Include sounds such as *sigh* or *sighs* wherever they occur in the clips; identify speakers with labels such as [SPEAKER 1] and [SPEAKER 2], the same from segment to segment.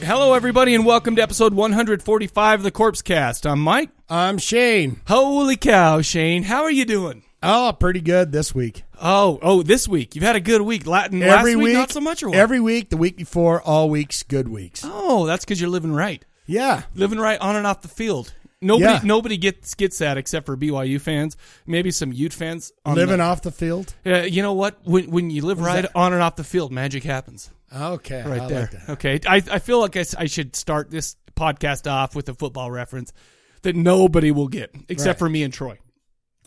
[SPEAKER 1] Hello, everybody, and welcome to episode 145 of the Corpse Cast. I'm Mike.
[SPEAKER 2] I'm Shane.
[SPEAKER 1] Holy cow, Shane! How are you doing?
[SPEAKER 2] Oh, pretty good this week.
[SPEAKER 1] Oh, oh, this week you've had a good week. Latin last
[SPEAKER 2] every
[SPEAKER 1] week,
[SPEAKER 2] week,
[SPEAKER 1] not so much. Or what?
[SPEAKER 2] Every week, the week before, all weeks, good weeks.
[SPEAKER 1] oh, that's because you're living right,
[SPEAKER 2] Yeah.
[SPEAKER 1] living right on and off the field. Nobody,
[SPEAKER 2] Yeah.
[SPEAKER 1] nobody gets gets that except for BYU fans, maybe some Ute fans. On
[SPEAKER 2] Living
[SPEAKER 1] the,
[SPEAKER 2] off the field.
[SPEAKER 1] uh, you know what? When when you live right on and off the field, magic happens.
[SPEAKER 2] Okay.
[SPEAKER 1] right
[SPEAKER 2] I
[SPEAKER 1] there.
[SPEAKER 2] like that.
[SPEAKER 1] Okay, I I feel like I, s- I should start this podcast off with a football reference that nobody will get except
[SPEAKER 2] Right.
[SPEAKER 1] for me and Troy.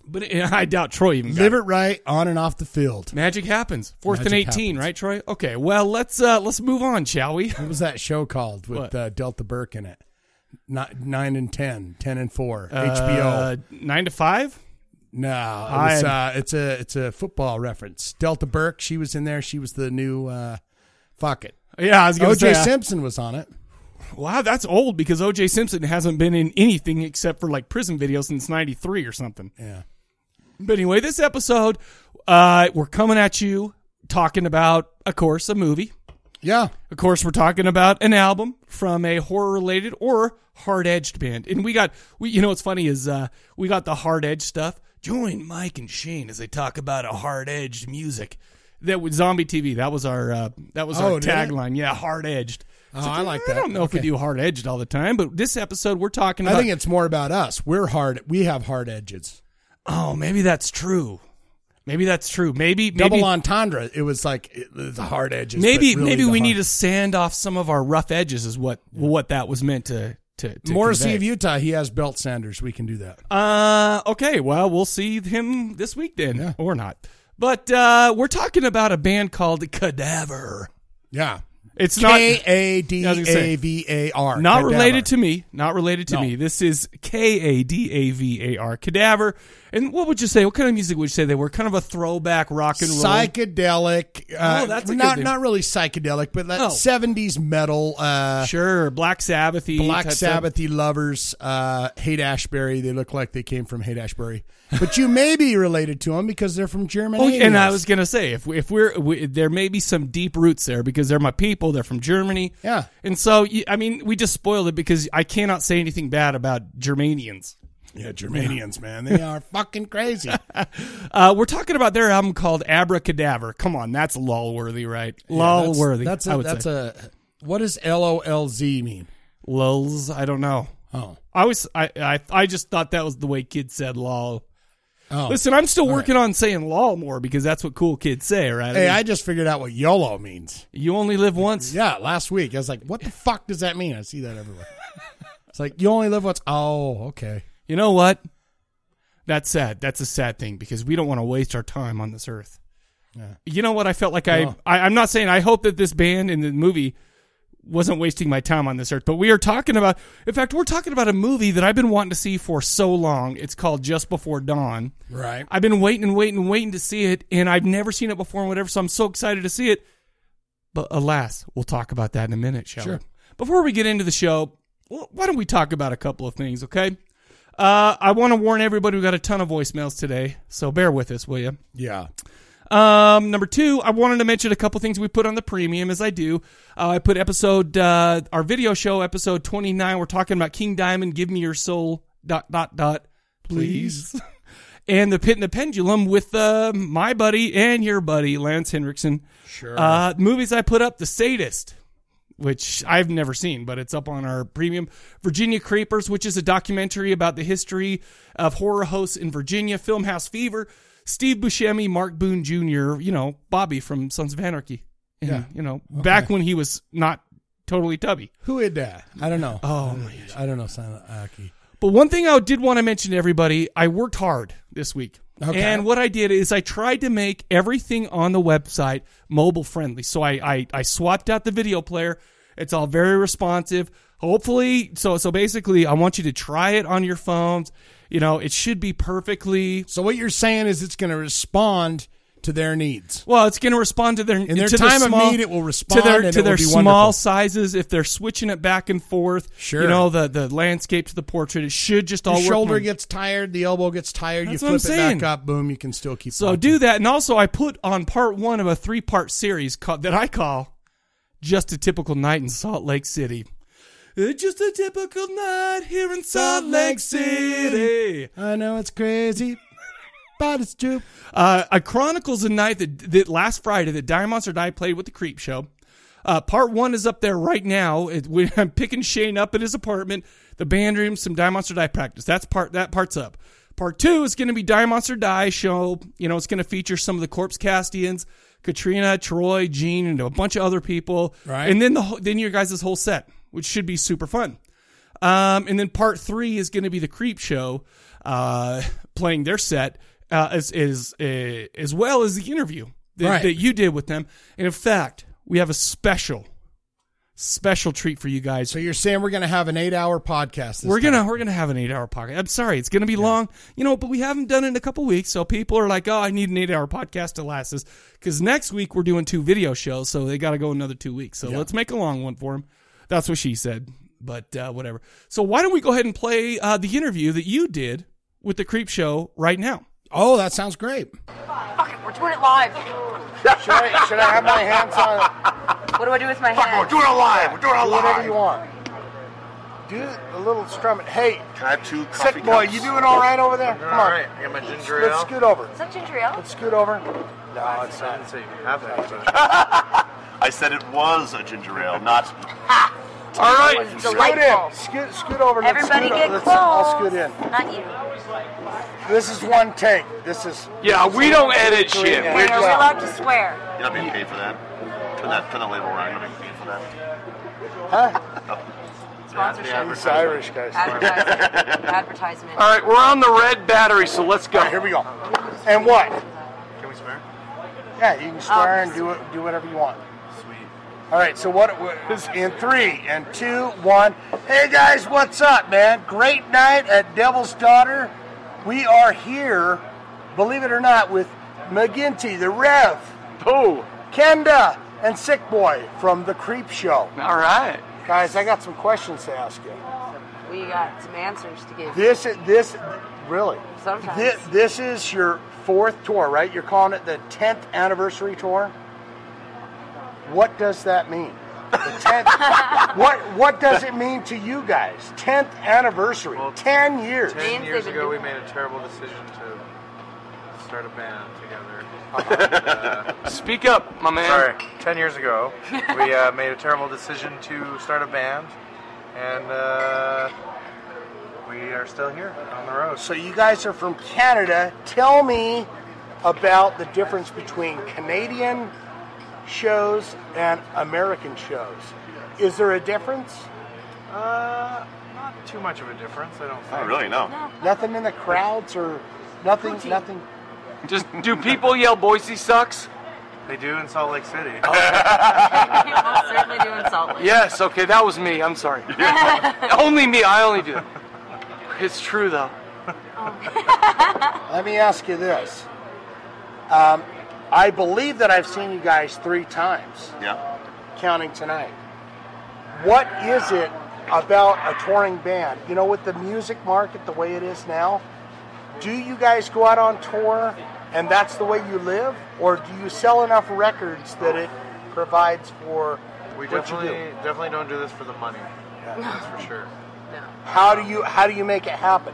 [SPEAKER 1] But it, I doubt Troy even got
[SPEAKER 2] Live
[SPEAKER 1] it.
[SPEAKER 2] it right on and off the field.
[SPEAKER 1] Magic happens. Fourth and
[SPEAKER 2] Magic
[SPEAKER 1] eighteen,
[SPEAKER 2] happens.
[SPEAKER 1] right, Troy? Okay. Well, let's uh let's move on, shall we?
[SPEAKER 2] What was that show called
[SPEAKER 1] What?
[SPEAKER 2] with uh, Delta Burke in it? Not nine and ten, ten and four.
[SPEAKER 1] Uh,
[SPEAKER 2] HBO.
[SPEAKER 1] nine to five.
[SPEAKER 2] No, it was,
[SPEAKER 1] I'm-
[SPEAKER 2] uh, it's a it's a football reference. Delta Burke. She was in there. She was the new. Uh, fuck it.
[SPEAKER 1] Yeah, I was gonna
[SPEAKER 2] OJ
[SPEAKER 1] say. uh,
[SPEAKER 2] Simpson was on it.
[SPEAKER 1] wow, that's old because OJ Simpson hasn't been in anything except for like prison videos since '93 or something.
[SPEAKER 2] Yeah.
[SPEAKER 1] But anyway, this episode, uh, we're coming at you talking about, of course, a movie.
[SPEAKER 2] Yeah.
[SPEAKER 1] Of course, we're talking about an album from a horror-related or hard-edged band, and we got we. You know what's funny is uh, we got the hard-edged stuff. Join Mike and Shane as they talk about a hard-edged music. That was Zombie TV. That was our uh, that was
[SPEAKER 2] Oh,
[SPEAKER 1] our
[SPEAKER 2] did it?
[SPEAKER 1] tagline. Yeah, hard-edged.
[SPEAKER 2] Oh, I like
[SPEAKER 1] I
[SPEAKER 2] that.
[SPEAKER 1] don't know if we
[SPEAKER 2] Okay.
[SPEAKER 1] do hard-edged all the time, but this episode we're talking
[SPEAKER 2] I
[SPEAKER 1] about.
[SPEAKER 2] think it's more about us. We're hard. We have hard edges.
[SPEAKER 1] oh, maybe that's true. Maybe that's true. Maybe
[SPEAKER 2] Double
[SPEAKER 1] maybe
[SPEAKER 2] entendre. It was like it, the hard edges.
[SPEAKER 1] maybe
[SPEAKER 2] but really
[SPEAKER 1] maybe
[SPEAKER 2] the
[SPEAKER 1] we
[SPEAKER 2] hard-
[SPEAKER 1] need to sand off some of our rough edges. Is what what that was meant to to, to
[SPEAKER 2] Morrissey
[SPEAKER 1] convey.
[SPEAKER 2] of Utah. He has belt sanders. We can do that.
[SPEAKER 1] Uh, okay. Well, we'll see him this week then, or not. But uh, we're talking about a band called Cadaver.
[SPEAKER 2] Yeah.
[SPEAKER 1] It's not
[SPEAKER 2] K A D
[SPEAKER 1] I was gonna say.
[SPEAKER 2] A V A R.
[SPEAKER 1] not
[SPEAKER 2] Cadaver.
[SPEAKER 1] related to me. Not related to
[SPEAKER 2] No.
[SPEAKER 1] me. This is K A D A V A R Cadaver. And what would you say? What kind of music would you say they were? Kind of a throwback rock and roll.
[SPEAKER 2] psychedelic. Uh,
[SPEAKER 1] Oh, that's a good
[SPEAKER 2] not
[SPEAKER 1] name. Oh.
[SPEAKER 2] not really psychedelic, but
[SPEAKER 1] No.
[SPEAKER 2] that seventies metal. Uh,
[SPEAKER 1] sure, Black Sabbathy.
[SPEAKER 2] Black
[SPEAKER 1] type stuff.
[SPEAKER 2] Sabbathy lovers uh, hate Ashbury. They look like they came from Haight Ashbury, uh, but you may be related to them because they're from Germany.
[SPEAKER 1] Oh, and I was gonna say if we, if we're we, there may be some deep roots there because they're my people. They're from Germany.
[SPEAKER 2] Yeah.
[SPEAKER 1] and so you- I mean we just spoiled it because I cannot say anything bad about Germanians.
[SPEAKER 2] yeah, Germanians, man, they *laughs* are fucking crazy.
[SPEAKER 1] *laughs* Uh, we're talking about their album called Abracadaver. Come on, that's lol worthy, right? Lol worthy.
[SPEAKER 2] That's
[SPEAKER 1] I
[SPEAKER 2] a,
[SPEAKER 1] would
[SPEAKER 2] that's
[SPEAKER 1] say.
[SPEAKER 2] a. What does L O L Z mean?
[SPEAKER 1] lulls. I don't know.
[SPEAKER 2] Oh,
[SPEAKER 1] I was I, I I just thought that was the way kids said lol.
[SPEAKER 2] oh.
[SPEAKER 1] Listen, I'm still working on saying lol more because that's what cool kids say, right?
[SPEAKER 2] hey,
[SPEAKER 1] I mean,
[SPEAKER 2] I just figured out what YOLO means.
[SPEAKER 1] you only live once.
[SPEAKER 2] Yeah, last week I was like, "What the fuck does that mean?" I see that everywhere. it's like you
[SPEAKER 1] *laughs*
[SPEAKER 2] only live once. Oh, okay.
[SPEAKER 1] You know what? That's sad. That's a sad thing because we don't want to waste our time on this earth. You know what? I felt like I,
[SPEAKER 2] No.
[SPEAKER 1] I. I'm not saying I hope that this band in the movie wasn't wasting my time on this earth, but we are talking about. In fact, we're talking about a movie that I've been wanting to see for so long. It's called Just Before Dawn.
[SPEAKER 2] Right.
[SPEAKER 1] I've been waiting and waiting and waiting to see it, and I've never seen it before and whatever, so I'm so excited to see it. But alas, we'll talk about that in a minute, shall
[SPEAKER 2] Sure.
[SPEAKER 1] we? Before we get into the show, wh- why don't we talk about a couple of things, okay? Uh, I want to warn everybody we got a ton of voicemails today, so bear with us, will you?
[SPEAKER 2] Yeah.
[SPEAKER 1] Um, number two, I wanted to mention a couple things we put on the premium, as I do. Uh, I put episode, uh, our video show, episode 29. We're talking about King Diamond, Give Me Your Soul, dot, dot, dot, please. and The Pit and the Pendulum with uh, my buddy and your buddy, Lance Henriksen. Sure. Uh, movies I put up, The Sadist. Which I've never seen, but it's up on our premium. Virginia Creepers, which is a documentary about the history of horror hosts in Virginia. Filmhouse Fever, Steve Buscemi, Mark Boone Jr., you know, Bobby from Sons of Anarchy. And,
[SPEAKER 2] Yeah.
[SPEAKER 1] You know, back when he was not totally tubby.
[SPEAKER 3] Who is that? I don't know.
[SPEAKER 1] Oh,
[SPEAKER 3] I don't know Silent Aki.
[SPEAKER 1] But one thing I did want to mention to everybody, I worked hard this week.
[SPEAKER 3] Okay.
[SPEAKER 1] And what I did is I tried to make everything on the website mobile friendly. So I, I, I swapped out the video player. It's all very responsive. Hopefully, so so basically, I want you to try it on your phones. You know, it should be perfectly.
[SPEAKER 3] So what you're saying is it's going to respond to their needs.
[SPEAKER 1] Well, it's going to respond to their
[SPEAKER 3] In their
[SPEAKER 1] to
[SPEAKER 3] time of
[SPEAKER 1] small-
[SPEAKER 3] need, it will
[SPEAKER 1] to
[SPEAKER 3] respond
[SPEAKER 1] their
[SPEAKER 3] and it
[SPEAKER 1] to
[SPEAKER 3] will
[SPEAKER 1] their
[SPEAKER 3] be
[SPEAKER 1] small
[SPEAKER 3] wonderful.
[SPEAKER 1] sizes. If they're switching it back and forth,
[SPEAKER 3] Sure.
[SPEAKER 1] you know the the landscape to the portrait. It should just all
[SPEAKER 3] Your
[SPEAKER 1] work
[SPEAKER 3] shoulder
[SPEAKER 1] when-
[SPEAKER 3] gets tired, the elbow gets tired.
[SPEAKER 1] That's
[SPEAKER 3] you
[SPEAKER 1] what I'm
[SPEAKER 3] flip it
[SPEAKER 1] saying.
[SPEAKER 3] back up, boom. You can still keep.
[SPEAKER 1] So
[SPEAKER 3] walking.
[SPEAKER 1] do that, and also I put on part one of a three-part series ca- that I call "Just a Typical Night in Salt Lake City." It's just a typical night here in Salt Lake City.
[SPEAKER 3] I know it's crazy, but it's true.
[SPEAKER 1] Uh, I chronicles a night that, that last Friday that Die Monster Die played with the Creep Show. Uh, part one is up there right now. It, we, *laughs* I'm picking Shane up at his apartment, the band room, some Die Monster Die practice. That's part. That part's up. Part two is going to be Die Monster Die show. You know, it's going to feature some of the Corpse Castians, Katrina, Troy, Gene, and a bunch of other people.
[SPEAKER 3] Right.
[SPEAKER 1] And then the whole- then your guys' whole set, which should be super fun. Um, and then part three is going to be the Creep Show, uh, playing their set uh, as as uh, as well as the interview that,
[SPEAKER 3] Right.
[SPEAKER 1] that you did with them. And in fact, we have a special special treat for you guys.
[SPEAKER 3] So you're saying we're going to have an eight-hour podcast? This
[SPEAKER 1] We're
[SPEAKER 3] time.
[SPEAKER 1] gonna we're gonna have an eight hour podcast. I'm sorry, it's gonna be long, you know, but we haven't done it in a couple weeks, so people are like, oh, I need an eight hour podcast to last us because next week we're doing two video shows, so they got to go another two weeks. So let's make a long one for them. That's what she said, but uh, whatever. So why don't we go ahead and play uh, the interview that you did with the Creep Show right now?
[SPEAKER 3] Oh, that sounds great.
[SPEAKER 4] Fuck it, we're doing it live.
[SPEAKER 2] Should I, should I have my hands on
[SPEAKER 4] What do I do with my
[SPEAKER 5] Fuck, we're
[SPEAKER 4] hands?
[SPEAKER 5] doing it live. We're doing it
[SPEAKER 2] do whatever you
[SPEAKER 5] live.
[SPEAKER 2] want? Do a little strumming. Hey,
[SPEAKER 5] Can I have two coffee
[SPEAKER 2] sick boy,
[SPEAKER 5] cups?
[SPEAKER 2] you doing all right over there?
[SPEAKER 5] Doing
[SPEAKER 2] Come
[SPEAKER 5] all
[SPEAKER 2] on.
[SPEAKER 5] right. I got my ginger ale.
[SPEAKER 2] Let's scoot over.
[SPEAKER 4] Is that ginger ale?
[SPEAKER 2] Let's
[SPEAKER 5] *laughs*
[SPEAKER 2] scoot over. No, it's not.
[SPEAKER 5] Have I said it was a ginger ale, not.
[SPEAKER 2] All right,
[SPEAKER 4] That was
[SPEAKER 2] scoot
[SPEAKER 4] delightful.
[SPEAKER 2] in. Scoot, scoot over. Let's
[SPEAKER 4] Everybody
[SPEAKER 2] scoot
[SPEAKER 4] get
[SPEAKER 2] over.
[SPEAKER 4] close.
[SPEAKER 2] Let's, I'll scoot in.
[SPEAKER 4] Not you.
[SPEAKER 2] This is one take. This is.
[SPEAKER 6] Yeah, we don't edit shit.
[SPEAKER 2] Yeah.
[SPEAKER 4] Wait,
[SPEAKER 6] We're
[SPEAKER 4] are we
[SPEAKER 2] just-
[SPEAKER 4] allowed to
[SPEAKER 2] *laughs*
[SPEAKER 4] swear?
[SPEAKER 5] You're not being paid for that. Turn that, turn that label around. You're not being paid for that. Oh.
[SPEAKER 2] Huh?
[SPEAKER 4] Sponsorship.
[SPEAKER 2] It's Irish, guys. *laughs*
[SPEAKER 4] Advertisement. Advertisement.
[SPEAKER 6] all right. We're on the red battery, so let's
[SPEAKER 2] All
[SPEAKER 6] go.
[SPEAKER 2] right, here we go. And what?
[SPEAKER 5] Can we swear?
[SPEAKER 2] Yeah, you can swear and do it, do whatever you want.
[SPEAKER 5] Sweet.
[SPEAKER 2] All right, so
[SPEAKER 6] *laughs*
[SPEAKER 2] what? what in three, and two, one. Hey guys, what's up, man? Great night at Devil's Daughter. We are here, believe it or not, with McGinty, the Rev,
[SPEAKER 6] Oh,
[SPEAKER 2] Kenda, and Sick Boy from the Creep Show.
[SPEAKER 6] all right.
[SPEAKER 2] Guys, I got some questions to ask you.
[SPEAKER 4] We got some answers to give.
[SPEAKER 2] This is this really.
[SPEAKER 4] Sometimes.
[SPEAKER 2] This, this is your fourth tour, right? You're calling it the tenth anniversary tour. What does that mean? *laughs* The tenth. what What does it mean to you guys? Tenth anniversary. ten years.
[SPEAKER 4] Means they've
[SPEAKER 7] years
[SPEAKER 4] been
[SPEAKER 7] ago, we
[SPEAKER 4] doing-
[SPEAKER 7] made a terrible decision to start a band together. Uh,
[SPEAKER 6] Speak up, my man.
[SPEAKER 7] Sorry, ten years ago, we uh, made a terrible decision to start a band, and uh, we are still here on the road.
[SPEAKER 2] Oh, So you guys are from Canada. Tell me about the difference between Canadian shows and American shows. Is there a difference?
[SPEAKER 7] Uh, not too much of a difference, I don't think.
[SPEAKER 5] Oh, really? No.
[SPEAKER 2] Nothing in the crowds or nothing. Nothing.
[SPEAKER 6] Just do people yell Boise sucks?
[SPEAKER 7] They do in Salt Lake City.
[SPEAKER 4] we most *laughs* certainly do in Salt Lake.
[SPEAKER 6] *laughs* Yes. Okay, that was me.
[SPEAKER 7] *laughs*
[SPEAKER 6] I'm sorry.
[SPEAKER 4] *laughs*
[SPEAKER 1] *laughs*
[SPEAKER 6] only me. I only do. It's true though.
[SPEAKER 2] Let me ask you this. Um, I believe that I've seen you guys three times,
[SPEAKER 5] Yeah.
[SPEAKER 2] counting tonight. What is it about a touring band? You know, with the music market the way it is now, do you guys go out on tour and that's the way you live, or do you sell enough records that it provides for
[SPEAKER 7] We
[SPEAKER 2] what you
[SPEAKER 7] definitely,
[SPEAKER 2] do?
[SPEAKER 7] definitely don't do this for the money. That's for sure.
[SPEAKER 2] How do you how do you make it happen?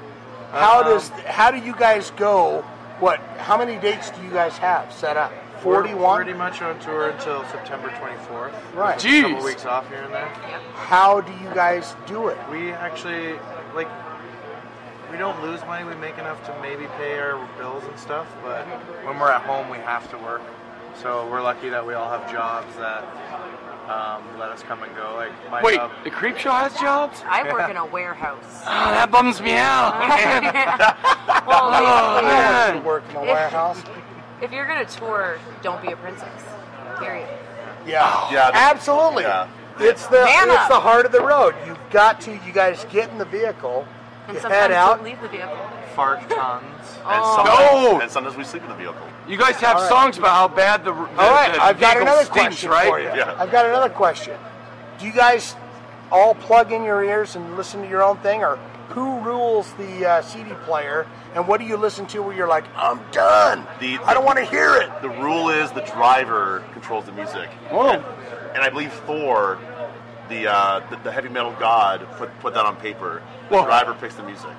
[SPEAKER 2] How does how do you guys go? What? How many dates do you guys have set up?
[SPEAKER 7] We're
[SPEAKER 2] Forty-one.
[SPEAKER 7] Pretty much on tour until September 24th.
[SPEAKER 2] Right.
[SPEAKER 7] A couple
[SPEAKER 6] Jeez.
[SPEAKER 7] weeks off here and there.
[SPEAKER 2] How do you guys do it?
[SPEAKER 7] We actually like we don't lose money. We make enough to maybe pay our bills and stuff, but when we're at home, we have to work. So we're lucky that we all have jobs that um, let us come and go. Like my
[SPEAKER 1] Wait,
[SPEAKER 7] job-
[SPEAKER 1] the creep show has jobs?
[SPEAKER 4] I work in
[SPEAKER 1] *laughs*
[SPEAKER 4] a warehouse.
[SPEAKER 7] Ah,
[SPEAKER 1] Oh, that bums me out, *laughs* man.
[SPEAKER 7] *laughs*
[SPEAKER 4] well,
[SPEAKER 1] Oh,
[SPEAKER 4] basically,
[SPEAKER 1] man.
[SPEAKER 2] You work in a warehouse.
[SPEAKER 4] if you're gonna tour, don't be a princess. Period.
[SPEAKER 2] Yeah.
[SPEAKER 5] Yeah, the-
[SPEAKER 2] Absolutely.
[SPEAKER 5] yeah.
[SPEAKER 2] It's the
[SPEAKER 4] Man
[SPEAKER 2] it's
[SPEAKER 4] up.
[SPEAKER 2] the heart of the road. You've got to. You guys get in the vehicle.
[SPEAKER 4] And
[SPEAKER 2] you
[SPEAKER 4] sometimes
[SPEAKER 2] head
[SPEAKER 4] don't
[SPEAKER 2] out.
[SPEAKER 4] leave the vehicle.
[SPEAKER 7] fart tons.
[SPEAKER 5] *laughs* And,
[SPEAKER 4] Oh.
[SPEAKER 5] sometimes,
[SPEAKER 1] No!
[SPEAKER 5] and sometimes we sleep in the vehicle.
[SPEAKER 1] You guys have songs about how bad the, the,
[SPEAKER 2] All right,
[SPEAKER 1] the
[SPEAKER 2] I've got
[SPEAKER 1] vehicle
[SPEAKER 2] another
[SPEAKER 1] stinks,
[SPEAKER 2] question
[SPEAKER 1] right?
[SPEAKER 2] for you.
[SPEAKER 5] Yeah.
[SPEAKER 2] I've got another question. Do you guys all plug in your ears and listen to your own thing, or who rules the uh, CD player? And what do you listen to where you're like, I'm done.
[SPEAKER 5] The-
[SPEAKER 2] I don't want to hear it.
[SPEAKER 5] The rule is the driver controls the music. And, and I believe Thor, the, uh, the the heavy metal god, put put that on paper. The
[SPEAKER 1] Whoa.
[SPEAKER 5] driver picks the music.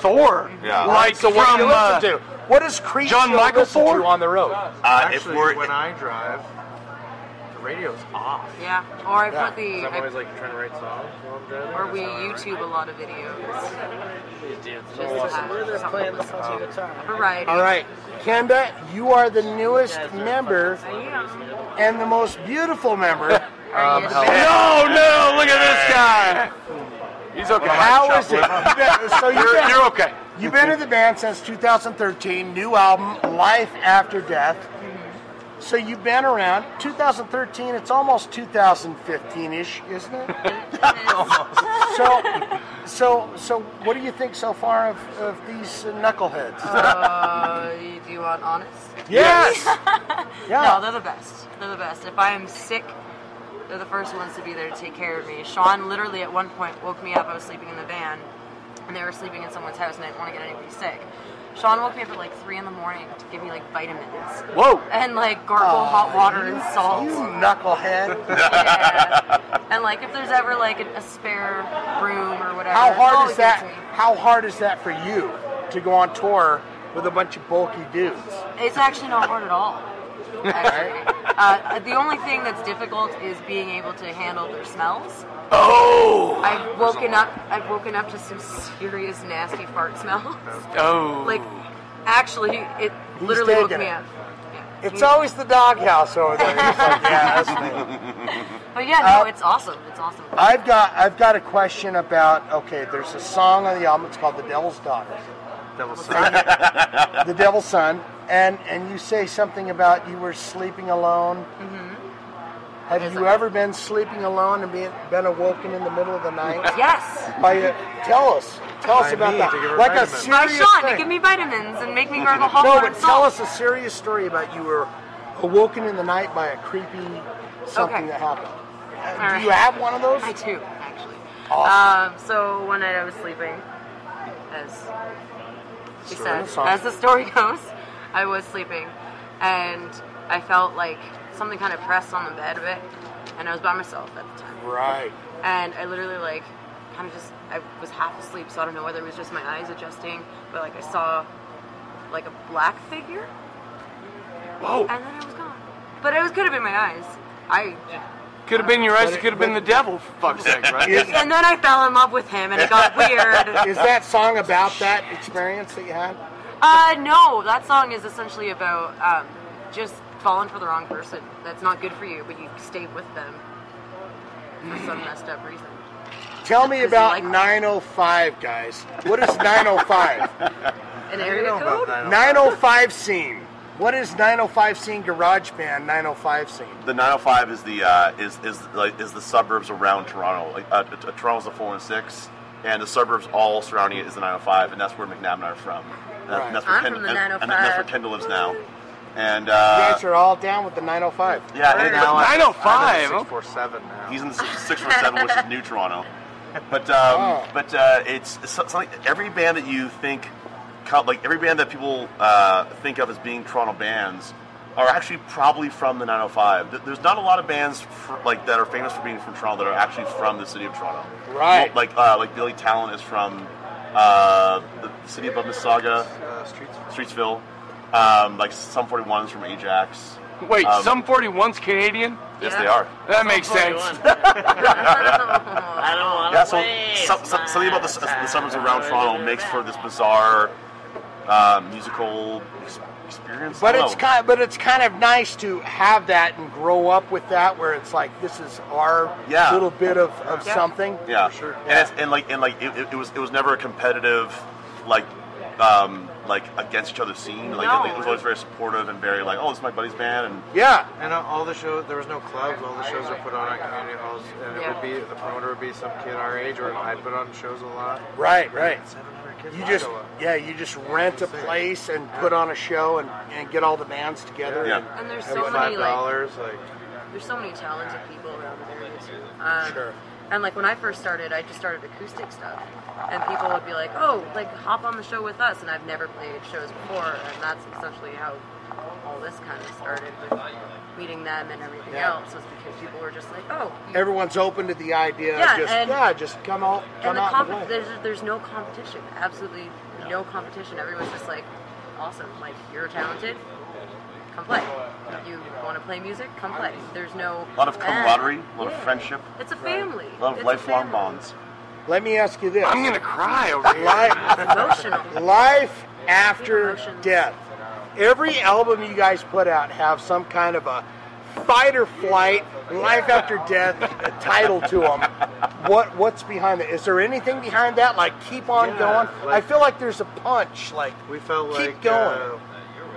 [SPEAKER 1] Thor,
[SPEAKER 5] Yeah.
[SPEAKER 1] like
[SPEAKER 2] so what
[SPEAKER 1] from
[SPEAKER 2] do you
[SPEAKER 1] uh,
[SPEAKER 2] listen to? What does Creep
[SPEAKER 1] John
[SPEAKER 2] Show
[SPEAKER 1] Michael
[SPEAKER 2] listen
[SPEAKER 1] Ford?
[SPEAKER 2] to on the road?
[SPEAKER 5] Uh, if
[SPEAKER 7] Actually,
[SPEAKER 5] we're
[SPEAKER 7] when I drive, the radio's off.
[SPEAKER 4] Yeah. Or I
[SPEAKER 2] Yeah,
[SPEAKER 7] 'Cause
[SPEAKER 4] put the.
[SPEAKER 7] I'm
[SPEAKER 4] I,
[SPEAKER 7] always like trying to write songs while I'm driving.
[SPEAKER 4] or we
[SPEAKER 7] That's how I write.
[SPEAKER 4] YouTube a lot of videos. Just to have something to listen to. Variety.
[SPEAKER 2] All right, Kenda, you are the newest member
[SPEAKER 4] I am.
[SPEAKER 2] and the most beautiful member.
[SPEAKER 4] *laughs* Are you the best?
[SPEAKER 1] Um, No, no, look at this guy. He's okay.
[SPEAKER 2] How is it?
[SPEAKER 1] *laughs*
[SPEAKER 2] You've been- so you've
[SPEAKER 1] You're,
[SPEAKER 2] been-
[SPEAKER 1] you're okay.
[SPEAKER 2] You've been in the band since 2013, new album, Life After Death. So you've been around 2013, it's almost 2015 ish, isn't it? *laughs* so, so, so, what do you think so far of, of these knuckleheads?
[SPEAKER 4] Uh, do you want honest? *laughs*
[SPEAKER 2] yes!
[SPEAKER 4] No,
[SPEAKER 2] yeah.
[SPEAKER 4] they're the best. They're the best. If I am sick, they're the first ones to be there to take care of me. Sean literally at one point woke me up. I was sleeping in the van, and they were sleeping in someone's house, and I didn't want to get anybody sick. Sean woke me up at like three in the morning to give me like vitamins
[SPEAKER 1] Whoa.
[SPEAKER 4] and like gargle hot water and salt.
[SPEAKER 2] You knucklehead. *laughs*
[SPEAKER 4] Yeah. And like if there's ever like a, a spare room or whatever. Oh,
[SPEAKER 2] How hard
[SPEAKER 4] always
[SPEAKER 2] is that?
[SPEAKER 4] gives me.
[SPEAKER 2] How hard is that for you to go on tour with a bunch of bulky dudes?
[SPEAKER 4] It's actually not hard at all.
[SPEAKER 2] *laughs*
[SPEAKER 4] Actually, uh, the only thing that's difficult is being able to handle their smells.
[SPEAKER 1] Oh.
[SPEAKER 4] I've woken up. I've woken up to some serious nasty fart smells.
[SPEAKER 1] Oh.
[SPEAKER 4] Like, actually, it
[SPEAKER 2] He's
[SPEAKER 4] literally woke
[SPEAKER 2] taking
[SPEAKER 4] me
[SPEAKER 2] it.
[SPEAKER 4] up. Yeah.
[SPEAKER 2] It's always the doghouse over there. He's like, yeah, that's me.
[SPEAKER 4] But yeah, no,
[SPEAKER 2] uh,
[SPEAKER 4] it's awesome. It's awesome.
[SPEAKER 2] I've got I've got a question about okay, there's a song on the album, it's called The Devil's Daughter.
[SPEAKER 7] Devil's Son. *laughs*
[SPEAKER 2] The Devil's Son. And and you say something about you were sleeping alone. Have
[SPEAKER 4] Yes,
[SPEAKER 2] you
[SPEAKER 4] I-
[SPEAKER 2] ever been sleeping alone and being, been awoken in the middle of the night?
[SPEAKER 4] Yes.
[SPEAKER 2] By a, tell us. Tell us
[SPEAKER 7] By
[SPEAKER 2] about
[SPEAKER 7] me,
[SPEAKER 2] that.
[SPEAKER 7] to give her
[SPEAKER 2] Like a
[SPEAKER 7] vitamins.
[SPEAKER 4] By
[SPEAKER 2] serious
[SPEAKER 4] Sean
[SPEAKER 2] thing.
[SPEAKER 4] to give me vitamins
[SPEAKER 2] *laughs*
[SPEAKER 4] and make me gargle hot
[SPEAKER 2] no,
[SPEAKER 4] water
[SPEAKER 2] but
[SPEAKER 4] and
[SPEAKER 2] tell us
[SPEAKER 4] salt.
[SPEAKER 2] a serious story about you were awoken in the night by a creepy something
[SPEAKER 4] Okay.
[SPEAKER 2] that happened.
[SPEAKER 4] All
[SPEAKER 2] Do you
[SPEAKER 4] right.
[SPEAKER 2] have one of those?
[SPEAKER 4] I do, actually.
[SPEAKER 2] Awesome.
[SPEAKER 4] Um, so one night I was sleeping, as she
[SPEAKER 2] Story
[SPEAKER 4] said,
[SPEAKER 2] of the song.
[SPEAKER 4] as the story *laughs* goes, I was sleeping, and I felt like something kind of pressed on the bed a bit, and I was by myself at the time,
[SPEAKER 2] Right.
[SPEAKER 4] and I literally like kind of just I was half asleep, so I don't know whether it was just my eyes adjusting, but like I saw like a black figure,
[SPEAKER 1] Whoa.
[SPEAKER 4] and then it was gone. But it was could have been my eyes. I
[SPEAKER 1] Could have been your eyes. It could have been the devil. For fuck's sake, right?
[SPEAKER 4] and then I fell in love with him, and
[SPEAKER 2] *laughs*
[SPEAKER 4] it got weird.
[SPEAKER 2] Is that song about that experience that you had?
[SPEAKER 4] Uh, no, that song is essentially about um, just falling for the wrong person. That's not good for you, but you stay with them for some messed up reason.
[SPEAKER 2] Tell me
[SPEAKER 4] Because
[SPEAKER 2] about
[SPEAKER 4] you like-
[SPEAKER 2] 905, guys. What is 905?
[SPEAKER 4] *laughs* An area code?
[SPEAKER 2] 905 scene. What is 905 scene? Garage Band 905 scene.
[SPEAKER 5] The 905 is the uh, is is like is the suburbs around Toronto. Like uh, t- Toronto's the 416, and the suburbs all surrounding it is the 905, and that's where McNabb and I are from. And that-
[SPEAKER 2] Right.
[SPEAKER 5] that's where
[SPEAKER 4] I'm
[SPEAKER 5] Ken-
[SPEAKER 4] from the
[SPEAKER 5] and, and that's where
[SPEAKER 4] 905.
[SPEAKER 5] Kendall lives now. And
[SPEAKER 2] You
[SPEAKER 5] uh,
[SPEAKER 2] guys are all down with the 905.
[SPEAKER 5] yeah, and now I-
[SPEAKER 1] 905.
[SPEAKER 7] Six four seven now.
[SPEAKER 5] He's in the six, six or seven,
[SPEAKER 7] *laughs*
[SPEAKER 5] which is new Toronto. But um,
[SPEAKER 2] Oh.
[SPEAKER 5] but uh, it's, it's something. Every band that you think, count- like every band that people uh, think of as being Toronto bands, are actually probably from the 905. Th- There's not a lot of bands fr- like that are famous for being from Toronto that are actually from the city of Toronto. Well,
[SPEAKER 2] Right.
[SPEAKER 5] like uh, like Billy Talent is from uh, the city above Mississauga,
[SPEAKER 7] uh, streets.
[SPEAKER 5] Streetsville. Um, like some 41 is from Ajax.
[SPEAKER 1] Wait,
[SPEAKER 5] Um,
[SPEAKER 1] some 41's Canadian.
[SPEAKER 5] Yes,
[SPEAKER 4] Yeah.
[SPEAKER 5] they are.
[SPEAKER 1] That makes sense.
[SPEAKER 4] I don't want
[SPEAKER 5] Yeah, so some, some, something about the, s- the suburbs around Toronto makes for this bizarre uh, musical ex- experience.
[SPEAKER 2] But
[SPEAKER 5] I don't
[SPEAKER 2] it's
[SPEAKER 5] know.
[SPEAKER 2] kind but it's kind of nice to have that and grow up with that where it's like this is our
[SPEAKER 5] Yeah.
[SPEAKER 2] little bit of, of
[SPEAKER 4] Yeah.
[SPEAKER 2] something.
[SPEAKER 5] Yeah, And, it's, and like and like it, it- it was it was never a competitive, like, um, like against each other scene. Like
[SPEAKER 4] No.
[SPEAKER 5] it was always very supportive and very like, oh, this is my buddy's band, and
[SPEAKER 2] Yeah.
[SPEAKER 7] And uh, all the shows, there was no clubs. All the shows were put on at community halls, and it would be the promoter would be some kid our age, or I put on shows a lot.
[SPEAKER 2] Right, right.
[SPEAKER 7] 700 kids.
[SPEAKER 2] You
[SPEAKER 7] I
[SPEAKER 2] just
[SPEAKER 7] go up.
[SPEAKER 2] yeah, you just rent a place and put on a show and, and get all the bands together.
[SPEAKER 5] Yeah.
[SPEAKER 4] And there's
[SPEAKER 7] It
[SPEAKER 4] so
[SPEAKER 7] was
[SPEAKER 4] many
[SPEAKER 7] five
[SPEAKER 4] like
[SPEAKER 7] dollars. Like
[SPEAKER 4] there's so many talented people around the area too. Um,
[SPEAKER 2] Sure.
[SPEAKER 4] And like when I first started, I just started acoustic stuff, and people would be like, "Oh, like hop on the show with us," and I've never played shows before, and that's essentially how all this kind of started with meeting them and everything else was because people were just like, "Oh." you-
[SPEAKER 2] Everyone's open to the idea. of
[SPEAKER 4] Yeah,
[SPEAKER 2] just,
[SPEAKER 4] and-
[SPEAKER 2] yeah, just come out, come
[SPEAKER 4] and the
[SPEAKER 2] out.
[SPEAKER 4] comp-
[SPEAKER 2] play.
[SPEAKER 4] there's there's no competition, absolutely no competition. Everyone's just like, awesome, like you're talented, come play. You want to play music, come play. There's no
[SPEAKER 5] a lot of
[SPEAKER 4] "Eh."
[SPEAKER 5] camaraderie, a lot
[SPEAKER 4] Yeah.
[SPEAKER 5] of friendship,
[SPEAKER 4] It's a family.
[SPEAKER 5] a lot of
[SPEAKER 4] It's
[SPEAKER 5] lifelong
[SPEAKER 4] family.
[SPEAKER 5] bonds.
[SPEAKER 2] Let me ask you this:
[SPEAKER 1] I'm gonna cry over here.
[SPEAKER 2] Life,
[SPEAKER 4] Emotional.
[SPEAKER 2] life after
[SPEAKER 4] Emotions.
[SPEAKER 2] death. Every album you guys put out have some kind of a fight or flight, life after death title to them. What what's behind that? Is there anything behind that? Like keep on
[SPEAKER 7] Yeah,
[SPEAKER 2] going.
[SPEAKER 7] like-
[SPEAKER 2] I feel like there's a punch. Like
[SPEAKER 7] we felt
[SPEAKER 2] Keep
[SPEAKER 7] like
[SPEAKER 2] going.
[SPEAKER 7] uh,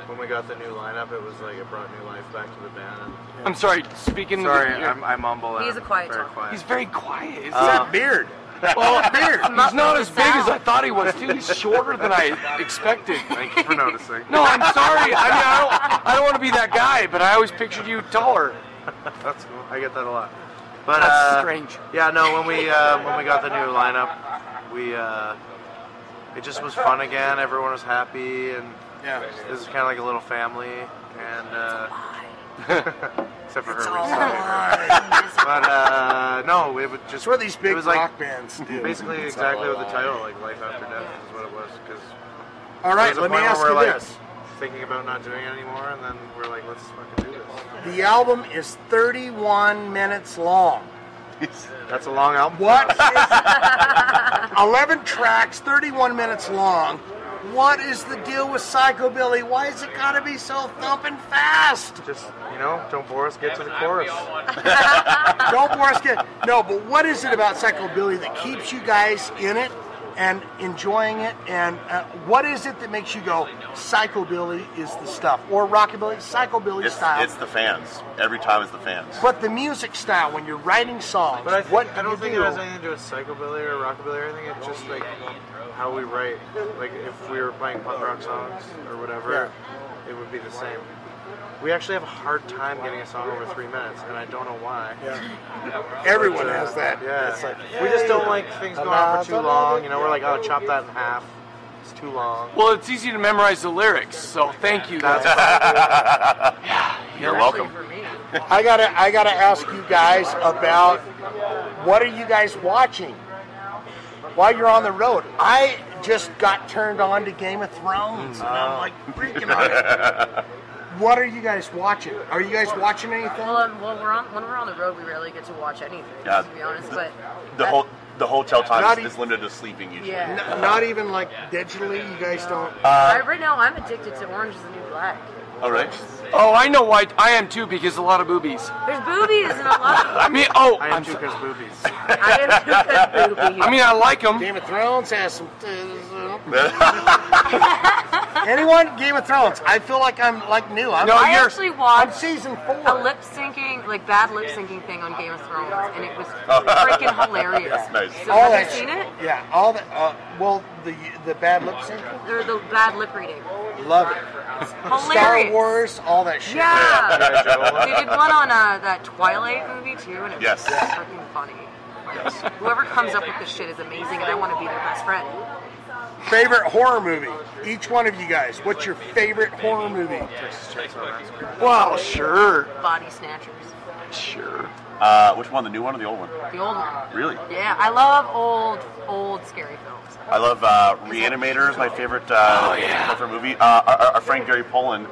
[SPEAKER 7] when we got the new lineup, it was like it brought new life back to the band.
[SPEAKER 1] I'm sorry. Speaking.
[SPEAKER 7] Sorry,
[SPEAKER 1] Of your,
[SPEAKER 7] I'm, I mumble. and
[SPEAKER 4] He's a
[SPEAKER 7] I'm
[SPEAKER 4] quiet
[SPEAKER 7] very
[SPEAKER 4] talker.
[SPEAKER 7] quiet.
[SPEAKER 1] *laughs* he's very quiet. Is
[SPEAKER 2] that beard.
[SPEAKER 1] well, beard. He's not as
[SPEAKER 4] It's
[SPEAKER 1] big as I
[SPEAKER 4] out.
[SPEAKER 1] thought he was. Too. He's shorter than I expected.
[SPEAKER 7] Thank you for noticing.
[SPEAKER 1] No, I'm sorry. I mean, I don't, I don't want to be that guy, but I always pictured you
[SPEAKER 5] *laughs*
[SPEAKER 1] taller.
[SPEAKER 7] That's cool. I get that a lot. *laughs* But
[SPEAKER 1] That's
[SPEAKER 7] uh,
[SPEAKER 1] strange.
[SPEAKER 7] Yeah, no. When we uh, when we got the new lineup, we uh, it just was fun again. Everyone was happy, and
[SPEAKER 1] Yeah.
[SPEAKER 7] it was kind of like a little family. And uh, *laughs* except for her,
[SPEAKER 4] It's
[SPEAKER 7] we
[SPEAKER 4] all
[SPEAKER 7] still hate her.
[SPEAKER 4] lies.
[SPEAKER 7] *laughs* But uh, no, it was just
[SPEAKER 2] That's what these big
[SPEAKER 7] it was like
[SPEAKER 2] rock bands do.
[SPEAKER 7] basically exactly what the title, like life after death, is what it was. Because
[SPEAKER 2] All right, let me ask
[SPEAKER 7] we're
[SPEAKER 2] you
[SPEAKER 7] like
[SPEAKER 2] this.
[SPEAKER 7] thinking about not doing it anymore, and then we're like, let's fucking do this.
[SPEAKER 2] The album is 31 minutes long.
[SPEAKER 7] That's a long album. *laughs*
[SPEAKER 2] What is 11 tracks, 31 minutes long? What is the deal with psychobilly? Why is it gotta be so thumping
[SPEAKER 7] *laughs*
[SPEAKER 2] fast?
[SPEAKER 7] Just you know, don't bore us. Get to the chorus.
[SPEAKER 2] Don't bore us. Kid. No, but what is it about psychobilly that keeps you guys in it and enjoying it? And uh, what is it that makes you go psychobilly is the stuff or rockabilly, psychobilly
[SPEAKER 5] It's
[SPEAKER 2] style?
[SPEAKER 5] it's the fans. Every time it's the fans.
[SPEAKER 2] but the music style when you're writing songs.
[SPEAKER 7] But I, think,
[SPEAKER 2] what
[SPEAKER 7] I
[SPEAKER 2] do
[SPEAKER 7] don't
[SPEAKER 2] you
[SPEAKER 7] think
[SPEAKER 2] do?
[SPEAKER 7] it has anything to do with psychobilly or rockabilly or anything. It's just like how we write. Like if we were playing punk rock songs or whatever, it would be the same. We actually have a hard time getting a song over three minutes, and I don't know why.
[SPEAKER 2] Everyone has that.
[SPEAKER 7] Yeah,
[SPEAKER 2] It's like,
[SPEAKER 7] we just don't like things going on for too long. You know, we're like, oh, chop that in half. It's too long.
[SPEAKER 1] Well, it's easy to memorize the lyrics, so thank you.
[SPEAKER 7] That's
[SPEAKER 1] guys.
[SPEAKER 5] You're welcome.
[SPEAKER 4] For me.
[SPEAKER 2] I gotta, I gotta ask you guys about what are you guys watching while you're on the road? I just got turned on to Game of
[SPEAKER 7] Mm,
[SPEAKER 2] Thrones, *laughs* and I'm like freaking out. What are you guys watching? Are you guys watching anything?
[SPEAKER 4] Well, um, well, we're on when we're on the road, we rarely get to watch anything.
[SPEAKER 5] *laughs* Yeah.
[SPEAKER 4] To be honest, but
[SPEAKER 5] The whole the hotel
[SPEAKER 2] Not
[SPEAKER 5] time
[SPEAKER 2] e-
[SPEAKER 5] is, is limited to sleeping usually.
[SPEAKER 4] yeah.
[SPEAKER 2] N- not even like digitally. You guys *laughs* don't.
[SPEAKER 5] Uh,
[SPEAKER 4] I, right now, I'm addicted to Orange Is the New Black.
[SPEAKER 5] All right.
[SPEAKER 1] Oh, I know why I am too because a lot of boobies.
[SPEAKER 4] There's boobies and a lot.
[SPEAKER 1] I mean, oh,
[SPEAKER 7] I am
[SPEAKER 1] I'm
[SPEAKER 7] too
[SPEAKER 1] so-
[SPEAKER 7] because
[SPEAKER 1] *laughs*
[SPEAKER 7] boobies.
[SPEAKER 4] Of, I am too good
[SPEAKER 1] *laughs*
[SPEAKER 4] boobies.
[SPEAKER 1] I mean, I like them.
[SPEAKER 2] Game of Thrones has some. Anyone? Game of Thrones. I feel like I'm like new. I'm,
[SPEAKER 1] No,
[SPEAKER 4] I
[SPEAKER 1] you're-
[SPEAKER 4] actually
[SPEAKER 2] I'm
[SPEAKER 4] watched
[SPEAKER 2] season
[SPEAKER 4] a
[SPEAKER 2] four.
[SPEAKER 4] lip syncing, like bad lip syncing thing on Game of Thrones, and it was
[SPEAKER 2] Oh.
[SPEAKER 4] freaking hilarious.
[SPEAKER 5] Nice.
[SPEAKER 4] So
[SPEAKER 2] All
[SPEAKER 4] have
[SPEAKER 2] that
[SPEAKER 4] you
[SPEAKER 2] sh-
[SPEAKER 4] seen it?
[SPEAKER 2] Yeah, all the uh, well, the the bad lip sync,
[SPEAKER 4] Or the bad lip reading.
[SPEAKER 2] love it. Star
[SPEAKER 4] Hilarious.
[SPEAKER 2] Wars, all that shit.
[SPEAKER 4] Yeah.
[SPEAKER 7] Joel.
[SPEAKER 4] They did one on uh, that Twilight movie too, and it was
[SPEAKER 5] Yes.
[SPEAKER 4] freaking funny. Whoever comes up with this shit is amazing, and I want to be their best friend.
[SPEAKER 2] Favorite horror movie? Each one of you guys, what's your favorite horror movie?
[SPEAKER 1] Well, sure,
[SPEAKER 4] Body Snatchers,
[SPEAKER 1] sure.
[SPEAKER 5] Uh, which one? The new one or the old one?
[SPEAKER 4] the old one.
[SPEAKER 5] Really?
[SPEAKER 4] Yeah, I love old, old scary films.
[SPEAKER 5] I love uh, Reanimator is my favorite uh, horror movie. Uh, our, our- our friend Gary Poland,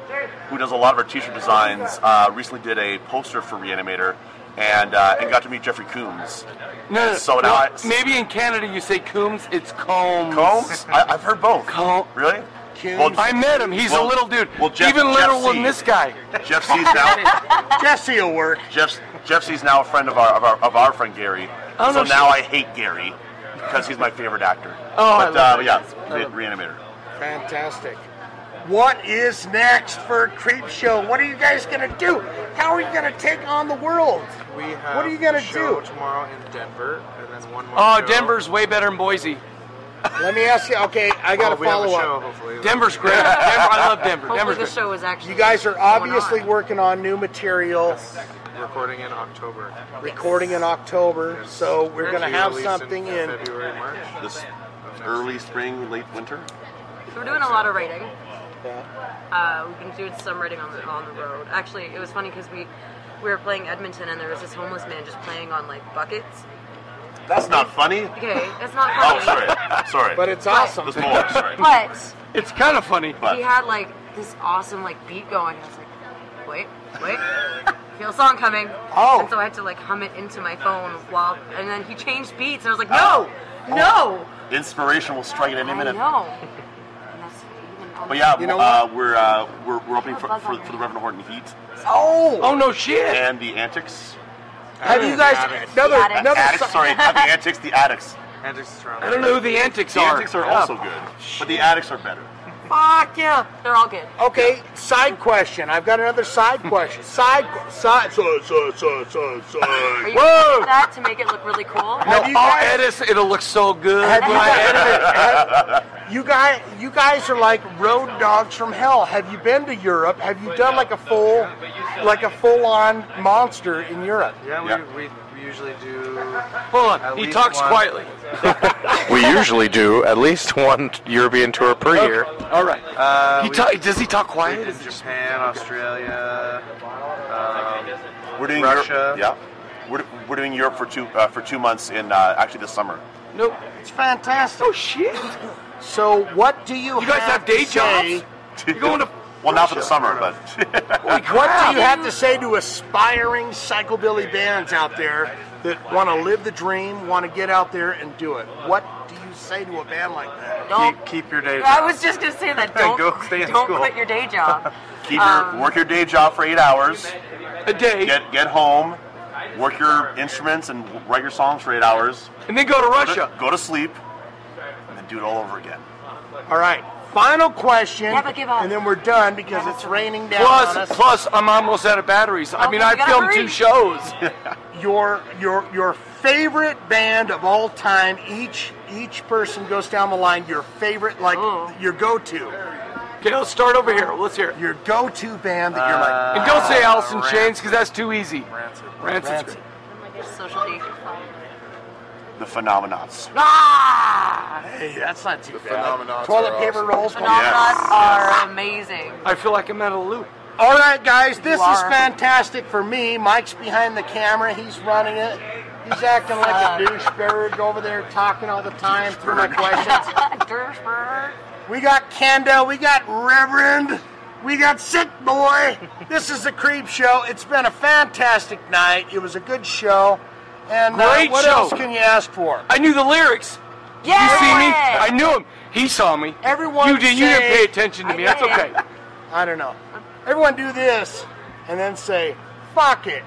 [SPEAKER 5] who does a lot of our T-shirt designs, uh, recently did a poster for Reanimator, and uh, and got to meet Jeffrey Coombs.
[SPEAKER 1] No, no,
[SPEAKER 5] So now
[SPEAKER 1] well,
[SPEAKER 5] it's-
[SPEAKER 1] maybe in Canada you say Coombs, it's Combs.
[SPEAKER 5] Combs? I, I've heard both.
[SPEAKER 1] Comb-
[SPEAKER 5] Really?
[SPEAKER 2] Kuhn.
[SPEAKER 5] Well,
[SPEAKER 8] I met him. He's
[SPEAKER 5] Well-
[SPEAKER 8] a little dude.
[SPEAKER 5] well, Jeff-
[SPEAKER 8] Even
[SPEAKER 5] Jeff
[SPEAKER 8] littler than
[SPEAKER 5] C.
[SPEAKER 8] this guy.
[SPEAKER 5] Jeff C's
[SPEAKER 1] *laughs*
[SPEAKER 5] now
[SPEAKER 8] *laughs*
[SPEAKER 2] Jesse will work.
[SPEAKER 5] Jeff Jeff C's now a friend of our of our, of our friend Gary.
[SPEAKER 8] Oh,
[SPEAKER 5] so
[SPEAKER 8] no
[SPEAKER 5] now I hate Gary because he's my favorite actor.
[SPEAKER 8] Oh, I
[SPEAKER 5] but
[SPEAKER 8] love
[SPEAKER 5] uh,
[SPEAKER 8] it.
[SPEAKER 5] yeah,
[SPEAKER 8] I love it.
[SPEAKER 5] re- reanimator.
[SPEAKER 2] Fantastic. What is next for Creep Show? What are you guys gonna do? How are you gonna take on the world?
[SPEAKER 7] We have
[SPEAKER 2] What are you gonna
[SPEAKER 7] a show
[SPEAKER 2] do?
[SPEAKER 7] tomorrow in Denver, and then one more.
[SPEAKER 8] Oh,
[SPEAKER 7] show.
[SPEAKER 8] Denver's way better than Boise.
[SPEAKER 2] Let me ask you. Okay, I got
[SPEAKER 7] Oh,
[SPEAKER 2] to
[SPEAKER 7] we have a
[SPEAKER 2] follow
[SPEAKER 7] show,
[SPEAKER 2] up.
[SPEAKER 7] hopefully.
[SPEAKER 8] Denver's
[SPEAKER 4] *laughs*
[SPEAKER 8] great. Denver, I love Denver.
[SPEAKER 4] Hopefully
[SPEAKER 8] Denver's
[SPEAKER 4] the
[SPEAKER 8] great.
[SPEAKER 4] show is actually.
[SPEAKER 2] You guys are
[SPEAKER 4] going on.
[SPEAKER 2] obviously working on new material,
[SPEAKER 7] recording in October.
[SPEAKER 2] recording in October, so we're gonna
[SPEAKER 7] Actually
[SPEAKER 2] have
[SPEAKER 7] released
[SPEAKER 2] something in.
[SPEAKER 7] February, March.
[SPEAKER 5] This early spring, late winter.
[SPEAKER 4] We're doing a lot of writing.
[SPEAKER 2] Yeah.
[SPEAKER 4] Uh, we've been doing some writing on the on the road. Actually, it was funny because we we were playing Edmonton and there was this homeless man just playing on like buckets.
[SPEAKER 5] That's not funny.
[SPEAKER 4] Okay, it's not
[SPEAKER 5] Oh,
[SPEAKER 4] funny.
[SPEAKER 5] sorry, sorry.
[SPEAKER 2] *laughs* But it's awesome.
[SPEAKER 5] There's more.
[SPEAKER 2] *laughs*
[SPEAKER 5] Sorry.
[SPEAKER 4] But
[SPEAKER 8] It's kind of funny.
[SPEAKER 5] But
[SPEAKER 4] he had like this awesome like beat going. I was like, wait, wait, feel a song coming.
[SPEAKER 2] Oh.
[SPEAKER 4] And so I had to like hum it into my phone while, and then he changed beats, and I was like,
[SPEAKER 5] Oh.
[SPEAKER 4] no, no,
[SPEAKER 5] inspiration will strike at any
[SPEAKER 4] I
[SPEAKER 5] minute.
[SPEAKER 4] know. And that's even on
[SPEAKER 5] But yeah,
[SPEAKER 2] You know
[SPEAKER 5] uh, we're, uh, we're we're opening for, for, for the Reverend Horton Heat
[SPEAKER 2] Oh,
[SPEAKER 8] Oh no shit.
[SPEAKER 5] and the Antics.
[SPEAKER 2] have you guys another
[SPEAKER 4] Got it.
[SPEAKER 2] another?
[SPEAKER 5] Addicts,
[SPEAKER 2] si-
[SPEAKER 5] sorry, not the Antics, the Addicts.
[SPEAKER 7] And it's around
[SPEAKER 8] I don't know who the antics
[SPEAKER 5] The
[SPEAKER 8] are.
[SPEAKER 5] Antics are
[SPEAKER 8] Yeah.
[SPEAKER 5] also good, but the Addicts are better.
[SPEAKER 4] Fuck yeah, they're all good.
[SPEAKER 2] Okay, side question. I've got another side question. Side side side side side side.
[SPEAKER 4] Are
[SPEAKER 2] side.
[SPEAKER 4] you gonna do that to make it look really cool?
[SPEAKER 2] Have you
[SPEAKER 8] I'll
[SPEAKER 2] guys-
[SPEAKER 8] edit. it, It'll look so good.
[SPEAKER 2] Have you,
[SPEAKER 8] when I
[SPEAKER 2] guys,
[SPEAKER 8] edit it.
[SPEAKER 2] have- you guys, you guys are like road dogs from hell. Have you been to Europe? Have you done like a full, like a full-on monster in Europe?
[SPEAKER 7] Yeah, we,
[SPEAKER 5] Yeah.
[SPEAKER 7] We, we usually do.
[SPEAKER 8] Hold
[SPEAKER 7] At
[SPEAKER 8] on. He
[SPEAKER 7] least
[SPEAKER 8] talks
[SPEAKER 7] one.
[SPEAKER 8] quietly.
[SPEAKER 7] *laughs*
[SPEAKER 9] We usually do at least one European tour per year.
[SPEAKER 8] All right.
[SPEAKER 7] Uh,
[SPEAKER 8] he
[SPEAKER 7] we,
[SPEAKER 8] ta- does he talk
[SPEAKER 7] we
[SPEAKER 8] quiet?
[SPEAKER 7] did Japan, Australia.
[SPEAKER 2] Um,
[SPEAKER 5] We're doing
[SPEAKER 7] Russia.
[SPEAKER 5] Europe, yeah, we're, we're doing Europe for two uh, for two months in uh, actually this summer.
[SPEAKER 8] Nope.
[SPEAKER 2] It's fantastic.
[SPEAKER 8] Oh shit.
[SPEAKER 2] So, what do you?
[SPEAKER 8] You guys have day
[SPEAKER 5] *laughs*
[SPEAKER 2] to say-
[SPEAKER 8] jobs? You're going to
[SPEAKER 5] well, not for the summer, but
[SPEAKER 2] *laughs*
[SPEAKER 8] Holy
[SPEAKER 2] What
[SPEAKER 8] crap.
[SPEAKER 2] do you have to say to aspiring psychobilly bands out there that want to live the dream, want to get out there and do it? What do you say to a band like that?
[SPEAKER 4] Don't.
[SPEAKER 7] Keep, keep your day.
[SPEAKER 4] I was just gonna say that. Don't
[SPEAKER 7] Go stay in
[SPEAKER 4] don't
[SPEAKER 7] school.
[SPEAKER 4] quit your day job.
[SPEAKER 5] keep your work your day job for eight hours,
[SPEAKER 8] Um, a day,
[SPEAKER 5] get get home, work your instruments and write your songs for eight hours,
[SPEAKER 8] and then go to Russia.
[SPEAKER 5] go to sleep, and then do it all over again.
[SPEAKER 2] All right, final question,
[SPEAKER 4] Never give up.
[SPEAKER 2] and then we're done because it's raining down on
[SPEAKER 8] Plus,
[SPEAKER 2] us.
[SPEAKER 8] plus, I'm almost out of batteries. I
[SPEAKER 4] Oh,
[SPEAKER 8] mean,
[SPEAKER 4] you
[SPEAKER 8] I
[SPEAKER 4] gotta
[SPEAKER 8] filmed
[SPEAKER 4] hurry.
[SPEAKER 8] two shows.
[SPEAKER 2] your your your favorite band of all time. Each each person goes down the line. Your favorite, like
[SPEAKER 4] Oh.
[SPEAKER 2] your go-to,
[SPEAKER 8] Mm. Okay, let's start over here. Let's hear it.
[SPEAKER 2] your go-to band that you're like.
[SPEAKER 8] And don't say Alice in Chains because that's too easy.
[SPEAKER 7] Rancid.
[SPEAKER 8] Rancid's
[SPEAKER 2] Rancid.
[SPEAKER 8] great.
[SPEAKER 4] Social D.
[SPEAKER 5] The Phenomenauts.
[SPEAKER 4] Ah!
[SPEAKER 2] Hey, that's not too
[SPEAKER 7] Phenomenons
[SPEAKER 2] Toilet
[SPEAKER 7] are
[SPEAKER 2] paper rolls.
[SPEAKER 4] Phenomenons are amazing.
[SPEAKER 8] I feel like I'm out of the loop.
[SPEAKER 2] All right, guys, this is
[SPEAKER 4] are.
[SPEAKER 2] fantastic for me. Mike's behind the camera. He's running it. He's acting
[SPEAKER 8] Uh,
[SPEAKER 2] like a douchebird over there, talking all the time through
[SPEAKER 8] *laughs*
[SPEAKER 2] my questions.
[SPEAKER 4] Gershberg.
[SPEAKER 2] We got Kendo, we got Reverend, we got Sick
[SPEAKER 8] *laughs*
[SPEAKER 2] Boy. This is the Creep Show. It's been a fantastic night. It was a good show. And uh,
[SPEAKER 8] Great
[SPEAKER 2] what
[SPEAKER 8] show.
[SPEAKER 2] else can you ask for?
[SPEAKER 8] I knew the lyrics.
[SPEAKER 4] Yeah.
[SPEAKER 8] You see me? I knew him. He saw me.
[SPEAKER 2] Everyone
[SPEAKER 8] You didn't. You didn't
[SPEAKER 2] say-
[SPEAKER 8] pay attention to
[SPEAKER 4] I
[SPEAKER 8] me. That's okay.
[SPEAKER 4] did.
[SPEAKER 2] I don't know. Everyone do this and then say, fuck it.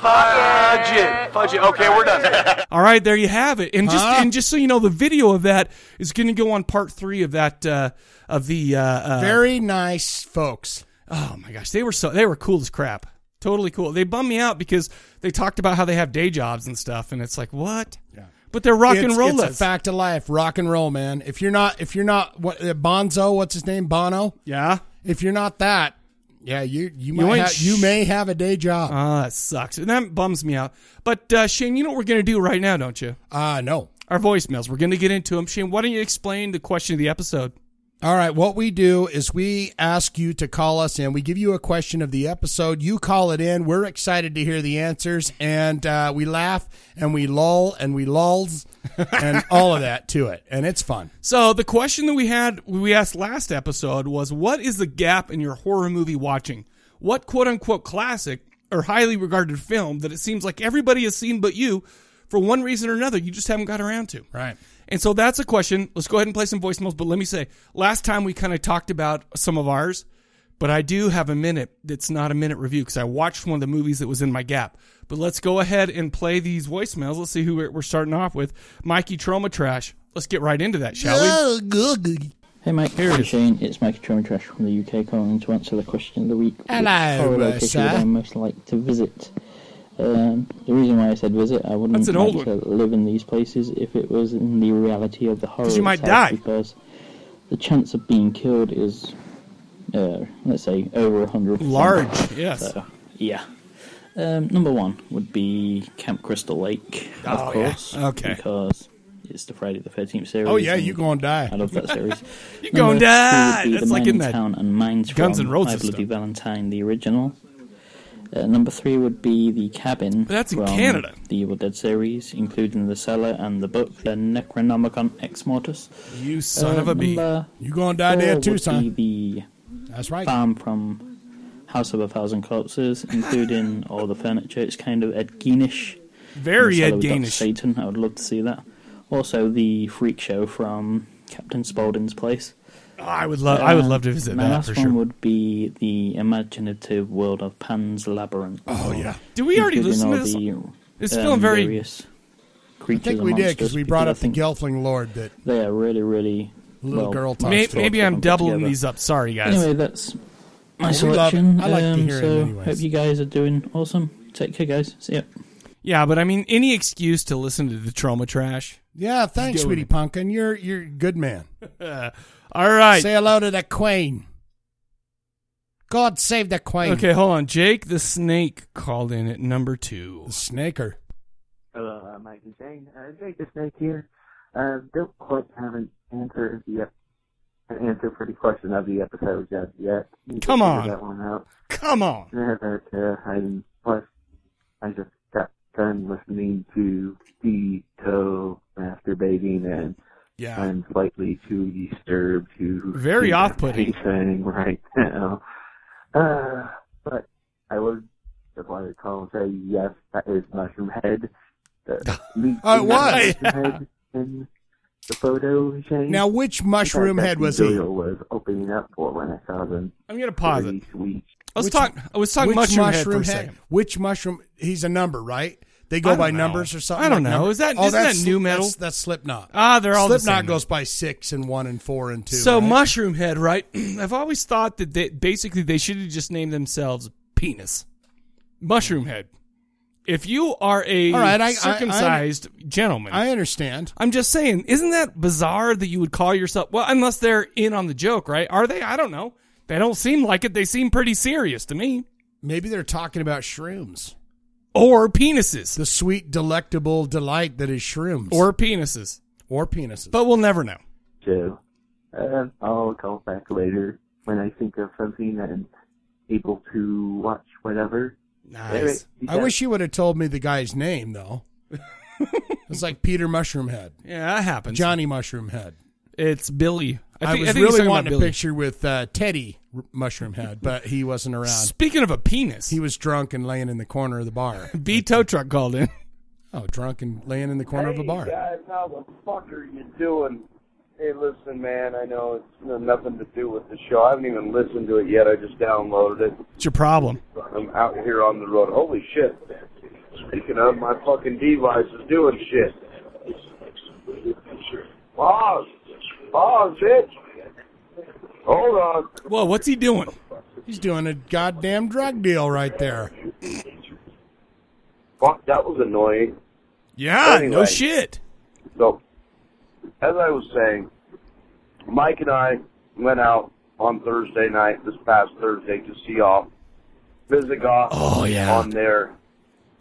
[SPEAKER 8] Fudge it. Fudge it. Okay, we're done.
[SPEAKER 1] All right, there you have it. And just and just so you know, the video of that is going to go on part three of that uh, of the. Uh, uh,
[SPEAKER 10] Very nice folks.
[SPEAKER 1] oh my gosh, they were so they were cool as crap. Totally cool. They bummed me out because they talked about how they have day jobs and stuff, and it's like what? Yeah. But they're rock and
[SPEAKER 10] It's-
[SPEAKER 1] rollers.
[SPEAKER 10] It's a fact of life. Rock and roll, man. If you're not, if you're not, what uh, Bonzo? What's his name? Bono.
[SPEAKER 1] Yeah.
[SPEAKER 10] If you're not that, yeah, you you, might
[SPEAKER 1] ain't
[SPEAKER 10] ha-
[SPEAKER 1] sh-
[SPEAKER 10] you may have a day job.
[SPEAKER 1] Ah, that sucks, and that bums me out. But uh, Shane, you know what we're going to do right now, don't you?
[SPEAKER 10] Uh no.
[SPEAKER 1] Our voicemails. We're going to get into them. Shane, why don't you explain the question of the episode?
[SPEAKER 10] All right, what we do is we ask you to call us in. We give you a question of the episode. You call it in. We're excited to hear the answers, and uh, we laugh and we lull and we lulls
[SPEAKER 1] *laughs*
[SPEAKER 10] and all of that to it, and it's fun.
[SPEAKER 1] So the question that we had we asked last episode was what is the gap in your horror movie watching? What quote unquote classic or highly regarded film that it seems like everybody has seen but you for one reason or another you just haven't got around to.
[SPEAKER 2] Right.
[SPEAKER 1] And so that's a question. Let's go ahead and play some voicemails. But let me say, last time we kind of talked about some of ours, but I do have a minute that's not a minute review because I watched one of the movies that was in my gap. But let's go ahead and play these voicemails. Let's see who we're we're starting off with. Mikey Trauma Trash. Let's get right into that, shall we?
[SPEAKER 11] Hey Mike, hey Shane, it's Mike Trauma Trash from the UK calling to answer the question of the week.
[SPEAKER 2] Hello,
[SPEAKER 11] Which horror
[SPEAKER 2] uh,
[SPEAKER 11] location
[SPEAKER 2] sir.
[SPEAKER 11] would I most like to visit? Um, the reason why I said visit, I wouldn't
[SPEAKER 1] That's an old
[SPEAKER 11] like to live in these places if it was in the reality of the horror.
[SPEAKER 1] 'Cause you might
[SPEAKER 11] itself,
[SPEAKER 1] die.
[SPEAKER 11] Because the chance of being killed is, uh, let's say, over 100%.
[SPEAKER 1] Large, yes.
[SPEAKER 11] So, yeah. Um, number one would be Camp Crystal Lake,
[SPEAKER 1] Oh,
[SPEAKER 11] of
[SPEAKER 1] yeah.
[SPEAKER 11] course.
[SPEAKER 1] Okay.
[SPEAKER 11] Because it's the Friday the 13th series.
[SPEAKER 2] Oh yeah,
[SPEAKER 11] and
[SPEAKER 2] you gonna
[SPEAKER 11] I
[SPEAKER 2] die.
[SPEAKER 11] love
[SPEAKER 1] *laughs*
[SPEAKER 11] that series. you
[SPEAKER 1] gonna die! That's like in that
[SPEAKER 11] Town and Mines
[SPEAKER 1] Guns
[SPEAKER 11] from
[SPEAKER 1] N' Roses
[SPEAKER 11] My Bloody
[SPEAKER 1] stuff.
[SPEAKER 11] Valentine, the original. Uh, number three would be the cabin.
[SPEAKER 1] But that's in
[SPEAKER 11] from
[SPEAKER 1] Canada.
[SPEAKER 11] The Evil Dead series, including the cellar and the book, the Necronomicon Ex Mortis.
[SPEAKER 1] You son
[SPEAKER 11] Uh,
[SPEAKER 1] of a bee.
[SPEAKER 11] number
[SPEAKER 2] You gonna die there
[SPEAKER 11] four
[SPEAKER 2] too,
[SPEAKER 11] would
[SPEAKER 2] son.
[SPEAKER 11] Be the
[SPEAKER 2] That's right.
[SPEAKER 11] farm from House of a Thousand Corpses, including all the furniture. It's kind of Ed Geenish.
[SPEAKER 1] Very
[SPEAKER 11] In
[SPEAKER 1] Ed
[SPEAKER 11] Cellar with Dr.
[SPEAKER 1] Gainish.
[SPEAKER 11] Satan. I would love to see that. Also, the freak show from Captain Spaulding's place.
[SPEAKER 1] Oh, I would love. I would
[SPEAKER 11] Um,
[SPEAKER 1] love to visit
[SPEAKER 11] my
[SPEAKER 1] that
[SPEAKER 11] last
[SPEAKER 1] for
[SPEAKER 11] one
[SPEAKER 1] sure.
[SPEAKER 11] would be the imaginative world of Pan's Labyrinth.
[SPEAKER 2] Oh yeah.
[SPEAKER 1] Do we already
[SPEAKER 11] Including
[SPEAKER 1] listen
[SPEAKER 11] all
[SPEAKER 1] to this?
[SPEAKER 11] The,
[SPEAKER 1] It's
[SPEAKER 11] um,
[SPEAKER 1] feeling very-
[SPEAKER 11] various
[SPEAKER 2] I
[SPEAKER 11] creatures
[SPEAKER 2] think
[SPEAKER 11] and
[SPEAKER 2] we did
[SPEAKER 11] monsters,
[SPEAKER 2] because we brought
[SPEAKER 11] I
[SPEAKER 2] up the
[SPEAKER 11] think
[SPEAKER 2] Gelfling Lord that
[SPEAKER 11] They are really, really
[SPEAKER 2] Little
[SPEAKER 11] well,
[SPEAKER 2] girl talks
[SPEAKER 1] May-
[SPEAKER 2] to
[SPEAKER 1] maybe
[SPEAKER 11] put
[SPEAKER 1] I'm
[SPEAKER 11] them
[SPEAKER 1] doubling
[SPEAKER 11] together.
[SPEAKER 1] these up. Sorry, guys.
[SPEAKER 11] Anyway, that's my
[SPEAKER 2] Well, we love
[SPEAKER 11] selection.
[SPEAKER 2] it. I like to
[SPEAKER 11] um,
[SPEAKER 2] hear it
[SPEAKER 11] so
[SPEAKER 2] anyways.
[SPEAKER 11] hope you guys are doing awesome. Take care, guys. See ya.
[SPEAKER 1] Yeah, but I mean, any excuse to listen to the trauma trash.
[SPEAKER 2] Yeah, thanks,
[SPEAKER 1] doing
[SPEAKER 2] sweetie
[SPEAKER 1] it.
[SPEAKER 2] pumpkin. You're you're a good man.
[SPEAKER 1] *laughs* All right.
[SPEAKER 2] Say hello to the queen. God save the queen.
[SPEAKER 1] Okay, hold on. Jake the Snake called in at number two.
[SPEAKER 2] The snaker.
[SPEAKER 12] Hello, uh, Mike and Shane. Uh, Jake the Snake here. Uh, don't quite have an answer of the ep- an answer for the question of the episode just yet. You
[SPEAKER 1] Come
[SPEAKER 12] can figure
[SPEAKER 1] on.
[SPEAKER 12] that one out.
[SPEAKER 1] Come on.
[SPEAKER 12] Yeah, but uh, I plus I just got done listening to Tito masturbating, and
[SPEAKER 4] *laughs*
[SPEAKER 2] Yeah.
[SPEAKER 12] I'm slightly too disturbed to
[SPEAKER 1] Very
[SPEAKER 12] do
[SPEAKER 1] off-putting.
[SPEAKER 12] anything right now. Uh, but I would just want to call and say yes, that is Mushroom Head. The
[SPEAKER 2] Oh, it was.
[SPEAKER 12] Mushroom Head in the photo Shane.
[SPEAKER 2] Now, which mushroom
[SPEAKER 12] That-
[SPEAKER 2] head was
[SPEAKER 12] that
[SPEAKER 2] he?
[SPEAKER 12] Doyle was opening up for when I saw them.
[SPEAKER 1] I'm gonna pause
[SPEAKER 12] Pretty
[SPEAKER 1] it.
[SPEAKER 12] Sweet.
[SPEAKER 1] Let's
[SPEAKER 2] Which-
[SPEAKER 1] talk. I was talking
[SPEAKER 2] which
[SPEAKER 1] mushroom, head for a second.
[SPEAKER 2] Which mushroom? He's a number, right? They
[SPEAKER 1] I
[SPEAKER 2] go
[SPEAKER 1] don't
[SPEAKER 2] by
[SPEAKER 1] know.
[SPEAKER 2] numbers or something.
[SPEAKER 1] I don't
[SPEAKER 2] like
[SPEAKER 1] know.
[SPEAKER 2] number-
[SPEAKER 1] Is that-
[SPEAKER 2] oh,
[SPEAKER 1] isn't
[SPEAKER 2] that's
[SPEAKER 1] that new
[SPEAKER 2] Sli-
[SPEAKER 1] metal?
[SPEAKER 2] That's, that's Slipknot.
[SPEAKER 1] Ah, they're all the
[SPEAKER 2] Slipknot
[SPEAKER 1] same.
[SPEAKER 2] goes by six and one and four and two.
[SPEAKER 1] So
[SPEAKER 2] right?
[SPEAKER 1] mushroom head, right? *clears throat* I've always thought that they, basically they should have just named themselves penis. Mushroom head. If you are a
[SPEAKER 2] All right, I- I-
[SPEAKER 1] circumcised gentleman,
[SPEAKER 2] I understand.
[SPEAKER 1] I'm just saying, isn't that bizarre that you would call yourself? Well, unless they're in on the joke, right? Are they? I don't know. They don't seem like it. They seem pretty serious to me.
[SPEAKER 2] Maybe they're talking about shrooms.
[SPEAKER 1] Or penises.
[SPEAKER 2] The sweet, delectable delight that is shrooms.
[SPEAKER 1] Or penises.
[SPEAKER 2] or penises.
[SPEAKER 1] But we'll never know.
[SPEAKER 12] So uh, I'll call back later when I think of something and able to watch whatever. Anyway,
[SPEAKER 1] Nice.
[SPEAKER 12] you
[SPEAKER 2] I
[SPEAKER 12] guys-
[SPEAKER 2] wish you would have told me the guy's name, though. *laughs* it's like Peter Mushroom Head,
[SPEAKER 1] Yeah, that happens.
[SPEAKER 2] Johnny Mushroom Head.
[SPEAKER 1] It's Billy.
[SPEAKER 2] I,
[SPEAKER 1] think,
[SPEAKER 2] was
[SPEAKER 1] I think he's
[SPEAKER 2] really
[SPEAKER 1] talking about
[SPEAKER 2] wanting a
[SPEAKER 1] Billy.
[SPEAKER 2] picture with uh, Teddy R- Mushroom Head, but he wasn't around.
[SPEAKER 1] Speaking of a penis,
[SPEAKER 2] He was drunk and laying in the corner of the bar.
[SPEAKER 1] *laughs* B tow truck called in.
[SPEAKER 2] Oh, drunk and laying in the corner of a bar.
[SPEAKER 13] Guys, how the fuck are you doing? Hey, listen, man. I know it's got nothing to do with the show. I haven't even listened to it yet. I just downloaded it.
[SPEAKER 1] What's your problem?
[SPEAKER 13] I'm out here on the road. Holy shit! Speaking of, my fucking device is doing shit. Pause. Pause, bitch. Hold on.
[SPEAKER 1] Whoa, what's he doing?
[SPEAKER 2] He's doing a goddamn drug deal right there.
[SPEAKER 13] Fuck, that was annoying.
[SPEAKER 1] Yeah, no
[SPEAKER 13] Anyway.
[SPEAKER 1] shit.
[SPEAKER 13] So, as I was saying, Mike and I went out on Thursday night, this past Thursday, to see off Visigoth
[SPEAKER 1] Oh, yeah.
[SPEAKER 13] on their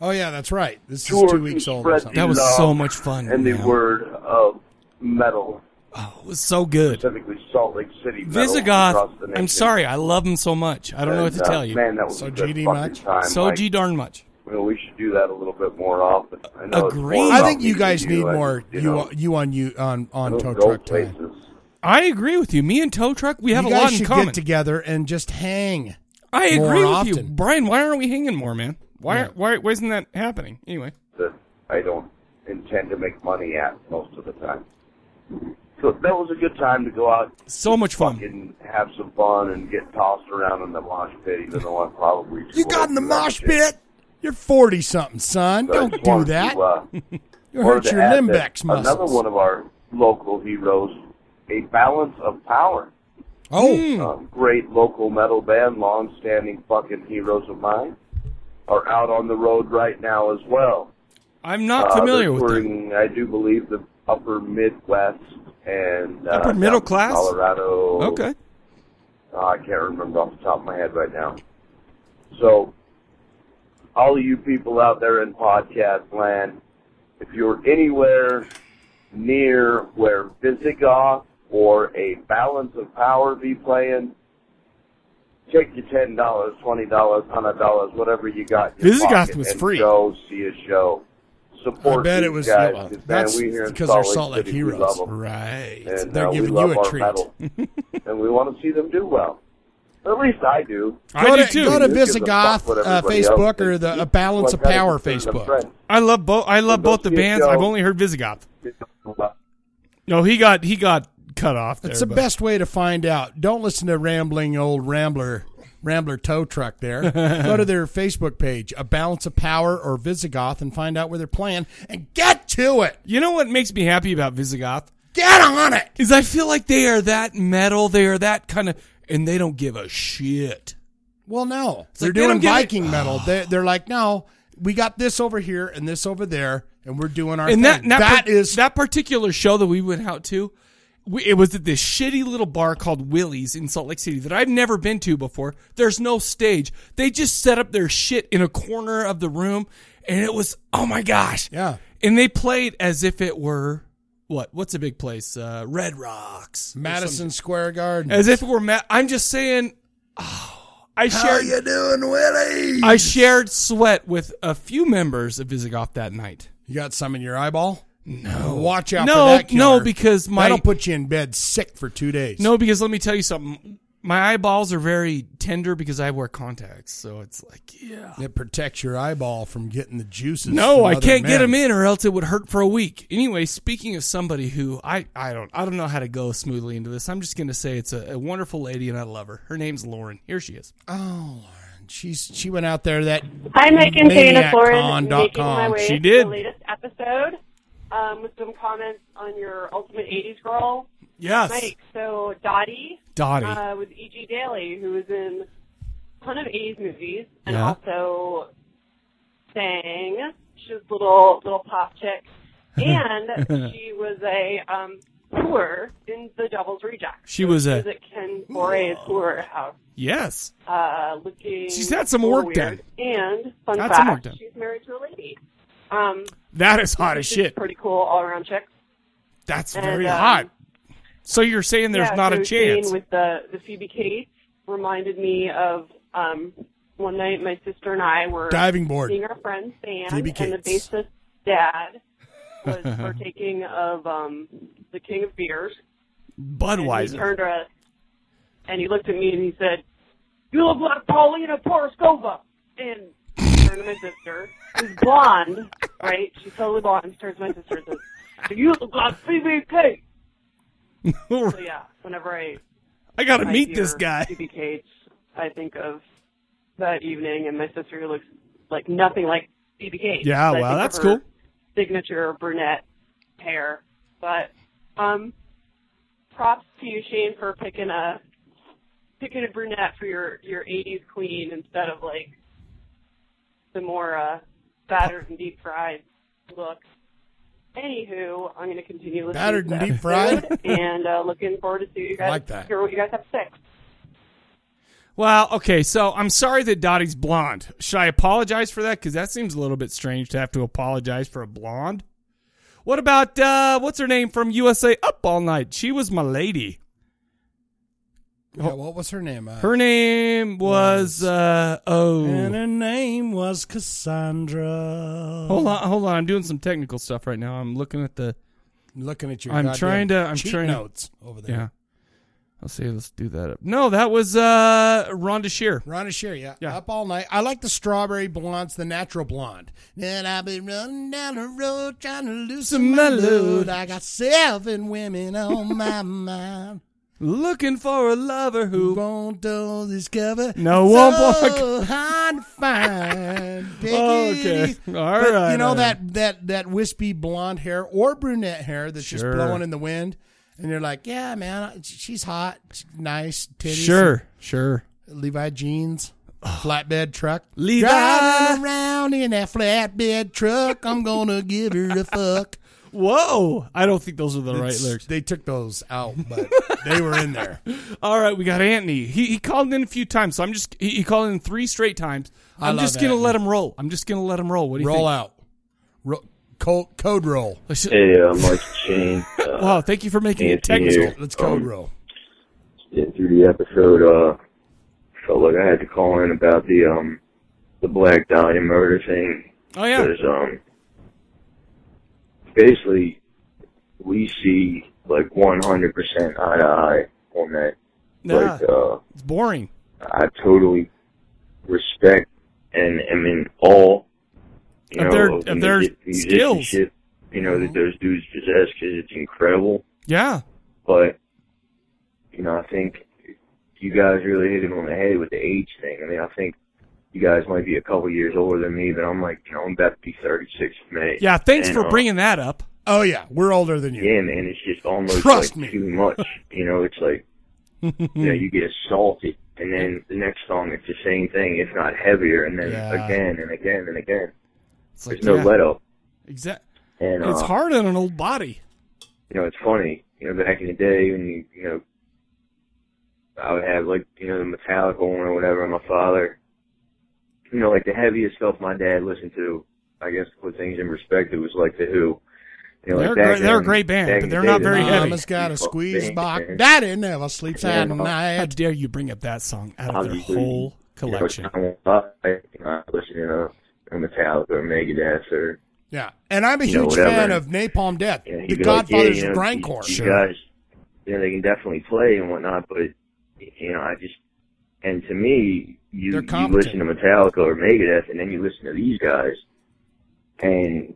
[SPEAKER 2] Oh yeah, that's right. This is
[SPEAKER 13] Tour
[SPEAKER 2] two
[SPEAKER 13] to
[SPEAKER 2] weeks old.
[SPEAKER 13] spread
[SPEAKER 2] Or something.
[SPEAKER 1] That was
[SPEAKER 13] Love
[SPEAKER 1] so much fun.
[SPEAKER 13] and the
[SPEAKER 1] man.
[SPEAKER 13] word of metal,
[SPEAKER 1] Oh, it was so good.
[SPEAKER 13] specifically Salt Lake City metal. across
[SPEAKER 1] Visigoth.
[SPEAKER 13] the
[SPEAKER 1] I'm
[SPEAKER 13] nation.
[SPEAKER 1] sorry, I love him so much. I don't know what
[SPEAKER 13] And,
[SPEAKER 1] to
[SPEAKER 13] uh,
[SPEAKER 1] tell you.
[SPEAKER 13] Man, that was
[SPEAKER 2] So
[SPEAKER 13] a good
[SPEAKER 2] GD
[SPEAKER 13] fucking
[SPEAKER 2] much?
[SPEAKER 13] time.
[SPEAKER 1] so
[SPEAKER 13] Mike.
[SPEAKER 1] g darn much.
[SPEAKER 13] Well, we should do that a little bit more often. I know it's
[SPEAKER 1] Agreed.
[SPEAKER 13] more
[SPEAKER 2] I
[SPEAKER 13] about
[SPEAKER 2] think you
[SPEAKER 13] me
[SPEAKER 2] guys
[SPEAKER 13] than
[SPEAKER 2] need
[SPEAKER 13] I
[SPEAKER 2] more
[SPEAKER 13] just,
[SPEAKER 2] you
[SPEAKER 13] you know,
[SPEAKER 2] you on you on on
[SPEAKER 13] those
[SPEAKER 2] tow
[SPEAKER 13] go
[SPEAKER 2] truck time.
[SPEAKER 13] places.
[SPEAKER 1] I agree with you. Me and Tow Truck, we have
[SPEAKER 2] you
[SPEAKER 1] a
[SPEAKER 2] guys
[SPEAKER 1] lot in
[SPEAKER 2] should
[SPEAKER 1] common.
[SPEAKER 2] get together and just hang.
[SPEAKER 1] I
[SPEAKER 2] more
[SPEAKER 1] agree with you,
[SPEAKER 2] often.
[SPEAKER 1] Brian. Why aren't we hanging more, man? Why
[SPEAKER 2] Yeah.
[SPEAKER 1] why why isn't that happening? Anyway,
[SPEAKER 13] that I don't intend to make money at most of the time. So that was a good time to go out
[SPEAKER 1] So much fun.
[SPEAKER 13] and have some fun and get tossed around in the mosh pit, even though I'm probably
[SPEAKER 2] You got in the mosh pit. You're forty something, son.
[SPEAKER 13] But I
[SPEAKER 2] Don't
[SPEAKER 13] just
[SPEAKER 2] do
[SPEAKER 13] wanted
[SPEAKER 2] that.
[SPEAKER 13] To, uh,
[SPEAKER 2] You
[SPEAKER 13] wanted
[SPEAKER 2] hurt
[SPEAKER 13] to
[SPEAKER 2] your
[SPEAKER 13] add that
[SPEAKER 2] Limbex muscles.
[SPEAKER 13] Another one of our local heroes, a balance of power.
[SPEAKER 2] Oh,
[SPEAKER 13] Um, great local metal band, long-standing fucking heroes of mine, are out on the road right now as well.
[SPEAKER 1] I'm not
[SPEAKER 13] Uh,
[SPEAKER 1] familiar
[SPEAKER 13] they're
[SPEAKER 1] with them.
[SPEAKER 13] touring, I do believe the upper Midwest and uh,
[SPEAKER 1] Upper middle
[SPEAKER 13] down in
[SPEAKER 1] class?
[SPEAKER 13] Colorado.
[SPEAKER 1] Okay.
[SPEAKER 13] Uh, I can't remember off the top of my head right now. So, all of you people out there in podcast land, if you're anywhere near where Visigoth or a Balance of Power be playing, take your ten dollars, twenty dollars, hundred dollars, whatever you got. In your
[SPEAKER 2] Visigoth
[SPEAKER 13] pocket
[SPEAKER 2] was
[SPEAKER 13] and
[SPEAKER 2] free.
[SPEAKER 13] Go see a show. Support
[SPEAKER 2] I bet
[SPEAKER 13] these
[SPEAKER 2] it was-
[SPEAKER 13] guys.
[SPEAKER 2] well,
[SPEAKER 13] 'cause, man,
[SPEAKER 2] that's
[SPEAKER 13] we here in
[SPEAKER 2] because they're
[SPEAKER 13] Salt Lake
[SPEAKER 2] Salt Lake
[SPEAKER 13] City, we
[SPEAKER 2] heroes.
[SPEAKER 13] love 'em.
[SPEAKER 2] Right.
[SPEAKER 13] And,
[SPEAKER 2] They're
[SPEAKER 13] uh,
[SPEAKER 2] giving
[SPEAKER 13] we love
[SPEAKER 2] you a
[SPEAKER 13] our
[SPEAKER 2] treat.
[SPEAKER 13] Metal. *laughs* and we want to see them do well. At least I do.
[SPEAKER 2] Go to, Go to Visigoth uh, Facebook or the uh, Balance of Power Facebook.
[SPEAKER 1] I love both. I love both the
[SPEAKER 2] see a
[SPEAKER 1] bands.
[SPEAKER 2] show.
[SPEAKER 1] I've only heard Visigoth. No, he got he got cut off.
[SPEAKER 2] That's
[SPEAKER 1] there, but-
[SPEAKER 2] the best way to find out. Don't listen to rambling old rambler, rambler tow
[SPEAKER 1] *laughs*
[SPEAKER 2] truck there. Go to their Facebook page, A Balance of Power or Visigoth, and find out where they're playing and get to it.
[SPEAKER 1] You know what makes me happy about Visigoth?
[SPEAKER 2] Get on it.
[SPEAKER 1] Is I feel like they are that metal. They are that kind of, and they don't give a shit.
[SPEAKER 2] Well, no,
[SPEAKER 1] It's
[SPEAKER 2] they're
[SPEAKER 1] like they
[SPEAKER 2] doing
[SPEAKER 1] don't give a-
[SPEAKER 2] Viking metal. They, they're like, no, we got this over here and this over there, and we're doing our
[SPEAKER 1] and that
[SPEAKER 2] thing.
[SPEAKER 1] that, par- that particular show that we went out to. We, it was at this shitty little bar called Willie's in Salt Lake City that I've never been to before. There's no stage. They just set up their shit in a corner of the room, and it was oh my gosh,
[SPEAKER 2] yeah.
[SPEAKER 1] And they played as if it were what? What's a big place? Uh, Red Rocks, or
[SPEAKER 2] Madison
[SPEAKER 1] something.
[SPEAKER 2] Square Garden.
[SPEAKER 1] As if it were Matt. I'm just saying. Oh, *sighs* I shared.
[SPEAKER 2] you doing, Willie?
[SPEAKER 1] I shared sweat with uh, a few members of Visigoth that night.
[SPEAKER 2] You got some in your eyeball? No. Watch out
[SPEAKER 1] No,
[SPEAKER 2] for that.
[SPEAKER 1] no,
[SPEAKER 2] killer.
[SPEAKER 1] because my-
[SPEAKER 2] that'll put you in bed sick for two days.
[SPEAKER 1] No, because let me tell you something. My eyeballs are very tender because I wear contacts, so it's like yeah.
[SPEAKER 2] It protects your eyeball from getting the juices.
[SPEAKER 1] No,
[SPEAKER 2] from
[SPEAKER 1] I
[SPEAKER 2] other
[SPEAKER 1] can't get
[SPEAKER 2] men.
[SPEAKER 1] them in, or else it would hurt for a week. Anyway, speaking of somebody who I, I don't I don't know how to go smoothly into this. I'm just gonna say it's a, a wonderful lady, and I love her. Her name's Lauren. Here she is.
[SPEAKER 2] Oh, Lauren, she's she went out there that.
[SPEAKER 14] Hi, Mike and Dana Flores. Making my
[SPEAKER 2] ManiacCon.com.
[SPEAKER 14] way to the latest episode um, with some comments on your Ultimate 80s Girl.
[SPEAKER 1] Yes.
[SPEAKER 14] Mike, so Dottie.
[SPEAKER 1] Dottie.
[SPEAKER 14] Uh, with E.G. Daly, who was in a ton of 80s movies and
[SPEAKER 1] Yeah.
[SPEAKER 14] also sang. She was a little, little pop
[SPEAKER 1] *laughs*
[SPEAKER 14] chick. And she was a um, tour in the Devil's Reject.
[SPEAKER 1] She was a-
[SPEAKER 14] She was at Ken Fore's tour house
[SPEAKER 1] Yes.
[SPEAKER 14] uh, looking.
[SPEAKER 1] She's had some
[SPEAKER 14] a little
[SPEAKER 1] work
[SPEAKER 14] weird.
[SPEAKER 1] done.
[SPEAKER 14] And fun
[SPEAKER 1] Had
[SPEAKER 14] fact,
[SPEAKER 1] some work done.
[SPEAKER 14] she's married to a lady. Um,
[SPEAKER 1] That is hot as
[SPEAKER 14] she's
[SPEAKER 1] shit.
[SPEAKER 14] Pretty cool all around chick.
[SPEAKER 1] That's
[SPEAKER 14] And,
[SPEAKER 1] very
[SPEAKER 14] um,
[SPEAKER 1] hot. So you're saying there's
[SPEAKER 14] yeah,
[SPEAKER 1] not
[SPEAKER 14] so
[SPEAKER 1] a chance?
[SPEAKER 14] Seeing with the the Phoebe Cates reminded me of um, one night my sister and I were
[SPEAKER 2] Diving board.
[SPEAKER 14] seeing our friend Sam
[SPEAKER 2] Phoebe
[SPEAKER 14] and the
[SPEAKER 2] Cates.
[SPEAKER 14] bassist dad was
[SPEAKER 1] Uh-huh.
[SPEAKER 14] partaking of um, the King of Beers. And he
[SPEAKER 1] Budweiser.
[SPEAKER 14] turned to us and he looked at me and he said, You look like Paulina Poroskova. And he turned to my sister, who's blonde, right? She's totally blonde. He turns to my sister and says, You look like Phoebe
[SPEAKER 1] *laughs*
[SPEAKER 14] Cates. so yeah, whenever I.
[SPEAKER 1] I gotta
[SPEAKER 14] I
[SPEAKER 1] meet
[SPEAKER 14] hear
[SPEAKER 1] this guy.
[SPEAKER 14] Phoebe Cates, I think of that evening and my sister who looks like nothing like Phoebe Cates.
[SPEAKER 1] Yeah,
[SPEAKER 14] I
[SPEAKER 1] well,
[SPEAKER 14] think of
[SPEAKER 1] that's
[SPEAKER 14] her
[SPEAKER 1] cool.
[SPEAKER 14] Signature brunette hair. But um props to you, Shane, for picking a picking a brunette for your your 80s queen instead of like the more uh, battered and deep fried look. Anywho, I'm going to continue listening.
[SPEAKER 2] Battered
[SPEAKER 14] to
[SPEAKER 2] and
[SPEAKER 14] the
[SPEAKER 2] deep fried?
[SPEAKER 14] episode and uh, looking forward to see you guys.
[SPEAKER 1] like that.
[SPEAKER 14] Hear what you guys have to say.
[SPEAKER 1] Well, okay, so I'm sorry that Dottie's blonde. Should I apologize for that? Because that seems a little bit strange to have to apologize for a blonde. What about uh what's her name from USA Up All Night? She was my lady.
[SPEAKER 2] Yeah, what was her name? Uh,
[SPEAKER 1] Her name was uh oh
[SPEAKER 2] and her name was Cassandra.
[SPEAKER 1] Hold on, hold on. I'm doing some technical stuff right now. I'm looking at the
[SPEAKER 2] looking at your.
[SPEAKER 1] I'm
[SPEAKER 2] goddamn
[SPEAKER 1] trying to I'm
[SPEAKER 2] cheat
[SPEAKER 1] trying
[SPEAKER 2] notes over there.
[SPEAKER 1] Yeah. Let's see. Let's do that. up. No, that was uh, Rhonda Shear.
[SPEAKER 2] Rhonda Shear, yeah. Up all night. I like the strawberry blondes, the natural blonde. Then I've been running down the road trying to loosen my load. I got seven women *laughs* on my mind.
[SPEAKER 1] Looking for a lover who
[SPEAKER 2] won't do discover.
[SPEAKER 1] No, won't
[SPEAKER 2] so hard to find. Take it
[SPEAKER 1] Okay.
[SPEAKER 2] easy.
[SPEAKER 1] All
[SPEAKER 2] But
[SPEAKER 1] right,
[SPEAKER 2] You know
[SPEAKER 1] all
[SPEAKER 2] that that that wispy blonde hair or brunette hair that's
[SPEAKER 1] Sure.
[SPEAKER 2] just blowing in the wind, and you're like, yeah, man, she's hot, she's nice, titties,
[SPEAKER 1] Sure, sure.
[SPEAKER 2] Levi jeans, flatbed truck.
[SPEAKER 1] Levi.
[SPEAKER 2] Driving around in that flatbed truck. I'm going to give her a fuck.
[SPEAKER 1] Whoa. Oh, I don't think those are the right
[SPEAKER 2] It's-
[SPEAKER 1] lyrics.
[SPEAKER 2] They took those out,
[SPEAKER 1] *laughs*
[SPEAKER 2] but they were in there.
[SPEAKER 1] All right, we got Anthony. He he called in a few times, so I'm just he, he called in three straight times.
[SPEAKER 2] I
[SPEAKER 1] I'm
[SPEAKER 2] love
[SPEAKER 1] just gonna
[SPEAKER 2] Anthony.
[SPEAKER 1] let him roll. I'm just gonna let him roll. What do you think?
[SPEAKER 2] roll out. Ro- code, code roll.
[SPEAKER 15] Hey, I'm Mike
[SPEAKER 1] *laughs*
[SPEAKER 15] Shane. Uh,
[SPEAKER 1] Wow, thank you for making it
[SPEAKER 15] Anthony here.
[SPEAKER 1] technical.
[SPEAKER 2] Let's code
[SPEAKER 15] Um,
[SPEAKER 2] roll.
[SPEAKER 15] getting through the episode, uh, felt like I had to call in about the um the Black Dahlia murder thing.
[SPEAKER 1] Oh, yeah.
[SPEAKER 15] 'Cause, um, basically, we see like 100% eye to eye on that.
[SPEAKER 1] Nah.
[SPEAKER 15] Like, uh,
[SPEAKER 1] It's boring.
[SPEAKER 15] I totally respect and am in awe. You
[SPEAKER 1] Of
[SPEAKER 15] know,
[SPEAKER 1] their-
[SPEAKER 15] of
[SPEAKER 1] of their
[SPEAKER 15] music- musicianship, you know, that those dudes possess because it's incredible
[SPEAKER 1] Yeah.
[SPEAKER 15] but you know, I think you guys really hit it on the head with the age thing. I mean, I think you guys might be a couple years older than me, but I'm like, you know, I'm about to be 36 in May.
[SPEAKER 1] Yeah, thanks
[SPEAKER 15] And,
[SPEAKER 1] for
[SPEAKER 15] uh,
[SPEAKER 1] bringing that up.
[SPEAKER 2] Oh yeah, we're older than you.
[SPEAKER 15] Yeah, man, it's just almost
[SPEAKER 2] Trust
[SPEAKER 15] like
[SPEAKER 2] me.
[SPEAKER 15] too much. You know, it's like
[SPEAKER 1] *laughs*
[SPEAKER 15] you know, you get assaulted, and then the next song it's the same thing, if not heavier, and then
[SPEAKER 1] Yeah.
[SPEAKER 15] again and again and again.
[SPEAKER 1] It's like,
[SPEAKER 15] There's no
[SPEAKER 1] yeah.
[SPEAKER 15] let up.
[SPEAKER 1] Exactly.
[SPEAKER 15] And
[SPEAKER 1] It's
[SPEAKER 15] uh,
[SPEAKER 1] hard on an old body.
[SPEAKER 15] you know, it's funny, you know, back in the day when you, you know, I would have like, you know, the Metallica one or whatever, and my father, you know, like the heaviest stuff my dad listened to, I guess to put things in perspective, was like The Who. You know,
[SPEAKER 1] They're
[SPEAKER 15] like
[SPEAKER 1] a
[SPEAKER 15] back
[SPEAKER 1] great- they're a
[SPEAKER 15] then-
[SPEAKER 1] great band,
[SPEAKER 15] back
[SPEAKER 1] but
[SPEAKER 15] in
[SPEAKER 1] they're
[SPEAKER 15] the
[SPEAKER 1] not
[SPEAKER 15] day,
[SPEAKER 1] very
[SPEAKER 15] they-
[SPEAKER 1] heavy.
[SPEAKER 2] Mama's got a
[SPEAKER 15] Fuck
[SPEAKER 2] squeeze
[SPEAKER 15] band,
[SPEAKER 2] box.
[SPEAKER 15] man.
[SPEAKER 2] Daddy never sleeps
[SPEAKER 15] Yeah,
[SPEAKER 2] at
[SPEAKER 15] well,
[SPEAKER 2] night.
[SPEAKER 1] How dare you bring up that song out of their
[SPEAKER 15] Obviously,
[SPEAKER 1] whole collection?
[SPEAKER 15] You know, I, won't lie, you know, I listen to you know, Metallica or Megadeth or
[SPEAKER 2] Yeah, and I'm a
[SPEAKER 15] You know,
[SPEAKER 2] huge
[SPEAKER 15] whatever.
[SPEAKER 2] fan of Napalm Death,
[SPEAKER 15] Yeah, he'd
[SPEAKER 2] the
[SPEAKER 15] be like, yeah,
[SPEAKER 2] Godfather's
[SPEAKER 15] you know,
[SPEAKER 2] of grindcore.
[SPEAKER 15] You, you guys, you know, they can definitely play and whatnot, but you know, I just and to me, you,
[SPEAKER 2] They're
[SPEAKER 15] you
[SPEAKER 2] competent.
[SPEAKER 15] listen to Metallica or Megadeth, and then you listen to these guys, and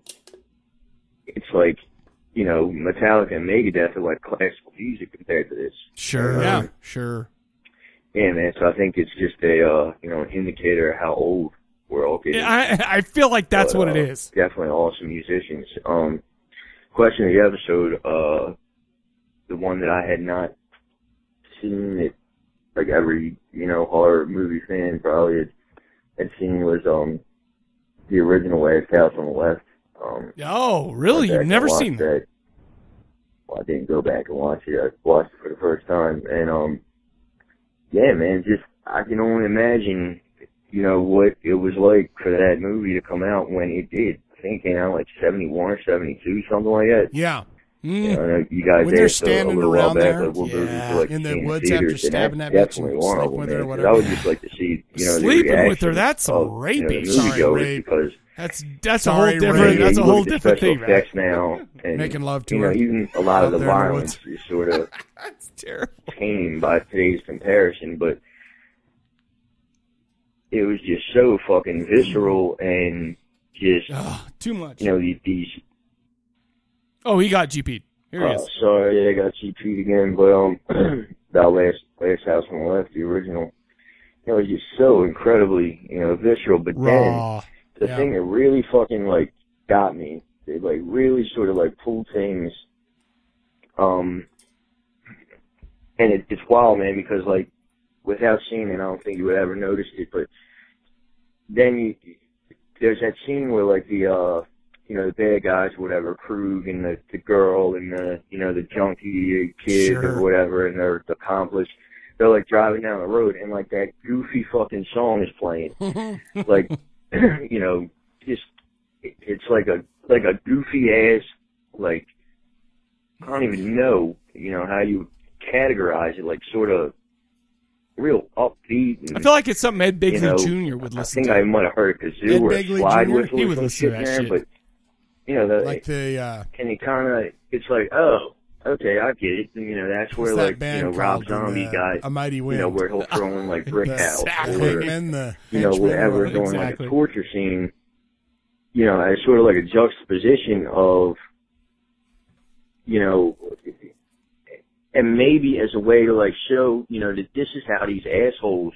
[SPEAKER 15] it's like, you know, Metallica and Megadeth are like classical music compared to this.
[SPEAKER 1] Sure.
[SPEAKER 2] Yeah, sure.
[SPEAKER 15] Yeah, man. So I think it's just a uh, you know an indicator of how old we're all getting.
[SPEAKER 1] I I feel like that's
[SPEAKER 15] But,
[SPEAKER 1] what it
[SPEAKER 15] uh,
[SPEAKER 1] is.
[SPEAKER 15] Definitely awesome musicians. Um, question of the episode, uh, the one that I had not seen that like every, you know, horror movie fan probably had, had seen was, um, the original Last House on the Left. Um,
[SPEAKER 1] Oh, really?
[SPEAKER 15] went
[SPEAKER 1] You've
[SPEAKER 15] back
[SPEAKER 1] never
[SPEAKER 15] and watched
[SPEAKER 1] seen that?
[SPEAKER 15] that. Well, I didn't go back and watch it. I watched it for the first time, and um, yeah, man, just I can only imagine, you know, what it was like for that movie to come out when it did. I think it came out like seventy one or seventy two, something like that.
[SPEAKER 2] Yeah. Mm.
[SPEAKER 15] You, know, I know you guys
[SPEAKER 2] When they're
[SPEAKER 15] asked a, a
[SPEAKER 2] standing
[SPEAKER 15] little while
[SPEAKER 2] around
[SPEAKER 15] back,
[SPEAKER 2] there,
[SPEAKER 15] like, what movies you like
[SPEAKER 2] in
[SPEAKER 15] to
[SPEAKER 2] the
[SPEAKER 15] see in
[SPEAKER 2] woods
[SPEAKER 15] theaters,
[SPEAKER 2] after
[SPEAKER 15] and
[SPEAKER 2] stabbing that
[SPEAKER 15] that's
[SPEAKER 2] bitch and
[SPEAKER 15] definitely one of
[SPEAKER 2] sleeping
[SPEAKER 15] them.
[SPEAKER 2] with her or
[SPEAKER 15] man, 'cause I would
[SPEAKER 2] whatever.
[SPEAKER 15] just like to see, you know, the
[SPEAKER 1] Sleeping with her,
[SPEAKER 15] reaction
[SPEAKER 1] that's
[SPEAKER 15] of,
[SPEAKER 1] rapey.
[SPEAKER 15] You know, the
[SPEAKER 1] Sorry,
[SPEAKER 15] moviegoers
[SPEAKER 1] rape.
[SPEAKER 15] because
[SPEAKER 1] That's that's a
[SPEAKER 2] Sorry,
[SPEAKER 1] whole
[SPEAKER 15] yeah,
[SPEAKER 1] different
[SPEAKER 15] yeah,
[SPEAKER 1] that's a
[SPEAKER 15] you
[SPEAKER 1] whole
[SPEAKER 15] look at the
[SPEAKER 1] different
[SPEAKER 15] special
[SPEAKER 1] thing, man.
[SPEAKER 15] effects now, and
[SPEAKER 2] Making love to
[SPEAKER 15] you
[SPEAKER 2] her.
[SPEAKER 15] know, even a lot of
[SPEAKER 2] Out
[SPEAKER 15] the
[SPEAKER 2] there in the
[SPEAKER 15] violence is sort of
[SPEAKER 1] *laughs* That's terrible.
[SPEAKER 15] tame by today's comparison, but it was just so fucking visceral and just
[SPEAKER 1] Too much.
[SPEAKER 15] you know these, these
[SPEAKER 1] Oh, he got GP'd. Here he
[SPEAKER 15] uh,
[SPEAKER 1] is.
[SPEAKER 15] sorry, I got GP'd again, but um, *clears throat* that last last house on the left, the original, you know, it was just so incredibly you know visceral. But
[SPEAKER 2] Raw.
[SPEAKER 15] then the
[SPEAKER 2] Yeah.
[SPEAKER 15] thing that really fucking like got me, they like really sort of like pulled things, um, and it, it's wild, man, because like without seeing it, I don't think you would ever notice it, but then you there's that scene where like the uh you know the bad guys or whatever Krug and the the girl and the you know the junkie kid
[SPEAKER 2] Sure.
[SPEAKER 15] or whatever and their accomplice they're like driving down the road and like that goofy fucking song is playing like *clears throat* you know just it, it's like a like a goofy ass like I don't even know you know how you categorize it like sort of real upbeat and
[SPEAKER 1] I feel like it's something Ed Bigley
[SPEAKER 15] you know,
[SPEAKER 1] Jr. would
[SPEAKER 15] I
[SPEAKER 1] listen
[SPEAKER 15] think
[SPEAKER 1] to.
[SPEAKER 15] I might have heard a kazoo
[SPEAKER 2] Ed
[SPEAKER 15] or
[SPEAKER 2] Begley
[SPEAKER 15] a slide
[SPEAKER 2] Jr.,
[SPEAKER 15] whistle
[SPEAKER 1] he
[SPEAKER 15] or
[SPEAKER 1] would
[SPEAKER 15] some
[SPEAKER 1] listen
[SPEAKER 15] shit
[SPEAKER 1] to
[SPEAKER 15] in
[SPEAKER 1] that
[SPEAKER 15] there,
[SPEAKER 1] shit.
[SPEAKER 15] but you know, the,
[SPEAKER 2] Like the uh,
[SPEAKER 15] and it kind of it's like, oh, okay, I get it. You know, that's
[SPEAKER 2] What's
[SPEAKER 15] where
[SPEAKER 2] that
[SPEAKER 15] like you
[SPEAKER 2] band
[SPEAKER 15] know Rob
[SPEAKER 2] called?
[SPEAKER 15] Zombie
[SPEAKER 2] The,
[SPEAKER 15] got
[SPEAKER 2] A Mighty
[SPEAKER 15] You know
[SPEAKER 2] Wind.
[SPEAKER 15] where he'll throw in
[SPEAKER 2] *laughs*
[SPEAKER 15] like brick
[SPEAKER 2] The
[SPEAKER 15] house
[SPEAKER 2] sack
[SPEAKER 15] or
[SPEAKER 2] hangman, the
[SPEAKER 15] you know
[SPEAKER 2] henchman,
[SPEAKER 15] whatever
[SPEAKER 2] right,
[SPEAKER 15] going
[SPEAKER 2] exactly.
[SPEAKER 15] like a torture scene. You know, it's sort of like a juxtaposition of you know, and maybe as a way to like show you know that this is how these assholes.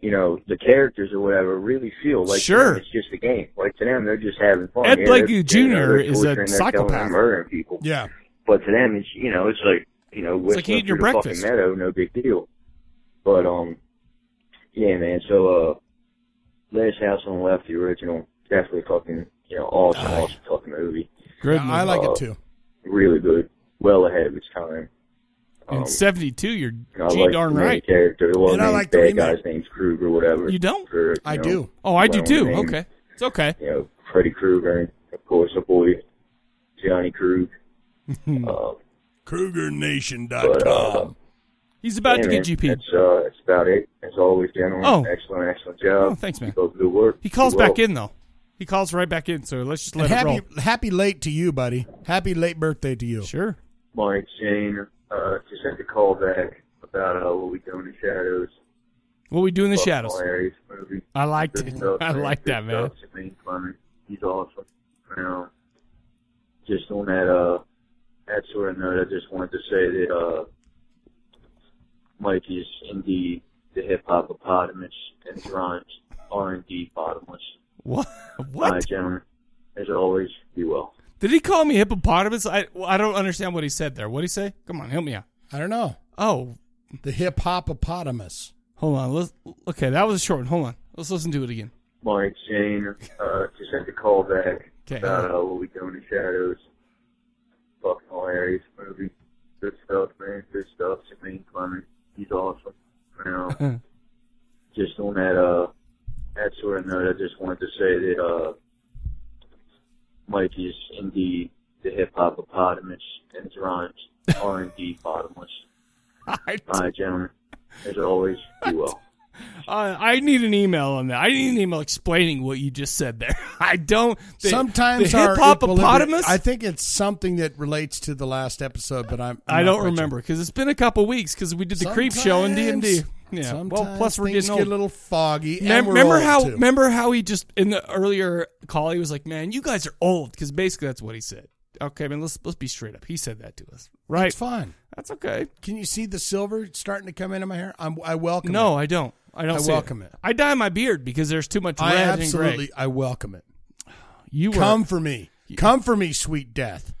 [SPEAKER 15] You know the characters or whatever really feel like
[SPEAKER 1] Sure.
[SPEAKER 15] it's just a game. Like to them, they're just having fun.
[SPEAKER 1] Ed
[SPEAKER 15] Yeah,
[SPEAKER 1] Blakey
[SPEAKER 15] they're- you know,
[SPEAKER 1] Jr.
[SPEAKER 15] they're
[SPEAKER 1] is a
[SPEAKER 15] torturing, they're killing, they're
[SPEAKER 1] psychopath.
[SPEAKER 15] murdering people.
[SPEAKER 2] Yeah.
[SPEAKER 15] But to them, it's you know, it's like you know,
[SPEAKER 1] It's
[SPEAKER 15] whistling
[SPEAKER 1] like eating your
[SPEAKER 15] through the
[SPEAKER 1] breakfast.
[SPEAKER 15] fucking meadow, no big deal. But um, yeah, man. So uh, Last House on the Left, the original, definitely fucking you know, awesome, awesome fucking movie.
[SPEAKER 1] Good Yeah, I movie. like it
[SPEAKER 15] Uh,
[SPEAKER 1] too.
[SPEAKER 15] Really good. Well ahead of its time.
[SPEAKER 1] In
[SPEAKER 15] Um,
[SPEAKER 1] '72, you're
[SPEAKER 15] you know, I
[SPEAKER 1] gee
[SPEAKER 15] like
[SPEAKER 1] darn
[SPEAKER 15] the main
[SPEAKER 1] right.
[SPEAKER 15] Character, well,
[SPEAKER 1] And I
[SPEAKER 15] named
[SPEAKER 1] like the
[SPEAKER 15] bad
[SPEAKER 1] remake.
[SPEAKER 15] guy's name's Kruger, whatever.
[SPEAKER 1] You don't?
[SPEAKER 15] For, you
[SPEAKER 1] I
[SPEAKER 15] know,
[SPEAKER 1] do. Oh, I do
[SPEAKER 15] well
[SPEAKER 1] too.
[SPEAKER 15] named,
[SPEAKER 1] Okay, it's okay.
[SPEAKER 15] You know, Freddy Krueger, and of course, a boy, Johnny Krug.
[SPEAKER 1] Hmm.
[SPEAKER 15] uh, but, uh,
[SPEAKER 2] KrugerNation.com.
[SPEAKER 1] He's about
[SPEAKER 15] yeah,
[SPEAKER 1] to
[SPEAKER 15] man,
[SPEAKER 1] get GP.
[SPEAKER 15] That's, uh, that's about it. As always, gentlemen.
[SPEAKER 1] Oh.
[SPEAKER 15] Excellent, excellent job.
[SPEAKER 1] Oh, thanks, man.
[SPEAKER 15] Keep up the good work.
[SPEAKER 1] He calls
[SPEAKER 15] Keep well.
[SPEAKER 1] back in though. He calls right back in. So let's just
[SPEAKER 2] And
[SPEAKER 1] let it roll.
[SPEAKER 2] happy, happy late to you, buddy. Happy late birthday to you.
[SPEAKER 1] Sure.
[SPEAKER 15] Mike, Shane, uh, just had to call back about uh, what we do in the shadows.
[SPEAKER 1] What we do in the
[SPEAKER 15] Fucking
[SPEAKER 1] shadows?
[SPEAKER 15] hilarious movie.
[SPEAKER 1] I liked
[SPEAKER 15] Good
[SPEAKER 1] it.
[SPEAKER 15] stuff,
[SPEAKER 1] I
[SPEAKER 15] man.
[SPEAKER 1] like
[SPEAKER 15] Good
[SPEAKER 1] that, man.
[SPEAKER 15] stuff. Shane Clement, He's awesome. You know, just on that uh, that sort of note, I just wanted to say that uh, Mike is indeed the hip hop hippopotamus and his rhymes are indeed bottomless.
[SPEAKER 1] What?
[SPEAKER 15] What? gentlemen, as always, be well.
[SPEAKER 1] Did he call me hippopotamus? I well, I don't understand what he said there. What did he say? Come on, help me out.
[SPEAKER 2] I don't know.
[SPEAKER 1] Oh,
[SPEAKER 2] the hip hippopotamus.
[SPEAKER 1] Hold on. Let's, okay, that was a short one. Hold on. Let's listen to it again.
[SPEAKER 15] Mike, Shane, uh, just had to call back
[SPEAKER 1] Okay.
[SPEAKER 15] about uh, what we do in the shadows. Fucking hilarious movie. Good stuff, man. Good stuff. Shane Clement, he's awesome. You
[SPEAKER 16] *laughs*
[SPEAKER 15] know, just on that uh, that sort of note, I just wanted to say that uh, Mike is indeed the hip hop hippopotamus, and his rhymes are indeed
[SPEAKER 16] *laughs*
[SPEAKER 15] bottomless. All right, gentlemen. As always, be well.
[SPEAKER 1] Uh, I need an email on that. I need an email explaining what you just said there. *laughs* I don't. The,
[SPEAKER 2] Sometimes
[SPEAKER 1] the
[SPEAKER 2] our
[SPEAKER 1] hip hop
[SPEAKER 2] equilibri-
[SPEAKER 1] hippopotamus.
[SPEAKER 2] I think it's something that relates to the last episode, but I'm. I'm
[SPEAKER 1] I
[SPEAKER 2] not
[SPEAKER 1] don't
[SPEAKER 2] quite sure.
[SPEAKER 1] remember because it's been a couple weeks because we did the creep show in D and D. Yeah. well,
[SPEAKER 2] sometimes
[SPEAKER 1] plus we're
[SPEAKER 2] things
[SPEAKER 1] getting
[SPEAKER 2] get
[SPEAKER 1] old.
[SPEAKER 2] a little foggy. and
[SPEAKER 1] Mem-
[SPEAKER 2] we're
[SPEAKER 1] remember
[SPEAKER 2] old,
[SPEAKER 1] how?
[SPEAKER 2] too.
[SPEAKER 1] Remember how he just in the earlier call he was like, "Man, you guys are old," because basically that's what he said. Okay, man, let's let's be straight up. He said that to us, right?
[SPEAKER 2] It's fine.
[SPEAKER 1] That's okay.
[SPEAKER 2] Can you see the silver starting to come into my hair? I'm, I welcome.
[SPEAKER 1] No,
[SPEAKER 2] it.
[SPEAKER 1] I don't. I don't.
[SPEAKER 2] I
[SPEAKER 1] see
[SPEAKER 2] welcome it.
[SPEAKER 1] I dye my beard because there's too much red
[SPEAKER 2] I
[SPEAKER 1] and gray.
[SPEAKER 2] absolutely. I welcome it.
[SPEAKER 1] You
[SPEAKER 2] come
[SPEAKER 1] were-
[SPEAKER 2] for me. Come for me, sweet death.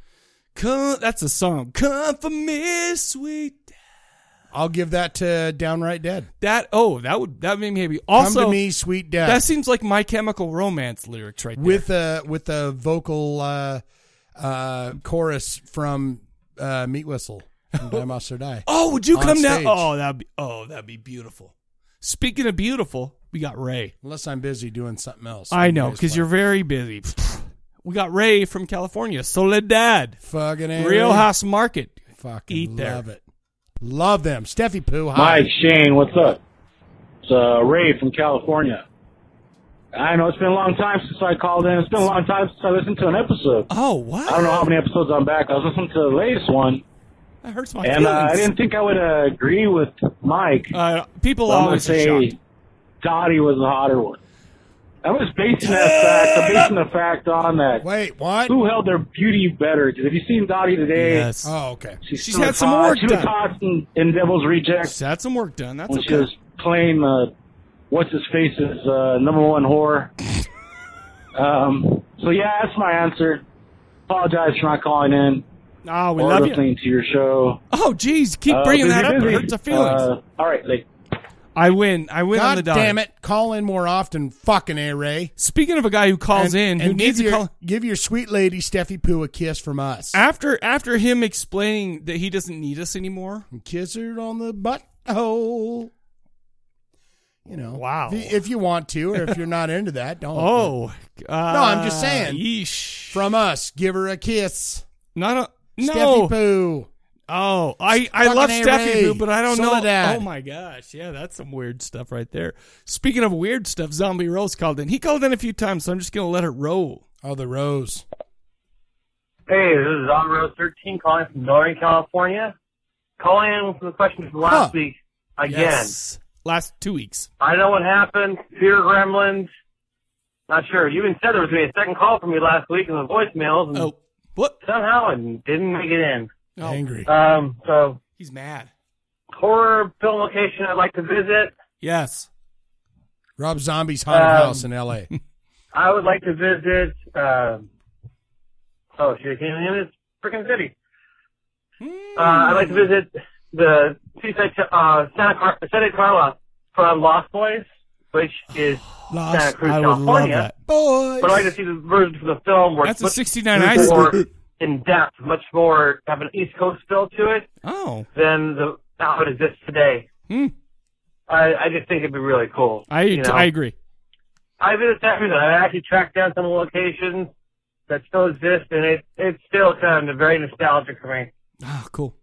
[SPEAKER 1] Come. That's a song. Come for me, sweet. death.
[SPEAKER 2] I'll give that to Downright Dead.
[SPEAKER 1] That oh, that would that made me happy. Also,
[SPEAKER 2] to me, sweet death.
[SPEAKER 1] That seems like My Chemical Romance lyrics right there.
[SPEAKER 2] with a with a vocal uh, uh, chorus from uh, Meat Whistle from Die Monster Die.
[SPEAKER 1] *laughs* Oh, would you
[SPEAKER 2] on
[SPEAKER 1] come down?
[SPEAKER 2] stage.
[SPEAKER 1] Oh, that'd be oh, that'd be beautiful. Speaking of beautiful, we got Ray.
[SPEAKER 2] Unless I'm busy doing something else.
[SPEAKER 1] I know because you're very busy. we got Ray from California, Soledad,
[SPEAKER 2] fucking A,
[SPEAKER 1] Rio
[SPEAKER 2] Ray.
[SPEAKER 1] House Market.
[SPEAKER 2] Fucking
[SPEAKER 1] eat there.
[SPEAKER 2] love it. Love them. Steffi Poo. Hi.
[SPEAKER 17] Mike, Shane, what's up? It's uh, Ray from California. I know it's been a long time since I called in. It's been a long time since I listened to an episode.
[SPEAKER 1] Oh, what?
[SPEAKER 17] I don't know how many episodes I'm back. I was listening to the latest one,
[SPEAKER 1] *laughs* That hurts my
[SPEAKER 17] and uh, I
[SPEAKER 1] Oh, feelings.
[SPEAKER 17] didn't think I would uh, agree with Mike.
[SPEAKER 1] Uh, people
[SPEAKER 17] I'm
[SPEAKER 1] always are
[SPEAKER 17] gonna say
[SPEAKER 1] shocked.
[SPEAKER 17] Dottie was the hotter one. I'm just basing that fact. I'm basing the fact on that.
[SPEAKER 2] Wait, what?
[SPEAKER 17] Who held their beauty better? Because if you seen Dottie today,
[SPEAKER 1] Yes.
[SPEAKER 2] Oh, okay.
[SPEAKER 17] She's,
[SPEAKER 1] She's
[SPEAKER 17] still
[SPEAKER 1] had some
[SPEAKER 17] hot.
[SPEAKER 1] work
[SPEAKER 17] She was
[SPEAKER 1] done.
[SPEAKER 17] hot in, in Devil's Reject.
[SPEAKER 1] She's had some work done. That's
[SPEAKER 17] when she
[SPEAKER 1] okay.
[SPEAKER 17] was playing uh, what's his face's uh, number one
[SPEAKER 1] *laughs*
[SPEAKER 17] whore. um, so yeah, that's my answer. Apologize for not calling in.
[SPEAKER 1] Ah, we
[SPEAKER 17] or
[SPEAKER 1] love you.
[SPEAKER 17] listening to your show.
[SPEAKER 1] Oh, geez, keep
[SPEAKER 17] Uh,
[SPEAKER 1] bringing
[SPEAKER 17] busy,
[SPEAKER 1] that up. It
[SPEAKER 17] busy.
[SPEAKER 1] hurts our feelings.
[SPEAKER 17] Uh, all right, like
[SPEAKER 1] I win. I win on
[SPEAKER 2] God
[SPEAKER 1] the dime.
[SPEAKER 2] damn it! Call in more often, fucking A Ray.
[SPEAKER 1] Speaking of a guy who calls in, who needs
[SPEAKER 2] give
[SPEAKER 1] to
[SPEAKER 2] your,
[SPEAKER 1] call-
[SPEAKER 2] Give your sweet lady Steffi Poo a kiss from us.
[SPEAKER 1] After after him explaining that he doesn't need us anymore,
[SPEAKER 2] kiss her on the *laughs* butthole. Oh. You know,
[SPEAKER 1] Wow.
[SPEAKER 2] If you, if you want to, or if you're not into that, don't.
[SPEAKER 1] *laughs* Oh,
[SPEAKER 2] no, I'm just saying.
[SPEAKER 1] Yeesh.
[SPEAKER 2] From us, give her a kiss.
[SPEAKER 1] Not a no.
[SPEAKER 2] Steffi Poo.
[SPEAKER 1] Oh, I I
[SPEAKER 2] Fucking
[SPEAKER 1] love
[SPEAKER 2] A.
[SPEAKER 1] Steffi
[SPEAKER 2] Ray.
[SPEAKER 1] Boo, but I don't know.
[SPEAKER 2] Soledad.
[SPEAKER 1] Oh my gosh, yeah, that's some weird stuff right there. Speaking of weird stuff, Zombie Rose called in. He called in a few times, so I'm just gonna let it roll.
[SPEAKER 2] Oh, the Rose.
[SPEAKER 8] Hey, this is On Road 13 calling from Northern California. Calling in with a question from last week again.
[SPEAKER 1] Yes. Last two weeks.
[SPEAKER 8] I know what happened. Fear Gremlins. Not sure. You even said there was going to be a second call from you last week in the voicemails. And oh,
[SPEAKER 1] what?
[SPEAKER 8] Somehow it didn't make it in.
[SPEAKER 1] Angry.
[SPEAKER 8] Um, so
[SPEAKER 1] He's mad.
[SPEAKER 8] horror film location I'd like to visit.
[SPEAKER 1] Yes.
[SPEAKER 2] Rob Zombie's haunted
[SPEAKER 8] Um,
[SPEAKER 2] house in L.A.
[SPEAKER 8] I would like to visit. Uh, oh, shit, I can't name this freaking city. Uh, I'd like to
[SPEAKER 1] Hmm.
[SPEAKER 8] visit the seaside t- uh, Santa, Car- Santa Carla from Lost Boys, which is
[SPEAKER 2] Lost-
[SPEAKER 8] Santa Cruz,
[SPEAKER 2] I would love
[SPEAKER 8] California.
[SPEAKER 2] that. Boys.
[SPEAKER 8] But I'd like to see the version from the film where
[SPEAKER 1] That's
[SPEAKER 8] it's
[SPEAKER 1] a
[SPEAKER 8] much
[SPEAKER 1] 69 ice.
[SPEAKER 8] more in depth, much more have an East Coast feel to it
[SPEAKER 1] Oh.
[SPEAKER 8] than the how it exists today.
[SPEAKER 1] Hmm.
[SPEAKER 8] I, I just think it'd be really cool.
[SPEAKER 1] I
[SPEAKER 8] you know?
[SPEAKER 1] I agree.
[SPEAKER 8] I visited that reason. I actually tracked down some locations that still exist, and it it's still kind of very nostalgic for me.
[SPEAKER 1] Oh, cool.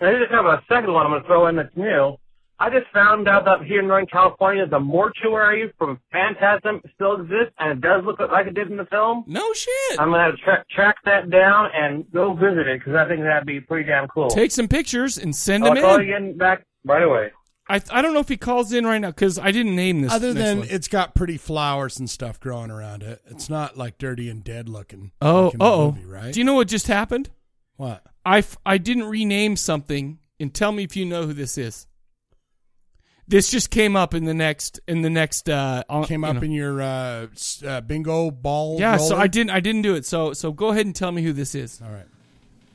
[SPEAKER 8] And I just have a second one I'm going to throw in that's new. I just found out that here in Northern California, the mortuary from Phantasm still exists, and it does look like it did in the film.
[SPEAKER 1] No shit.
[SPEAKER 8] I'm going to have to tra- track that down and go visit it because I think that'd be pretty damn cool.
[SPEAKER 1] Take some pictures and send
[SPEAKER 8] I'll
[SPEAKER 1] them
[SPEAKER 8] call
[SPEAKER 1] in.
[SPEAKER 8] you again back right away.
[SPEAKER 1] I I don't know if he calls in right now because I didn't name *laughs* this.
[SPEAKER 2] Other
[SPEAKER 1] next
[SPEAKER 2] than
[SPEAKER 1] one.
[SPEAKER 2] it's got pretty flowers and stuff growing around it, it's not like dirty and dead looking.
[SPEAKER 1] oh
[SPEAKER 2] like in the
[SPEAKER 1] oh,
[SPEAKER 2] movie, right?
[SPEAKER 1] do you know what just happened?
[SPEAKER 2] What?
[SPEAKER 1] I f- I didn't rename something, and tell me if you know who this is. This just came up in the next in the next uh on-
[SPEAKER 2] came
[SPEAKER 1] you
[SPEAKER 2] up
[SPEAKER 1] know.
[SPEAKER 2] in your uh, s- uh, bingo ball?
[SPEAKER 1] yeah. So
[SPEAKER 2] roller?
[SPEAKER 1] I didn't I didn't do it. So so go ahead and tell me who this is.
[SPEAKER 2] All right.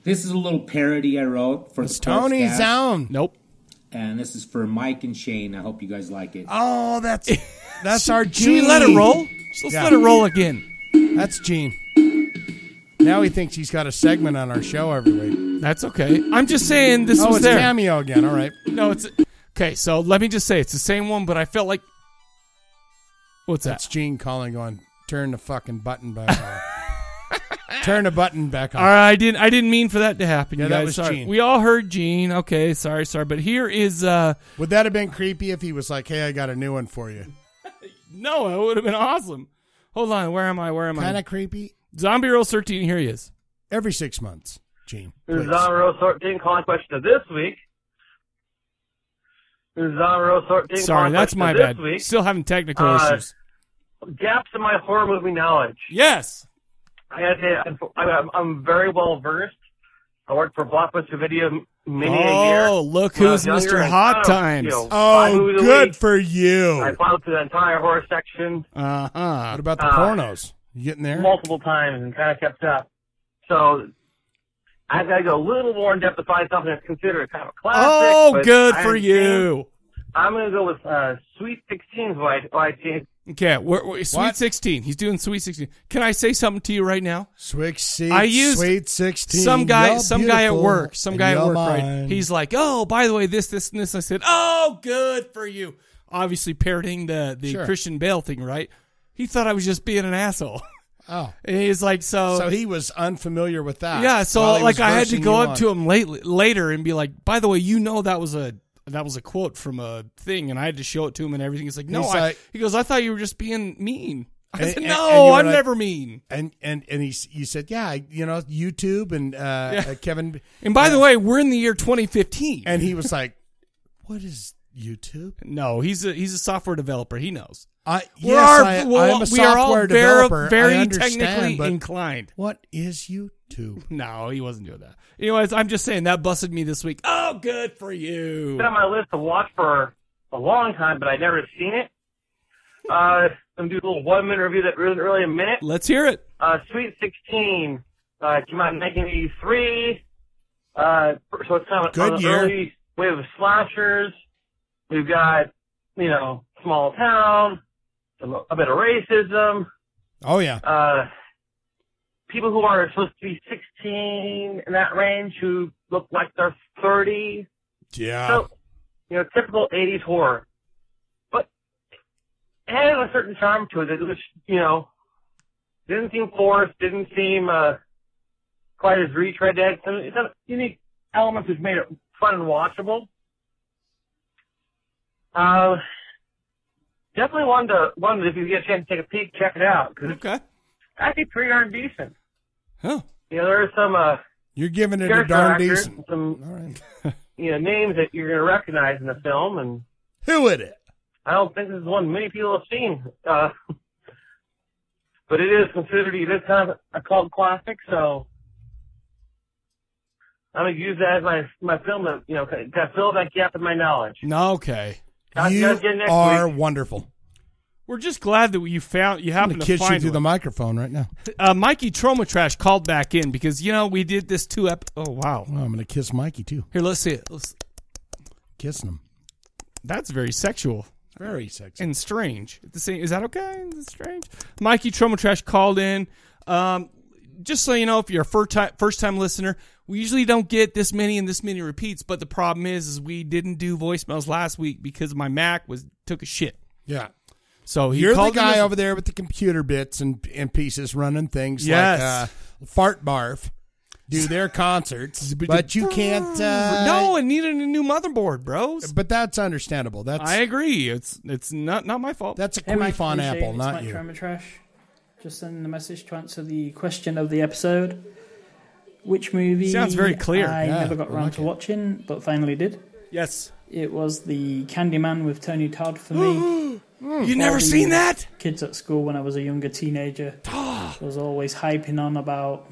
[SPEAKER 18] This is a little parody I wrote for
[SPEAKER 2] It's
[SPEAKER 18] the Corpse
[SPEAKER 2] Tony
[SPEAKER 18] Cast.
[SPEAKER 2] Zone.
[SPEAKER 1] Nope.
[SPEAKER 18] And this is for Mike and Shane. I hope you guys like it. *laughs*
[SPEAKER 2] Oh, that's that's our Gene.
[SPEAKER 18] Should we let it roll?
[SPEAKER 1] Let's let it roll again.
[SPEAKER 2] That's Gene. Now he thinks he's got a segment on our show every week.
[SPEAKER 1] That's okay. I'm just saying this
[SPEAKER 2] oh,
[SPEAKER 1] was
[SPEAKER 2] it's
[SPEAKER 1] there.
[SPEAKER 2] cameo again. All right.
[SPEAKER 1] No, it's okay. So let me just say it's the same one, but I felt like What's that?
[SPEAKER 2] That's Gene calling on. Turn the fucking button back
[SPEAKER 1] *laughs*
[SPEAKER 2] on. Turn the button back on.
[SPEAKER 1] All right, I didn't. I didn't mean for that to happen.
[SPEAKER 2] Yeah,
[SPEAKER 1] you
[SPEAKER 2] that
[SPEAKER 1] guys.
[SPEAKER 2] was
[SPEAKER 1] Sorry.
[SPEAKER 2] Gene.
[SPEAKER 1] We all heard Gene. Okay, sorry, sorry. But here is. uh
[SPEAKER 2] Would that have been creepy if he was like, "Hey, I got a new one for you"?
[SPEAKER 1] No, it would have been awesome. Hold on. Where am I? Where am I?
[SPEAKER 2] Kind of creepy.
[SPEAKER 1] Zombie Roll thirteen. Here he is.
[SPEAKER 2] Every six months, Gene.
[SPEAKER 8] This is on row 13 calling question of this week. This is on row 13
[SPEAKER 1] Sorry,
[SPEAKER 8] calling
[SPEAKER 1] that's
[SPEAKER 8] question
[SPEAKER 1] my
[SPEAKER 8] of this
[SPEAKER 1] bad.
[SPEAKER 8] Week.
[SPEAKER 1] Still having technical
[SPEAKER 8] Uh,
[SPEAKER 1] issues.
[SPEAKER 8] Gaps in my horror movie knowledge.
[SPEAKER 1] Yes.
[SPEAKER 8] I gotta say, I'm, I'm, I'm very well versed. I worked for Blockbuster Video m- many a year.
[SPEAKER 1] Oh, look
[SPEAKER 8] When I
[SPEAKER 1] who's
[SPEAKER 8] was younger,
[SPEAKER 1] Mr.
[SPEAKER 8] I
[SPEAKER 1] Hot
[SPEAKER 8] found,
[SPEAKER 1] Times.
[SPEAKER 8] you know, five
[SPEAKER 2] Oh,
[SPEAKER 8] movies a
[SPEAKER 2] good
[SPEAKER 8] week.
[SPEAKER 2] for
[SPEAKER 8] I
[SPEAKER 2] you.
[SPEAKER 8] plowed through the entire horror section.
[SPEAKER 2] Uh
[SPEAKER 1] Uh-huh.
[SPEAKER 2] huh. What about the
[SPEAKER 8] Uh,
[SPEAKER 2] pornos? You getting there?
[SPEAKER 8] multiple times and kind of kept up. So I've got to go a little more in depth to find something that's considered kind of a classic.
[SPEAKER 1] Oh,
[SPEAKER 8] but
[SPEAKER 1] good
[SPEAKER 8] I
[SPEAKER 1] for
[SPEAKER 8] think
[SPEAKER 1] you.
[SPEAKER 8] I'm going to go with uh, Sweet 16's what I, what I think.
[SPEAKER 1] Okay, we're, we're- Sweet
[SPEAKER 8] What?
[SPEAKER 1] 16. He's doing Sweet 16. Can I say something to you right now?
[SPEAKER 2] Sweet 16.
[SPEAKER 1] I used
[SPEAKER 2] Sweet 16,
[SPEAKER 1] Some guy,
[SPEAKER 2] you're
[SPEAKER 1] some guy at
[SPEAKER 2] beautiful
[SPEAKER 1] work, some
[SPEAKER 2] and
[SPEAKER 1] guy at
[SPEAKER 2] you're
[SPEAKER 1] work, right?
[SPEAKER 2] mine.
[SPEAKER 1] He's like, "Oh, by the way, this, this, and this." I said, "Oh, good for you." Obviously, parroting the the
[SPEAKER 2] Sure.
[SPEAKER 1] Christian Bale thing, right? He thought I was just being an asshole.
[SPEAKER 2] Oh.
[SPEAKER 1] And he's like, so.
[SPEAKER 2] So he was unfamiliar with that.
[SPEAKER 1] yeah, so
[SPEAKER 2] Ah, while he
[SPEAKER 1] like
[SPEAKER 2] was
[SPEAKER 1] I had to
[SPEAKER 2] versing
[SPEAKER 1] go
[SPEAKER 2] you
[SPEAKER 1] up
[SPEAKER 2] on
[SPEAKER 1] to
[SPEAKER 2] it.
[SPEAKER 1] him late, later and be like, "By the way, you know that was a that was a quote from a thing," and I had to show it to him and everything. He's like, "No,"
[SPEAKER 2] He's
[SPEAKER 1] I,
[SPEAKER 2] like-
[SPEAKER 1] he goes, "I thought you were just being mean." *laughs* I
[SPEAKER 2] And-
[SPEAKER 1] said,
[SPEAKER 2] and-
[SPEAKER 1] "No,
[SPEAKER 2] and you were
[SPEAKER 1] I'm
[SPEAKER 2] like-
[SPEAKER 1] never mean."
[SPEAKER 2] And and and he s- you said, yeah, I- you know, YouTube and uh, uh Kevin. uh,
[SPEAKER 1] And by the way, we're in the year 2015.
[SPEAKER 2] And he was like, "What is YouTube?"
[SPEAKER 1] No, he's a he's a software developer. He knows.
[SPEAKER 2] I
[SPEAKER 1] We're
[SPEAKER 2] yes,
[SPEAKER 1] all-
[SPEAKER 2] I,
[SPEAKER 1] we're
[SPEAKER 2] I
[SPEAKER 1] all-
[SPEAKER 2] am a
[SPEAKER 1] we are all
[SPEAKER 2] software
[SPEAKER 1] very-
[SPEAKER 2] developer.
[SPEAKER 1] very
[SPEAKER 2] I understand,
[SPEAKER 1] technically
[SPEAKER 2] but
[SPEAKER 1] inclined.
[SPEAKER 2] What is
[SPEAKER 1] *laughs*
[SPEAKER 2] YouTube?
[SPEAKER 1] No, he wasn't doing that. Anyways, I'm just saying that busted me this week. Oh, good for you.
[SPEAKER 8] It's been on my list to watch for a long time, but I never seen it. Uh, I'm going to do a little one minute review that isn't really a minute.
[SPEAKER 1] Let's hear it.
[SPEAKER 8] Uh, Sweet 16 uh, came out in 1983. Uh, so it's kind of
[SPEAKER 2] Good
[SPEAKER 8] an
[SPEAKER 2] year.
[SPEAKER 8] early wave of slashers. We've got, you know, small town, a lo- a bit of racism,
[SPEAKER 2] Oh yeah,
[SPEAKER 8] uh, people who are supposed to be 16 in that range who look like they're 30.
[SPEAKER 2] yeah.
[SPEAKER 8] So, you know, typical 80s horror. But it had a certain charm to it that was, you know, didn't seem forced, didn't seem uh, quite as retreaded. So it's a unique elements which made it fun and watchable. Uh, definitely wanted to, wanted if you get a chance to take a peek, check it out. 'cause it's
[SPEAKER 1] Okay.
[SPEAKER 8] actually pretty darn decent. You know, there are some uh,
[SPEAKER 2] You're giving it a
[SPEAKER 8] character
[SPEAKER 2] darn
[SPEAKER 8] actors
[SPEAKER 2] decent.
[SPEAKER 8] and Some, you know, names that you're going to recognize in the film, and
[SPEAKER 2] who is it?
[SPEAKER 8] I don't think this is one many people have seen. Uh, *laughs* but it is considered it is kind of a cult classic, so I'm going to use that as my my film that you know kind of fill that gap in my knowledge.
[SPEAKER 2] No, okay.
[SPEAKER 8] I'll
[SPEAKER 2] You
[SPEAKER 8] judge you next
[SPEAKER 2] are
[SPEAKER 8] week.
[SPEAKER 2] wonderful.
[SPEAKER 1] We're just glad that you found you
[SPEAKER 2] I'm
[SPEAKER 1] happened to
[SPEAKER 2] gonna kiss you
[SPEAKER 1] find
[SPEAKER 2] through
[SPEAKER 1] one.
[SPEAKER 2] the microphone right now.
[SPEAKER 1] uh, Mikey Trauma Trash called back in because you know we did this two ep. Oh wow!
[SPEAKER 2] I'm going to kiss Mikey too.
[SPEAKER 1] Here, let's see it. Let's-
[SPEAKER 2] Kissing him.
[SPEAKER 1] That's very sexual.
[SPEAKER 2] Very sexy.
[SPEAKER 1] and strange. At the same, is that okay? Is it strange? Mikey Trauma Trash called in. Um, just so you know, if you're a first time first time listener, we usually don't get this many and this many repeats. But the problem is, is we didn't do voicemails last week because my Mac was took a shit.
[SPEAKER 2] Yeah.
[SPEAKER 1] So he
[SPEAKER 2] You're the
[SPEAKER 1] called in
[SPEAKER 2] guy
[SPEAKER 1] this-
[SPEAKER 2] over there with the computer bits and, and pieces running things
[SPEAKER 1] Yes.
[SPEAKER 2] like uh, Fart Barf do their concerts, but you can't. Uh,
[SPEAKER 1] no, it needed a new motherboard, bros.
[SPEAKER 2] But that's understandable. That's
[SPEAKER 1] I agree. It's it's not not my fault.
[SPEAKER 2] That's a
[SPEAKER 1] queef
[SPEAKER 2] Mike, on
[SPEAKER 1] apple,
[SPEAKER 2] Apple, not
[SPEAKER 16] Mike
[SPEAKER 2] you.
[SPEAKER 16] Trauma Trash. Just sending a message to answer the question of the episode. Which movie?
[SPEAKER 1] Sounds very clear.
[SPEAKER 16] I
[SPEAKER 1] Yeah,
[SPEAKER 16] never got
[SPEAKER 1] I
[SPEAKER 16] round
[SPEAKER 1] like
[SPEAKER 16] to watching, but finally did.
[SPEAKER 1] Yes.
[SPEAKER 16] It was the Candyman with Tony Todd for me.
[SPEAKER 1] *gasps* You never
[SPEAKER 16] All the
[SPEAKER 1] seen that? Ah.
[SPEAKER 16] Kids at school when I was a
[SPEAKER 1] *gasps*
[SPEAKER 16] younger teenager was always hyping on about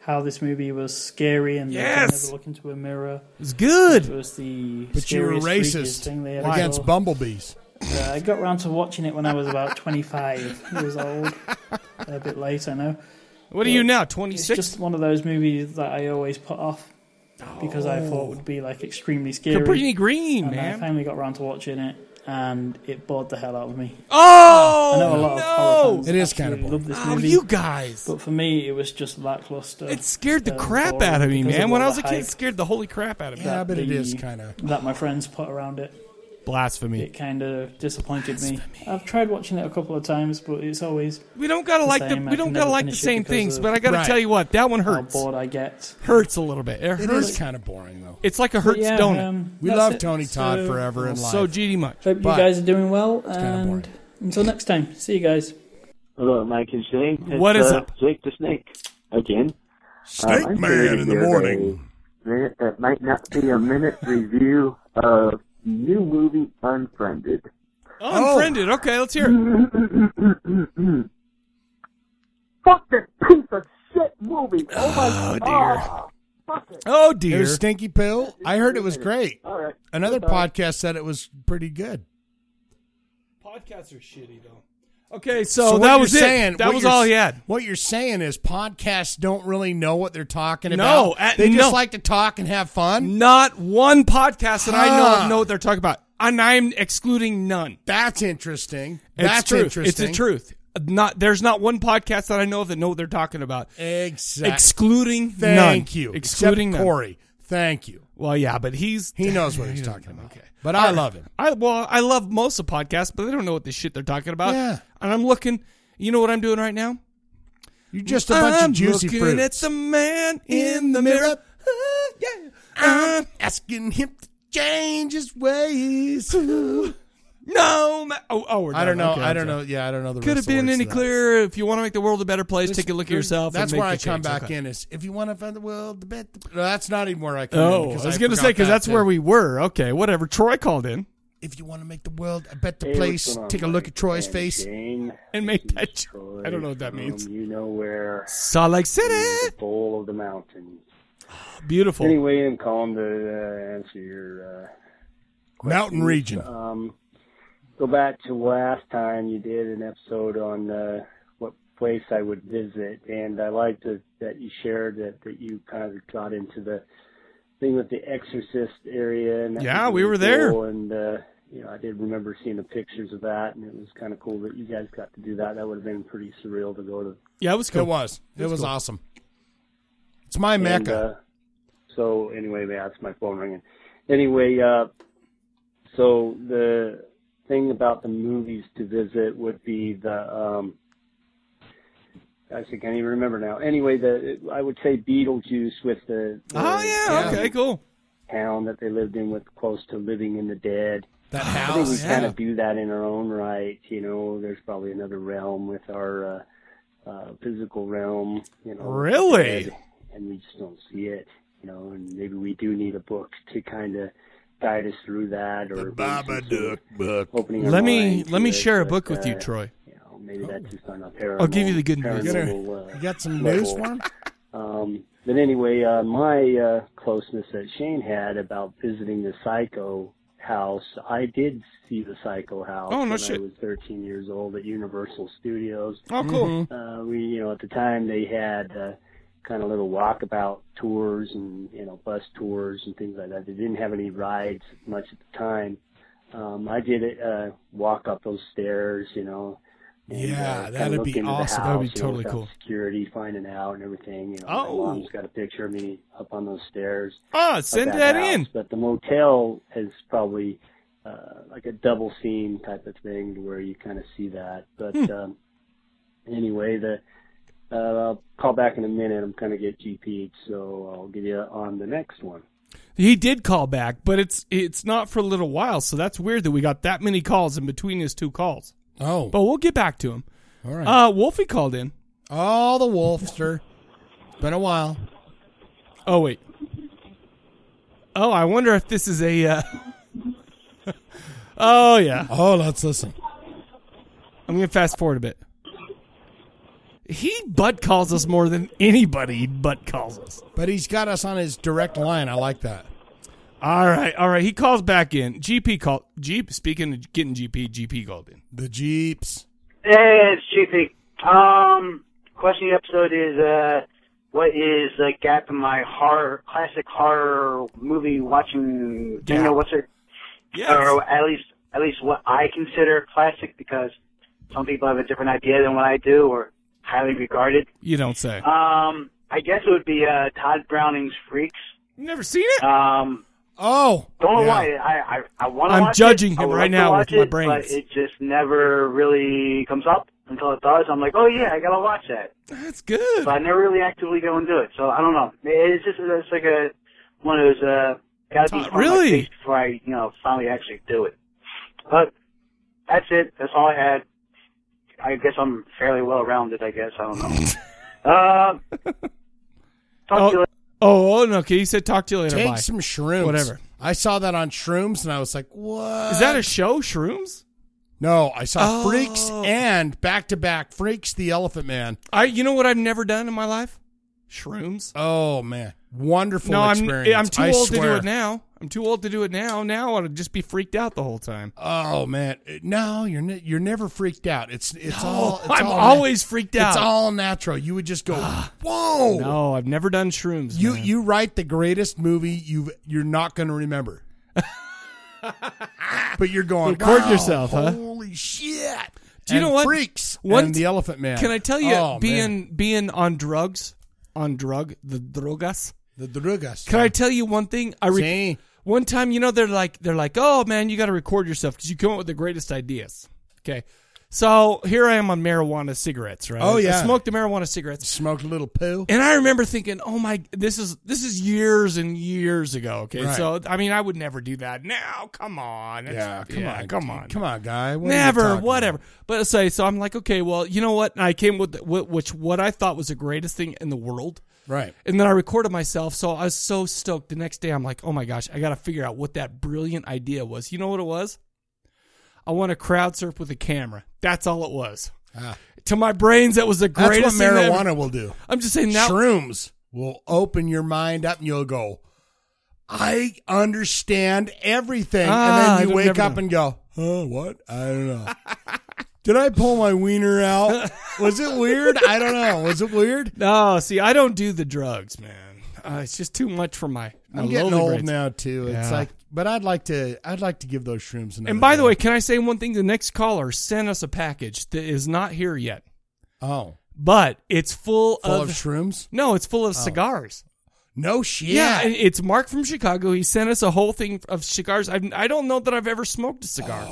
[SPEAKER 16] how this movie was scary and they could
[SPEAKER 1] Yes.
[SPEAKER 16] never look into a mirror.
[SPEAKER 1] It was good.
[SPEAKER 16] It was the
[SPEAKER 2] But you were
[SPEAKER 16] scariest, freakiest
[SPEAKER 2] racist
[SPEAKER 16] thing they ever
[SPEAKER 2] against
[SPEAKER 16] saw.
[SPEAKER 2] bumblebees.
[SPEAKER 16] Uh, I got round to watching it when I was about 25 years old. a bit late, I know.
[SPEAKER 1] What are you
[SPEAKER 16] But
[SPEAKER 1] now, 26?
[SPEAKER 16] It's just one of those movies that I always put off because I
[SPEAKER 1] Oh.
[SPEAKER 16] thought would be like extremely scary.
[SPEAKER 1] Cabrini Green,
[SPEAKER 16] and
[SPEAKER 1] man.
[SPEAKER 16] I finally got round to watching it and it bored the hell out of me.
[SPEAKER 1] Oh,
[SPEAKER 16] I know a lot of horror
[SPEAKER 1] no.
[SPEAKER 16] fans
[SPEAKER 1] It is
[SPEAKER 16] absolutely
[SPEAKER 1] kinda
[SPEAKER 16] love this
[SPEAKER 1] boring. Oh,
[SPEAKER 16] movie,
[SPEAKER 1] you guys.
[SPEAKER 16] But for me, it was just lackluster.
[SPEAKER 1] It scared the
[SPEAKER 16] um,
[SPEAKER 1] crap
[SPEAKER 16] boring
[SPEAKER 1] out of me,
[SPEAKER 16] because
[SPEAKER 1] man.
[SPEAKER 16] of
[SPEAKER 1] When
[SPEAKER 16] all
[SPEAKER 1] I was a
[SPEAKER 16] the
[SPEAKER 1] kid,
[SPEAKER 16] hype
[SPEAKER 1] it scared the holy crap out of me.
[SPEAKER 16] that the- that my friends put around it.
[SPEAKER 1] Blasphemy.
[SPEAKER 16] It kind of disappointed me. I've tried watching it a couple of times, but it's always
[SPEAKER 1] We don't gotta
[SPEAKER 16] the
[SPEAKER 1] like the
[SPEAKER 16] same. I
[SPEAKER 1] we don't
[SPEAKER 16] can
[SPEAKER 1] gotta
[SPEAKER 16] never
[SPEAKER 1] like the
[SPEAKER 16] finish it
[SPEAKER 1] same
[SPEAKER 16] because
[SPEAKER 1] things,
[SPEAKER 16] of
[SPEAKER 1] but I gotta
[SPEAKER 16] Right.
[SPEAKER 1] tell you what, that one hurts.
[SPEAKER 16] How bored I get.
[SPEAKER 1] Hurts a little bit. It,
[SPEAKER 16] It
[SPEAKER 1] hurts.
[SPEAKER 16] is kinda boring, though.
[SPEAKER 1] It's like a hurts
[SPEAKER 16] Yeah,
[SPEAKER 1] donut.
[SPEAKER 16] um, We that's love it. Tony Todd So- forever in
[SPEAKER 1] So
[SPEAKER 16] life.
[SPEAKER 1] GD much.
[SPEAKER 16] Hope you guys are doing well, and until next time, see you guys.
[SPEAKER 19] Hello, Mike and Shane. It's,
[SPEAKER 16] What is
[SPEAKER 19] uh,
[SPEAKER 16] up?
[SPEAKER 19] Jake the Snake again.
[SPEAKER 16] Snake
[SPEAKER 19] I'm
[SPEAKER 16] Man
[SPEAKER 19] here to
[SPEAKER 16] in the
[SPEAKER 19] give
[SPEAKER 16] morning.
[SPEAKER 19] a Minute that might not be a minute review of new movie Unfriended.
[SPEAKER 1] Oh, unfriended. Okay, let's hear it.
[SPEAKER 19] Fuck that piece of shit movie. Oh my god.
[SPEAKER 1] Oh
[SPEAKER 2] It was Stinky Pill. I heard it was great.
[SPEAKER 19] All right.
[SPEAKER 2] Another
[SPEAKER 1] Goodbye.
[SPEAKER 2] podcast said it was pretty good.
[SPEAKER 1] Podcasts are shitty though. Okay, so,
[SPEAKER 2] what
[SPEAKER 1] that
[SPEAKER 2] you're
[SPEAKER 1] was
[SPEAKER 2] saying,
[SPEAKER 1] it. That
[SPEAKER 2] what
[SPEAKER 1] was
[SPEAKER 2] you're-
[SPEAKER 1] all he had.
[SPEAKER 2] What you're saying is podcasts don't really know what they're talking about.
[SPEAKER 1] No, at-
[SPEAKER 2] they just
[SPEAKER 1] no.
[SPEAKER 2] like to talk and have fun.
[SPEAKER 1] Not one podcast that I know
[SPEAKER 2] Huh.
[SPEAKER 1] of know what they're talking about. And I'm excluding none.
[SPEAKER 2] That's interesting.
[SPEAKER 1] It's
[SPEAKER 2] That's
[SPEAKER 1] truth.
[SPEAKER 2] interesting.
[SPEAKER 1] It's the truth. Not there's not one podcast that I know of that know what they're talking about.
[SPEAKER 2] Exactly.
[SPEAKER 1] Excluding
[SPEAKER 2] Thank
[SPEAKER 1] none.
[SPEAKER 2] you.
[SPEAKER 1] Excluding
[SPEAKER 2] Except
[SPEAKER 1] none.
[SPEAKER 2] Corey. Thank you.
[SPEAKER 1] Well, yeah, but he's *laughs*
[SPEAKER 2] he knows what he's talking about. But I love him.
[SPEAKER 1] I well, I love most of podcasts, but they don't know what the shit they're talking about.
[SPEAKER 2] Yeah.
[SPEAKER 1] And I'm looking. You know what I'm doing right now?
[SPEAKER 2] You're just a bunch
[SPEAKER 1] I'm
[SPEAKER 2] of juicy
[SPEAKER 1] looking
[SPEAKER 2] fruits.
[SPEAKER 1] at the man in the *laughs* mirror. Uh-huh.
[SPEAKER 2] I'm asking him to change his
[SPEAKER 1] *laughs*
[SPEAKER 2] ways. no,
[SPEAKER 1] ma- oh, oh, we're
[SPEAKER 2] I
[SPEAKER 1] done.
[SPEAKER 2] don't know.
[SPEAKER 1] Okay,
[SPEAKER 2] I
[SPEAKER 1] I'm
[SPEAKER 2] don't know.
[SPEAKER 1] sorry.
[SPEAKER 2] Yeah, I don't know. The
[SPEAKER 1] Could have
[SPEAKER 2] rest of the
[SPEAKER 1] been
[SPEAKER 2] words
[SPEAKER 1] any
[SPEAKER 2] to that.
[SPEAKER 1] clearer. If you want to make the world a better place,
[SPEAKER 2] This-
[SPEAKER 1] take a look at yourself.
[SPEAKER 2] That's
[SPEAKER 1] and make
[SPEAKER 2] where
[SPEAKER 1] the
[SPEAKER 2] I come
[SPEAKER 1] change.
[SPEAKER 2] back
[SPEAKER 1] Okay.
[SPEAKER 2] in. Is if you want to find the world the best. No, that's not even where I come in.
[SPEAKER 1] Oh,
[SPEAKER 2] because
[SPEAKER 1] I was
[SPEAKER 2] going
[SPEAKER 1] gonna
[SPEAKER 2] to
[SPEAKER 1] say because that's
[SPEAKER 2] too.
[SPEAKER 1] where we were. Okay, whatever. Troy called in.
[SPEAKER 2] If you want to make the world a better
[SPEAKER 19] Hey, what's
[SPEAKER 2] place,
[SPEAKER 19] going on,
[SPEAKER 2] take a look at Troy's face.
[SPEAKER 1] and make that.
[SPEAKER 19] Troy
[SPEAKER 1] I don't know what that
[SPEAKER 19] from
[SPEAKER 1] means.
[SPEAKER 19] You know where?
[SPEAKER 1] Salt Lake City.
[SPEAKER 19] The bowl of the mountains.
[SPEAKER 1] *sighs* Beautiful.
[SPEAKER 19] Anyway, I'm calling to uh, answer your uh,
[SPEAKER 2] Mountain
[SPEAKER 19] questions.
[SPEAKER 2] region.
[SPEAKER 19] Um, go back to last time you did an episode on uh, what place I would visit, and I liked that that you shared that that you kind of got into the thing with the Exorcist area. And that
[SPEAKER 1] Yeah,
[SPEAKER 19] was
[SPEAKER 1] we
[SPEAKER 19] really
[SPEAKER 1] were there.
[SPEAKER 19] cool, And uh, you know, I did remember seeing the pictures of that, and it was kind of cool that you guys got to do that. That would have been pretty surreal to go to
[SPEAKER 1] Yeah, it was cool.
[SPEAKER 2] It was. It was
[SPEAKER 19] cool.
[SPEAKER 2] awesome. It's my
[SPEAKER 19] And,
[SPEAKER 2] mecca.
[SPEAKER 19] uh, so anyway, yeah, that's my phone ringing. Anyway, uh, so the thing about the movies to visit would be the. Um, I think I can't even remember now. Anyway, the I would say Beetlejuice with the. the
[SPEAKER 1] Oh, yeah, okay, cool.
[SPEAKER 19] Town that they lived in with close to living in the dead.
[SPEAKER 2] That
[SPEAKER 19] I think we
[SPEAKER 2] house.
[SPEAKER 19] kind of do that in our own right. You know, there's probably another realm with our uh, uh, physical realm. You know,
[SPEAKER 1] Really?
[SPEAKER 19] dead, and we just don't see it. You know, and maybe we do need a book to kind of guide us through that, or Babadook
[SPEAKER 20] book.
[SPEAKER 19] Opening our
[SPEAKER 1] Let me
[SPEAKER 19] mind
[SPEAKER 1] let me
[SPEAKER 19] to it,
[SPEAKER 1] share a
[SPEAKER 19] but,
[SPEAKER 1] book with you,
[SPEAKER 19] uh,
[SPEAKER 1] Troy.
[SPEAKER 19] know, maybe that's just on a
[SPEAKER 1] Oh. I'll give you the good
[SPEAKER 19] paranormal-
[SPEAKER 1] news. You
[SPEAKER 19] paranormal,
[SPEAKER 1] got a-
[SPEAKER 19] uh,
[SPEAKER 1] you got some
[SPEAKER 19] level.
[SPEAKER 1] news for him?
[SPEAKER 19] Um, but anyway, uh, my uh, closeness that Shane had about visiting the psycho house, I did see the psycho house
[SPEAKER 1] Oh, no
[SPEAKER 19] when
[SPEAKER 1] shit.
[SPEAKER 19] I was 13 years old at Universal Studios.
[SPEAKER 1] Oh, cool.
[SPEAKER 19] Uh, we, you know, at the time they had uh, kind of little walkabout tours and you know bus tours and things like that. They didn't have any rides much at the time. Um, I did uh, walk up those stairs, you know, uh,
[SPEAKER 2] Yeah,
[SPEAKER 19] kinda
[SPEAKER 2] that'd
[SPEAKER 19] look
[SPEAKER 2] be
[SPEAKER 19] into the
[SPEAKER 2] awesome. That'd be
[SPEAKER 19] house, you know,
[SPEAKER 2] totally
[SPEAKER 19] without
[SPEAKER 2] cool.
[SPEAKER 19] Security finding out and everything. You know,
[SPEAKER 1] Oh.
[SPEAKER 19] my mom's got a picture of me up on those stairs.
[SPEAKER 1] Ah,
[SPEAKER 19] of
[SPEAKER 1] send that
[SPEAKER 19] house.
[SPEAKER 1] in.
[SPEAKER 19] But the motel is probably uh, like a double scene type of thing where you kind of see that. But um, anyway, the uh, I'll call back in a minute. I'm kind of get GP'd, so I'll get you on the next one.
[SPEAKER 1] He did call back, but it's it's not for a little while, so that's weird that we got that many calls in between his two calls.
[SPEAKER 2] Oh,
[SPEAKER 1] but we'll get back to him.
[SPEAKER 2] All right.
[SPEAKER 1] Uh, Wolfie called in.
[SPEAKER 2] Oh, the Wolfster. Been a while.
[SPEAKER 1] Oh wait. Oh, I wonder if this is a. Uh... *laughs* oh yeah.
[SPEAKER 2] Oh, let's listen.
[SPEAKER 1] I'm gonna fast forward a bit. He butt calls us more than anybody butt calls us.
[SPEAKER 2] But he's got us on his direct line. I like that.
[SPEAKER 1] All right, all right. He calls back in. GP call. Jeep. Speaking of getting GP, GP called in.
[SPEAKER 2] The Jeeps.
[SPEAKER 21] Hey, it's GP. Um, question of the episode is, uh, what is the gap in my horror, classic horror movie watching, you know, what's it?
[SPEAKER 1] Yes.
[SPEAKER 21] Or at least, at least what I consider classic because some people have a different idea than what I do or highly regarded.
[SPEAKER 1] You don't say.
[SPEAKER 21] Um, I guess it would be, uh, Todd Browning's Freaks.
[SPEAKER 1] Never seen it?
[SPEAKER 21] Um,
[SPEAKER 2] Oh.
[SPEAKER 21] don't know
[SPEAKER 1] Yeah.
[SPEAKER 21] why. I, I, I want to
[SPEAKER 1] I'm
[SPEAKER 21] watch
[SPEAKER 1] judging
[SPEAKER 21] it. I
[SPEAKER 1] him
[SPEAKER 21] would
[SPEAKER 1] right
[SPEAKER 21] love to
[SPEAKER 1] now
[SPEAKER 21] watch
[SPEAKER 1] with my
[SPEAKER 21] it, But
[SPEAKER 1] brains.
[SPEAKER 21] it just never really comes up until it does. I'm like, oh yeah, I gotta watch that.
[SPEAKER 1] That's good.
[SPEAKER 21] But I never really actively go and do it. So I don't know. It's just it's like a one of those uh gotta be
[SPEAKER 1] Todd,
[SPEAKER 21] on my
[SPEAKER 1] really?
[SPEAKER 21] face before I you know finally actually do it. But that's it. That's all I had. I guess I'm fairly well rounded. I guess I don't know. um,
[SPEAKER 1] oh, oh, oh, no. Okay, he said talk to you later.
[SPEAKER 2] Take
[SPEAKER 1] Bye.
[SPEAKER 2] some shrooms.
[SPEAKER 1] Whatever.
[SPEAKER 2] I saw that on shrooms and I was like, what?
[SPEAKER 1] Is that a show, Shrooms?
[SPEAKER 2] No, I saw
[SPEAKER 1] Oh.
[SPEAKER 2] Freaks and back to back Freaks the Elephant Man.
[SPEAKER 1] I. You know what I've never done in my life? Shrooms.
[SPEAKER 2] Oh man, wonderful
[SPEAKER 1] No, I'm,
[SPEAKER 2] experience.
[SPEAKER 1] I'm too
[SPEAKER 2] I
[SPEAKER 1] old to do
[SPEAKER 2] swear.
[SPEAKER 1] it now. I'm too old to do it now. Now I'd just be freaked out the whole time.
[SPEAKER 2] Oh man, no, you're ne- you're never freaked out. It's it's
[SPEAKER 1] No,
[SPEAKER 2] all. It's
[SPEAKER 1] I'm
[SPEAKER 2] all
[SPEAKER 1] always freaked out. Ah.
[SPEAKER 2] It's all natural. You would just go, whoa.
[SPEAKER 1] No, I've never done shrooms.
[SPEAKER 2] You
[SPEAKER 1] man.
[SPEAKER 2] you write the greatest movie you you're not going
[SPEAKER 1] *laughs*
[SPEAKER 2] to remember. but you're going
[SPEAKER 1] Record
[SPEAKER 2] wow,
[SPEAKER 1] yourself, huh?
[SPEAKER 2] Holy shit!
[SPEAKER 1] Do you
[SPEAKER 2] And
[SPEAKER 1] know what?
[SPEAKER 2] Freaks
[SPEAKER 1] One
[SPEAKER 2] and
[SPEAKER 1] t-
[SPEAKER 2] the Elephant Man.
[SPEAKER 1] Can I tell you,
[SPEAKER 2] Oh, man.
[SPEAKER 1] being being on drugs, on drug the drogas,
[SPEAKER 2] the drogas.
[SPEAKER 1] Can I tell you one thing? I re- one time, you know, they're like they're like, oh man, you got to record yourself because you come up with the greatest ideas. Okay, so here I am on marijuana cigarettes, right?
[SPEAKER 2] Oh, yeah.
[SPEAKER 1] I smoked the marijuana cigarettes.
[SPEAKER 2] smoked a little poo,
[SPEAKER 1] And I remember thinking, "Oh my, this is this is years and years ago." Okay,
[SPEAKER 2] Right.
[SPEAKER 1] so I mean, I would never do that now. Come on, It's-
[SPEAKER 2] yeah, come on,
[SPEAKER 1] come on,
[SPEAKER 2] come on, guy. What are you
[SPEAKER 1] never,
[SPEAKER 2] talking
[SPEAKER 1] whatever. But so, so I'm like, okay, well, you know what? And I came with what, which what I thought was the greatest thing in the world.
[SPEAKER 2] Right.
[SPEAKER 1] And then I recorded myself, so I was so stoked. The next day, I'm like, oh my gosh, I got to figure out what that brilliant idea was. You know what it was? I want to crowd surf with a camera. That's all it was.
[SPEAKER 2] Ah.
[SPEAKER 1] To my brains, that was the
[SPEAKER 2] That's what
[SPEAKER 1] greatest thing that ever-
[SPEAKER 2] marijuana will do.
[SPEAKER 1] I'm just saying that
[SPEAKER 2] shrooms will open your mind up, and you'll go, "I understand everything."
[SPEAKER 1] Ah,
[SPEAKER 2] and then
[SPEAKER 1] I've
[SPEAKER 2] you wake
[SPEAKER 1] never
[SPEAKER 2] up
[SPEAKER 1] done-
[SPEAKER 2] and go, "Huh? What? I don't know." *laughs* Did I pull my
[SPEAKER 1] *laughs*
[SPEAKER 2] wiener out? Was it weird? I don't know. Was it weird?
[SPEAKER 1] No, see, I don't do the drugs, man. Uh, it's just too much for my. my
[SPEAKER 2] I'm getting
[SPEAKER 1] lowly
[SPEAKER 2] old
[SPEAKER 1] brains.
[SPEAKER 2] now too.
[SPEAKER 1] Yeah.
[SPEAKER 2] It's like, but I'd like to. I'd like to give those shrooms another.
[SPEAKER 1] And by the way, can I say one thing? The next caller sent us a package that is not here yet.
[SPEAKER 2] Oh.
[SPEAKER 1] But it's full,
[SPEAKER 2] Full of shrooms? Oh.
[SPEAKER 1] No, it's full of cigars.
[SPEAKER 2] No shit.
[SPEAKER 1] Yeah, and it's Mark from Chicago. He sent us a whole thing of cigars. I've, I don't know that I've ever smoked a cigar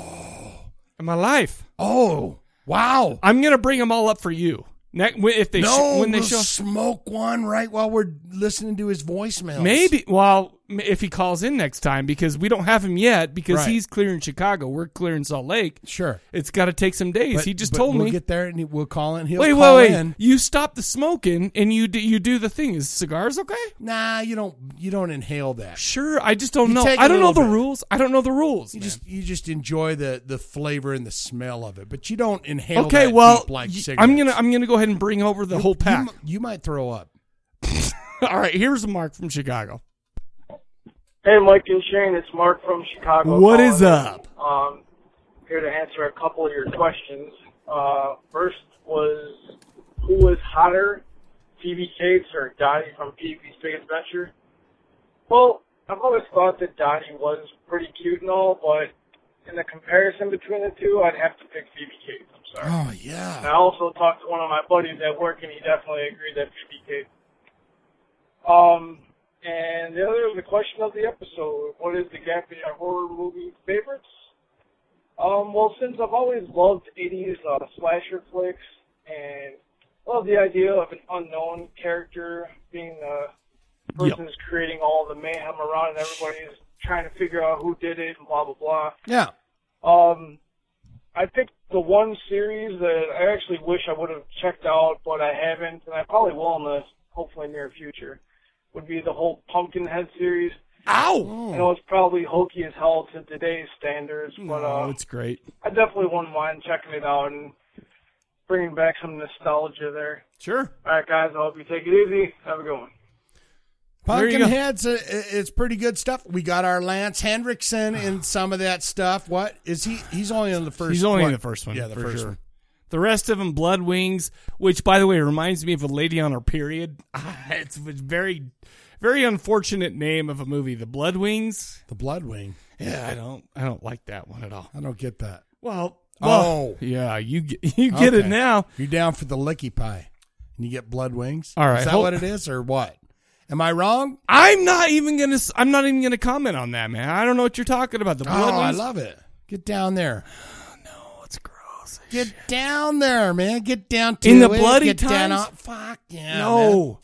[SPEAKER 1] in my life.
[SPEAKER 2] Oh, wow.
[SPEAKER 1] I'm going to bring them all up for you. Ne- when- if they
[SPEAKER 2] no,
[SPEAKER 1] sh- when they
[SPEAKER 2] we'll
[SPEAKER 1] show
[SPEAKER 2] smoke one right while we're listening to his voicemail.
[SPEAKER 1] Maybe. Well, m- if he calls in next time because we don't have him yet because
[SPEAKER 2] Right.
[SPEAKER 1] he's clearing Chicago. We're clearing Salt Lake.
[SPEAKER 2] Sure.
[SPEAKER 1] It's got to take some days.
[SPEAKER 2] But-
[SPEAKER 1] he just
[SPEAKER 2] but
[SPEAKER 1] told
[SPEAKER 2] we'll
[SPEAKER 1] me.
[SPEAKER 2] get there and we'll call in. He'll
[SPEAKER 1] wait,
[SPEAKER 2] call
[SPEAKER 1] wait, wait.
[SPEAKER 2] in.
[SPEAKER 1] You stop the smoking and you do, you do the thing. Is cigars okay?
[SPEAKER 2] Nah, you don't. You don't inhale that.
[SPEAKER 1] Sure, I just don't
[SPEAKER 2] You
[SPEAKER 1] know.
[SPEAKER 2] take a
[SPEAKER 1] I don't know
[SPEAKER 2] little
[SPEAKER 1] the
[SPEAKER 2] bit.
[SPEAKER 1] rules. I don't know the rules.
[SPEAKER 2] You
[SPEAKER 1] man.
[SPEAKER 2] just you just enjoy the the flavor and the smell of it, but you don't inhale.
[SPEAKER 1] okay,
[SPEAKER 2] that
[SPEAKER 1] well,
[SPEAKER 2] deep like
[SPEAKER 1] y-
[SPEAKER 2] cigarettes.
[SPEAKER 1] I'm gonna I'm gonna go ahead and bring over the whole pack.
[SPEAKER 2] You, mi- you might throw up.
[SPEAKER 1] *laughs* All right, here's Mark from Chicago.
[SPEAKER 22] Hey, Mike and Shane, it's Mark from Chicago.
[SPEAKER 1] What is
[SPEAKER 22] calling
[SPEAKER 1] up?
[SPEAKER 22] in. Um, here to answer a couple of your questions. Uh, first was who was hotter, Phoebe Cates or Dottie from Phoebe's Big Adventure? Well, I've always thought that Dottie was pretty cute and all, but in the comparison between the two, I'd have to pick Phoebe Cates. I'm sorry.
[SPEAKER 2] Oh yeah.
[SPEAKER 22] And I also talked to one of my buddies at work, and he definitely agreed that Phoebe Cates. Um, and the other was the question of the episode: What is the gap in your horror movie favorites? Um, well, since I've always loved '80s uh, slasher flicks and love the idea of an unknown character being the person who's creating all the mayhem around, and everybody's trying to figure out who did it, and blah blah blah.
[SPEAKER 2] Yeah.
[SPEAKER 22] Um, I picked the one series that I actually wish I would have checked out, but I haven't, and I probably will in the hopefully near future. Would be the whole Pumpkinhead series.
[SPEAKER 1] Ow!
[SPEAKER 22] I know it's probably hokey as hell to today's standards, but
[SPEAKER 1] Oh,
[SPEAKER 22] uh,
[SPEAKER 1] it's great.
[SPEAKER 22] I definitely wouldn't mind checking it out and bringing back some nostalgia there.
[SPEAKER 1] Sure.
[SPEAKER 22] All right, guys. I hope you take it easy. Have a good one.
[SPEAKER 1] There you go.
[SPEAKER 2] Pumpkinheads, uh, it's pretty good stuff. We got our Lance Hendrickson
[SPEAKER 1] *sighs*
[SPEAKER 2] in some of that stuff. What is he? He's only on the first.
[SPEAKER 1] He's only
[SPEAKER 2] one.
[SPEAKER 1] in the first one.
[SPEAKER 2] Yeah, the
[SPEAKER 1] for
[SPEAKER 2] first
[SPEAKER 1] sure.
[SPEAKER 2] one.
[SPEAKER 1] The rest of them, Blood Wings, which by the way reminds me of a lady on her period. *laughs* Ah, it's a very, very unfortunate name of a movie. The Blood Wings.
[SPEAKER 2] The Blood Wing.
[SPEAKER 1] Yeah, I don't, I don't like that one at all.
[SPEAKER 2] I don't get that.
[SPEAKER 1] Well,
[SPEAKER 2] oh
[SPEAKER 1] yeah, you get, *laughs* you get it now.
[SPEAKER 2] You're down for the licky pie, and you get blood wings.
[SPEAKER 1] All right,
[SPEAKER 2] is that
[SPEAKER 1] hold-
[SPEAKER 2] what it is, or what? Am I wrong?
[SPEAKER 1] I'm not even gonna, s- I'm not even gonna comment on that, man. I don't know what you're talking about. The Blood
[SPEAKER 2] oh, I
[SPEAKER 1] Wings-
[SPEAKER 2] love it. Get
[SPEAKER 1] *sighs*
[SPEAKER 2] down there. no, it's gross. Get down there, man. Get down to
[SPEAKER 1] In the
[SPEAKER 2] it.
[SPEAKER 1] bloody
[SPEAKER 2] Get down
[SPEAKER 1] times?
[SPEAKER 2] on- Fuck yeah. man.
[SPEAKER 1] No.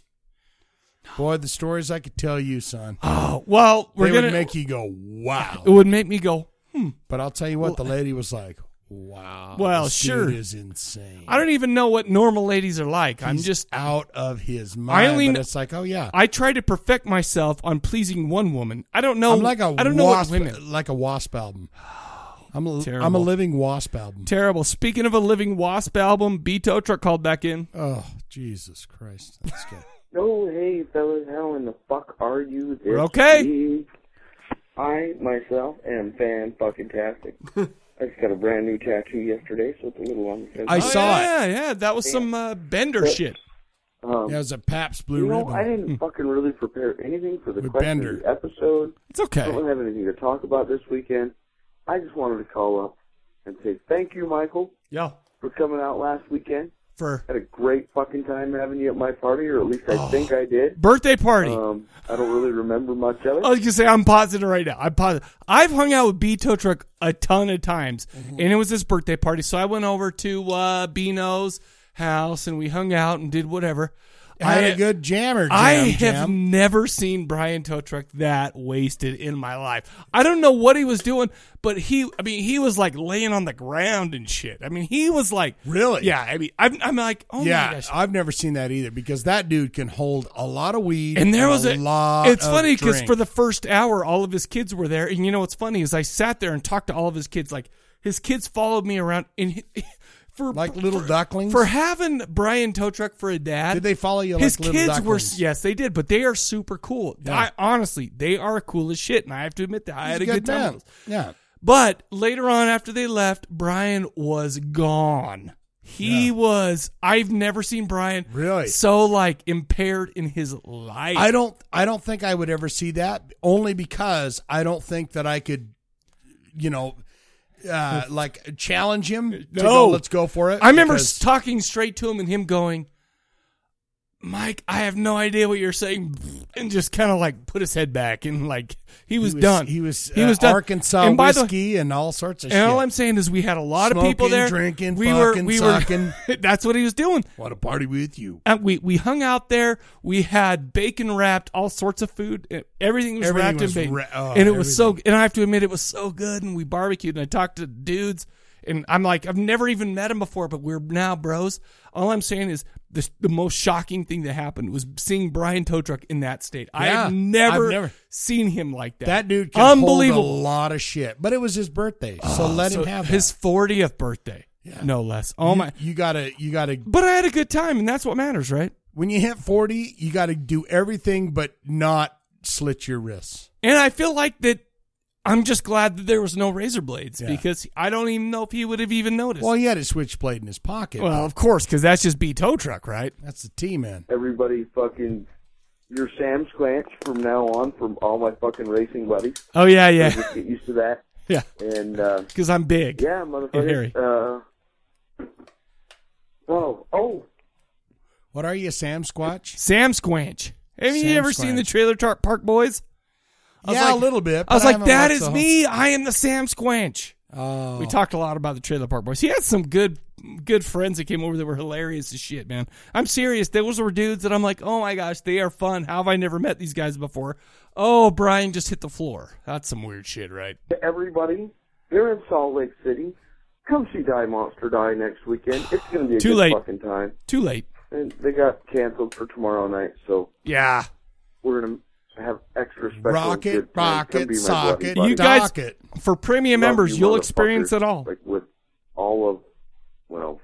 [SPEAKER 2] Boy, the stories I could tell you, son.
[SPEAKER 1] Oh, well, we're
[SPEAKER 2] they
[SPEAKER 1] gonna
[SPEAKER 2] would make you go wow.
[SPEAKER 1] It would make me go. Hmm.
[SPEAKER 2] But I'll tell you what, the lady was like, "Wow,
[SPEAKER 1] Well,
[SPEAKER 2] this
[SPEAKER 1] sure.
[SPEAKER 2] dude is insane."
[SPEAKER 1] I don't even know what normal ladies are like. I'm
[SPEAKER 2] He's
[SPEAKER 1] just
[SPEAKER 2] out of his mind. but it's like, oh yeah,
[SPEAKER 1] I try to perfect myself on pleasing one woman. I don't know.
[SPEAKER 2] I'm like a
[SPEAKER 1] I don't know what
[SPEAKER 2] wasp,
[SPEAKER 1] women.
[SPEAKER 2] like a wasp
[SPEAKER 1] *sighs*
[SPEAKER 2] album. I'm a,
[SPEAKER 1] Terrible.
[SPEAKER 2] am a living wasp album.
[SPEAKER 1] Terrible. Speaking of a living wasp album, B Tow Truck called back in.
[SPEAKER 2] Oh, Jesus Christ. That's
[SPEAKER 3] *laughs*
[SPEAKER 2] good.
[SPEAKER 3] No, hey, fellas, how in the fuck are you this
[SPEAKER 1] We're okay.
[SPEAKER 3] week? I, myself, am fan fucking
[SPEAKER 1] *laughs*
[SPEAKER 3] tastic. I just got a brand new tattoo yesterday, so it's a little on the fence.
[SPEAKER 1] Oh, yeah, Yeah, yeah. That was some uh, Bender
[SPEAKER 3] Yeah.
[SPEAKER 1] shit.
[SPEAKER 3] Um,
[SPEAKER 2] Yeah, it was a Pabst Blue
[SPEAKER 3] you know,
[SPEAKER 2] Ribbon.
[SPEAKER 3] I didn't fucking really prepare anything for the question of
[SPEAKER 2] Bender.
[SPEAKER 3] the episode.
[SPEAKER 1] It's okay.
[SPEAKER 3] I don't really have anything to talk about this weekend. I just wanted to call up and say thank you, Michael.
[SPEAKER 1] Yeah.
[SPEAKER 3] For coming out last weekend.
[SPEAKER 1] For
[SPEAKER 3] had a great fucking time having you at my party, or at least I think I did.
[SPEAKER 1] Oh. Birthday party.
[SPEAKER 3] Um, I don't really remember much of it.
[SPEAKER 1] I was gonna say I'm positive right now. I'm positive. I've hung out with B Tow Truck a ton of times,
[SPEAKER 2] Mm-hmm.
[SPEAKER 1] and it was his birthday party, so I went over to uh, Bino's house and we hung out and did whatever.
[SPEAKER 2] I had
[SPEAKER 1] a
[SPEAKER 2] a good jammer. Jam,
[SPEAKER 1] I have
[SPEAKER 2] jam.
[SPEAKER 1] never seen Brian Tow Truck that wasted in my life. I don't know what he was doing, but he, I mean, he was like laying on the ground and shit. I mean, he was like,
[SPEAKER 2] Really?
[SPEAKER 1] Yeah. I mean, I'm, I'm like, oh
[SPEAKER 2] yeah,
[SPEAKER 1] my gosh.
[SPEAKER 2] I've never seen that either because that dude can hold a lot of weed
[SPEAKER 1] And there was a,
[SPEAKER 2] lot.
[SPEAKER 1] It's
[SPEAKER 2] of
[SPEAKER 1] funny because
[SPEAKER 2] drink.
[SPEAKER 1] for the first hour, all of his kids were there, and you know what's funny is I sat there and talked to all of his kids. Like his kids followed me around, and he- for like
[SPEAKER 2] little ducklings
[SPEAKER 1] for having Brian Tow Truck for a dad.
[SPEAKER 2] Did they follow you
[SPEAKER 1] His
[SPEAKER 2] like little
[SPEAKER 1] kids were
[SPEAKER 2] ducklings?
[SPEAKER 1] yes, they did, but they are super cool.
[SPEAKER 2] Yeah.
[SPEAKER 1] I honestly, they are cool as shit, and I have to admit that I
[SPEAKER 2] He's
[SPEAKER 1] had
[SPEAKER 2] a
[SPEAKER 1] a
[SPEAKER 2] good
[SPEAKER 1] good, time.
[SPEAKER 2] man.
[SPEAKER 1] with those.
[SPEAKER 2] Yeah.
[SPEAKER 1] But later on, after they left, Brian was gone. He was. I've never seen Brian
[SPEAKER 2] Really?
[SPEAKER 1] so like impaired in his life.
[SPEAKER 2] I don't I don't think I would ever see that only because I don't think that I could you know uh, like challenge him to
[SPEAKER 1] No,
[SPEAKER 2] go, let's go for it.
[SPEAKER 1] I remember
[SPEAKER 2] because-
[SPEAKER 1] talking straight to him and him going, "Mike, I have no idea what you're saying. and just kind of like put his head back and like he was,
[SPEAKER 2] was-
[SPEAKER 1] done.
[SPEAKER 2] he was,
[SPEAKER 1] he was
[SPEAKER 2] uh,
[SPEAKER 1] done.
[SPEAKER 2] Arkansas
[SPEAKER 1] and by the-
[SPEAKER 2] whiskey and all sorts of
[SPEAKER 1] and all
[SPEAKER 2] shit.
[SPEAKER 1] I'm saying is we had a lot of people
[SPEAKER 2] Smoking,
[SPEAKER 1] there
[SPEAKER 2] drinking,
[SPEAKER 1] we
[SPEAKER 2] fucking, sucking.
[SPEAKER 1] *laughs* that's what he was doing.
[SPEAKER 2] Want to party with you?
[SPEAKER 1] And Uh, we we hung out there. We had bacon wrapped, all sorts of food. and Everything was
[SPEAKER 2] Everything
[SPEAKER 1] wrapped
[SPEAKER 2] was
[SPEAKER 1] in bacon,
[SPEAKER 2] wra- oh,
[SPEAKER 1] and it was so. And I have to admit, it was so good. And we barbecued, and I talked to dudes, and I'm like, I've never even met him before, but we're now bros. All I'm saying is the the most shocking thing that happened was seeing Brian Tow Truck in that state. I
[SPEAKER 2] Yeah,
[SPEAKER 1] have never,
[SPEAKER 2] I've never-
[SPEAKER 1] seen him like that.
[SPEAKER 2] That dude can
[SPEAKER 1] unbelievable.
[SPEAKER 2] hold a lot of shit, but it was his birthday, so
[SPEAKER 1] Oh,
[SPEAKER 2] let
[SPEAKER 1] so
[SPEAKER 2] him have
[SPEAKER 1] his fortieth birthday. No less. Oh
[SPEAKER 2] You-
[SPEAKER 1] my!
[SPEAKER 2] You gotta, you gotta.
[SPEAKER 1] But I had a good time, and that's what matters, right?
[SPEAKER 2] When you hit forty, you gotta do everything, but not slit your wrists.
[SPEAKER 1] And I feel like that. I'm just glad that there was no razor blades because I don't even know if he would have even noticed.
[SPEAKER 2] Well, he had a switchblade in his pocket.
[SPEAKER 1] Well, of course, because that's just B tow truck, right?
[SPEAKER 2] That's the T man.
[SPEAKER 3] Everybody fucking. You're Sam Squanch from now on from all my fucking racing buddies.
[SPEAKER 1] Oh, yeah, yeah.
[SPEAKER 3] So Just get used to that.
[SPEAKER 1] Yeah.
[SPEAKER 3] And, uh.
[SPEAKER 1] Because I'm big.
[SPEAKER 3] Yeah,
[SPEAKER 1] And hairy.
[SPEAKER 3] motherfucker. Uh. Whoa. Oh.
[SPEAKER 2] What are you, Sam Squatch?
[SPEAKER 1] Sam Squanch. Have you
[SPEAKER 2] Sam
[SPEAKER 1] ever seen the Trailer Tar- Park Boys? I was
[SPEAKER 2] Yeah,
[SPEAKER 1] like-
[SPEAKER 2] a little bit.
[SPEAKER 1] I was
[SPEAKER 2] but
[SPEAKER 1] like,
[SPEAKER 2] haven't
[SPEAKER 1] that
[SPEAKER 2] watched
[SPEAKER 1] is
[SPEAKER 2] the whole-
[SPEAKER 1] me. I am the Sam Squanch.
[SPEAKER 2] Oh.
[SPEAKER 1] We talked a lot about the Trailer Park Boys. He had some good good friends that came over that were hilarious as shit, man. I'm serious. Those were dudes that I'm like, oh my gosh, they are fun. How have I never met these guys before? Oh, Brian just hit the floor. That's some weird shit, right?
[SPEAKER 3] To everybody, they're in Salt Lake City. Come see Die Monster Die next weekend. It's gonna be a
[SPEAKER 1] Too
[SPEAKER 3] good
[SPEAKER 1] late.
[SPEAKER 3] fucking time.
[SPEAKER 1] Too late.
[SPEAKER 3] And they got canceled for tomorrow night, so
[SPEAKER 1] Yeah.
[SPEAKER 3] we're gonna have extra special.
[SPEAKER 2] Rocket,
[SPEAKER 3] good time. Come
[SPEAKER 2] rocket,
[SPEAKER 3] be my
[SPEAKER 2] socket,
[SPEAKER 3] bloody buddy.
[SPEAKER 1] You guys, for premium
[SPEAKER 3] Love
[SPEAKER 1] members,
[SPEAKER 3] you
[SPEAKER 1] you will experience
[SPEAKER 3] motherfuckers,
[SPEAKER 1] it all.
[SPEAKER 3] Like with all of, well,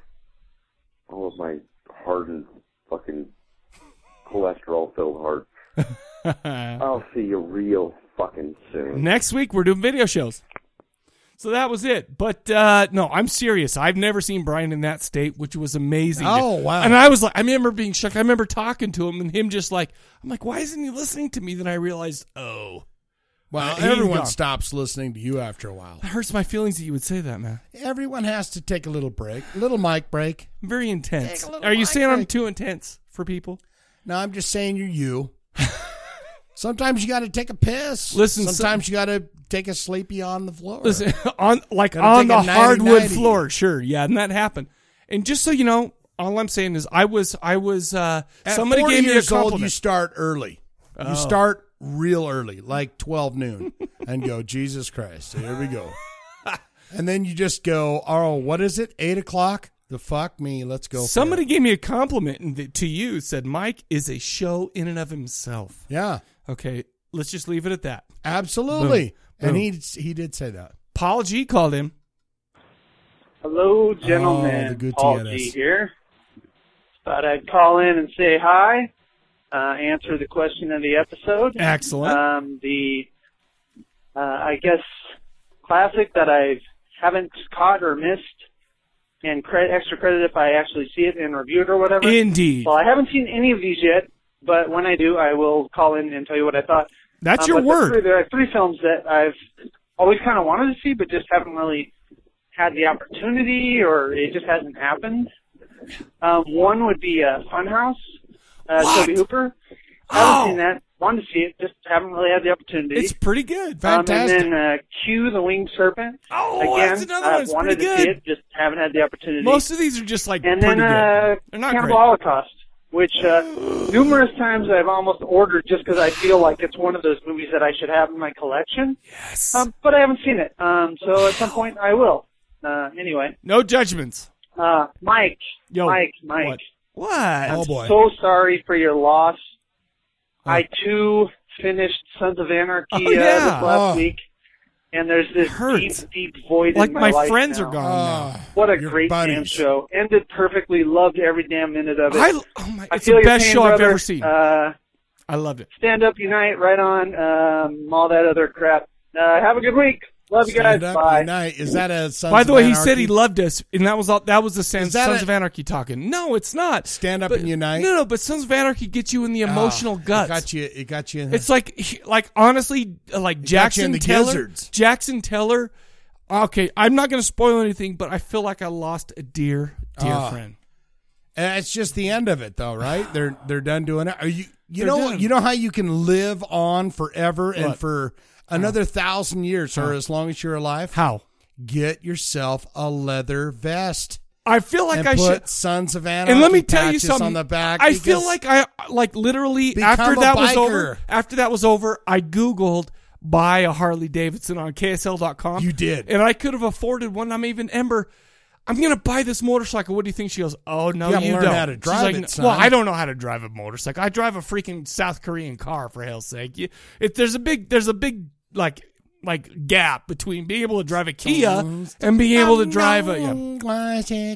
[SPEAKER 3] all of my hardened fucking cholesterol-filled heart. I'll see you real fucking
[SPEAKER 1] *laughs*
[SPEAKER 3] soon.
[SPEAKER 1] Next week we're doing video shows. So that was it. But uh, no, I'm serious. I've never seen Brian in that state, which was amazing.
[SPEAKER 2] Oh, wow.
[SPEAKER 1] And I was like I remember being shocked. I remember talking to him and him just like I'm like, why isn't he listening to me? Then I realized, oh.
[SPEAKER 2] Well,
[SPEAKER 1] He's
[SPEAKER 2] everyone
[SPEAKER 1] gone.
[SPEAKER 2] stops listening to you after a while.
[SPEAKER 1] It hurts my feelings that you would say that, man.
[SPEAKER 2] Everyone has to take a little break, little mic break.
[SPEAKER 1] Very intense.
[SPEAKER 2] Take a little
[SPEAKER 1] Are you
[SPEAKER 2] mic
[SPEAKER 1] saying I'm
[SPEAKER 2] break.
[SPEAKER 1] too intense for people?
[SPEAKER 2] No, I'm just saying
[SPEAKER 1] *laughs*
[SPEAKER 2] you're you. Sometimes you got to take a piss.
[SPEAKER 1] Listen, so-
[SPEAKER 2] Sometimes you got to take a sleepy on the floor.
[SPEAKER 1] *laughs* Listen, *laughs* on like
[SPEAKER 2] Gotta
[SPEAKER 1] on
[SPEAKER 2] take
[SPEAKER 1] the
[SPEAKER 2] a
[SPEAKER 1] hardwood
[SPEAKER 2] 90-90.
[SPEAKER 1] floor, sure, yeah, and that happened. And just so you know, all I'm saying is I was I was uh,
[SPEAKER 2] At
[SPEAKER 1] somebody
[SPEAKER 2] 40
[SPEAKER 1] gave me a
[SPEAKER 2] years
[SPEAKER 1] compliment.
[SPEAKER 2] old. You start early.
[SPEAKER 1] Oh.
[SPEAKER 2] You start real early, like twelve noon, and go. Jesus Christ, here
[SPEAKER 1] *laughs*
[SPEAKER 2] we go. and then you just go. Oh, what is it? Eight o'clock. The fuck me. Let's go. for it."
[SPEAKER 1] Somebody gave me a compliment and th- to you said Mike is a show in and of himself.
[SPEAKER 2] Yeah.
[SPEAKER 1] Okay. Let's just leave it at that.
[SPEAKER 2] Absolutely.
[SPEAKER 1] Boom.
[SPEAKER 2] And
[SPEAKER 1] Boom.
[SPEAKER 2] he he did say that.
[SPEAKER 1] Paul G called him.
[SPEAKER 23] Hello,
[SPEAKER 2] Oh, the
[SPEAKER 23] gentlemen.
[SPEAKER 2] good
[SPEAKER 23] Paul
[SPEAKER 2] TNS.
[SPEAKER 23] G here. Thought I'd call in and say hi, uh, answer the question of the episode.
[SPEAKER 1] Excellent.
[SPEAKER 23] Um, the, uh, I guess, classic that I haven't caught or missed, and cre- extra credit if I actually see it and review it or whatever.
[SPEAKER 1] Indeed.
[SPEAKER 23] Well, I haven't seen any of these yet, but when I do, I will call in and tell you what I thought.
[SPEAKER 1] That's
[SPEAKER 23] Um,
[SPEAKER 1] your
[SPEAKER 23] but the
[SPEAKER 1] word.
[SPEAKER 23] three- there are three films that I've always kind of wanted to see, but just haven't really had the opportunity, or it just hasn't happened. Um, one would be uh, Funhouse, uh, Toby Hooper. Haven't seen that. Wanted to see it, just haven't really had the opportunity.
[SPEAKER 1] Oh! It's pretty good.
[SPEAKER 23] Um, and then uh, Q, the Winged Serpent.
[SPEAKER 1] Oh,
[SPEAKER 23] Again,
[SPEAKER 1] that's another one
[SPEAKER 23] I've
[SPEAKER 1] that's
[SPEAKER 23] wanted
[SPEAKER 1] pretty
[SPEAKER 23] to see
[SPEAKER 1] good.
[SPEAKER 23] it, just haven't had the opportunity.
[SPEAKER 1] Most of these are just like
[SPEAKER 23] And
[SPEAKER 1] pretty
[SPEAKER 23] then uh,
[SPEAKER 1] good. They're not
[SPEAKER 23] Cannibal
[SPEAKER 1] great.
[SPEAKER 23] Holocaust, which uh, numerous times I've almost ordered just because I feel like it's one of those movies that I should have in my collection.
[SPEAKER 1] Yes.
[SPEAKER 23] Um, but I haven't seen it, um, so at some point I will. Uh, anyway,
[SPEAKER 1] No judgments.
[SPEAKER 23] uh, Mike, Mike, Mike.
[SPEAKER 1] What? Oh,
[SPEAKER 23] I'm so sorry for your loss. I too finished Sons of Anarchy
[SPEAKER 1] Oh, yeah.
[SPEAKER 23] uh, this last
[SPEAKER 1] Oh.
[SPEAKER 23] week, and there's this deep, deep void
[SPEAKER 1] like
[SPEAKER 23] in my,
[SPEAKER 1] my,
[SPEAKER 23] life
[SPEAKER 1] friends
[SPEAKER 23] now.
[SPEAKER 1] are gone now.
[SPEAKER 23] What a great damn show! Ended perfectly. Loved every damn minute of it.
[SPEAKER 1] I- oh my-
[SPEAKER 23] I
[SPEAKER 1] it's
[SPEAKER 23] feel
[SPEAKER 1] the
[SPEAKER 23] your
[SPEAKER 1] best
[SPEAKER 23] pain,
[SPEAKER 1] show I've
[SPEAKER 23] brother.
[SPEAKER 1] ever seen.
[SPEAKER 23] Uh,
[SPEAKER 1] I loved it.
[SPEAKER 23] stand up, unite, right on. Um, all that other crap. Uh, have a good week. Love you guys.
[SPEAKER 2] Stand up,
[SPEAKER 23] Bye.
[SPEAKER 2] unite. Is that a Sons
[SPEAKER 1] By the
[SPEAKER 2] of
[SPEAKER 1] way, he
[SPEAKER 2] Anarchy?
[SPEAKER 1] said he loved us, and that was all. That was the Sons,
[SPEAKER 2] Is that
[SPEAKER 1] Sons
[SPEAKER 2] a-
[SPEAKER 1] of Anarchy talking. No, it's not. Stand
[SPEAKER 2] up and unite?
[SPEAKER 1] No, no, but Sons of Anarchy gets you in the
[SPEAKER 2] Ah,
[SPEAKER 1] emotional guts.
[SPEAKER 2] It got you. It got you. In
[SPEAKER 1] It's like, he- like honestly, uh, like Jackson
[SPEAKER 2] the
[SPEAKER 1] Teller.
[SPEAKER 2] gizzards.
[SPEAKER 1] Jackson Teller. Okay, I'm not going to spoil anything, but I feel like I lost a dear, dear
[SPEAKER 2] Ah.
[SPEAKER 1] friend.
[SPEAKER 2] And it's just the end of it, though, right? They're they're done doing it. Are you? You
[SPEAKER 1] They're
[SPEAKER 2] know,
[SPEAKER 1] dead.
[SPEAKER 2] you know how you can live on forever and
[SPEAKER 1] What?
[SPEAKER 2] for another thousand years, or
[SPEAKER 1] How?
[SPEAKER 2] as long as you're alive.
[SPEAKER 1] How?
[SPEAKER 2] Get yourself a leather vest.
[SPEAKER 1] I feel like
[SPEAKER 2] and
[SPEAKER 1] I
[SPEAKER 2] put
[SPEAKER 1] should.
[SPEAKER 2] Sons of Anarchy.
[SPEAKER 1] and let me tell you
[SPEAKER 2] patches
[SPEAKER 1] something
[SPEAKER 2] on the back.
[SPEAKER 1] I feel
[SPEAKER 2] because-
[SPEAKER 1] like I like literally
[SPEAKER 2] Become
[SPEAKER 1] after
[SPEAKER 2] a
[SPEAKER 1] that was
[SPEAKER 2] biker.
[SPEAKER 1] over. After that was over, I googled buy a Harley Davidson on KSL.com. You
[SPEAKER 2] did,
[SPEAKER 1] and I could have afforded one. I'm even Ember. I'm gonna buy this motorcycle. What do you think? She goes, "Oh no,
[SPEAKER 2] You
[SPEAKER 1] you,
[SPEAKER 2] gotta learn
[SPEAKER 1] don't."
[SPEAKER 2] how to
[SPEAKER 1] She's
[SPEAKER 2] drive
[SPEAKER 1] like,
[SPEAKER 2] it,
[SPEAKER 1] "No,
[SPEAKER 2] son."
[SPEAKER 1] Well, I don't know how to drive a motorcycle. I drive a freaking South Korean car for hell's sake. You, if there's a big, there's a big like like gap between being able to drive a Kia and being able to drive a. yeah.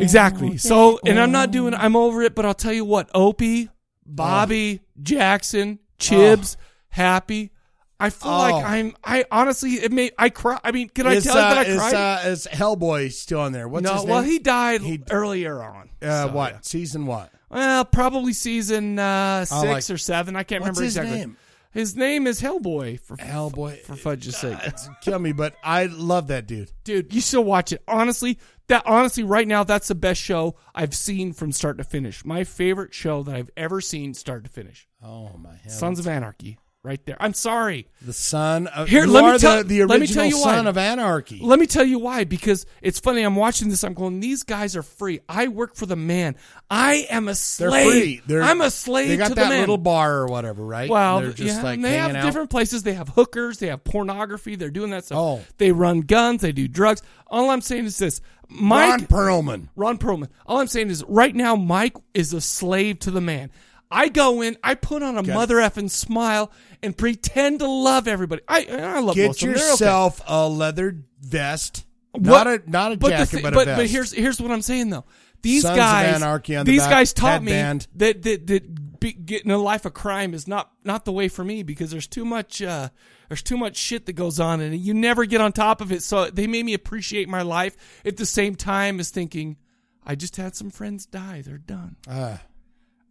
[SPEAKER 1] Exactly. So, and I'm not doing. I'm over it. But I'll tell you what: Opie, Bobby, Jackson, Chibs, Happy. I feel
[SPEAKER 2] Oh.
[SPEAKER 1] like I'm. I honestly, it may. I cry. I mean, can I
[SPEAKER 2] Is,
[SPEAKER 1] tell you
[SPEAKER 2] uh,
[SPEAKER 1] that I
[SPEAKER 2] is,
[SPEAKER 1] cried?
[SPEAKER 2] uh, is Hellboy still on there? What's
[SPEAKER 1] no.
[SPEAKER 2] his name?
[SPEAKER 1] Well, he died earlier on.
[SPEAKER 2] uh,
[SPEAKER 1] So,
[SPEAKER 2] what
[SPEAKER 1] yeah.
[SPEAKER 2] season? What?
[SPEAKER 1] Well, probably season uh, six
[SPEAKER 2] like-
[SPEAKER 1] or seven. I can't
[SPEAKER 2] What's
[SPEAKER 1] remember
[SPEAKER 2] his
[SPEAKER 1] exactly.
[SPEAKER 2] name?
[SPEAKER 1] His name is Hellboy. For
[SPEAKER 2] Hellboy.
[SPEAKER 1] For fudge's sake,
[SPEAKER 2] kill me. But I love that dude.
[SPEAKER 1] dude. You still watch it? Honestly, that honestly, right now, that's the best show I've seen from start to finish. My favorite show that I've ever seen, start to finish.
[SPEAKER 2] Oh my heavens.
[SPEAKER 1] Sons of Anarchy, right there. I'm sorry.
[SPEAKER 2] The son of
[SPEAKER 1] Here,
[SPEAKER 2] you
[SPEAKER 1] let
[SPEAKER 2] are
[SPEAKER 1] me tell
[SPEAKER 2] the, the original
[SPEAKER 1] let me tell you why.
[SPEAKER 2] son of anarchy.
[SPEAKER 1] Let me tell you why. Because it's funny. I'm watching this. I'm going. These guys are free. I work for the man. I am a
[SPEAKER 2] They're
[SPEAKER 1] slave.
[SPEAKER 2] free. They're,
[SPEAKER 1] I'm a slave
[SPEAKER 2] They got
[SPEAKER 1] to
[SPEAKER 2] that
[SPEAKER 1] the man.
[SPEAKER 2] little bar or whatever, right?
[SPEAKER 1] Wow,
[SPEAKER 2] And they're just
[SPEAKER 1] yeah,
[SPEAKER 2] like
[SPEAKER 1] and they have
[SPEAKER 2] hanging out.
[SPEAKER 1] different places. They have hookers, they have pornography, they're doing that stuff. Oh. They run guns, they do drugs. All I'm saying is this. Mike
[SPEAKER 2] Perlman.
[SPEAKER 1] Ron Perlman. All I'm saying is right now Mike is a slave to the man. I go in, I put on a
[SPEAKER 2] Got it.
[SPEAKER 1] mother effing smile and pretend to love everybody. I and I love
[SPEAKER 2] Get
[SPEAKER 1] most of them. They're okay.
[SPEAKER 2] yourself a leather vest. Not
[SPEAKER 1] What-
[SPEAKER 2] a not a
[SPEAKER 1] but the
[SPEAKER 2] jacket,
[SPEAKER 1] thi-
[SPEAKER 2] but a
[SPEAKER 1] but,
[SPEAKER 2] vest.
[SPEAKER 1] but here's here's what I'm saying though. These
[SPEAKER 2] Sons of
[SPEAKER 1] guys,
[SPEAKER 2] Anarchy on the
[SPEAKER 1] these
[SPEAKER 2] back,
[SPEAKER 1] guys taught me
[SPEAKER 2] headband.
[SPEAKER 1] that that that be, getting a life of crime is not not the way for me because there's too much uh, there's too much shit that goes on and you never get on top of it. So they made me appreciate my life at the same time as thinking, I just had some friends die. They're done.
[SPEAKER 2] Ah.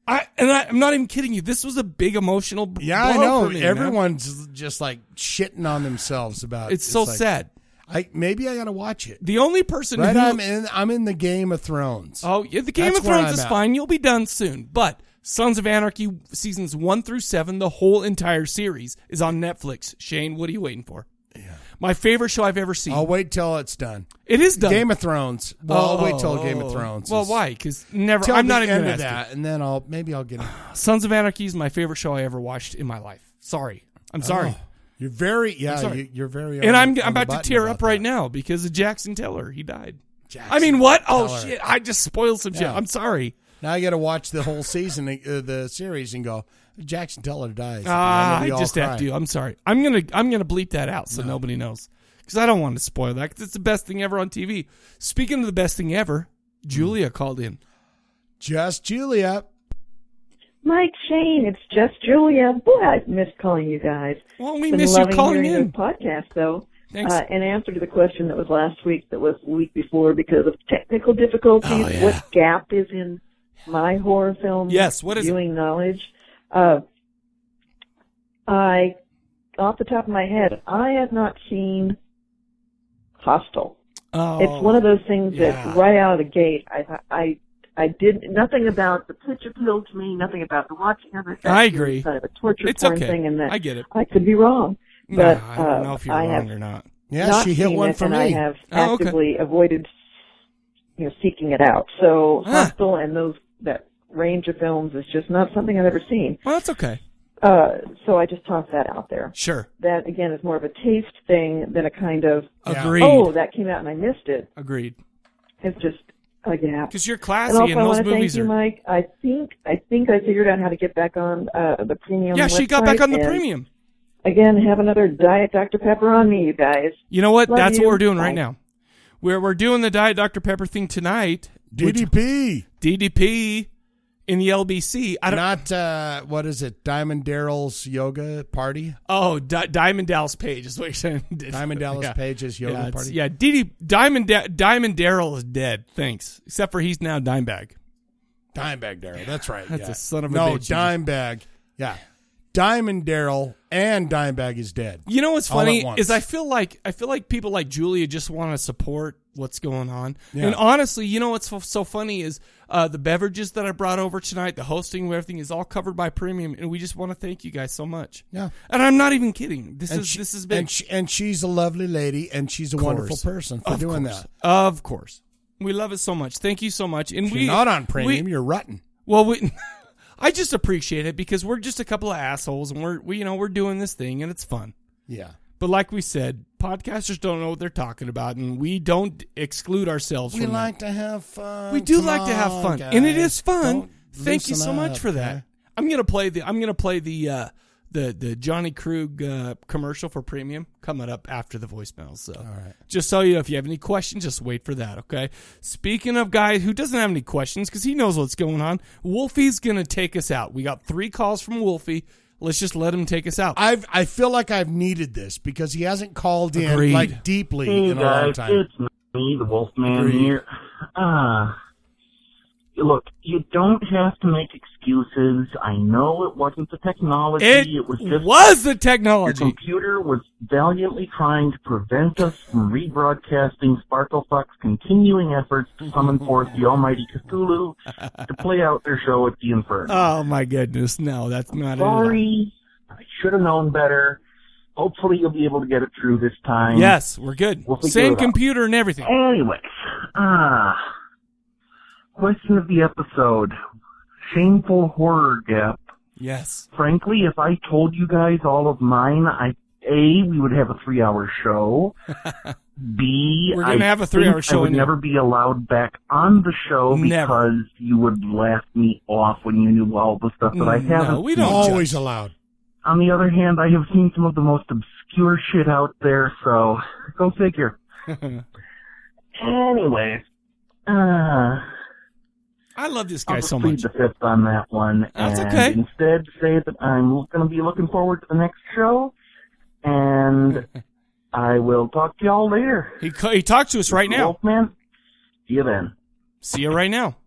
[SPEAKER 1] I and I, I'm not even kidding you. This was a big emotional. b-
[SPEAKER 2] Yeah, I
[SPEAKER 1] blow
[SPEAKER 2] know.
[SPEAKER 1] for me, man.
[SPEAKER 2] Everyone's just like shitting on themselves about.
[SPEAKER 1] It's so
[SPEAKER 2] like,
[SPEAKER 1] sad.
[SPEAKER 2] I maybe I gotta watch it.
[SPEAKER 1] The only person
[SPEAKER 2] right,
[SPEAKER 1] who
[SPEAKER 2] I'm in. I'm in the Game of Thrones.
[SPEAKER 1] Oh, yeah, the Game
[SPEAKER 2] That's
[SPEAKER 1] of
[SPEAKER 2] where
[SPEAKER 1] Thrones
[SPEAKER 2] I'm
[SPEAKER 1] is
[SPEAKER 2] at.
[SPEAKER 1] fine. You'll be done soon. But Sons of Anarchy seasons one through seven, the whole entire series is on Netflix. Shane, what are you waiting for? My favorite show I've ever seen.
[SPEAKER 2] I'll wait till it's done.
[SPEAKER 1] It is done. Oh.
[SPEAKER 2] Game of Thrones. Well, I'll wait till Game of Thrones.
[SPEAKER 1] Well,
[SPEAKER 2] is-
[SPEAKER 1] why? Because never.
[SPEAKER 2] Till
[SPEAKER 1] I'm
[SPEAKER 2] the
[SPEAKER 1] not even
[SPEAKER 2] end
[SPEAKER 1] gonna
[SPEAKER 2] of
[SPEAKER 1] ask
[SPEAKER 2] that, and then I'll maybe I'll get. it.
[SPEAKER 1] you. *sighs* Sons of Anarchy is my favorite show I ever watched in my life. Sorry, I'm sorry.
[SPEAKER 2] Oh, you're very
[SPEAKER 1] I'm
[SPEAKER 2] yeah.
[SPEAKER 1] sorry.
[SPEAKER 2] You, you're very.
[SPEAKER 1] and
[SPEAKER 2] on-
[SPEAKER 1] I'm
[SPEAKER 2] on
[SPEAKER 1] I'm about
[SPEAKER 2] the
[SPEAKER 1] to
[SPEAKER 2] button
[SPEAKER 1] tear
[SPEAKER 2] about
[SPEAKER 1] up right now because of Jackson Teller. He died.
[SPEAKER 2] Jackson
[SPEAKER 1] I mean, what? Oh
[SPEAKER 2] Teller.
[SPEAKER 1] shit! I just spoiled some shit.
[SPEAKER 2] Yeah.
[SPEAKER 1] I'm sorry.
[SPEAKER 2] Now I got to watch the whole season, uh, the series, and go. Jackson Teller dies.
[SPEAKER 1] Ah,
[SPEAKER 2] And then
[SPEAKER 1] I
[SPEAKER 2] we all
[SPEAKER 1] just
[SPEAKER 2] cry.
[SPEAKER 1] have to. I'm sorry. I'm gonna I'm gonna bleep that out so nobody knows because I don't want to spoil that. 'cause it's the best thing ever on TV. Speaking of the best thing ever, Julia called in.
[SPEAKER 2] Hmm. Just Julia.
[SPEAKER 24] Mike Shane, it's just Julia. Boy, I've missed calling you guys.
[SPEAKER 1] Well, we
[SPEAKER 24] Been
[SPEAKER 1] miss you
[SPEAKER 24] loving
[SPEAKER 1] calling
[SPEAKER 24] hearing
[SPEAKER 1] in.
[SPEAKER 24] This podcast, though.
[SPEAKER 1] Thanks.
[SPEAKER 24] Uh, in answer to the question that was last week, that was the week before, because of technical difficulties, what gap is in my horror film
[SPEAKER 1] Oh, Yes, what is it?
[SPEAKER 24] viewing knowledge? Uh, I, off the top of my head, I have not seen Hostel.
[SPEAKER 1] Oh,
[SPEAKER 24] it's one of those things
[SPEAKER 1] yeah.
[SPEAKER 24] that right out of the gate, I, thought- I, I did nothing about the pitch appealed to me, nothing about the watching of it.
[SPEAKER 1] I agree.
[SPEAKER 24] Kind of a torture
[SPEAKER 1] It's
[SPEAKER 24] porn
[SPEAKER 1] okay.
[SPEAKER 24] thing, and that
[SPEAKER 1] I get it.
[SPEAKER 24] I could be wrong,
[SPEAKER 1] No,
[SPEAKER 24] but
[SPEAKER 1] I don't
[SPEAKER 24] uh,
[SPEAKER 1] know if you're
[SPEAKER 24] I
[SPEAKER 1] wrong
[SPEAKER 24] have
[SPEAKER 1] or not.
[SPEAKER 24] Yeah, not she hit seen one it, for and I me. have
[SPEAKER 1] Oh,
[SPEAKER 24] actively avoided, you know, seeking it out. So
[SPEAKER 1] Ah.
[SPEAKER 24] Hostel and those that range of films is just not something I've ever seen.
[SPEAKER 1] Well, that's okay.
[SPEAKER 24] Uh, so I just tossed that out there.
[SPEAKER 1] Sure.
[SPEAKER 24] That again is more of a taste thing than a kind of
[SPEAKER 1] Agreed.
[SPEAKER 24] Oh, that came out and I missed it.
[SPEAKER 1] Agreed.
[SPEAKER 24] It's just a gap.
[SPEAKER 1] Because you're classy
[SPEAKER 24] and, also
[SPEAKER 1] and
[SPEAKER 24] I
[SPEAKER 1] those
[SPEAKER 24] want to
[SPEAKER 1] movies
[SPEAKER 24] thank you,
[SPEAKER 1] are-
[SPEAKER 24] Mike. I think I think I figured out how to get back on uh, the premium.
[SPEAKER 1] Yeah, she got back
[SPEAKER 24] website,
[SPEAKER 1] on the
[SPEAKER 24] and
[SPEAKER 1] premium.
[SPEAKER 24] Again, have another Diet Dr Pepper on me, you guys.
[SPEAKER 1] You know what?
[SPEAKER 24] Love
[SPEAKER 1] That's
[SPEAKER 24] you.
[SPEAKER 1] what we're doing
[SPEAKER 24] Bye.
[SPEAKER 1] right now. We're we're doing the Diet Dr Pepper thing tonight. which-
[SPEAKER 2] DDP.
[SPEAKER 1] DDP in the LBC. I don't.
[SPEAKER 2] Not uh, what is it? Diamond Daryl's yoga party.
[SPEAKER 1] Oh, Di- Diamond Dallas Page is what you're saying. *laughs* Diamond
[SPEAKER 2] Dallas Page's yoga
[SPEAKER 1] yeah, it's-
[SPEAKER 2] party.
[SPEAKER 1] Yeah, DD Diamond da- Diamond Daryl is dead. Thanks, except for he's now Dimebag.
[SPEAKER 2] Dimebag Daryl. That's right.
[SPEAKER 1] That's
[SPEAKER 2] yeah.
[SPEAKER 1] a son of a
[SPEAKER 2] no,
[SPEAKER 1] bitch.
[SPEAKER 2] Dimebag. Yeah, Diamond Daryl and Dimebag is dead.
[SPEAKER 1] You know what's
[SPEAKER 2] All at
[SPEAKER 1] funny
[SPEAKER 2] once.
[SPEAKER 1] is I feel like I feel like people like Julia just want to support what's going on.
[SPEAKER 25] Yeah.
[SPEAKER 1] And honestly, you know what's f- so funny is uh, the beverages that I brought over tonight, the hosting, everything is all covered by premium, and we just want to thank you guys so much.
[SPEAKER 2] Yeah.
[SPEAKER 1] and I'm not even kidding. This
[SPEAKER 2] and
[SPEAKER 1] is
[SPEAKER 2] she-
[SPEAKER 1] this has been
[SPEAKER 2] and, she, and she's a lovely lady, and she's a
[SPEAKER 1] Of course.
[SPEAKER 2] wonderful person for
[SPEAKER 1] Of
[SPEAKER 2] doing
[SPEAKER 1] course.
[SPEAKER 2] that.
[SPEAKER 1] Of course, we love it so much. Thank you so much. And
[SPEAKER 2] If
[SPEAKER 1] we
[SPEAKER 2] you're not on premium,
[SPEAKER 1] we-
[SPEAKER 2] you're rotten.
[SPEAKER 1] Well, we, *laughs* I just appreciate it because we're just a couple of assholes, and we're we you know we're doing this thing, and it's fun.
[SPEAKER 2] Yeah.
[SPEAKER 1] But like we said, podcasters don't know what they're talking about, and we don't exclude ourselves.
[SPEAKER 2] We
[SPEAKER 1] from that.
[SPEAKER 2] like to have fun.
[SPEAKER 1] We do
[SPEAKER 2] Come
[SPEAKER 1] like to have
[SPEAKER 2] on,
[SPEAKER 1] fun, and it
[SPEAKER 2] guys.
[SPEAKER 1] is fun.
[SPEAKER 2] Don't
[SPEAKER 1] Thank you
[SPEAKER 2] loosen
[SPEAKER 1] so
[SPEAKER 2] up,
[SPEAKER 1] much for that.
[SPEAKER 2] okay?
[SPEAKER 1] I'm gonna play the I'm gonna play the uh, the the Johnny Krug uh, commercial for premium coming up after the voicemails. So just so you know, if you have any questions, just wait for that. Okay. Speaking of guys who doesn't have any questions because he knows what's going on, Wolfie's gonna take us out. We got three calls from Wolfie. Let's just let him take us out.
[SPEAKER 2] I've I feel like I've needed this because he hasn't called in
[SPEAKER 1] Agreed.
[SPEAKER 2] like deeply
[SPEAKER 1] Hey,
[SPEAKER 2] in a long
[SPEAKER 1] guys,
[SPEAKER 2] time.
[SPEAKER 12] It's me, the Wolfman
[SPEAKER 2] Agreed.
[SPEAKER 12] here. Ah, look, you don't have to make excuses. I know it wasn't the technology. It, was just
[SPEAKER 1] was the technology.
[SPEAKER 12] Your computer was valiantly trying to prevent us from rebroadcasting Sparklefuck's continuing efforts to
[SPEAKER 1] *laughs*
[SPEAKER 12] summon forth the almighty Cthulhu to play out their show at the Inferno.
[SPEAKER 1] Oh my goodness! No, that's not it.
[SPEAKER 12] Sorry, I should have known better. Hopefully, you'll be able to get it through this time.
[SPEAKER 1] Yes, we're good.
[SPEAKER 12] We'll figure
[SPEAKER 1] Same
[SPEAKER 12] it out.
[SPEAKER 1] computer and everything.
[SPEAKER 12] Anyway, ah, question of the episode: shameful horror gap.
[SPEAKER 1] Yes.
[SPEAKER 12] Frankly, if I told you guys all of mine, I a we would have a three-hour show. B
[SPEAKER 1] We're gonna
[SPEAKER 12] I
[SPEAKER 1] have a three-hour
[SPEAKER 12] think
[SPEAKER 1] show
[SPEAKER 12] I would
[SPEAKER 1] anyway.
[SPEAKER 12] never be allowed back on the show
[SPEAKER 1] Never.
[SPEAKER 12] because you would laugh me off when you knew all the stuff that I
[SPEAKER 1] Mm,
[SPEAKER 2] Mm, No,
[SPEAKER 12] haven't.
[SPEAKER 2] we don't
[SPEAKER 12] seen.
[SPEAKER 2] Always judge. allowed.
[SPEAKER 12] On the other hand, I have seen some of the most obscure shit out there, so go figure.
[SPEAKER 1] *laughs*
[SPEAKER 12] Anyways, uh,
[SPEAKER 1] I love this
[SPEAKER 12] I'll
[SPEAKER 1] guy so
[SPEAKER 12] plead
[SPEAKER 1] much.
[SPEAKER 12] the fifth on that one,
[SPEAKER 1] That's
[SPEAKER 12] and
[SPEAKER 1] okay.
[SPEAKER 12] instead say that I'm going to be looking forward to the next show,
[SPEAKER 1] *laughs*
[SPEAKER 12] and I will talk to y'all later.
[SPEAKER 1] He ca- he talked to us right now.
[SPEAKER 12] Wolfman, see you then.
[SPEAKER 1] See you right now.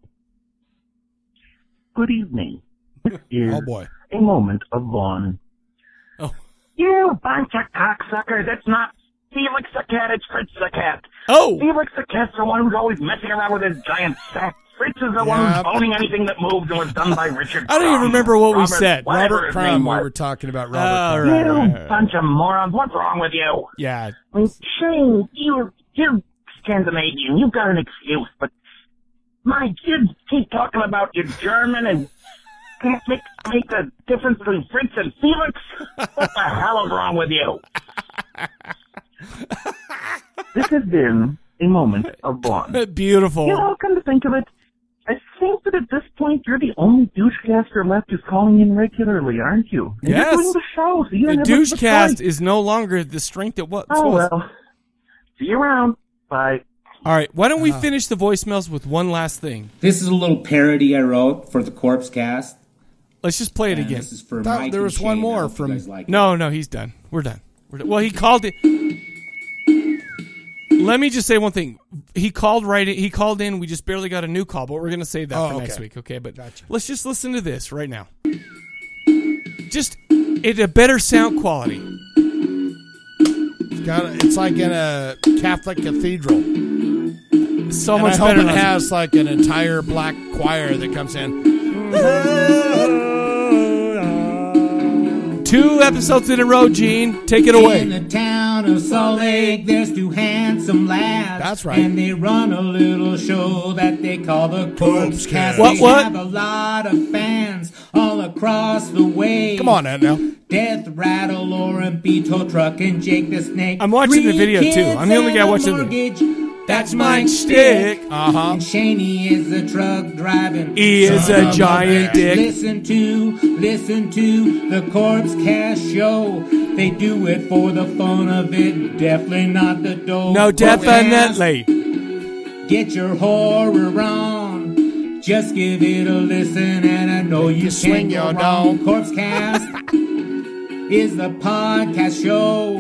[SPEAKER 12] Good evening.
[SPEAKER 2] *laughs*
[SPEAKER 12] This is
[SPEAKER 1] Oh, boy.
[SPEAKER 12] a moment of Vaughn.
[SPEAKER 1] Oh.
[SPEAKER 12] You bunch of cocksuckers! It's not Felix the cat. It's Fritz the cat.
[SPEAKER 1] Oh,
[SPEAKER 12] Felix the cat's the one who's always messing around with his giant sack. Fritz is the one who's owning anything that moved and was done
[SPEAKER 2] *laughs*
[SPEAKER 12] by Richard.
[SPEAKER 2] I don't even
[SPEAKER 12] Crumb.
[SPEAKER 2] remember what we
[SPEAKER 12] Robert-
[SPEAKER 2] said.
[SPEAKER 12] whatever
[SPEAKER 2] Robert
[SPEAKER 12] his
[SPEAKER 2] Crumb,
[SPEAKER 12] name
[SPEAKER 2] we
[SPEAKER 12] was.
[SPEAKER 2] were talking about
[SPEAKER 12] you
[SPEAKER 2] Robert Crumb.
[SPEAKER 12] bunch of morons! What's wrong with you?
[SPEAKER 1] Yeah.
[SPEAKER 12] I mean, Shane, you're you're Scandinavian. You've got an excuse, but my kids keep talking about you're German and can't make, make the difference between Fritz and Felix. What
[SPEAKER 2] *laughs*
[SPEAKER 12] the hell is wrong with you? this has been a moment of
[SPEAKER 1] *laughs*
[SPEAKER 12] bond.
[SPEAKER 1] Beautiful.
[SPEAKER 12] You know, come to think of it, I think that at this point you're the only douchecaster left who's calling in regularly, aren't you? And
[SPEAKER 1] Yes.
[SPEAKER 12] You're doing the show, so
[SPEAKER 1] The
[SPEAKER 12] you don't have much
[SPEAKER 1] douche
[SPEAKER 12] of a
[SPEAKER 1] cast
[SPEAKER 12] choice.
[SPEAKER 1] is no longer the strength it was.
[SPEAKER 12] Oh, well. See you around. Bye.
[SPEAKER 1] All right. Why don't we finish the voicemails with one last thing?
[SPEAKER 18] This is a little parody I wrote for the Corpse Cast.
[SPEAKER 1] Let's just play it again.
[SPEAKER 18] This is for
[SPEAKER 1] Thought
[SPEAKER 18] Mike
[SPEAKER 1] there
[SPEAKER 18] and
[SPEAKER 1] was one
[SPEAKER 18] Shane. I
[SPEAKER 1] more
[SPEAKER 18] hope you
[SPEAKER 1] from-
[SPEAKER 18] guys like it.
[SPEAKER 1] No, no, he's done. We're done. We're done. Well, he called it. Let me just say one thing. He called right. In, he called in. We just barely got a new call, but we're gonna save that
[SPEAKER 2] Oh,
[SPEAKER 1] for next
[SPEAKER 2] okay.
[SPEAKER 1] week, okay? But let's just listen to this right now. Just it a better sound quality.
[SPEAKER 2] It's, got- it's like in a Uh, Catholic cathedral.
[SPEAKER 1] So
[SPEAKER 2] And
[SPEAKER 1] much
[SPEAKER 2] I hope
[SPEAKER 1] better
[SPEAKER 2] It
[SPEAKER 1] than-
[SPEAKER 2] has like an entire black choir that comes in.
[SPEAKER 1] Two episodes in a row, Gene. Take it
[SPEAKER 18] In
[SPEAKER 1] away.
[SPEAKER 18] the town of Salt Lake, there's two handsome lads. That's right. And they run a little show that they call the Corpse Cast.
[SPEAKER 1] What,
[SPEAKER 18] They
[SPEAKER 1] what?
[SPEAKER 18] have a lot of fans all across the way.
[SPEAKER 1] Come on, Ed, now.
[SPEAKER 18] Death Rattle, Lauren, Beto Truck, and Jake the Snake.
[SPEAKER 1] I'm watching the
[SPEAKER 18] Three
[SPEAKER 1] video, too.
[SPEAKER 18] kids
[SPEAKER 1] I'm the only
[SPEAKER 18] and
[SPEAKER 1] guy
[SPEAKER 18] a
[SPEAKER 1] watching the-
[SPEAKER 18] mortgage.
[SPEAKER 1] That's
[SPEAKER 18] That's
[SPEAKER 1] my
[SPEAKER 18] my
[SPEAKER 1] shtick.
[SPEAKER 18] stick.
[SPEAKER 1] Uh-huh.
[SPEAKER 18] And Shaney is a truck driving.
[SPEAKER 1] He is
[SPEAKER 18] son
[SPEAKER 1] a
[SPEAKER 18] of
[SPEAKER 1] giant
[SPEAKER 18] bitch.
[SPEAKER 1] dick.
[SPEAKER 18] Listen to, listen to the Corpse Cash Show. They do it for the fun of it, definitely not the dough.
[SPEAKER 1] No,
[SPEAKER 18] Corpse Cast,
[SPEAKER 1] definitely.
[SPEAKER 18] Get your horror on. Just give it a listen, and I know you,
[SPEAKER 2] swing
[SPEAKER 18] can
[SPEAKER 2] your
[SPEAKER 18] go wrong. Corpse Cast is the podcast show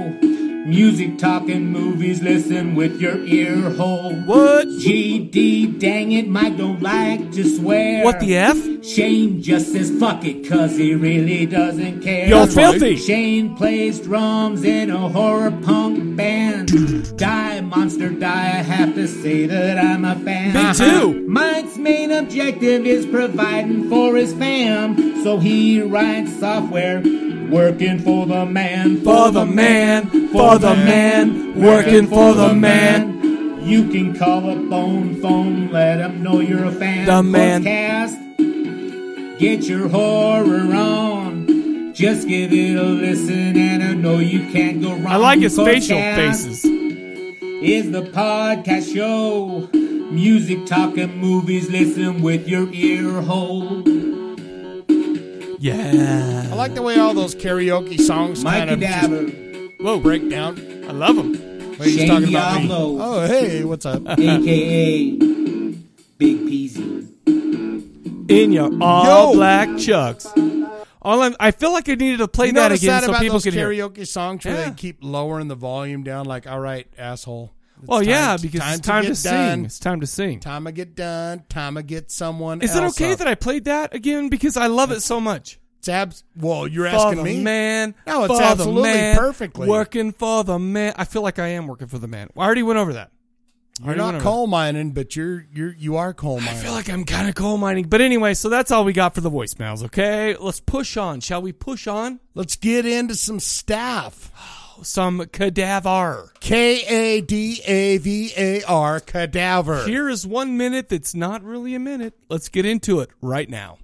[SPEAKER 18] Music, talking, movies, listen with your ear hole.
[SPEAKER 1] What?
[SPEAKER 18] GD, dang it, Mike don't like to swear.
[SPEAKER 1] What the F?
[SPEAKER 18] Shane just says fuck it, cause he really doesn't care.
[SPEAKER 1] Yo, filthy.
[SPEAKER 18] Shane plays drums in a horror punk band. die, monster, die, I have to say that I'm a fan.
[SPEAKER 1] Me too.
[SPEAKER 18] Mike's main objective is providing for his fam, so he writes software. Working for the man,
[SPEAKER 1] For the man, for the man, working for the man.
[SPEAKER 18] You can call up on phone, let him know you're a fan.
[SPEAKER 1] The man.
[SPEAKER 18] Podcast. Get your horror on. Just give it a listen, and I know you can't go wrong.
[SPEAKER 1] I like his facial
[SPEAKER 18] Podcast
[SPEAKER 1] faces.
[SPEAKER 18] Is the podcast show music, talking, movies? Listen with your ear hole.
[SPEAKER 1] Yeah.
[SPEAKER 2] I like the way all those karaoke songs kind of just
[SPEAKER 1] Whoa.
[SPEAKER 2] break down.
[SPEAKER 1] I love them.
[SPEAKER 2] Wait, he's
[SPEAKER 18] Shane
[SPEAKER 2] talking about me.
[SPEAKER 18] Diablo.
[SPEAKER 2] Oh, hey,
[SPEAKER 1] *laughs*
[SPEAKER 2] what's
[SPEAKER 18] *laughs*
[SPEAKER 2] up?
[SPEAKER 18] AKA Big Peasy.
[SPEAKER 1] in your all black chucks. All I'm, I feel like I needed to play
[SPEAKER 2] You
[SPEAKER 1] that
[SPEAKER 2] notice
[SPEAKER 1] again so
[SPEAKER 2] about
[SPEAKER 1] people
[SPEAKER 2] those
[SPEAKER 1] can hear.
[SPEAKER 2] karaoke songs where they keep lowering the volume down. Like, all right, asshole. It's
[SPEAKER 1] Well,
[SPEAKER 2] time-
[SPEAKER 1] yeah, because it's time to
[SPEAKER 2] get
[SPEAKER 1] sing.
[SPEAKER 2] done.
[SPEAKER 1] It's time to sing.
[SPEAKER 2] Time to get done. Time to get someone.
[SPEAKER 1] Is it
[SPEAKER 2] else
[SPEAKER 1] okay
[SPEAKER 2] up.
[SPEAKER 1] that I played that again because I love it so much?
[SPEAKER 2] It's abs- Whoa, you're
[SPEAKER 1] for
[SPEAKER 2] asking
[SPEAKER 1] the
[SPEAKER 2] me?
[SPEAKER 1] man.
[SPEAKER 2] No, it's
[SPEAKER 1] for the
[SPEAKER 2] absolutely
[SPEAKER 1] man,
[SPEAKER 2] perfectly.
[SPEAKER 1] working for the man. I feel like I am working for the man. I already went over that. I
[SPEAKER 2] You're
[SPEAKER 1] already went
[SPEAKER 2] not
[SPEAKER 1] over
[SPEAKER 2] coal mining, but you're you're you are coal mining.
[SPEAKER 1] I feel like I'm kind of coal mining. But anyway, so that's all we got for the voicemails, okay? Let's push on. Shall we push on?
[SPEAKER 2] Let's get into some staff.
[SPEAKER 1] *sighs* Some cadaver.
[SPEAKER 2] K A D A V A R cadaver.
[SPEAKER 1] Here is one minute that's not really a minute. Let's get into it right now.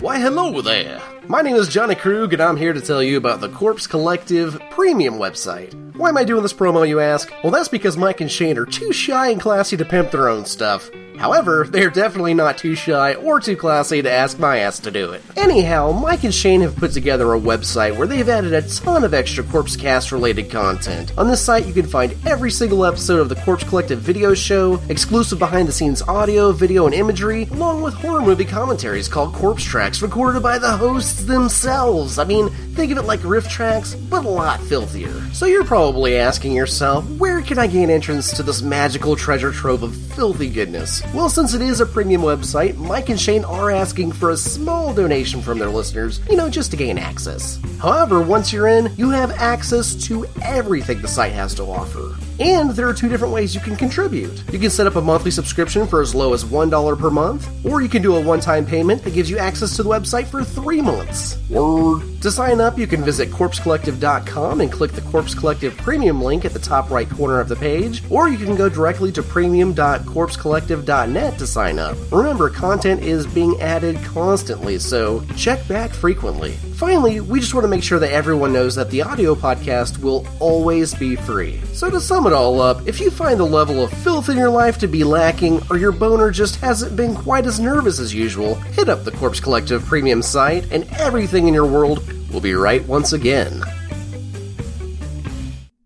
[SPEAKER 6] Why, hello there! My name is Johnny Krug, and I'm here to tell you about the Corpse Collective Premium website.
[SPEAKER 26] Why am I doing this promo, you ask? Well, that's because Mike and Shane are too shy and classy to pimp their own stuff. However, they're definitely not too shy or too classy to ask my ass to do it. Anyhow, Mike and Shane have put together a website where they've added a ton of extra Corpse Cast related content. On this site, you can find every single episode of the Corpse Collective video show, exclusive behind the scenes audio, video, and imagery, along with horror movie commentaries called Corpse Tracks recorded by the hosts themselves. I mean, think of it like riff tracks, but a lot filthier. So you're probably asking yourself, where can I gain entrance to this magical treasure trove of filthy goodness? Well, since it is a premium website, Mike and Shane are asking for a small donation from their listeners, you know, just to gain access. However, once you're in, you have access to everything the site has to offer. And there are two different ways you can contribute. You can set up a monthly subscription for as low as $1 per month, or you can do a one time payment that gives you access to the website for three months. Word. To sign up, you can visit corpsecollective.com and click the Corpse Collective Premium link at the top right corner of the page, or you can go directly to premium.corpsecollective.net to sign up. Remember, content is being added constantly, so check back frequently. Finally, we just want to make sure that everyone knows that the audio podcast will always be free. So to sum it all up, if you find the level of filth in your life to be lacking, or your boner just hasn't been quite as nervous as usual, hit up the Corpse Collective Premium site, and everything in your world will be right once again.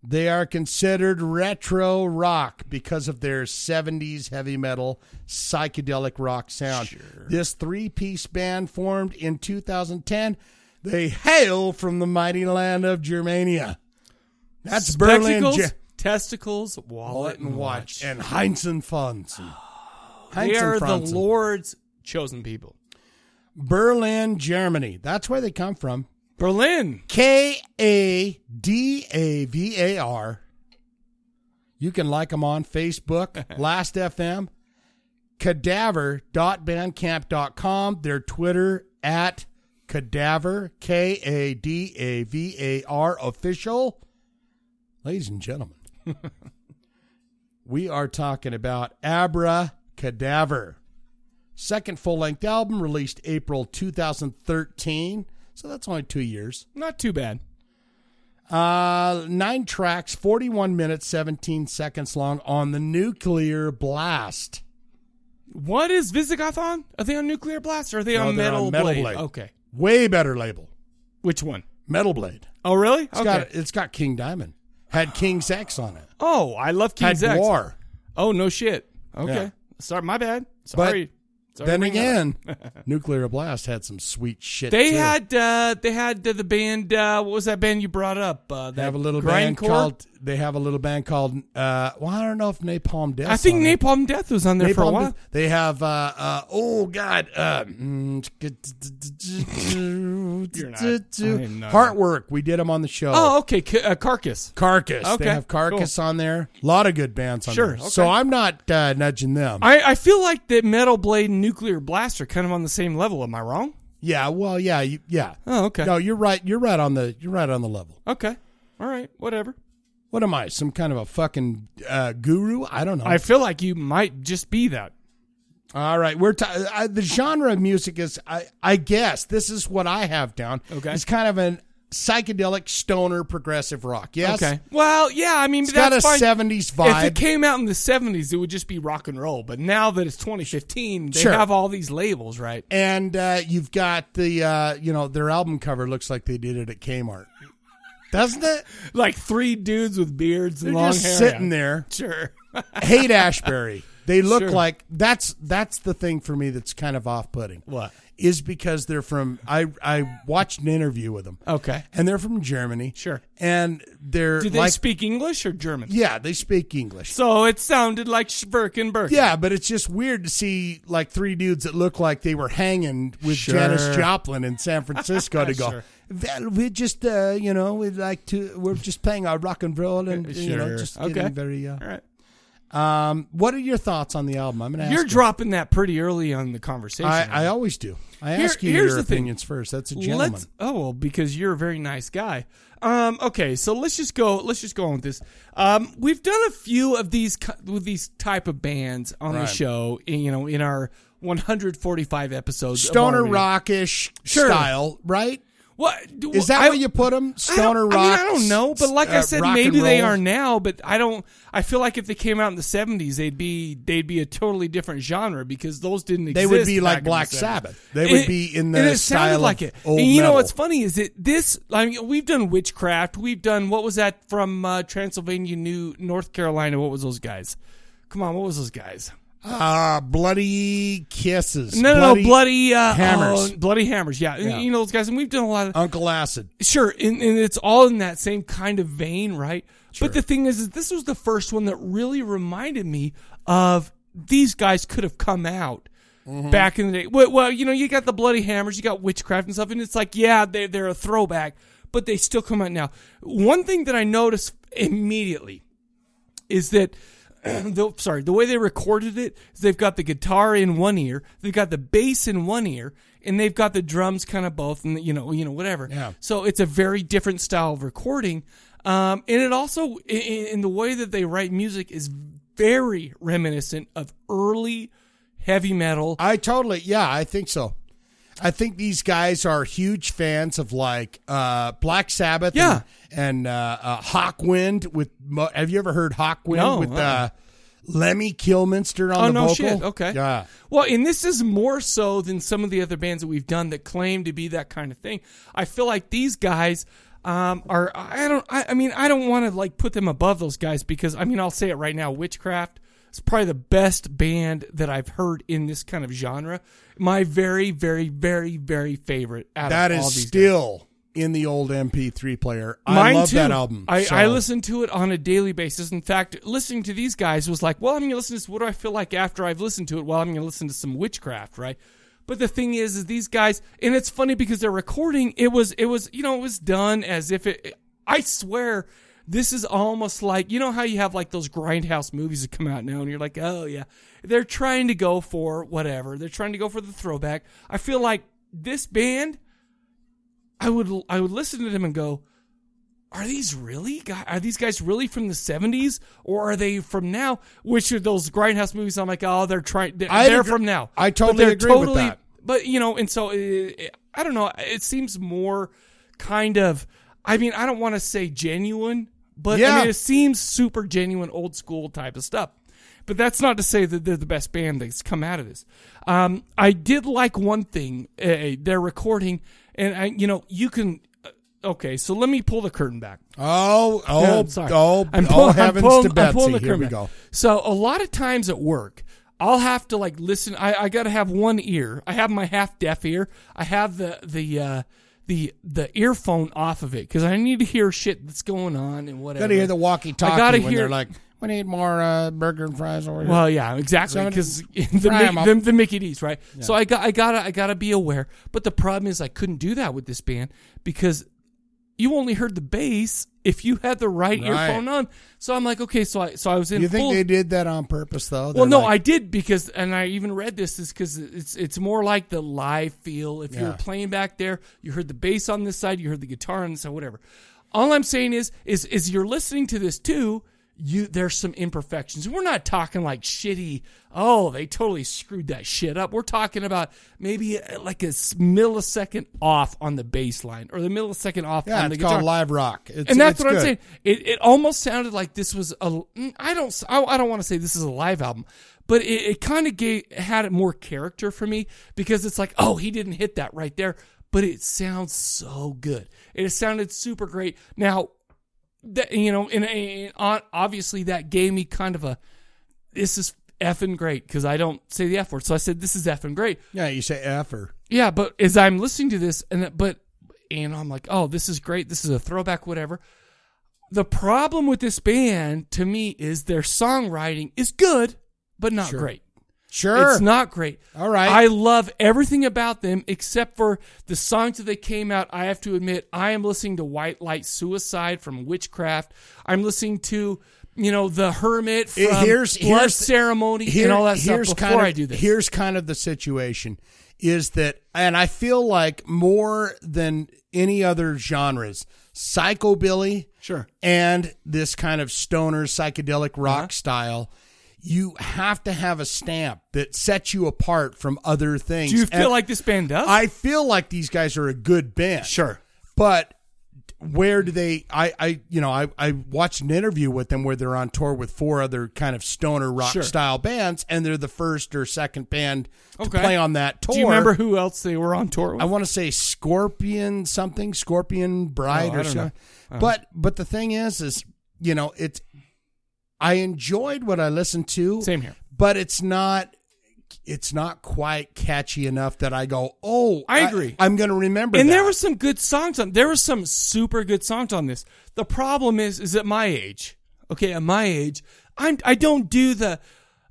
[SPEAKER 2] They are considered retro rock because of their 70s heavy metal psychedelic rock sound. This three piece band formed in 2010. They hail from the mighty land of Germania. That's Berlin.
[SPEAKER 1] Spectacles,
[SPEAKER 2] Ge-
[SPEAKER 1] testicles, wallet, and watch,
[SPEAKER 2] and Heinzen Fonsen.
[SPEAKER 1] They
[SPEAKER 2] Heinz and
[SPEAKER 1] are the
[SPEAKER 2] Franzen.
[SPEAKER 1] Lord's chosen people.
[SPEAKER 2] Berlin, Germany. That's where they come from. Berlin. K A D A V A R. You can like them on Facebook, Last FM, cadaver.bandcamp.com, their Twitter at cadaver, K A D A V A R official. Ladies and gentlemen, we are talking about Abra Cadaver. Second full length album released April 2013. So that's only two years. Not too bad. Uh, nine tracks, 41 minutes, 17 seconds long on the nuclear blast.
[SPEAKER 1] What is Visigoth on? Are they on Nuclear Blast or are they
[SPEAKER 2] No,
[SPEAKER 1] on,
[SPEAKER 2] they're
[SPEAKER 1] metal,
[SPEAKER 2] on Metal
[SPEAKER 1] Blade?
[SPEAKER 2] Blade.
[SPEAKER 1] Okay.
[SPEAKER 2] Way better label.
[SPEAKER 1] Which one?
[SPEAKER 2] Metal Blade.
[SPEAKER 1] Oh, really?
[SPEAKER 2] It's got, it's got King Diamond. Had King's X on it.
[SPEAKER 1] Oh, I love King
[SPEAKER 2] Had
[SPEAKER 1] Zex.
[SPEAKER 2] Dwar.
[SPEAKER 1] Oh, no shit. Okay.
[SPEAKER 2] Yeah.
[SPEAKER 1] Sorry, my bad.
[SPEAKER 2] But
[SPEAKER 1] Sorry. Sorry
[SPEAKER 2] then
[SPEAKER 1] to bring it
[SPEAKER 2] again,
[SPEAKER 1] *laughs* up.
[SPEAKER 2] Nuclear Blast had some sweet shit.
[SPEAKER 1] they
[SPEAKER 2] too.
[SPEAKER 1] had uh, they had uh, the band. Uh, what was that band you brought up? Uh,
[SPEAKER 2] They
[SPEAKER 1] that
[SPEAKER 2] have a little band
[SPEAKER 1] grindcore?
[SPEAKER 2] called. They have a little band called. Uh, well, I don't know if Napalm Death.
[SPEAKER 1] I think Napalm Death was on there for a while.
[SPEAKER 2] They have. Uh, uh, oh God. Uh, *laughs* mm,
[SPEAKER 1] not.
[SPEAKER 2] Heartwork. We did them on the show.
[SPEAKER 1] Oh, okay. Ca- uh, Carcass.
[SPEAKER 2] Carcass.
[SPEAKER 1] Okay.
[SPEAKER 2] They have Carcass
[SPEAKER 1] cool.
[SPEAKER 2] on there. A lot of good bands on
[SPEAKER 1] Sure,
[SPEAKER 2] there.
[SPEAKER 1] okay.
[SPEAKER 2] So I'm not uh, nudging them.
[SPEAKER 1] I, I feel like that Metal Blade and Nuclear Blast are kind of on the same level. Am I wrong?
[SPEAKER 2] yeah. Well. Yeah. You, yeah.
[SPEAKER 1] Oh, okay.
[SPEAKER 2] No, you're right. You're right on the. You're right on the level.
[SPEAKER 1] Okay. All right. Whatever.
[SPEAKER 2] What am I? Some kind of a fucking uh, guru? I don't know.
[SPEAKER 1] I feel like you might just be that.
[SPEAKER 2] All right, we're t- I, the genre of music is I, I guess this is what I have down. Okay, it's kind of an psychedelic stoner progressive rock. Yes.
[SPEAKER 1] Okay. Well, yeah. I mean,
[SPEAKER 2] It's
[SPEAKER 1] that's
[SPEAKER 2] got a
[SPEAKER 1] fine.
[SPEAKER 2] 70s
[SPEAKER 1] If
[SPEAKER 2] vibe.
[SPEAKER 1] it came out in the '70s, it would just be rock and roll. But now that it's 2015, they
[SPEAKER 2] Sure.
[SPEAKER 1] have all these labels, right?
[SPEAKER 2] And uh, you've got the uh, you know their album cover looks like they did it at Kmart, doesn't it?
[SPEAKER 1] like three dudes with beards and
[SPEAKER 2] They're
[SPEAKER 1] long
[SPEAKER 2] just
[SPEAKER 1] hair.
[SPEAKER 2] sitting there.
[SPEAKER 1] Sure.
[SPEAKER 2] Hate Ashbury. They look
[SPEAKER 1] Sure.
[SPEAKER 2] like that's that's the thing for me that's kind of off putting.
[SPEAKER 1] What?
[SPEAKER 2] Is because they're from I I watched an interview with them.
[SPEAKER 1] Okay.
[SPEAKER 2] And they're from Germany. Sure. And they're
[SPEAKER 1] Do they
[SPEAKER 2] like-
[SPEAKER 1] speak English or German?
[SPEAKER 2] Yeah, they speak English.
[SPEAKER 1] So it sounded like Schwerk and Burke.
[SPEAKER 2] Yeah, but it's just weird to see like three dudes that look like they were hanging with
[SPEAKER 1] Sure.
[SPEAKER 2] Janis Joplin in San Francisco to go.
[SPEAKER 1] *laughs* Sure.
[SPEAKER 2] Well, we just uh, you know we like to we're just playing our rock and roll and you know
[SPEAKER 1] Uh, Sure.
[SPEAKER 2] just
[SPEAKER 1] Okay.
[SPEAKER 2] getting very uh,
[SPEAKER 1] All right.
[SPEAKER 2] Um, what are your thoughts on the album? I'm gonna ask
[SPEAKER 1] You're
[SPEAKER 2] you.
[SPEAKER 1] dropping that pretty early on in the conversation.
[SPEAKER 2] I, I always do. I
[SPEAKER 1] Here-
[SPEAKER 2] ask you
[SPEAKER 1] here's
[SPEAKER 2] your
[SPEAKER 1] the thing.
[SPEAKER 2] opinions first. That's a gentleman.
[SPEAKER 1] Let's, oh well, because you're a very nice guy. Um, okay, so let's just go. Let's just go on with this. Um, we've done a few of these co- with these type of bands on the
[SPEAKER 2] Right.
[SPEAKER 1] show. in- You know, in our 145 episodes, of
[SPEAKER 2] Stoner
[SPEAKER 1] R&B.
[SPEAKER 2] rockish
[SPEAKER 1] Sure.
[SPEAKER 2] style, right?
[SPEAKER 1] What do-
[SPEAKER 2] Is that
[SPEAKER 1] I-
[SPEAKER 2] where you put them? Stoner
[SPEAKER 1] I mean,
[SPEAKER 2] rock.
[SPEAKER 1] I don't know, but like I
[SPEAKER 2] uh,
[SPEAKER 1] said,
[SPEAKER 2] rock and
[SPEAKER 1] maybe they
[SPEAKER 2] roll?
[SPEAKER 1] are now. But I don't. I feel like if they came out in the seventies, they'd be they'd be a totally different genre because those didn't exist.
[SPEAKER 2] They would be
[SPEAKER 1] back
[SPEAKER 2] like
[SPEAKER 1] in the
[SPEAKER 2] Black
[SPEAKER 1] 70s.
[SPEAKER 2] Sabbath. They would
[SPEAKER 1] It-
[SPEAKER 2] be in the
[SPEAKER 1] and it
[SPEAKER 2] style
[SPEAKER 1] sounded
[SPEAKER 2] of
[SPEAKER 1] like it.
[SPEAKER 2] old
[SPEAKER 1] and you know
[SPEAKER 2] metal.
[SPEAKER 1] what's funny is that this. I mean, we've done witchcraft. We've done what was that from uh, Transylvania, New North Carolina? What was those guys? Come on, what was those guys?
[SPEAKER 2] Ah, bloody kisses.
[SPEAKER 1] No, no, no, bloody uh,
[SPEAKER 2] hammers.
[SPEAKER 1] oh, bloody hammers. Yeah.
[SPEAKER 2] Yeah.
[SPEAKER 1] you know those guys, and we've done a lot of
[SPEAKER 2] Uncle Acid.
[SPEAKER 1] Sure, and, and it's all in that same kind of vein, right? But the thing is, is this was the first one that really reminded me of these guys could have come out
[SPEAKER 2] Mm. Mm-hmm.
[SPEAKER 1] back in the day. Well, well, you know, you got the bloody hammers, you got witchcraft and stuff, and it's like, yeah, they're they're a throwback, but they still come out now. One thing that I noticed immediately is that *clears throat* the, sorry the way they recorded it is they've got the guitar in one ear they've got the bass in one ear and they've got the drums kind of both and you know you know whatever
[SPEAKER 2] Yeah.
[SPEAKER 1] so it's a very different style of recording um, and it also in, in the way that they write music is very reminiscent of early heavy metal
[SPEAKER 2] I totally, yeah, I think so. I think these guys are huge fans of like uh, Black Sabbath, yeah, and, and uh, uh, Hawkwind. With mo- have you ever heard Hawkwind
[SPEAKER 1] No,
[SPEAKER 2] with uh,
[SPEAKER 1] uh-uh.
[SPEAKER 2] Lemmy Kilminster on
[SPEAKER 1] oh
[SPEAKER 2] the
[SPEAKER 1] no
[SPEAKER 2] vocal?
[SPEAKER 1] shit okay
[SPEAKER 2] yeah.
[SPEAKER 1] well and this is more so than some of the other bands that we've done that claim to be that kind of thing i feel like these guys um, are i don't i, I mean i don't want to like put them above those guys because i mean i'll say it right now witchcraft is probably the best band that i've heard in this kind of genre my very very very very favorite out
[SPEAKER 2] That
[SPEAKER 1] of all
[SPEAKER 2] is
[SPEAKER 1] these
[SPEAKER 2] still in the old MP3 player. I
[SPEAKER 1] Mine
[SPEAKER 2] love
[SPEAKER 1] too.
[SPEAKER 2] that album.
[SPEAKER 1] I,
[SPEAKER 2] so-
[SPEAKER 1] I listen to it on a daily basis. In fact, listening to these guys was like, well, I'm going to listen to this. What do I feel like after I've listened to it? Well, I'm going to listen to some witchcraft, right? But the thing is, is these guys, and it's funny because they're recording. It was, it was, you know, it was done as if it. I swear, this is almost like you know how you have like those grindhouse movies that come out now, and you're like, oh yeah, they're trying to go for whatever. They're trying to go for the throwback. I feel like this band. I would I would listen to them and go, are these really guy? Are these guys really from the seventies or are they from now? Which are those grindhouse movies? I'm like, oh, they're trying. They're,
[SPEAKER 2] I'd
[SPEAKER 1] they're
[SPEAKER 2] agree-
[SPEAKER 1] from now.
[SPEAKER 2] I
[SPEAKER 1] But
[SPEAKER 2] totally
[SPEAKER 1] they're
[SPEAKER 2] agree with that.
[SPEAKER 1] But you know, and so uh, I don't know. It seems more kind of. I mean, I don't want to say genuine, but
[SPEAKER 2] Yeah.
[SPEAKER 1] I mean, it seems super genuine, old school type of stuff. But that's not to say that they're the best band that's come out of this. Um, I did like one thing. Uh, they're recording, and I, you know, you can. uh, Okay, so let me pull the curtain back.
[SPEAKER 2] Oh, oh,
[SPEAKER 1] Yeah, I'm sorry.
[SPEAKER 2] oh,
[SPEAKER 1] I'm
[SPEAKER 2] oh,
[SPEAKER 1] pulling,
[SPEAKER 2] heavens
[SPEAKER 1] I'm pulling,
[SPEAKER 2] to
[SPEAKER 1] I'm pulling
[SPEAKER 2] Betsy.
[SPEAKER 1] the
[SPEAKER 2] Here we
[SPEAKER 1] curtain
[SPEAKER 2] go.
[SPEAKER 1] back. So a lot of times at work, I'll have to like listen. I, I got to have one ear. I have my half deaf ear. I have the the uh, the the earphone off of it because I need to hear shit that's going on and whatever.
[SPEAKER 2] Gotta hear the
[SPEAKER 1] I gotta
[SPEAKER 2] walkie-talkie when
[SPEAKER 1] hear,
[SPEAKER 2] they're like, "We need more uh, burger and fries over here."
[SPEAKER 1] Well, yeah, exactly.
[SPEAKER 2] Somebody-
[SPEAKER 1] Because *laughs* the,
[SPEAKER 2] Fry 'em
[SPEAKER 1] Mi-
[SPEAKER 2] up.
[SPEAKER 1] the, the Mickey D's, right?
[SPEAKER 2] Yeah.
[SPEAKER 1] So I got, I gotta, I gotta be aware. But the problem is, I couldn't do that with this band because you only heard the bass if you had the right,
[SPEAKER 2] Right.
[SPEAKER 1] earphone on. So I'm like, okay, so I, so I was in.
[SPEAKER 2] you think
[SPEAKER 1] full,
[SPEAKER 2] they did that on purpose, though?
[SPEAKER 1] well, no, I did because, and I even read this is because it's it's more like the live feel. If
[SPEAKER 2] Yeah.
[SPEAKER 1] you're playing back there, you heard the bass on this side, you heard the guitar on this side, whatever. All I'm saying is, is is you're listening to this too. You there's some imperfections. We're not talking like shitty. Oh, they totally screwed that shit up. We're talking about maybe uh, like a s- millisecond off on the bass line or the millisecond off
[SPEAKER 2] Yeah,
[SPEAKER 1] on the
[SPEAKER 2] it's called
[SPEAKER 1] guitar.
[SPEAKER 2] live rock. It's-
[SPEAKER 1] and that's
[SPEAKER 2] it's
[SPEAKER 1] what
[SPEAKER 2] good.
[SPEAKER 1] I'm saying. It, it almost sounded like this was a. mm, I don't. s- I, I don't want to say this is a live album, but it, it kind of gave had it more character for me because it's like, oh, he didn't hit that right there, but it sounds so good. It sounded super great. Now, that you know, and, and on- obviously that gave me kind of a. This is effing great because I don't say the f word, so I said this is effing great.
[SPEAKER 2] Yeah, you say effer.
[SPEAKER 1] Yeah, but as I'm listening to this, and but and I'm like, oh, this is great. This is a throwback, whatever. The problem with this band, to me, is their songwriting is good, but not
[SPEAKER 2] Sure.
[SPEAKER 1] great.
[SPEAKER 2] Sure.
[SPEAKER 1] it's not great.
[SPEAKER 2] All right.
[SPEAKER 1] I love everything about them except for the songs that they came out. I have to admit, I am listening to White Light Suicide from Witchcraft. I'm listening to, you know, The Hermit from
[SPEAKER 2] It- here's
[SPEAKER 1] Blood
[SPEAKER 2] here's
[SPEAKER 1] Ceremony
[SPEAKER 2] here-
[SPEAKER 1] and all that stuff
[SPEAKER 2] here's
[SPEAKER 1] before
[SPEAKER 2] kind of,
[SPEAKER 1] I do this.
[SPEAKER 2] Here's kind of the situation is that, and I feel like more than any other genres, psychobilly,
[SPEAKER 1] sure, Uh-huh.
[SPEAKER 2] and this kind of stoner psychedelic rock style. You have to have a stamp that sets you apart from other things.
[SPEAKER 1] do you feel
[SPEAKER 2] And-
[SPEAKER 1] like this band does?
[SPEAKER 2] I feel like these guys are a good band. Sure. But where do they? I, I you know, I, I watched an interview with them where they're on tour with four other kind of stoner rock
[SPEAKER 1] Sure.
[SPEAKER 2] style bands, and they're the first or second band
[SPEAKER 1] Okay.
[SPEAKER 2] to play on that tour.
[SPEAKER 1] Do you remember who else they were on tour with?
[SPEAKER 2] I want to say Scorpion something, Scorpion Bride
[SPEAKER 1] Oh, I
[SPEAKER 2] or
[SPEAKER 1] don't
[SPEAKER 2] something.
[SPEAKER 1] know. Uh-huh.
[SPEAKER 2] But but the thing is, is you know, it's I enjoyed what I listened to.
[SPEAKER 1] Same here.
[SPEAKER 2] But it's not it's not quite catchy enough that I go, oh,
[SPEAKER 1] I agree.
[SPEAKER 2] I, am going to remember.
[SPEAKER 1] and
[SPEAKER 2] that.
[SPEAKER 1] there were some good songs on there were some super good songs on this the problem is is at my age okay at my age i'm i don't do the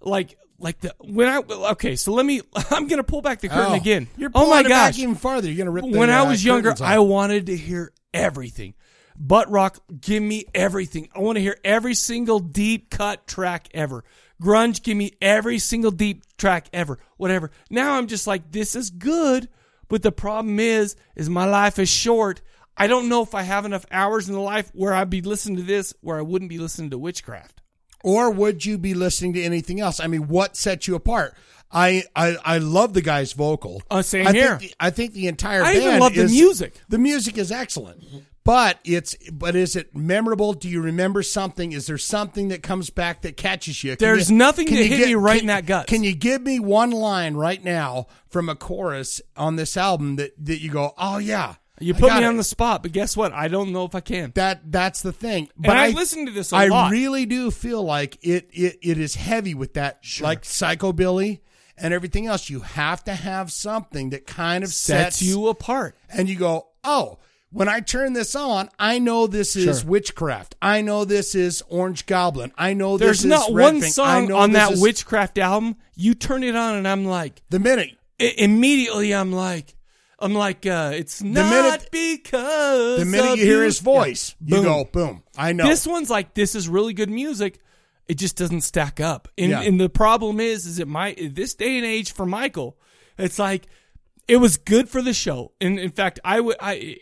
[SPEAKER 1] like like the when i okay so let me *laughs* i'm gonna pull back the curtain
[SPEAKER 2] Oh,
[SPEAKER 1] again
[SPEAKER 2] You're
[SPEAKER 1] oh my
[SPEAKER 2] pulling it back
[SPEAKER 1] gosh
[SPEAKER 2] even farther. You're going to rip. the,
[SPEAKER 1] when I
[SPEAKER 2] uh,
[SPEAKER 1] was younger,
[SPEAKER 2] curtains off.
[SPEAKER 1] I wanted to hear everything. Butt rock, give me everything. I want to hear every single deep cut track ever. Grunge, give me every single deep track ever. Whatever. Now I'm just like, this is good, but the problem is, is my life is short. I don't know if I have enough hours in the life where I'd be listening to this, where I wouldn't be listening to witchcraft.
[SPEAKER 2] or would you be listening to anything else? I mean, what sets you apart? I I, I love the guy's vocal.
[SPEAKER 1] Uh, same
[SPEAKER 2] I
[SPEAKER 1] here.
[SPEAKER 2] Think the, I think the entire.
[SPEAKER 1] I
[SPEAKER 2] band
[SPEAKER 1] even love the
[SPEAKER 2] is-
[SPEAKER 1] music.
[SPEAKER 2] The music is excellent, but it's but is it memorable? Do you remember something? Is there something that comes back that catches you? Can
[SPEAKER 1] There's
[SPEAKER 2] you-
[SPEAKER 1] nothing
[SPEAKER 2] can
[SPEAKER 1] to
[SPEAKER 2] you
[SPEAKER 1] hit
[SPEAKER 2] get-
[SPEAKER 1] me right
[SPEAKER 2] can-
[SPEAKER 1] in that gut.
[SPEAKER 2] Can you give me one line right now from a chorus on this album that that you go, oh yeah?
[SPEAKER 1] You
[SPEAKER 2] I
[SPEAKER 1] put
[SPEAKER 2] got
[SPEAKER 1] me
[SPEAKER 2] it."
[SPEAKER 1] on the spot, but guess what? I don't know if I can.
[SPEAKER 2] That that's the thing.
[SPEAKER 1] But I, listened to this a
[SPEAKER 2] I
[SPEAKER 1] lot.
[SPEAKER 2] really do feel like it it, it is heavy with that like psychobilly and everything else. You have to have something that kind of
[SPEAKER 1] Sets
[SPEAKER 2] sets,
[SPEAKER 1] you apart.
[SPEAKER 2] And you go, "Oh, when I turn this on, I know this is
[SPEAKER 1] Sure.
[SPEAKER 2] witchcraft. I know this is Orange Goblin. I know
[SPEAKER 1] There's
[SPEAKER 2] Oh, this
[SPEAKER 1] not
[SPEAKER 2] is Red
[SPEAKER 1] one
[SPEAKER 2] Fang. I
[SPEAKER 1] song
[SPEAKER 2] know
[SPEAKER 1] on
[SPEAKER 2] this
[SPEAKER 1] that
[SPEAKER 2] is-
[SPEAKER 1] witchcraft album. You turn it on, and I'm like,
[SPEAKER 2] the minute
[SPEAKER 1] immediately, I'm like, I'm like, uh, it's not
[SPEAKER 2] minute-
[SPEAKER 1] because
[SPEAKER 2] The minute
[SPEAKER 1] of
[SPEAKER 2] you hear his voice,
[SPEAKER 1] Yeah.
[SPEAKER 2] you go, "Boom! I know."
[SPEAKER 1] This one's like, this is really good music. It just doesn't stack up. And,
[SPEAKER 2] Yeah.
[SPEAKER 1] and the problem is, is it my this day and age for Michael, it's like it was good for the show. And in fact, I would I. I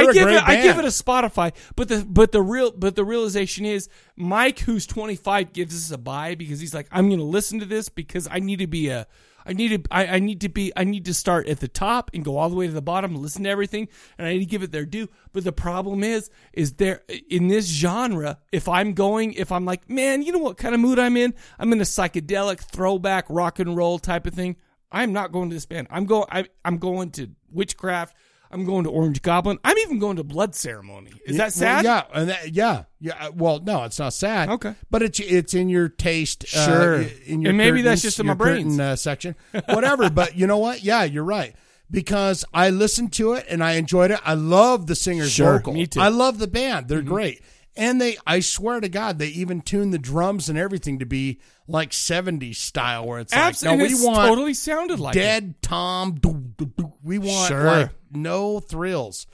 [SPEAKER 2] They're a
[SPEAKER 1] give
[SPEAKER 2] great
[SPEAKER 1] it I give it
[SPEAKER 2] band.
[SPEAKER 1] a Spotify, but the but the real but the realization is Mike, who's 25, gives us a buy because he's like, I'm going to listen to this because I need to be a I need to I, I need to be I need to start at the top and go all the way to the bottom, listen to everything, and I need to give it their due. But the problem is, is there in this genre, if I'm going, if I'm like, man, you know what kind of mood I'm in? I'm in a psychedelic throwback rock and roll type of thing. I'm not going to this band. I'm going. I, I'm going to witchcraft. I'm going to Orange Goblin. I'm even going to Blood Ceremony. Is
[SPEAKER 2] Yeah,
[SPEAKER 1] that sad?
[SPEAKER 2] Well, yeah, and that, yeah, yeah. uh, Well, no, it's not sad. Okay, but it's it's in your taste. uh,
[SPEAKER 1] Sure.
[SPEAKER 2] in your
[SPEAKER 1] And maybe that's
[SPEAKER 2] curtains-
[SPEAKER 1] just in
[SPEAKER 2] your
[SPEAKER 1] my brains.
[SPEAKER 2] curtain, uh, section,
[SPEAKER 1] *laughs*
[SPEAKER 2] whatever. but you know what? Yeah, you're right because I listened to it and I enjoyed it. I love the singer's
[SPEAKER 1] Sure,
[SPEAKER 2] vocal.
[SPEAKER 1] me too. Mm-hmm.
[SPEAKER 2] I love the band. They're great. And they, I swear to God, they even tuned the drums and everything to be like '70s style, where it's
[SPEAKER 1] Abs-
[SPEAKER 2] like,
[SPEAKER 1] and
[SPEAKER 2] no, we
[SPEAKER 1] it's
[SPEAKER 2] want
[SPEAKER 1] totally sounded like it.
[SPEAKER 2] dead Tom. doo, doo, doo. We want
[SPEAKER 1] Sure.
[SPEAKER 2] like no thrills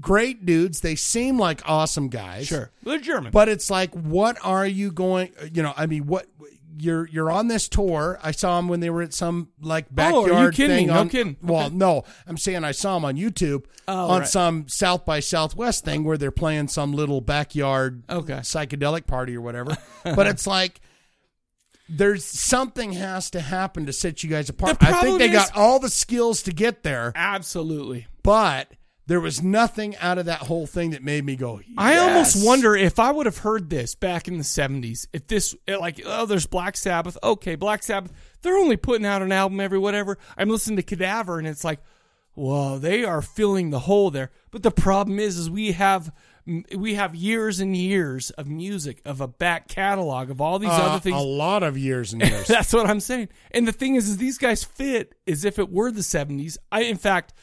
[SPEAKER 2] great dudes. They seem like awesome guys. Sure.
[SPEAKER 1] They're German.
[SPEAKER 2] But it's like, what are you going? You know, I mean, what you're you're on this tour. I saw them when they were at some like
[SPEAKER 1] Oh, are you
[SPEAKER 2] backyard
[SPEAKER 1] kidding
[SPEAKER 2] thing.
[SPEAKER 1] me? No
[SPEAKER 2] on-
[SPEAKER 1] kidding.
[SPEAKER 2] Well,
[SPEAKER 1] Okay.
[SPEAKER 2] no, I'm saying I saw them on YouTube
[SPEAKER 1] Oh,
[SPEAKER 2] on
[SPEAKER 1] right.
[SPEAKER 2] some South by Southwest thing where they're playing some little backyard psychedelic party or whatever.
[SPEAKER 1] *laughs*
[SPEAKER 2] but it's like. There's something has to happen to set you guys apart.
[SPEAKER 1] The
[SPEAKER 2] I think
[SPEAKER 1] problem
[SPEAKER 2] they
[SPEAKER 1] is-
[SPEAKER 2] got all the skills to get there.
[SPEAKER 1] Absolutely.
[SPEAKER 2] But there was nothing out of that whole thing that made me go,
[SPEAKER 1] I almost
[SPEAKER 2] "Yes."
[SPEAKER 1] wonder if I would have heard this back in the 70s. If this, like, oh, there's Black Sabbath. Okay, Black Sabbath. They're only putting out an album every whatever. I'm listening to Cadaver, and it's like, whoa, they are filling the hole there. But the problem is, is we have we have years and years of music of a back catalog of all these
[SPEAKER 2] Uh,
[SPEAKER 1] other things.
[SPEAKER 2] A lot of years and years.
[SPEAKER 1] *laughs* That's what I'm saying. And the thing is, is these guys fit as if it were the 70s. I, in fact,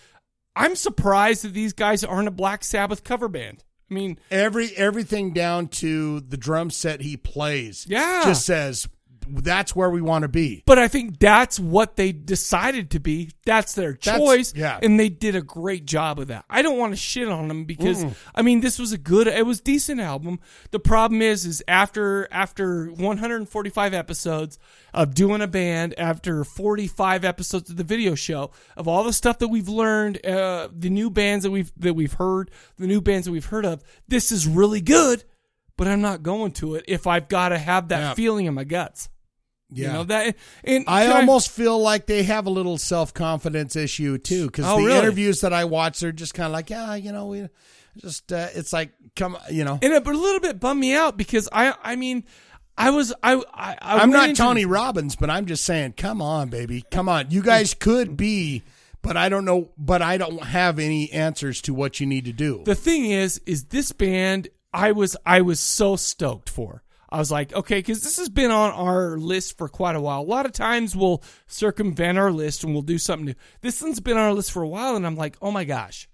[SPEAKER 1] I'm surprised that these guys aren't a Black Sabbath cover band. I mean,
[SPEAKER 2] every everything down to the drum set he plays.
[SPEAKER 1] Yeah.
[SPEAKER 2] just says that's where we want to be.
[SPEAKER 1] But I think that's what they decided to be. That's their
[SPEAKER 2] That's-
[SPEAKER 1] choice.
[SPEAKER 2] yeah.
[SPEAKER 1] And they did a great job of that. I don't want to shit on them because
[SPEAKER 2] Mm-mm.
[SPEAKER 1] I mean this was a good it was decent album. The problem is is after after 145 episodes of doing a band, after 45 episodes of the video show, of all the stuff that we've learned, uh, the new bands that we've that we've heard, the new bands that we've heard of, this is really good, but I'm not going to it if I've got to have that
[SPEAKER 2] Yeah.
[SPEAKER 1] feeling in my guts. You know that and
[SPEAKER 2] I
[SPEAKER 1] should
[SPEAKER 2] almost feel like they have a little self confidence issue too, because
[SPEAKER 1] Oh,
[SPEAKER 2] the
[SPEAKER 1] really?
[SPEAKER 2] interviews that I watch, they're just kind of like, yeah, you know, we just uh, it's like come, you know,
[SPEAKER 1] and it a little bit bummed me out because I I mean I was I I, I
[SPEAKER 2] I'm
[SPEAKER 1] went
[SPEAKER 2] not
[SPEAKER 1] into-
[SPEAKER 2] Tony Robbins, but I'm just saying, come on, baby, come on. You guys could be, but I don't know, but I don't have any answers to what you need to do.
[SPEAKER 1] The thing is, is this band I was I was so stoked for. I was like, okay, because this has been on our list for quite a while. A lot of times we'll circumvent our list and we'll do something new. This one's been on our list for a while, and I'm like, oh my gosh,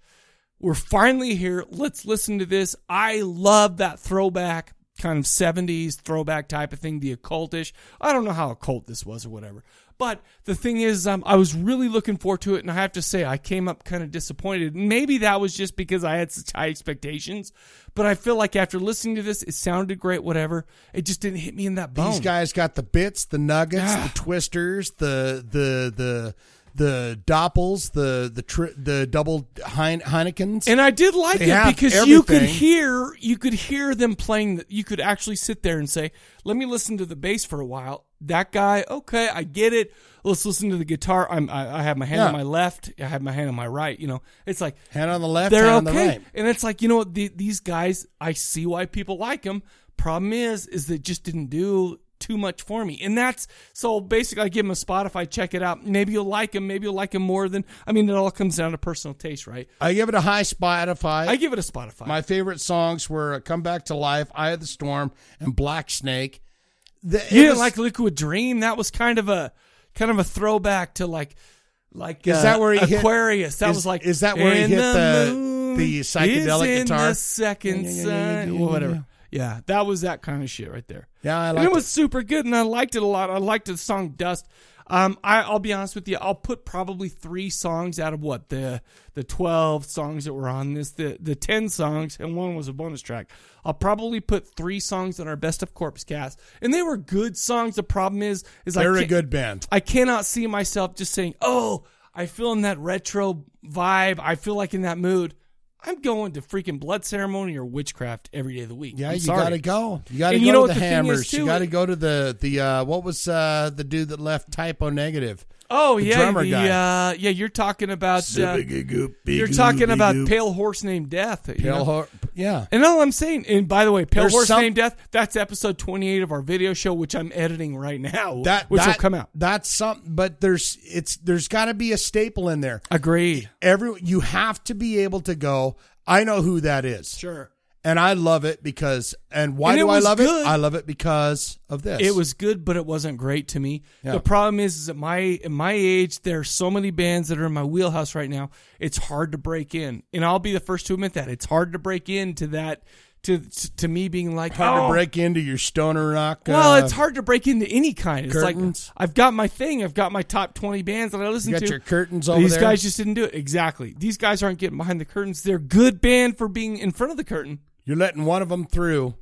[SPEAKER 1] we're finally here. Let's listen to this. I love that throwback kind of 70s throwback type of thing, the occultish. I don't know how occult this was or whatever. But the thing is, um, I was really looking forward to it, and I have to say, I came up kind of disappointed. Maybe that was just because I had such high expectations, but I feel like after listening to this, it sounded great, whatever. It just didn't hit me in that bone. Ah.
[SPEAKER 2] These guys got the bits, the nuggets, the twisters, the the the the doppels, the the tri- the double Hein- Heinekens,
[SPEAKER 1] And I did like
[SPEAKER 2] They
[SPEAKER 1] it
[SPEAKER 2] have
[SPEAKER 1] because you could
[SPEAKER 2] everything.
[SPEAKER 1] hear you could hear them playing. The, you could actually sit there and say, "Let me listen to the bass for a while." That guy, okay, I get it. Let's listen to the guitar. I'm, I, I have my hand on
[SPEAKER 2] Yeah.
[SPEAKER 1] my left. I have my hand on my right. You know, it's like
[SPEAKER 2] hand on the left,
[SPEAKER 1] They're
[SPEAKER 2] hand on the
[SPEAKER 1] okay,
[SPEAKER 2] right.
[SPEAKER 1] and it's like you know what the, these guys. I see why people like them. Problem is, is they just didn't do too much for me, and that's so. Basically, I give them a Spotify. Check it out. Maybe you'll like them. Maybe you'll like them more than. I mean, it all comes down to personal taste, right?
[SPEAKER 2] I give it a high Spotify.
[SPEAKER 1] I give it a Spotify.
[SPEAKER 2] My favorite songs were uh, "Come Back to Life," "Eye of the Storm," and "Black Snake." The- it
[SPEAKER 1] you didn't
[SPEAKER 2] was-
[SPEAKER 1] like Liquid Dream. That was kind of a kind of a throwback to like like
[SPEAKER 2] Is
[SPEAKER 1] uh,
[SPEAKER 2] that where he hit-
[SPEAKER 1] Aquarius? that
[SPEAKER 2] is-
[SPEAKER 1] was like
[SPEAKER 2] is that where he
[SPEAKER 1] "And
[SPEAKER 2] hit the-
[SPEAKER 1] moon
[SPEAKER 2] the psychedelic
[SPEAKER 1] is in
[SPEAKER 2] guitar?
[SPEAKER 1] the second
[SPEAKER 2] Yeah, yeah, yeah,
[SPEAKER 1] sun,
[SPEAKER 2] yeah, yeah,
[SPEAKER 1] whatever.
[SPEAKER 2] yeah.
[SPEAKER 1] Yeah, that was that kind of shit right there.
[SPEAKER 2] Yeah, I
[SPEAKER 1] And
[SPEAKER 2] liked
[SPEAKER 1] it was super good, and I liked it a lot. I liked the song "Dust." Um, I, I'll be honest with you. I'll put probably three songs out of what the the twelve songs that were on this, the the ten songs, and one was a bonus track. I'll probably put three songs on our best of corpse cast, and they were good songs. The problem is, is I
[SPEAKER 2] They're a
[SPEAKER 1] can't-
[SPEAKER 2] good band.
[SPEAKER 1] I cannot see myself just saying, "Oh, I feel in that retro vibe. I feel like in that mood." I'm going to freaking blood ceremony or witchcraft every day of the week.
[SPEAKER 2] Yeah,
[SPEAKER 1] I'm
[SPEAKER 2] you
[SPEAKER 1] sorry.
[SPEAKER 2] gotta go. You gotta
[SPEAKER 1] And
[SPEAKER 2] go
[SPEAKER 1] you know what
[SPEAKER 2] to the,
[SPEAKER 1] thing is,
[SPEAKER 2] hammers.
[SPEAKER 1] too,
[SPEAKER 2] you gotta go to the the uh, what was uh, the dude that left typo negative?
[SPEAKER 1] Oh
[SPEAKER 2] The
[SPEAKER 1] yeah,
[SPEAKER 2] drummer
[SPEAKER 1] the,
[SPEAKER 2] guy.
[SPEAKER 1] Uh, yeah, you're talking about uh,
[SPEAKER 2] Zibigigoop,
[SPEAKER 1] you're
[SPEAKER 2] bigoop,
[SPEAKER 1] talking about
[SPEAKER 2] bigoop.
[SPEAKER 1] pale horse named death. you
[SPEAKER 2] Pale
[SPEAKER 1] know?
[SPEAKER 2] Hor- yeah.
[SPEAKER 1] And all I'm saying, and by the way, pale
[SPEAKER 2] There's
[SPEAKER 1] horse
[SPEAKER 2] some-
[SPEAKER 1] named death. That's episode 28 of our video show, which I'm editing right now.
[SPEAKER 2] that
[SPEAKER 1] which will
[SPEAKER 2] that-
[SPEAKER 1] come out.
[SPEAKER 2] That's something, but there's it's there's got to be a staple in there.
[SPEAKER 1] Agreed.
[SPEAKER 2] Every you have to be able to go. I know who that is.
[SPEAKER 1] Sure.
[SPEAKER 2] And I love it because and why
[SPEAKER 1] And it
[SPEAKER 2] do I
[SPEAKER 1] was
[SPEAKER 2] love
[SPEAKER 1] good.
[SPEAKER 2] it? I love it because of this.
[SPEAKER 1] It was good, but it wasn't great to me.
[SPEAKER 2] Yeah.
[SPEAKER 1] The problem is, is at my at my age, there are so many bands that are in my wheelhouse right now. It's hard to break in, and I'll be the first to admit that it's hard to break into that. To to me being like
[SPEAKER 2] hard
[SPEAKER 1] "Oh,
[SPEAKER 2] to break into your stoner rock.
[SPEAKER 1] Well,
[SPEAKER 2] uh,
[SPEAKER 1] it's hard to break into any kind. It's
[SPEAKER 2] curtains.
[SPEAKER 1] like I've got my thing. I've got my top twenty bands that I listen
[SPEAKER 2] You got
[SPEAKER 1] to.
[SPEAKER 2] your curtains
[SPEAKER 1] These
[SPEAKER 2] over there.
[SPEAKER 1] guys just didn't do it. Exactly. These guys aren't getting behind the curtains. They're good band for being in front of the curtain.
[SPEAKER 2] You're letting one of them through.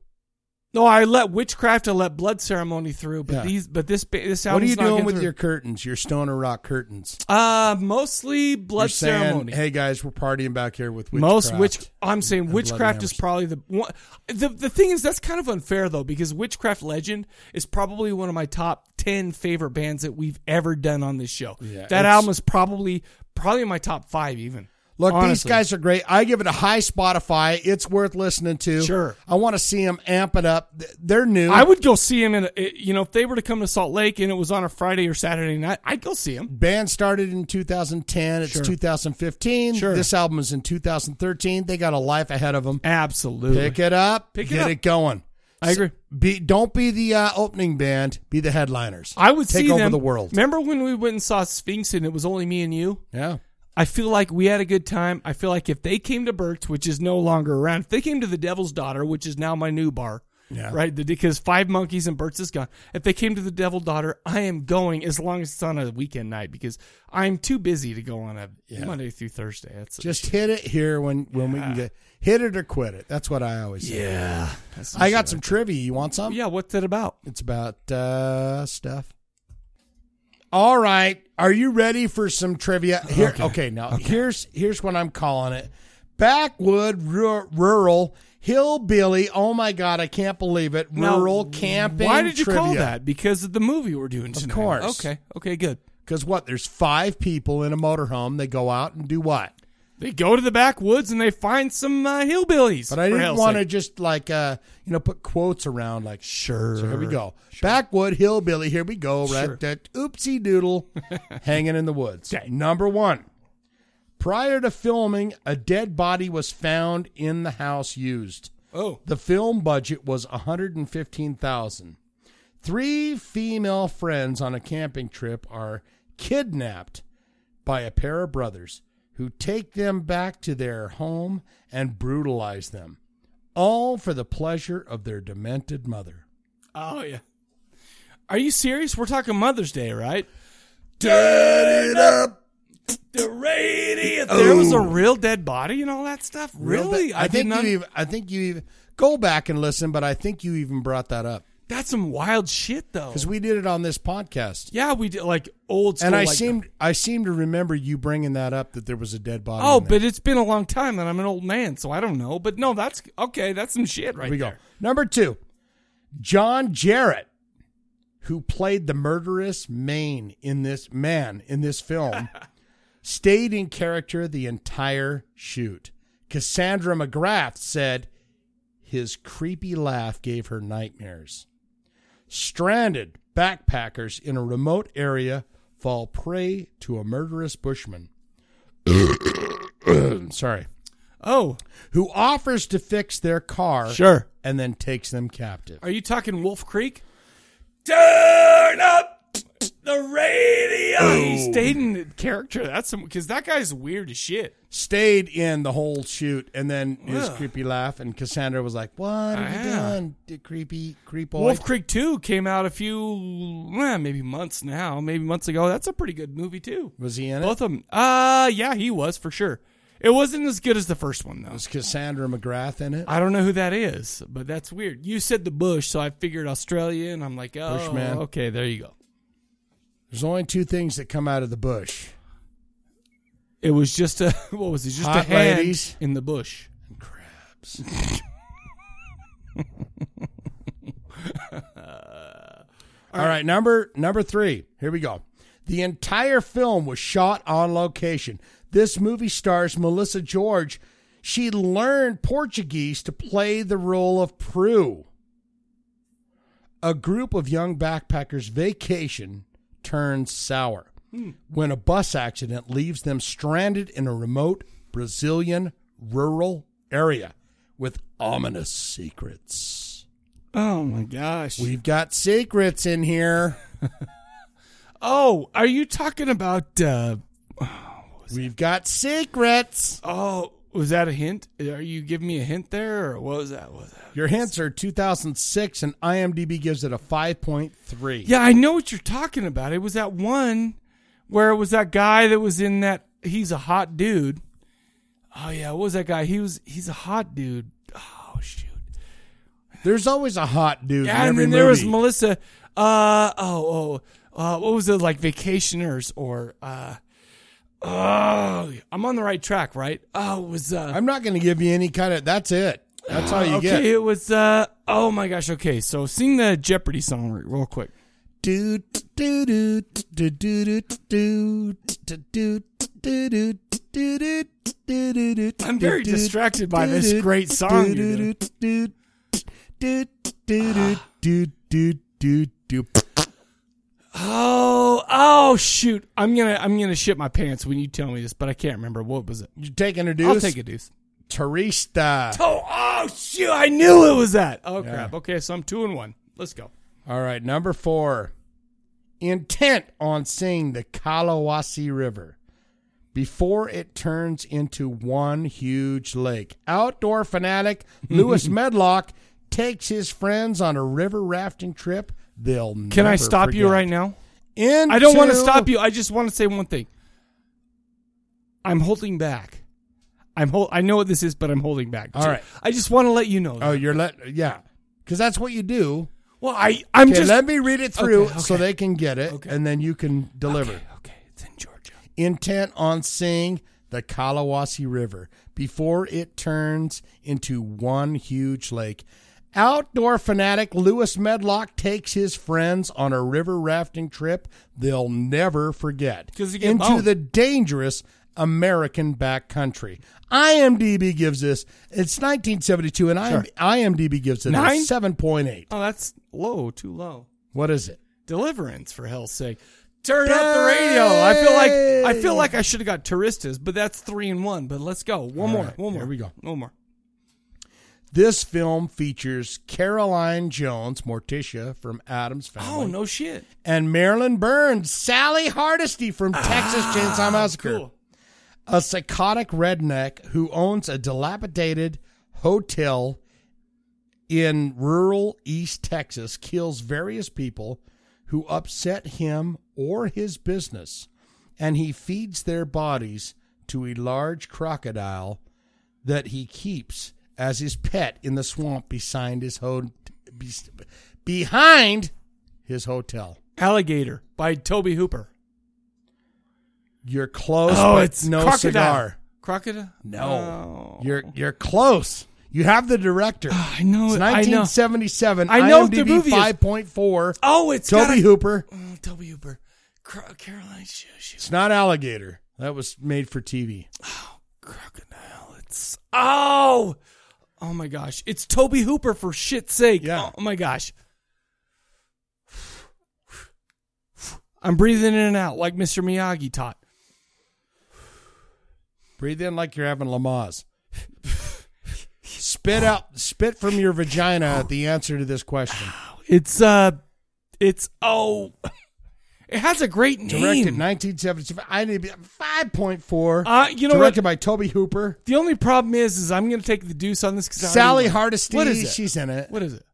[SPEAKER 1] No, I let witchcraft. I let blood ceremony through, but
[SPEAKER 2] Yeah.
[SPEAKER 1] these, but this, ba- this
[SPEAKER 2] What are
[SPEAKER 1] album's
[SPEAKER 2] you
[SPEAKER 1] not
[SPEAKER 2] doing
[SPEAKER 1] getting
[SPEAKER 2] with
[SPEAKER 1] through.
[SPEAKER 2] your curtains? Your stoner rock curtains.
[SPEAKER 1] Uh, mostly blood
[SPEAKER 2] You're saying,
[SPEAKER 1] ceremony.
[SPEAKER 2] Hey guys, we're partying back here with witchcraft.
[SPEAKER 1] Most witch. I'm saying
[SPEAKER 2] and
[SPEAKER 1] witchcraft
[SPEAKER 2] bloody
[SPEAKER 1] is probably the one. The the thing is that's kind of unfair though because witchcraft legend is probably one of my top ten favorite bands that we've ever done on this show.
[SPEAKER 2] Yeah,
[SPEAKER 1] that
[SPEAKER 2] it's-
[SPEAKER 1] album is probably probably in my top five even.
[SPEAKER 2] Look, these
[SPEAKER 1] Honestly.
[SPEAKER 2] guys are great. I give it a high Spotify. It's worth listening to. Sure. I want to see them amp it up. Th- They're new.
[SPEAKER 1] I would go see him in, a, you know, if they were to come to Salt Lake and it was on a Friday or Saturday night, I'd go see him.
[SPEAKER 2] Band started in 2010. It's
[SPEAKER 1] Sure.
[SPEAKER 2] 2015.
[SPEAKER 1] Sure.
[SPEAKER 2] This album is in 2013. They got a life ahead of them.
[SPEAKER 1] Absolutely.
[SPEAKER 2] Pick it up.
[SPEAKER 1] Pick it
[SPEAKER 2] get
[SPEAKER 1] up.
[SPEAKER 2] it going.
[SPEAKER 1] I agree.
[SPEAKER 2] Be, don't be the uh, opening band. Be the headliners.
[SPEAKER 1] I would
[SPEAKER 2] take
[SPEAKER 1] see
[SPEAKER 2] over
[SPEAKER 1] them.
[SPEAKER 2] the world.
[SPEAKER 1] Remember when we went and saw Sphinx and it was only me and you?
[SPEAKER 2] Yeah.
[SPEAKER 1] I feel like we had a good time. I feel like if they came to Burke's, which is no longer around, if they came to the Devil's Daughter, which is now my new bar,
[SPEAKER 2] Yeah.
[SPEAKER 1] right? The- Because Five Monkeys and Burt's is gone. If they came to the Devil Daughter, I am going as long as it's on a weekend night because I'm too busy to go on a Monday through Thursday. That's
[SPEAKER 2] Just hit it here when when we can get hit it or quit it. That's what I always say.
[SPEAKER 1] Yeah. That's
[SPEAKER 2] I got some trivia. You want some?
[SPEAKER 1] Yeah, what's it about?
[SPEAKER 2] It's about uh stuff. All right. Are you ready for some trivia? Here okay, now here's here's what I'm calling it. Backwood ru- rural Hillbilly. Oh my God, I can't believe it.
[SPEAKER 1] Now,
[SPEAKER 2] Rural camping.
[SPEAKER 1] Why did you call
[SPEAKER 2] trivia.
[SPEAKER 1] that? Because of the movie we're doing tonight.
[SPEAKER 2] Of course.
[SPEAKER 1] Okay. Okay. Good.
[SPEAKER 2] Because what? There's five people in a motorhome. They go out and do what?
[SPEAKER 1] They go to the backwoods and they find some uh, hillbillies.
[SPEAKER 2] But I
[SPEAKER 1] for
[SPEAKER 2] didn't
[SPEAKER 1] hell's
[SPEAKER 2] want to
[SPEAKER 1] sake.
[SPEAKER 2] just like uh, you know put quotes around like sure. So here we go.
[SPEAKER 1] Sure.
[SPEAKER 2] Backwood hillbilly. Here we go. Right.
[SPEAKER 1] Sure.
[SPEAKER 2] That
[SPEAKER 1] *laughs*
[SPEAKER 2] oopsie doodle, hanging in the woods. Number one. Prior to filming, a dead body was found in the house used.
[SPEAKER 1] Oh.
[SPEAKER 2] The film budget was 115,000. Three female friends on a camping trip are kidnapped by a pair of brothers who take them back to their home and brutalize them, all for the pleasure of their demented mother.
[SPEAKER 1] Oh yeah. Are you serious? We're talking Mother's Day, right?
[SPEAKER 2] Dirt it up. Oh.
[SPEAKER 1] The radio. There was a real dead body and all that stuff.
[SPEAKER 2] Real
[SPEAKER 1] Really?
[SPEAKER 2] ba- I,
[SPEAKER 1] did
[SPEAKER 2] think
[SPEAKER 1] not-
[SPEAKER 2] you even, I think you even go back and listen, but I think you even brought that up
[SPEAKER 1] That's some wild shit, though.
[SPEAKER 2] because we did it on this podcast.
[SPEAKER 1] Yeah, we did like old school.
[SPEAKER 2] and I
[SPEAKER 1] like-
[SPEAKER 2] seem I seem to remember you bringing that up that there was a dead body.
[SPEAKER 1] Oh,
[SPEAKER 2] in there.
[SPEAKER 1] but it's been a long time, and I'm an old man, so I don't know. But no, that's okay. That's some shit right
[SPEAKER 2] Here we
[SPEAKER 1] there.
[SPEAKER 2] go. Number two, John Jarrett, who played the murderous main in this man in
[SPEAKER 1] *laughs*
[SPEAKER 2] this film, stayed in character the entire shoot. Cassandra McGrath said his creepy laugh gave her nightmares. Stranded backpackers in a remote area fall prey to a
[SPEAKER 1] *coughs*
[SPEAKER 2] murderous bushman. Sorry.
[SPEAKER 1] Oh.
[SPEAKER 2] Who offers to fix their car
[SPEAKER 1] Sure.
[SPEAKER 2] and then takes them captive.
[SPEAKER 1] Are you talking Wolf Creek? Turn up the radio. He stayed in character. That's some because that guy's weird as shit.
[SPEAKER 2] Stayed in the whole shoot and then his
[SPEAKER 1] Ugh.
[SPEAKER 2] creepy laugh and Cassandra was like, What have you
[SPEAKER 1] Yeah.
[SPEAKER 2] done? d- Creepy creep boy.
[SPEAKER 1] Wolf Creek Two came out a few, eh, maybe months now, maybe months ago. That's a pretty good movie too.
[SPEAKER 2] Was he in it?
[SPEAKER 1] Both of them. Uh yeah, he was for sure. It wasn't as good as the first one though.
[SPEAKER 2] Was Cassandra McGrath in it?
[SPEAKER 1] I don't know who that is, but that's weird. You said the bush, so I figured Australia, and I'm like, oh,
[SPEAKER 2] Bushman.
[SPEAKER 1] okay, there you go.
[SPEAKER 2] There's only two things that come out of the bush.
[SPEAKER 1] It was just a *laughs* what was it? Just
[SPEAKER 2] Hot
[SPEAKER 1] a hand
[SPEAKER 2] ladies.
[SPEAKER 1] in the bush.
[SPEAKER 2] And crabs.
[SPEAKER 1] *laughs*
[SPEAKER 2] All right, number number three. Here we go. The entire film was shot on location. This movie stars Melissa George. She learned Portuguese to play the role of Prue. A group of young backpackers vacation turns sour when a bus accident leaves them stranded in a remote Brazilian rural area with ominous secrets.
[SPEAKER 1] Oh my gosh.
[SPEAKER 2] We've got secrets
[SPEAKER 1] *laughs*
[SPEAKER 2] in here.
[SPEAKER 1] oh, are you talking about uh *sighs*
[SPEAKER 2] We've got secrets.
[SPEAKER 1] Oh, was that a hint? Are you giving me a hint there or what was that? What was that?
[SPEAKER 2] Your hints are 2006, and IMDb gives it
[SPEAKER 1] *laughs*
[SPEAKER 2] a 5.3.
[SPEAKER 1] Yeah, I know what you're talking about. It was that one where it was that guy that was in that he's a hot dude. Oh yeah, what was that guy? He was he's a hot dude. Oh,
[SPEAKER 2] There's always a hot dude.
[SPEAKER 1] Yeah,
[SPEAKER 2] in
[SPEAKER 1] and
[SPEAKER 2] every
[SPEAKER 1] then there was
[SPEAKER 2] movie.
[SPEAKER 1] Melissa. Uh oh oh. Uh, what was it like? Vacationers or uh, oh, I'm on the right track, right? Oh, it was uh, Oh,
[SPEAKER 2] I'm not going to give you any kind of. That's it. That's all you
[SPEAKER 1] okay,
[SPEAKER 2] get.
[SPEAKER 1] it was uh, oh my gosh. Okay, so sing the Jeopardy song re- real quick.
[SPEAKER 2] Do do do do do do do do do do do do do.
[SPEAKER 1] I'm very distracted by this great song you're doing.
[SPEAKER 2] Do do do do do do do.
[SPEAKER 1] Oh oh shoot! I'm gonna I'm gonna shit my pants when you tell me this, but I can't remember what was it.
[SPEAKER 2] You taking a deuce?
[SPEAKER 1] I'll take a deuce.
[SPEAKER 2] Terista.
[SPEAKER 1] Oh, oh shoot! I knew it was that. Oh crap! Okay, so I'm two and one. Let's go.
[SPEAKER 2] All right, number four. Intent on seeing the Kalawasi River before it turns into one huge lake.
[SPEAKER 1] *laughs*
[SPEAKER 2] Outdoor fanatic Lewis Medlock takes his friends on a river rafting trip. They'll
[SPEAKER 1] Can I stop you right now? I don't want to stop you. I just want to say one thing. I'm holding back. I'm hold. I know what this is, but I'm holding back.
[SPEAKER 2] All right.
[SPEAKER 1] I just want to let you know.
[SPEAKER 2] Oh, you're let yeah, because that's what you do.
[SPEAKER 1] Well, I I'm
[SPEAKER 2] Okay,
[SPEAKER 1] just
[SPEAKER 2] let me read it through
[SPEAKER 1] Okay, okay.
[SPEAKER 2] so they can get it, and then you can deliver. Okay,
[SPEAKER 1] it's in
[SPEAKER 2] Georgia. Intent on seeing the Kalawasi River before it turns into one huge lake. Outdoor fanatic Lewis Medlock takes his friends on a river rafting trip they'll never forget
[SPEAKER 1] 'Cause you get
[SPEAKER 2] into
[SPEAKER 1] boned.
[SPEAKER 2] the dangerous American backcountry. IMDb gives this it's 1972, and
[SPEAKER 1] Sure.
[SPEAKER 2] IMDb gives it a
[SPEAKER 1] Nine?
[SPEAKER 2] 7.8.
[SPEAKER 1] Oh, that's low, too low.
[SPEAKER 2] What is it?
[SPEAKER 1] Deliverance, for hell's sake. Turn up the radio. I feel like I feel like I should have got Touristas, but that's three and one. But let's go. One
[SPEAKER 2] All
[SPEAKER 1] more.
[SPEAKER 2] right,
[SPEAKER 1] one more.
[SPEAKER 2] here we go.
[SPEAKER 1] One more.
[SPEAKER 2] This film features Caroline Jones, Morticia from Adams Family.
[SPEAKER 1] Oh no shit.
[SPEAKER 2] and Marilyn Burns, Sally Hardesty from Texas Chainsaw Massacre. A psychotic redneck who owns a dilapidated hotel in rural East Texas kills various people who upset him or his business, and he feeds their bodies to a large crocodile that he keeps as his pet in the swamp beside his ho- be- behind his hotel.
[SPEAKER 1] Alligator by Toby Hooper.
[SPEAKER 2] You're close.
[SPEAKER 1] Oh,
[SPEAKER 2] but
[SPEAKER 1] it's
[SPEAKER 2] no
[SPEAKER 1] crocodile.
[SPEAKER 2] cigar.
[SPEAKER 1] Crocodile?
[SPEAKER 2] No, you're you're close. You have the director. I
[SPEAKER 1] know.
[SPEAKER 2] It's
[SPEAKER 1] it. Ah, I know.
[SPEAKER 2] 1977.
[SPEAKER 1] I know the
[SPEAKER 2] IMDb
[SPEAKER 1] movie is-
[SPEAKER 2] 5.4.
[SPEAKER 1] Oh, it's
[SPEAKER 2] Toby
[SPEAKER 1] gotta-
[SPEAKER 2] Hooper.
[SPEAKER 1] Oh, Toby Hooper. Cro- Caroline Shushu.
[SPEAKER 2] It's not Alligator. That was made for TV.
[SPEAKER 1] It's oh, oh my gosh! It's Toby Hooper for shit's sake. Oh my gosh. I'm breathing in and out like Mr. Miyagi taught.
[SPEAKER 2] Breathe in like you're having Lamaze. spit out, spit from your vagina at the answer to this question.
[SPEAKER 1] It's uh, it's oh, it has a great name.
[SPEAKER 2] Directed 1977. I need 5.4.
[SPEAKER 1] Uh, you know
[SPEAKER 2] directed
[SPEAKER 1] what?
[SPEAKER 2] by Toby Hooper.
[SPEAKER 1] The only problem is, is I'm going to take the deuce on this because
[SPEAKER 2] Sally Hardesty,
[SPEAKER 1] What is it?
[SPEAKER 2] she's in it.
[SPEAKER 1] What is it?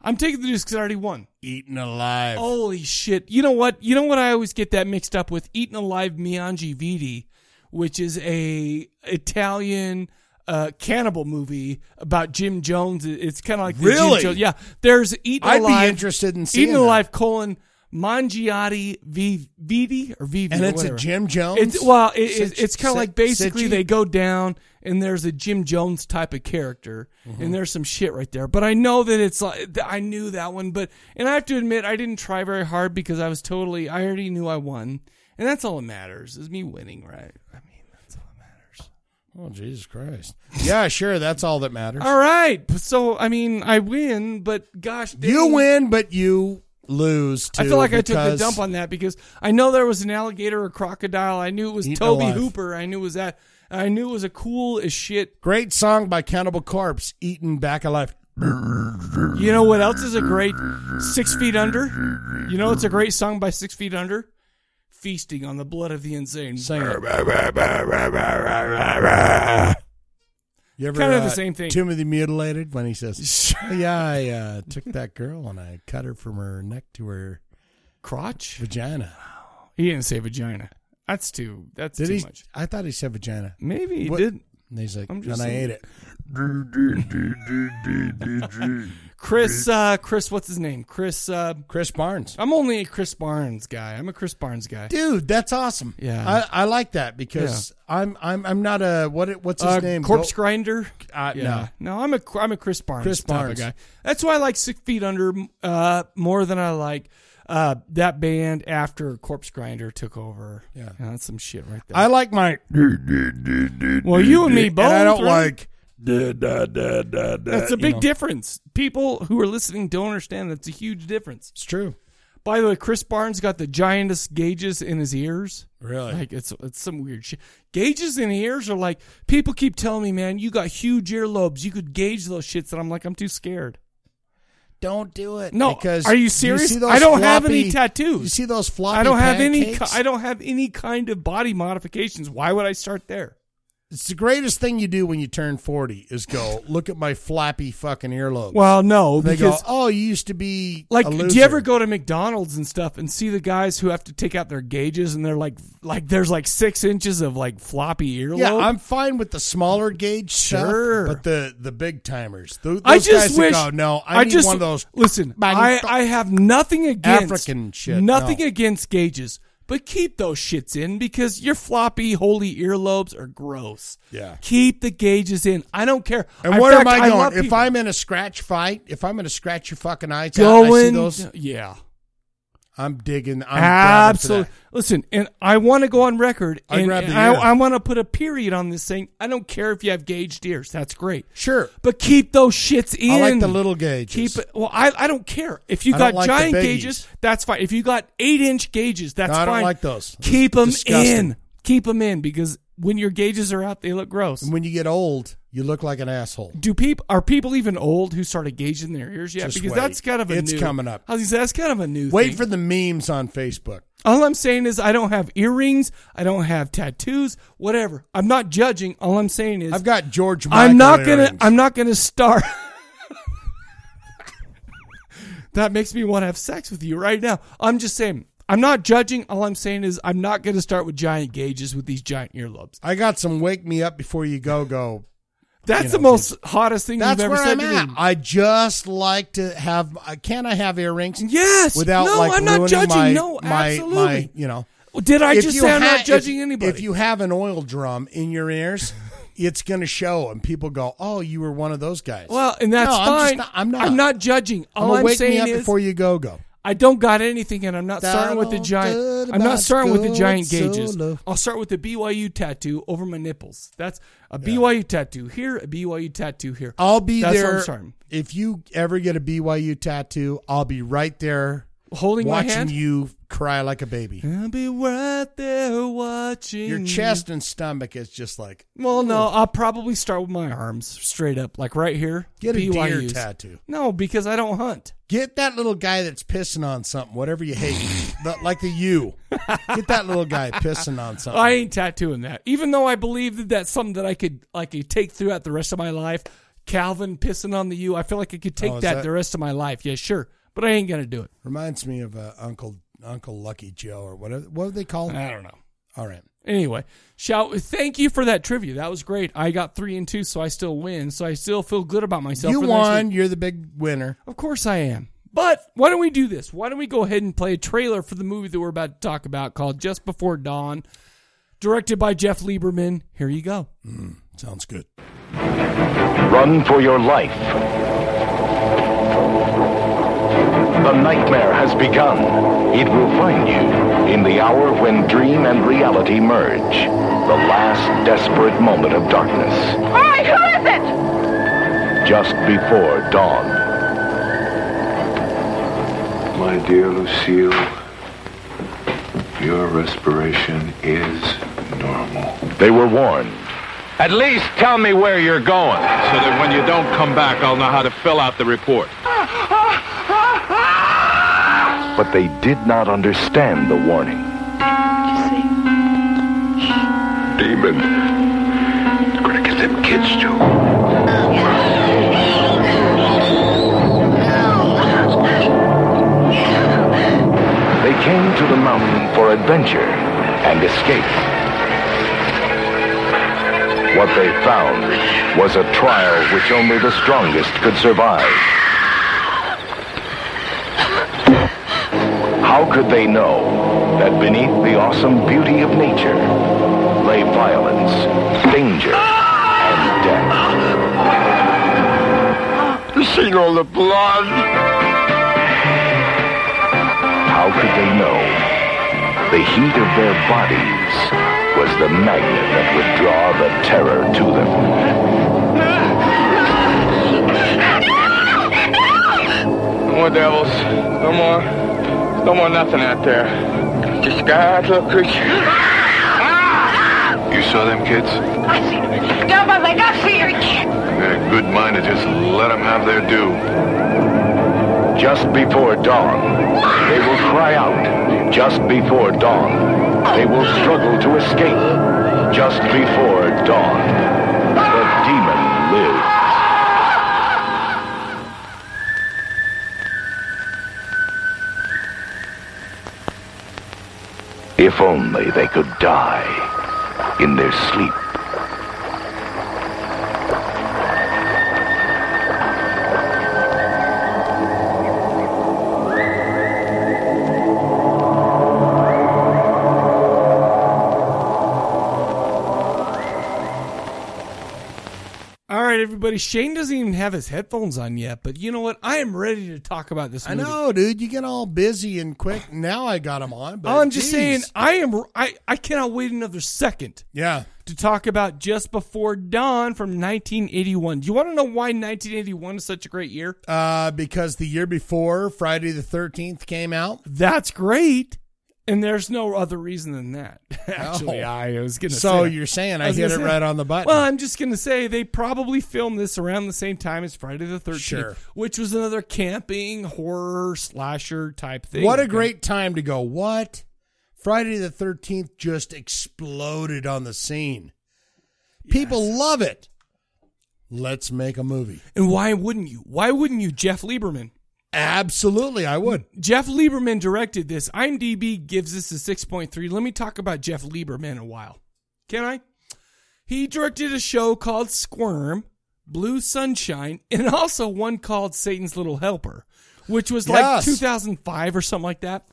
[SPEAKER 1] I'm taking the deuce because I already won.
[SPEAKER 2] Eaten alive.
[SPEAKER 1] Holy shit! You know what? You know what? I always get that mixed up with Eaten Alive Mianji Vidi, which is a Italian uh, cannibal movie about Jim Jones. It- It's kind of like the Jim
[SPEAKER 2] Really?
[SPEAKER 1] Jones- yeah. There's Eaten
[SPEAKER 2] I'd be
[SPEAKER 1] Alive.
[SPEAKER 2] interested in
[SPEAKER 1] Eaten
[SPEAKER 2] seeing that.
[SPEAKER 1] Alive colon Mangiati V- Vidi or Vivi,
[SPEAKER 2] And
[SPEAKER 1] or
[SPEAKER 2] it's a
[SPEAKER 1] whatever.
[SPEAKER 2] Jim Jones?
[SPEAKER 1] It's, well, it, it-
[SPEAKER 2] Sit-
[SPEAKER 1] it's kind
[SPEAKER 2] sit-
[SPEAKER 1] of like basically
[SPEAKER 2] sit-
[SPEAKER 1] they go down and there's a Jim Jones type of character,
[SPEAKER 2] Mm-hmm.
[SPEAKER 1] and there's some shit right there. But I know that it's like th- I knew that one, but and I have to admit I didn't try very hard because I was totally I already knew I won, and that's all that matters is me winning, right?
[SPEAKER 2] Oh, Jesus Christ. Yeah, sure. That's
[SPEAKER 1] *laughs*
[SPEAKER 2] all that matters.
[SPEAKER 1] All right, so I mean I win, but gosh,
[SPEAKER 2] You
[SPEAKER 1] dang.
[SPEAKER 2] win, but you lose too.
[SPEAKER 1] I feel like I took the
[SPEAKER 2] because-
[SPEAKER 1] dump on that because I know there was an alligator or crocodile. I knew it was
[SPEAKER 2] Eaten
[SPEAKER 1] Toby
[SPEAKER 2] alive.
[SPEAKER 1] Hooper. I knew it was that. I knew it was a cool as shit
[SPEAKER 2] Great song by Cannibal Corpse, Eaten Back Alive.
[SPEAKER 1] You know what else is a great Six Feet Under? You know it's a great song by Six Feet Under? Feasting on the Blood of the Insane. Sing
[SPEAKER 2] You ever,
[SPEAKER 1] Kind of the
[SPEAKER 2] uh,
[SPEAKER 1] same thing.
[SPEAKER 2] Timothy Mutilated when
[SPEAKER 1] *laughs*
[SPEAKER 2] he says, Yeah, I uh, took that girl and I cut her from her neck to her
[SPEAKER 1] crotch?
[SPEAKER 2] Vagina.
[SPEAKER 1] He didn't say vagina. That's too that's
[SPEAKER 2] Did
[SPEAKER 1] too
[SPEAKER 2] he?
[SPEAKER 1] much.
[SPEAKER 2] I thought he said vagina.
[SPEAKER 1] Maybe he
[SPEAKER 2] What-
[SPEAKER 1] did.
[SPEAKER 2] And he's like,
[SPEAKER 1] I'm
[SPEAKER 2] and
[SPEAKER 1] just
[SPEAKER 2] I
[SPEAKER 1] saying.
[SPEAKER 2] ate it.
[SPEAKER 1] Chris uh Chris what's his name? Chris uh
[SPEAKER 2] Chris Barnes.
[SPEAKER 1] I'm only a Chris Barnes guy. I'm a Chris Barnes guy.
[SPEAKER 2] Dude, that's awesome.
[SPEAKER 1] Yeah.
[SPEAKER 2] I, I like that because I'm I'm I'm not a what it- what's his
[SPEAKER 1] Uh,
[SPEAKER 2] name?
[SPEAKER 1] Corpse
[SPEAKER 2] Go-
[SPEAKER 1] Grinder.
[SPEAKER 2] Uh,
[SPEAKER 1] Yeah. No, I'm a I'm a Chris Barnes
[SPEAKER 2] Chris
[SPEAKER 1] type
[SPEAKER 2] Barnes.
[SPEAKER 1] of guy. That's why I like Six Feet Under uh, more than I like uh, that band after Corpse Grinder took over. Yeah, that's some shit right there.
[SPEAKER 2] I like my.
[SPEAKER 1] Well, you and me both.
[SPEAKER 2] I don't
[SPEAKER 1] right?
[SPEAKER 2] like.
[SPEAKER 1] That's
[SPEAKER 2] That's
[SPEAKER 1] a big difference. People who are listening don't understand. That's a huge difference. It's
[SPEAKER 2] true.
[SPEAKER 1] By the way, Chris Barnes got the giantest gauges in his ears.
[SPEAKER 2] Really?
[SPEAKER 1] Like it's it's some weird shit. Gauges in ears are like people keep telling me, man, you got huge earlobes. You could gauge those shits, and I'm like, I'm too scared.
[SPEAKER 2] Don't do it.
[SPEAKER 1] No,
[SPEAKER 2] because
[SPEAKER 1] are you serious?
[SPEAKER 2] see those
[SPEAKER 1] I don't have
[SPEAKER 2] floppy-
[SPEAKER 1] any tattoos.
[SPEAKER 2] You see those floppy?
[SPEAKER 1] I don't have any.
[SPEAKER 2] pancakes?
[SPEAKER 1] ki- I don't have any kind of body modifications. Why would I start there?
[SPEAKER 2] It's the greatest thing you do when you turn forty is go look at my flappy fucking earlobes.
[SPEAKER 1] Well, no,
[SPEAKER 2] they
[SPEAKER 1] because-
[SPEAKER 2] go. Oh, you used to be
[SPEAKER 1] Like,
[SPEAKER 2] a
[SPEAKER 1] do
[SPEAKER 2] loser."
[SPEAKER 1] you ever go to McDonald's and stuff and see the guys who have to take out their gauges and they're like, like there's like six inches of like floppy earlobe.
[SPEAKER 2] Yeah, I'm fine with the smaller gauge
[SPEAKER 1] Sure.
[SPEAKER 2] stuff, but the the big timers. Tho- Those
[SPEAKER 1] I just
[SPEAKER 2] guys
[SPEAKER 1] wish.
[SPEAKER 2] That go, no, I, need
[SPEAKER 1] just
[SPEAKER 2] one of those. *laughs*
[SPEAKER 1] Listen,
[SPEAKER 2] Bang,
[SPEAKER 1] I
[SPEAKER 2] fuck.
[SPEAKER 1] I have nothing against
[SPEAKER 2] African shit,
[SPEAKER 1] Nothing
[SPEAKER 2] no.
[SPEAKER 1] against gauges. But keep those shits in because your floppy holy earlobes are gross.
[SPEAKER 2] Yeah.
[SPEAKER 1] Keep the gauges in. I don't care.
[SPEAKER 2] And
[SPEAKER 1] In
[SPEAKER 2] where
[SPEAKER 1] fact,
[SPEAKER 2] am I
[SPEAKER 1] love
[SPEAKER 2] going? if
[SPEAKER 1] people-
[SPEAKER 2] I'm in a scratch fight, if I'm going to scratch your fucking eyes out, and I see
[SPEAKER 1] going,
[SPEAKER 2] those.
[SPEAKER 1] yeah.
[SPEAKER 2] I'm digging. I'm
[SPEAKER 1] Absolutely.
[SPEAKER 2] absolutely.
[SPEAKER 1] Listen, and I want to go on record.
[SPEAKER 2] I
[SPEAKER 1] and
[SPEAKER 2] grab the
[SPEAKER 1] I,
[SPEAKER 2] ear.
[SPEAKER 1] I want to put a period on this thing. I don't care if you have gauged ears. That's great.
[SPEAKER 2] Sure.
[SPEAKER 1] But keep those shits in.
[SPEAKER 2] I like the little gauges.
[SPEAKER 1] Keep it. Well, I, I don't care. If you
[SPEAKER 2] I
[SPEAKER 1] got
[SPEAKER 2] don't like the
[SPEAKER 1] giant
[SPEAKER 2] biggies.
[SPEAKER 1] gauges, that's fine. If you got eight inch gauges, that's
[SPEAKER 2] No,
[SPEAKER 1] fine.
[SPEAKER 2] I don't like those.
[SPEAKER 1] Keep them
[SPEAKER 2] Disgusting.
[SPEAKER 1] in. Keep them in because when your gauges are out, they look gross. And
[SPEAKER 2] when you get old, you look like an asshole.
[SPEAKER 1] Do people are people even old who started gauging their ears yet?
[SPEAKER 2] Just
[SPEAKER 1] because
[SPEAKER 2] wait.
[SPEAKER 1] that's kind of a
[SPEAKER 2] It's
[SPEAKER 1] new-
[SPEAKER 2] coming up.
[SPEAKER 1] I was gonna say, that's kind of a new.
[SPEAKER 2] Wait
[SPEAKER 1] thing.
[SPEAKER 2] for the memes on Facebook.
[SPEAKER 1] All I'm saying is I don't have earrings, I don't have tattoos, whatever. I'm not judging. All I'm saying is
[SPEAKER 2] I've got George. Michael
[SPEAKER 1] I'm not gonna
[SPEAKER 2] earrings.
[SPEAKER 1] I'm not gonna start *laughs* That makes me want to have sex with you right now. I'm just saying I'm not judging. All I'm saying is I'm not gonna start with giant gauges with these giant earlobes.
[SPEAKER 2] I got some wake me up before you go go.
[SPEAKER 1] That's
[SPEAKER 2] you
[SPEAKER 1] the
[SPEAKER 2] know,
[SPEAKER 1] most hottest thing
[SPEAKER 2] That's
[SPEAKER 1] you've ever
[SPEAKER 2] where
[SPEAKER 1] said
[SPEAKER 2] I'm
[SPEAKER 1] to
[SPEAKER 2] at.
[SPEAKER 1] me.
[SPEAKER 2] I just like to have. I Can I have earrings?
[SPEAKER 1] Yes.
[SPEAKER 2] Without
[SPEAKER 1] No,
[SPEAKER 2] like
[SPEAKER 1] I'm not
[SPEAKER 2] ruining
[SPEAKER 1] judging.
[SPEAKER 2] my-
[SPEAKER 1] No,
[SPEAKER 2] my-
[SPEAKER 1] absolutely.
[SPEAKER 2] my, you know.
[SPEAKER 1] Well, did I
[SPEAKER 2] If
[SPEAKER 1] just
[SPEAKER 2] you
[SPEAKER 1] say I'm not
[SPEAKER 2] if-
[SPEAKER 1] judging anybody?
[SPEAKER 2] If you have an oil drum in your
[SPEAKER 1] *laughs*
[SPEAKER 2] ears, it's going to show, and people go, "Oh, you were one of those guys."
[SPEAKER 1] Well, and that's
[SPEAKER 2] No, I'm just
[SPEAKER 1] fine.
[SPEAKER 2] not- I'm not.
[SPEAKER 1] I'm not judging.
[SPEAKER 2] I'm
[SPEAKER 1] All
[SPEAKER 2] gonna
[SPEAKER 1] I'm
[SPEAKER 2] wake me
[SPEAKER 1] saying
[SPEAKER 2] up
[SPEAKER 1] is
[SPEAKER 2] before you go go.
[SPEAKER 1] I don't got anything, and I'm not starting with the giant.
[SPEAKER 2] Donald
[SPEAKER 1] I'm not
[SPEAKER 2] Dudabot's
[SPEAKER 1] starting with the giant
[SPEAKER 2] going
[SPEAKER 1] gauges.
[SPEAKER 2] solo.
[SPEAKER 1] I'll start with the BYU tattoo over my nipples. That's a BYU tattoo here, a BYU tattoo here.
[SPEAKER 2] I'll be
[SPEAKER 1] That's
[SPEAKER 2] there.
[SPEAKER 1] What I'm starting.
[SPEAKER 2] If you ever get a BYU tattoo, I'll be right there
[SPEAKER 1] Holding my
[SPEAKER 2] watching
[SPEAKER 1] hand?
[SPEAKER 2] you cry like a baby.
[SPEAKER 1] I'll be right there watching
[SPEAKER 2] Your
[SPEAKER 1] you.
[SPEAKER 2] chest and stomach is just like
[SPEAKER 1] Well, no, I'll probably start with my arms straight up, like right here.
[SPEAKER 2] Get a deer
[SPEAKER 1] BYU's.
[SPEAKER 2] tattoo.
[SPEAKER 1] No, because I don't hunt.
[SPEAKER 2] get that little guy that's pissing on something, whatever
[SPEAKER 1] *laughs*
[SPEAKER 2] you hate, The- like the you. Get that little guy pissing on something.
[SPEAKER 1] I ain't tattooing that. Even though I believe that that's something that I could like take throughout the rest of my life. Calvin pissing on the U. I feel like I could take
[SPEAKER 2] Oh, is
[SPEAKER 1] that,
[SPEAKER 2] that-
[SPEAKER 1] the rest of my life. Yeah, sure, but I ain't gonna do it.
[SPEAKER 2] Reminds me of uh, Uncle Uncle Lucky Joe or whatever. Uh, What do they call him?
[SPEAKER 1] I don't know.
[SPEAKER 2] All right.
[SPEAKER 1] Anyway, shall thank you for that trivia. That was great. I got three and two, so I still win. So I still feel good about myself.
[SPEAKER 2] you
[SPEAKER 1] for the next
[SPEAKER 2] won.
[SPEAKER 1] week.
[SPEAKER 2] You're the big winner.
[SPEAKER 1] Of course I am. But why don't we do this? Why don't we go ahead and play a trailer for the movie that we're about to talk about called Just Before Dawn, directed by Jeff Lieberman. Here you go.
[SPEAKER 2] sounds good.
[SPEAKER 27] Run for your life. The nightmare has begun. It will find you in the hour when dream and reality merge. The last desperate moment of darkness,
[SPEAKER 6] Hey, who is it?
[SPEAKER 27] just before dawn.
[SPEAKER 28] My dear Lucille, your respiration is normal.
[SPEAKER 27] They were warned.
[SPEAKER 29] At least tell me where you're going. So that when you don't come back, I'll know how to fill out the report.
[SPEAKER 27] But they did not understand the warning.
[SPEAKER 28] Demon. Gonna get them kids too.
[SPEAKER 27] They came to the mountain for adventure and escape. What they found was a trial which only the strongest could survive. How could they know that beneath the awesome beauty of nature lay violence, danger, and death? You seen all the blood? How could they know? The heat of their bodies was the magnet that would draw the terror to them.
[SPEAKER 29] No more devils. No more. No more nothing out there. Just God's little creature.
[SPEAKER 28] You saw them kids?
[SPEAKER 6] I see. Down by my gut, see your kid.
[SPEAKER 28] They're good minded. Just let them have their due.
[SPEAKER 27] Just before dawn, they will cry out. Just before dawn, they will struggle to escape. Just before dawn, the demon lives. If only they could die in their sleep.
[SPEAKER 1] everybody. Shane doesn't even have his headphones on yet, but you know what? I am ready to talk about this.
[SPEAKER 2] I
[SPEAKER 1] movie.
[SPEAKER 2] know, dude. You get all busy and quick. Now I got him on. But
[SPEAKER 1] I'm just
[SPEAKER 2] geez.
[SPEAKER 1] saying, I am. I I cannot wait another second.
[SPEAKER 2] Yeah.
[SPEAKER 1] To talk about just before dawn from 1981. Do you want to know why 1981 is such a great year?
[SPEAKER 2] Uh, because the year before, Friday the Thirteenth came out.
[SPEAKER 1] That's great. And there's no other reason than that. *laughs* Actually,
[SPEAKER 2] Oh.
[SPEAKER 1] I was gonna.
[SPEAKER 2] So
[SPEAKER 1] say-
[SPEAKER 2] you're saying
[SPEAKER 1] was
[SPEAKER 2] I hit
[SPEAKER 1] gonna
[SPEAKER 2] it right on the button.
[SPEAKER 1] Well, I'm just gonna say they probably filmed this around the same time as Friday the 13th,
[SPEAKER 2] Sure.
[SPEAKER 1] which was another camping horror slasher type thing.
[SPEAKER 2] What a great time to go. What? Friday the 13th just exploded on the scene. People love it. Let's make a movie.
[SPEAKER 1] And why wouldn't you? Why wouldn't you, Jeff Lieberman?
[SPEAKER 2] Absolutely, I would.
[SPEAKER 1] Jeff Lieberman directed this. IMDb gives this a 6.3. Let me talk about Jeff Lieberman a while. Can I? He directed a show called Squirm, Blue Sunshine, and also one called Satan's Little Helper, which was like
[SPEAKER 2] Yes.
[SPEAKER 1] 2005 or something like that.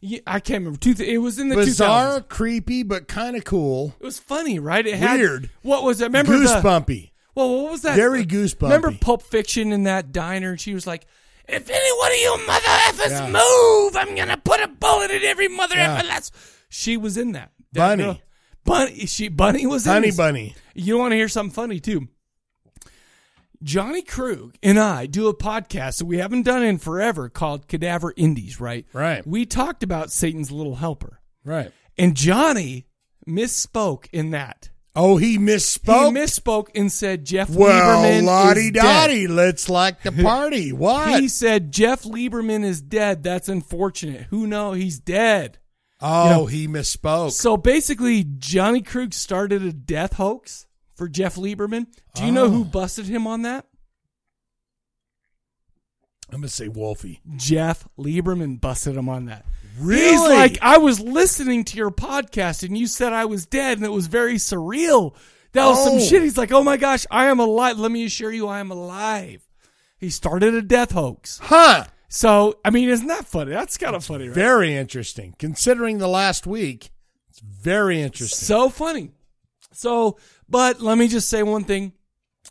[SPEAKER 1] Yeah, I can't remember. Two- It was in the 2000s.
[SPEAKER 2] Bizarre, creepy, but kind of cool.
[SPEAKER 1] It was funny, right? It had,
[SPEAKER 2] Weird.
[SPEAKER 1] What was it? Remember the-
[SPEAKER 2] Goosebumpy.
[SPEAKER 1] well, what was that?
[SPEAKER 2] Very goosebumpy.
[SPEAKER 1] Remember Pulp Fiction in that diner? And she was like, if any one of you mother effers
[SPEAKER 2] Yeah.
[SPEAKER 1] move, I'm going to put a bullet in every mother
[SPEAKER 2] Yeah.
[SPEAKER 1] effer. That's... She was in that. That
[SPEAKER 2] Bunny.
[SPEAKER 1] girl- Bunny. She, Bunny was in
[SPEAKER 2] Honey
[SPEAKER 1] this.
[SPEAKER 2] Bunny.
[SPEAKER 1] You want to hear something funny, too. Johnny Krug and I do a podcast that we haven't done in forever called Cadaver Indies, right? Right. We talked about Satan's Little Helper.
[SPEAKER 2] Right.
[SPEAKER 1] And Johnny misspoke in that.
[SPEAKER 2] Oh, he misspoke?
[SPEAKER 1] He misspoke and said Jeff
[SPEAKER 2] Well,
[SPEAKER 1] Lieberman
[SPEAKER 2] lottie
[SPEAKER 1] is dead.
[SPEAKER 2] dottie, let's
[SPEAKER 1] *laughs*
[SPEAKER 2] like the party. What?
[SPEAKER 1] He said Jeff Lieberman is dead. That's unfortunate. Who know? He's dead.
[SPEAKER 2] Oh,
[SPEAKER 1] You know,
[SPEAKER 2] he misspoke.
[SPEAKER 1] So basically, Johnny Krug started a death hoax for Jeff Lieberman. Do you
[SPEAKER 2] Oh.
[SPEAKER 1] know who busted him on that?
[SPEAKER 2] I'm going to say Wolfie.
[SPEAKER 1] Jeff Lieberman busted him on that. He's
[SPEAKER 2] Really?
[SPEAKER 1] like, I was listening to your podcast and you said I was dead and it was very surreal. That was
[SPEAKER 2] Oh.
[SPEAKER 1] some shit. He's like, oh my gosh, I am alive. Let me assure you, I am alive. He started a death hoax.
[SPEAKER 2] Huh.
[SPEAKER 1] So, I mean, isn't that funny? That's kind of funny, right?
[SPEAKER 2] Very interesting. Considering the last week, it's very interesting.
[SPEAKER 1] So funny. So, but let me just say one thing.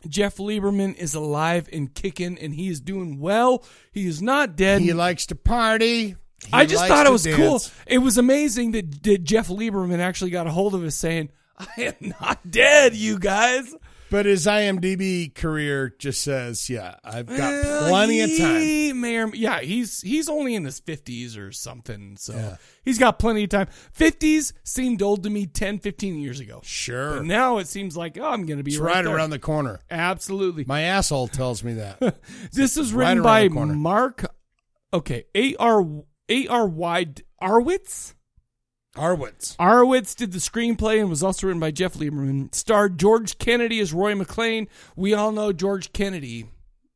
[SPEAKER 1] Jeff Lieberman is alive and kicking, and he is doing well. He is not dead. He
[SPEAKER 2] likes to party. He
[SPEAKER 1] I just
[SPEAKER 2] likes
[SPEAKER 1] thought it
[SPEAKER 2] to
[SPEAKER 1] was
[SPEAKER 2] dance.
[SPEAKER 1] cool. It was amazing that, that Jeff Lieberman actually got a hold of us saying, I am not dead, you guys.
[SPEAKER 2] But his IMDb career just says, yeah, I've got
[SPEAKER 1] Well,
[SPEAKER 2] plenty of time.
[SPEAKER 1] Uh, he May or, yeah, he's he's only in his fifties or something, so he's got plenty of time. Fifties seemed old to me 10, 15 years ago.
[SPEAKER 2] Sure.
[SPEAKER 1] But now it seems like oh, I'm going to be
[SPEAKER 2] It's right,
[SPEAKER 1] there.
[SPEAKER 2] around the corner.
[SPEAKER 1] Absolutely.
[SPEAKER 2] My asshole tells
[SPEAKER 1] *laughs*
[SPEAKER 2] me that.
[SPEAKER 1] This is
[SPEAKER 2] Right
[SPEAKER 1] written
[SPEAKER 2] around
[SPEAKER 1] by
[SPEAKER 2] the corner.
[SPEAKER 1] Mark. Okay, A R A R Y D- Arwitz.
[SPEAKER 2] Arwitz.
[SPEAKER 1] Arwitz did the screenplay and was also written by Jeff Lieberman. Starred George Kennedy as Roy McLean. We all know George Kennedy,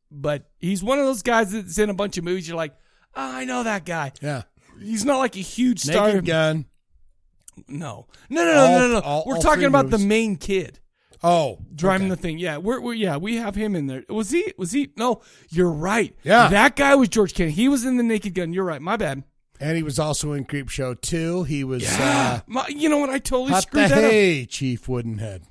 [SPEAKER 1] but he's one of those guys that's in a bunch of movies. You're like, oh, I know that guy.
[SPEAKER 2] Yeah.
[SPEAKER 1] He's not like a huge
[SPEAKER 2] Naked
[SPEAKER 1] star.
[SPEAKER 2] Gun.
[SPEAKER 1] No. No, no, no,
[SPEAKER 2] All-
[SPEAKER 1] no, no. no.
[SPEAKER 2] all-
[SPEAKER 1] we're
[SPEAKER 2] all
[SPEAKER 1] talking
[SPEAKER 2] three
[SPEAKER 1] about the
[SPEAKER 2] movies.
[SPEAKER 1] main kid.
[SPEAKER 2] Oh,
[SPEAKER 1] driving the thing. Yeah, we're, we're yeah, we have him in there. Was he? Was he? No, you're right.
[SPEAKER 2] Yeah.
[SPEAKER 1] that guy was George Kennedy. He was in the Naked Gun. You're right. My bad.
[SPEAKER 2] And he was also in Creep Show 2. He was
[SPEAKER 1] My, you know what? I
[SPEAKER 2] uh,
[SPEAKER 1] totally
[SPEAKER 2] Hot
[SPEAKER 1] screwed
[SPEAKER 2] the
[SPEAKER 1] that up.
[SPEAKER 2] Hay, Chief Woodenhead.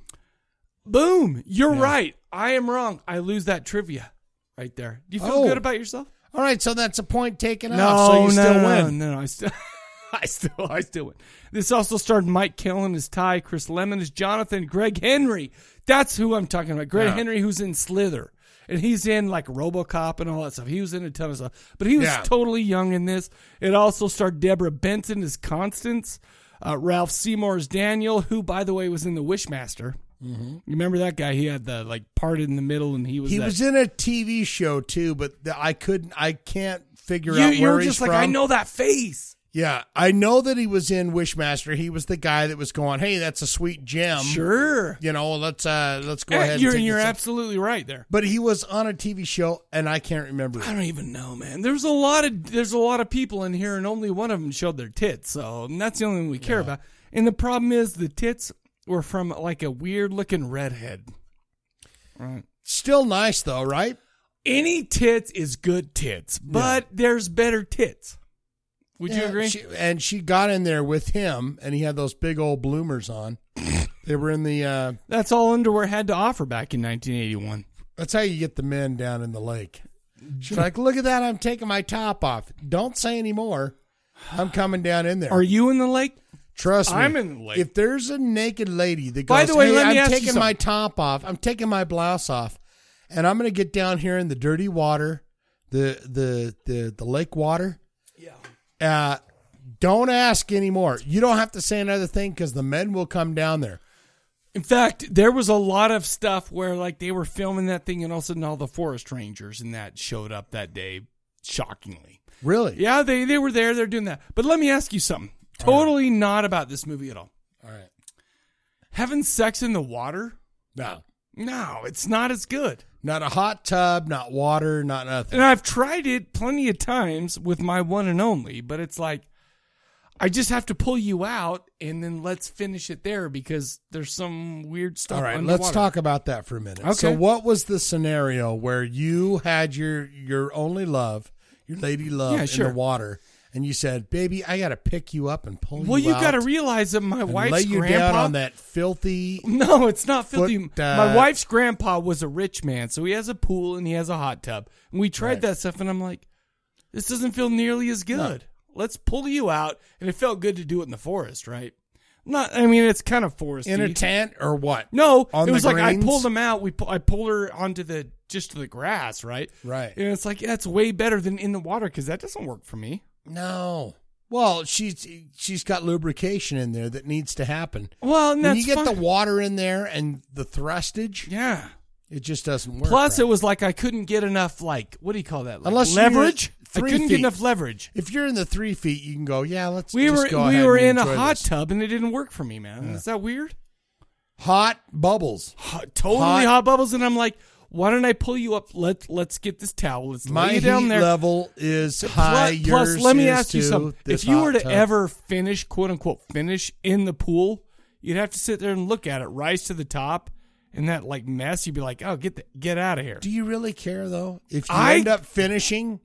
[SPEAKER 1] Boom. You're right. I am wrong. I lose that trivia right there. Do you feel
[SPEAKER 2] Oh.
[SPEAKER 1] good about yourself?
[SPEAKER 2] All right, so that's a point taken
[SPEAKER 1] No,
[SPEAKER 2] off. So you
[SPEAKER 1] no,
[SPEAKER 2] still
[SPEAKER 1] no,
[SPEAKER 2] win.
[SPEAKER 1] No, no, I still, *laughs* I still, I still win. This also starred Mike Killen as Ty, Chris Lemon as Jonathan, Greg Henry. That's who I'm talking about. Greg
[SPEAKER 2] Yeah.
[SPEAKER 1] Henry, who's in Slither, and he's in like RoboCop and all that stuff. He was in a ton of stuff, but he was
[SPEAKER 2] Yeah.
[SPEAKER 1] totally young in this. It also starred Deborah Benson as Constance, uh, Ralph Seymour as Daniel, who by the way was in The Wishmaster. You remember that guy? He had the like part in the middle, and Mm-hmm. he was
[SPEAKER 2] he
[SPEAKER 1] that-
[SPEAKER 2] was in a TV show too, but the, I couldn't. I can't figure
[SPEAKER 1] You,
[SPEAKER 2] out
[SPEAKER 1] you
[SPEAKER 2] where
[SPEAKER 1] were
[SPEAKER 2] he's
[SPEAKER 1] just like,
[SPEAKER 2] from.
[SPEAKER 1] I know that face.
[SPEAKER 2] Yeah, I know that he was in Wishmaster. He was the guy that was going, "Hey, that's a sweet gem."
[SPEAKER 1] Sure.
[SPEAKER 2] You know, let's uh let's go
[SPEAKER 1] Eh,
[SPEAKER 2] ahead.
[SPEAKER 1] you're
[SPEAKER 2] and take
[SPEAKER 1] you're
[SPEAKER 2] this up.
[SPEAKER 1] absolutely right there.
[SPEAKER 2] But he was on a TV show, and I can't remember. I
[SPEAKER 1] don't even know, man. There's a lot of there's a lot of people in here, and only one of them showed their tits. So and that's the only one we care about. And the problem is the tits were from like a weird looking redhead. Right.
[SPEAKER 2] Still nice though, right?
[SPEAKER 1] Any tits is good tits, but there's better tits. Would you
[SPEAKER 2] Yeah,
[SPEAKER 1] agree?
[SPEAKER 2] she- and she got in there with him, and he had those big
[SPEAKER 1] *laughs*
[SPEAKER 2] old bloomers on. they were in the. uh
[SPEAKER 1] That's all underwear had to offer back in 1981.
[SPEAKER 2] That's how you get the men down in the lake.
[SPEAKER 1] Mm-hmm.
[SPEAKER 2] She's like, look at that. I'm taking my top off. Don't say any more. I'm coming down in there.
[SPEAKER 1] Are you in the lake?
[SPEAKER 2] Trust me.
[SPEAKER 1] I'm in the lake.
[SPEAKER 2] If there's a naked lady that goes,
[SPEAKER 1] By the way,
[SPEAKER 2] hey,
[SPEAKER 1] let me
[SPEAKER 2] I'm
[SPEAKER 1] ask you
[SPEAKER 2] taking my
[SPEAKER 1] something."
[SPEAKER 2] top off. I'm taking my blouse off. And I'm going to get down here in the dirty water, the the the, the lake water. Yeah. Uh, don't ask anymore. You don't have to say another thing because the men will come down there.
[SPEAKER 1] In fact, there was a lot of stuff where like they were filming that thing, and all of a sudden, all the forest rangers and that showed up that day, shockingly.
[SPEAKER 2] Really?
[SPEAKER 1] Yeah, they they were there. They're doing that. But let me ask you something. Totally not about this movie at all.
[SPEAKER 2] All right.
[SPEAKER 1] Having sex in the water?
[SPEAKER 2] No.
[SPEAKER 1] No, it's not as good.
[SPEAKER 2] Not a hot tub, not water, not nothing.
[SPEAKER 1] And I've tried it plenty of times with my one and only, but it's like I just have to pull you out and then let's finish it there because there's some weird stuff.
[SPEAKER 2] All right, let's
[SPEAKER 1] underwater.
[SPEAKER 2] talk about that for a minute.
[SPEAKER 1] Okay.
[SPEAKER 2] So, what was the scenario where you had your your only love, your lady love,
[SPEAKER 1] Yeah, sure.
[SPEAKER 2] in the water, and you said, "Baby, I got to pick you up and pull
[SPEAKER 1] Well,
[SPEAKER 2] you
[SPEAKER 1] you
[SPEAKER 2] out
[SPEAKER 1] got to realize that my
[SPEAKER 2] and
[SPEAKER 1] wife's
[SPEAKER 2] lay you
[SPEAKER 1] grandpa
[SPEAKER 2] down on that filthy."
[SPEAKER 1] *laughs* No, it's not filthy.
[SPEAKER 2] Foot,
[SPEAKER 1] my
[SPEAKER 2] uh,
[SPEAKER 1] wife's grandpa was a rich man, so he has a pool and he has a hot tub. And we tried that stuff, and I'm like, this doesn't feel nearly as good. Let's pull you out, and it felt good to do it in the forest, right? Not, I mean, it's kind of foresty.
[SPEAKER 2] In a tent or what?
[SPEAKER 1] No,
[SPEAKER 2] On
[SPEAKER 1] it
[SPEAKER 2] the
[SPEAKER 1] was like I
[SPEAKER 2] greens?
[SPEAKER 1] pulled him out. We pu- I pulled her onto the just to the grass, right?
[SPEAKER 2] Right.
[SPEAKER 1] And it's like yeah, it's way better than in the water because that doesn't work for me.
[SPEAKER 2] No. Well, she's she's got lubrication in there that needs to happen.
[SPEAKER 1] Well, and
[SPEAKER 2] when you
[SPEAKER 1] that's
[SPEAKER 2] get
[SPEAKER 1] fine.
[SPEAKER 2] the water in there and the thrustage,
[SPEAKER 1] yeah,
[SPEAKER 2] it just doesn't work.
[SPEAKER 1] Plus,
[SPEAKER 2] right.
[SPEAKER 1] it was like I couldn't get enough. Like, what do you call that? Like
[SPEAKER 2] unless you're
[SPEAKER 1] leverage. I
[SPEAKER 2] three
[SPEAKER 1] couldn't get
[SPEAKER 2] feet.
[SPEAKER 1] enough leverage.
[SPEAKER 2] If you're in the three feet, you can go. Yeah, let's.
[SPEAKER 1] We
[SPEAKER 2] just
[SPEAKER 1] were
[SPEAKER 2] go
[SPEAKER 1] we
[SPEAKER 2] ahead
[SPEAKER 1] were
[SPEAKER 2] and
[SPEAKER 1] in a
[SPEAKER 2] enjoy
[SPEAKER 1] hot
[SPEAKER 2] this.
[SPEAKER 1] tub and it didn't work for me, man. Is that weird?
[SPEAKER 2] Hot bubbles.
[SPEAKER 1] totally
[SPEAKER 2] Hot-
[SPEAKER 1] hot. bubbles, and I'm like, why don't I pull you up? Let Let's get this towel. Let's
[SPEAKER 2] My
[SPEAKER 1] lay you down
[SPEAKER 2] heat
[SPEAKER 1] there.
[SPEAKER 2] level is
[SPEAKER 1] Plus-
[SPEAKER 2] high.
[SPEAKER 1] plus,
[SPEAKER 2] yours
[SPEAKER 1] let me
[SPEAKER 2] is
[SPEAKER 1] ask you
[SPEAKER 2] too.
[SPEAKER 1] something.
[SPEAKER 2] This
[SPEAKER 1] If you were
[SPEAKER 2] hot
[SPEAKER 1] to
[SPEAKER 2] tub.
[SPEAKER 1] ever finish, quote unquote, finish in the pool, you'd have to sit there and look at it, rise to the top, and that like mess. You'd be like, oh, get the, get out of here.
[SPEAKER 2] do you really care though? If you
[SPEAKER 1] I-
[SPEAKER 2] end up finishing,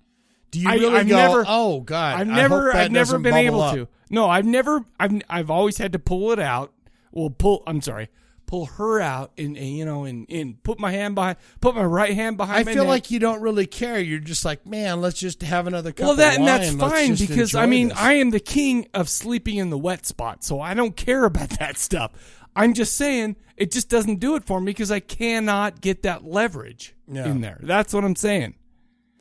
[SPEAKER 2] do you
[SPEAKER 1] I-
[SPEAKER 2] really
[SPEAKER 1] I've
[SPEAKER 2] go?
[SPEAKER 1] never-
[SPEAKER 2] oh God,
[SPEAKER 1] I've
[SPEAKER 2] I
[SPEAKER 1] never,
[SPEAKER 2] hope that
[SPEAKER 1] I've never
[SPEAKER 2] doesn't
[SPEAKER 1] been
[SPEAKER 2] bubble
[SPEAKER 1] able
[SPEAKER 2] up."
[SPEAKER 1] to. No, I've never, I've, I've always had to pull it out. Well, pull. I'm sorry, pull her out, and, and, you know, and and put my hand behind, put my right hand behind.
[SPEAKER 2] I
[SPEAKER 1] my
[SPEAKER 2] feel
[SPEAKER 1] neck.
[SPEAKER 2] like you don't really care. You're just like, man, let's just have another cup.
[SPEAKER 1] well, that
[SPEAKER 2] of
[SPEAKER 1] and
[SPEAKER 2] wine.
[SPEAKER 1] that's
[SPEAKER 2] Let's
[SPEAKER 1] fine
[SPEAKER 2] just
[SPEAKER 1] because I
[SPEAKER 2] enjoy
[SPEAKER 1] mean,
[SPEAKER 2] this."
[SPEAKER 1] I am the king of sleeping in the wet spot, so I don't care about *laughs* that stuff. I'm just saying it just doesn't do it for me because I cannot get that leverage
[SPEAKER 2] Yeah.
[SPEAKER 1] in there. That's what I'm saying.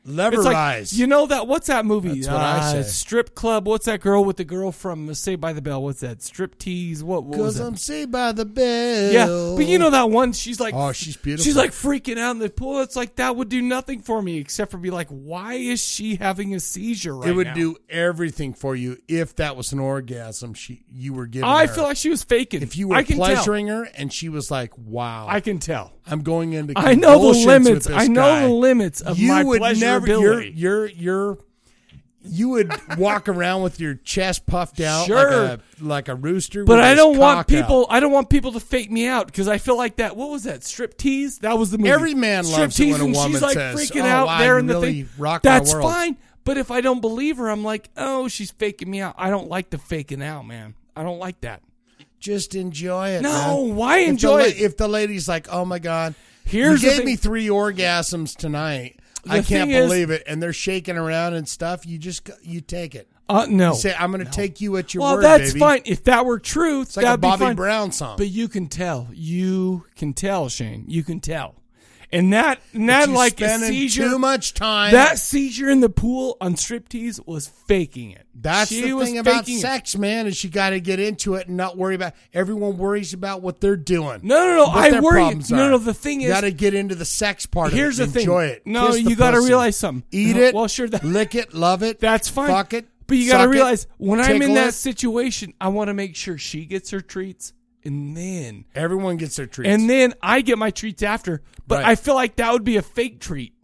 [SPEAKER 1] It's like,
[SPEAKER 2] Leverize.
[SPEAKER 1] you know that what's that movie? uh,
[SPEAKER 2] That's what I say.
[SPEAKER 1] Strip club. What's that girl with the girl from uh, Say by the Bell? What's that? Strip tease. What, what was
[SPEAKER 2] Because
[SPEAKER 1] that?
[SPEAKER 2] I'm saved by the bell.
[SPEAKER 1] Yeah, but you know that one. She's like,
[SPEAKER 2] Oh, she's beautiful.
[SPEAKER 1] She's like freaking out in the pool. It's like that would do nothing for me except for be like, why is she having a seizure right
[SPEAKER 2] it would
[SPEAKER 1] now?
[SPEAKER 2] do everything for you if that was an orgasm she you were giving.
[SPEAKER 1] I
[SPEAKER 2] her.
[SPEAKER 1] feel like she was faking.
[SPEAKER 2] if you were
[SPEAKER 1] I can tell.
[SPEAKER 2] pleasuring her and she was like, "Wow,"
[SPEAKER 1] I can tell.
[SPEAKER 2] I'm going into.
[SPEAKER 1] I know the
[SPEAKER 2] convulsions with
[SPEAKER 1] limits.
[SPEAKER 2] this
[SPEAKER 1] I know
[SPEAKER 2] guy.
[SPEAKER 1] the limits of
[SPEAKER 2] you
[SPEAKER 1] my
[SPEAKER 2] would never. You're,
[SPEAKER 1] pleasurability.
[SPEAKER 2] you're you're you would
[SPEAKER 1] *laughs*
[SPEAKER 2] walk around with your chest puffed out,
[SPEAKER 1] Sure.
[SPEAKER 2] like a, like a rooster.
[SPEAKER 1] But
[SPEAKER 2] with
[SPEAKER 1] I
[SPEAKER 2] his
[SPEAKER 1] don't want
[SPEAKER 2] cock out.
[SPEAKER 1] people. I don't want people to fake me out because I feel like that. What was that? Strip tease. That was the movie.
[SPEAKER 2] Every man
[SPEAKER 1] strip
[SPEAKER 2] loves it when a
[SPEAKER 1] and
[SPEAKER 2] woman
[SPEAKER 1] she's like
[SPEAKER 2] says,
[SPEAKER 1] freaking
[SPEAKER 2] "Oh,
[SPEAKER 1] out
[SPEAKER 2] wow,
[SPEAKER 1] there
[SPEAKER 2] you
[SPEAKER 1] in the
[SPEAKER 2] really
[SPEAKER 1] thing.
[SPEAKER 2] rocked my
[SPEAKER 1] That's
[SPEAKER 2] world."
[SPEAKER 1] fine. But if I don't believe her, I'm like, oh, she's faking me out. I don't like the faking out, man. I don't like that.
[SPEAKER 2] Just enjoy it.
[SPEAKER 1] No,
[SPEAKER 2] man.
[SPEAKER 1] why
[SPEAKER 2] If the
[SPEAKER 1] enjoy
[SPEAKER 2] la-
[SPEAKER 1] it?
[SPEAKER 2] If the lady's like, "Oh my god,
[SPEAKER 1] Here's the
[SPEAKER 2] you gave
[SPEAKER 1] thing-
[SPEAKER 2] me three orgasms tonight. I
[SPEAKER 1] The
[SPEAKER 2] can't
[SPEAKER 1] thing is-
[SPEAKER 2] believe it," and they're shaking around and stuff. You just go- you take it.
[SPEAKER 1] Uh, no.
[SPEAKER 2] You say, "I'm going to take you at your
[SPEAKER 1] well,
[SPEAKER 2] word."
[SPEAKER 1] that's
[SPEAKER 2] baby."
[SPEAKER 1] fine. If that were true,
[SPEAKER 2] It's like a
[SPEAKER 1] that'd be
[SPEAKER 2] Bobby
[SPEAKER 1] fine.
[SPEAKER 2] Brown song.
[SPEAKER 1] But you can tell. You can tell, Shane. You can tell. And that, and
[SPEAKER 2] But
[SPEAKER 1] that
[SPEAKER 2] you
[SPEAKER 1] like a
[SPEAKER 2] spending
[SPEAKER 1] seizure.
[SPEAKER 2] too much time.
[SPEAKER 1] That seizure in the pool on striptease was faking it.
[SPEAKER 2] That's
[SPEAKER 1] she
[SPEAKER 2] the
[SPEAKER 1] was
[SPEAKER 2] thing about
[SPEAKER 1] faking it.
[SPEAKER 2] sex, man, is you got to get into it and not worry about. Everyone worries about what they're doing.
[SPEAKER 1] No, no, no.
[SPEAKER 2] what
[SPEAKER 1] I
[SPEAKER 2] their
[SPEAKER 1] worry-
[SPEAKER 2] problems
[SPEAKER 1] no,
[SPEAKER 2] are.
[SPEAKER 1] no, the thing
[SPEAKER 2] you
[SPEAKER 1] is-
[SPEAKER 2] got to get into the sex part.
[SPEAKER 1] Here's the
[SPEAKER 2] of it.
[SPEAKER 1] thing.
[SPEAKER 2] Enjoy it.
[SPEAKER 1] No,
[SPEAKER 2] Kiss the
[SPEAKER 1] you got to
[SPEAKER 2] pussy.
[SPEAKER 1] realize something.
[SPEAKER 2] Eat it.
[SPEAKER 1] Well, sure. That,
[SPEAKER 2] lick it. Love it.
[SPEAKER 1] that's fine.
[SPEAKER 2] Fuck it.
[SPEAKER 1] But you got to
[SPEAKER 2] suck it,
[SPEAKER 1] realize when I'm in
[SPEAKER 2] tickle
[SPEAKER 1] that
[SPEAKER 2] it.
[SPEAKER 1] situation, I want to make sure she gets her treats, and then
[SPEAKER 2] everyone gets their treats.
[SPEAKER 1] and then I get my treats after. But
[SPEAKER 2] Right.
[SPEAKER 1] I feel like that would be a fake treat.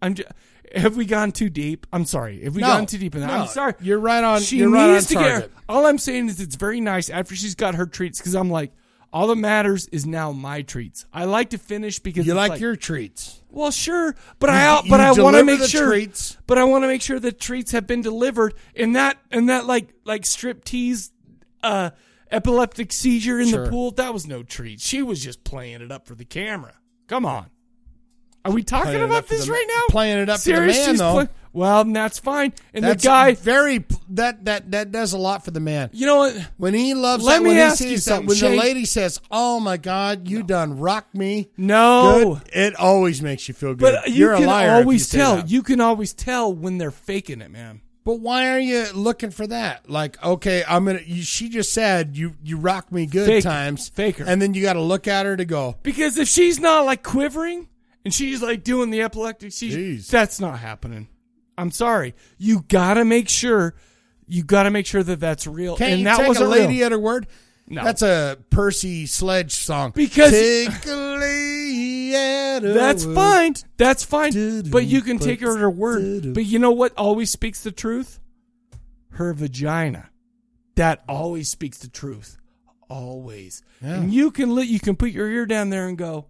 [SPEAKER 1] I'm. Just, have we gone too deep? I'm sorry. Have we
[SPEAKER 2] No,
[SPEAKER 1] gone too deep in that?
[SPEAKER 2] no,
[SPEAKER 1] I'm sorry.
[SPEAKER 2] You're right on.
[SPEAKER 1] She
[SPEAKER 2] you're
[SPEAKER 1] needs
[SPEAKER 2] right on
[SPEAKER 1] to
[SPEAKER 2] target.
[SPEAKER 1] get. Her. All I'm saying is it's very nice after she's got her treats because I'm like, all that matters is now my treats. I like to finish because
[SPEAKER 2] You
[SPEAKER 1] it's
[SPEAKER 2] like, your treats.
[SPEAKER 1] Well, sure, but
[SPEAKER 2] You-
[SPEAKER 1] I
[SPEAKER 2] you
[SPEAKER 1] but I want
[SPEAKER 2] deliver
[SPEAKER 1] to make
[SPEAKER 2] the
[SPEAKER 1] sure.
[SPEAKER 2] treats.
[SPEAKER 1] But I want to make sure the treats have been delivered, and that and that like like strip tease, uh, epileptic seizure in
[SPEAKER 2] Sure.
[SPEAKER 1] the pool. That was no treat. She was just playing it up for the camera. Come on, Are we talking
[SPEAKER 2] Playing it up
[SPEAKER 1] about
[SPEAKER 2] for
[SPEAKER 1] this
[SPEAKER 2] the-
[SPEAKER 1] right now?
[SPEAKER 2] playing it up for the
[SPEAKER 1] Serious?
[SPEAKER 2] man,
[SPEAKER 1] She's
[SPEAKER 2] though.
[SPEAKER 1] play- well, that's fine. And
[SPEAKER 2] That's
[SPEAKER 1] the guy,
[SPEAKER 2] very that that that does a lot for the man.
[SPEAKER 1] You know what?
[SPEAKER 2] When he loves
[SPEAKER 1] Let
[SPEAKER 2] that,
[SPEAKER 1] me
[SPEAKER 2] when
[SPEAKER 1] ask
[SPEAKER 2] he
[SPEAKER 1] you
[SPEAKER 2] sees
[SPEAKER 1] something,
[SPEAKER 2] that, when
[SPEAKER 1] Shane.
[SPEAKER 2] the lady says, "Oh my God, you done rock me,"
[SPEAKER 1] No.
[SPEAKER 2] Good, it always makes you feel good.
[SPEAKER 1] but you
[SPEAKER 2] You're
[SPEAKER 1] can
[SPEAKER 2] a liar. if you
[SPEAKER 1] always
[SPEAKER 2] say
[SPEAKER 1] tell.
[SPEAKER 2] that.
[SPEAKER 1] You can always tell when they're faking it, man.
[SPEAKER 2] But why are you looking for that? Like, okay, I'm gonna. You, she just said you you rock me good
[SPEAKER 1] Fake it.
[SPEAKER 2] times,
[SPEAKER 1] Faker,
[SPEAKER 2] and then you got to look at her to go.
[SPEAKER 1] Because if she's not like quivering and she's like doing the epileptic, she's, that's not happening. I'm sorry. You gotta make sure. You gotta make sure that that's real.
[SPEAKER 2] Can't
[SPEAKER 1] and
[SPEAKER 2] you
[SPEAKER 1] that
[SPEAKER 2] take
[SPEAKER 1] was
[SPEAKER 2] a lady
[SPEAKER 1] real.
[SPEAKER 2] at her word?
[SPEAKER 1] No.
[SPEAKER 2] that's a Percy Sledge song.
[SPEAKER 1] Because- *laughs*
[SPEAKER 2] Take a lady at her
[SPEAKER 1] That's
[SPEAKER 2] word.
[SPEAKER 1] fine. That's fine. But you can take her at her word. But you know what always speaks the truth? Her vagina. That always speaks the truth. Always.
[SPEAKER 2] Yeah.
[SPEAKER 1] And you can let you can put your ear down there and go.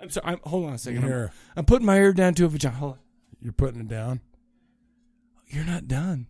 [SPEAKER 1] I'm sorry. I'm, hold on a second. I'm,
[SPEAKER 2] Here.
[SPEAKER 1] I'm putting my ear down to a vagina. Hold on.
[SPEAKER 2] You're putting it down.
[SPEAKER 1] You're not done.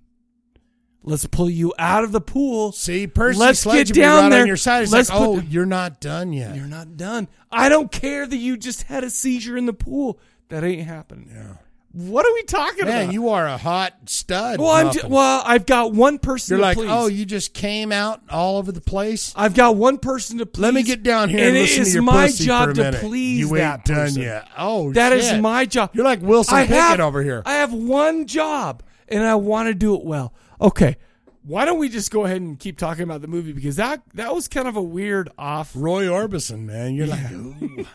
[SPEAKER 1] Let's pull you out of the pool.
[SPEAKER 2] See, Percy
[SPEAKER 1] Let's get
[SPEAKER 2] Sledge would be
[SPEAKER 1] down
[SPEAKER 2] right
[SPEAKER 1] there.
[SPEAKER 2] on your side. It's
[SPEAKER 1] Let's
[SPEAKER 2] like, oh,
[SPEAKER 1] put-
[SPEAKER 2] you're not done yet.
[SPEAKER 1] You're not done. I don't care that you just had a seizure in the pool. That ain't happening.
[SPEAKER 2] Yeah.
[SPEAKER 1] What are we talking
[SPEAKER 2] Man,
[SPEAKER 1] about?
[SPEAKER 2] you are a hot stud.
[SPEAKER 1] Well, I'm ju-
[SPEAKER 2] Muffin.
[SPEAKER 1] well, I've got one person
[SPEAKER 2] You're
[SPEAKER 1] to
[SPEAKER 2] like,
[SPEAKER 1] please.
[SPEAKER 2] oh, you just came out all over the place.
[SPEAKER 1] I've got one person to please.
[SPEAKER 2] Let me get down here and,
[SPEAKER 1] and it
[SPEAKER 2] listen
[SPEAKER 1] is
[SPEAKER 2] to your
[SPEAKER 1] my
[SPEAKER 2] pussy
[SPEAKER 1] job
[SPEAKER 2] for a
[SPEAKER 1] to
[SPEAKER 2] minute.
[SPEAKER 1] please
[SPEAKER 2] You
[SPEAKER 1] that
[SPEAKER 2] ain't done
[SPEAKER 1] person.
[SPEAKER 2] yet. Oh,
[SPEAKER 1] That is
[SPEAKER 2] shit.
[SPEAKER 1] my job.
[SPEAKER 2] You're like Wilson
[SPEAKER 1] I
[SPEAKER 2] Pickett
[SPEAKER 1] have-
[SPEAKER 2] over here.
[SPEAKER 1] I have one job, and I want to do it well. Okay, why don't we just go ahead and keep talking about the movie because that that was kind of a weird off.
[SPEAKER 2] Roy Orbison, man, you're like,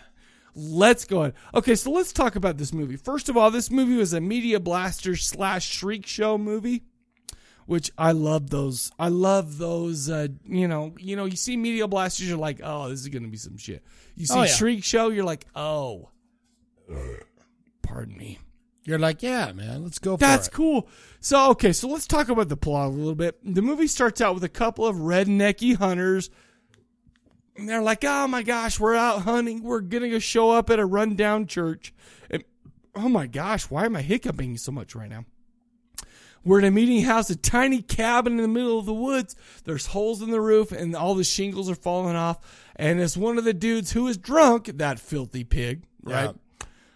[SPEAKER 1] Let's go ahead. Okay, so let's talk about this movie. First of all, this movie was a media blaster slash shriek show movie, which I love those. I love those. Uh, you know, you know, you see media blasters, you're like, oh, this is gonna be some shit. You see
[SPEAKER 2] Oh, yeah.
[SPEAKER 1] shriek show, you're like, oh, pardon me.
[SPEAKER 2] You're like, yeah, man, let's go.
[SPEAKER 1] That's
[SPEAKER 2] for it.
[SPEAKER 1] cool. So okay, so let's talk about the plot a little bit. The movie starts out with a couple of rednecky hunters. And they're like, "Oh my gosh, we're out hunting. We're gonna go show up at a rundown church." And, oh my gosh, why am I hiccuping so much right now? We're in a meeting house, a tiny cabin in the middle of the woods. There's holes in the roof, and all the shingles are falling off. And it's one of the dudes who is drunk, that filthy pig, right?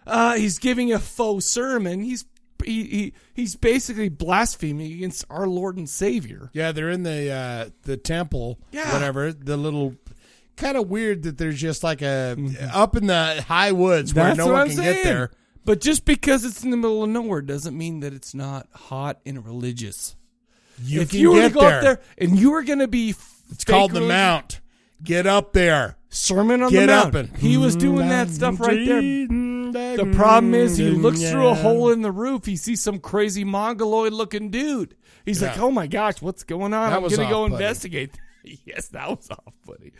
[SPEAKER 1] Uh, he's giving a faux sermon. He's he, he he's basically blaspheming against our Lord and Savior.
[SPEAKER 2] Yeah, they're in the uh, the temple,
[SPEAKER 1] Yeah.
[SPEAKER 2] whatever. The little kind of weird that there's just like a up in the high woods where
[SPEAKER 1] Mm-hmm. That's
[SPEAKER 2] no
[SPEAKER 1] what
[SPEAKER 2] one
[SPEAKER 1] I'm
[SPEAKER 2] can
[SPEAKER 1] saying.
[SPEAKER 2] get there.
[SPEAKER 1] But just because it's in the middle of nowhere doesn't mean that it's not hot and religious.
[SPEAKER 2] You
[SPEAKER 1] if
[SPEAKER 2] can
[SPEAKER 1] you were
[SPEAKER 2] get
[SPEAKER 1] to go up
[SPEAKER 2] there.
[SPEAKER 1] there and you were going to be,
[SPEAKER 2] It's called the Mount. Get up there.
[SPEAKER 1] Sermon on
[SPEAKER 2] Get
[SPEAKER 1] the
[SPEAKER 2] up
[SPEAKER 1] mount.
[SPEAKER 2] and- Mm,
[SPEAKER 1] he was doing that stuff right there. The problem is he looks through a hole in the roof. He sees some crazy mongoloid-looking dude. He's like,
[SPEAKER 2] Yeah.
[SPEAKER 1] "Oh my gosh, what's going on?
[SPEAKER 2] That
[SPEAKER 1] I'm
[SPEAKER 2] was
[SPEAKER 1] gonna go
[SPEAKER 2] off-putting.
[SPEAKER 1] investigate." *laughs* yes, that was off-putting.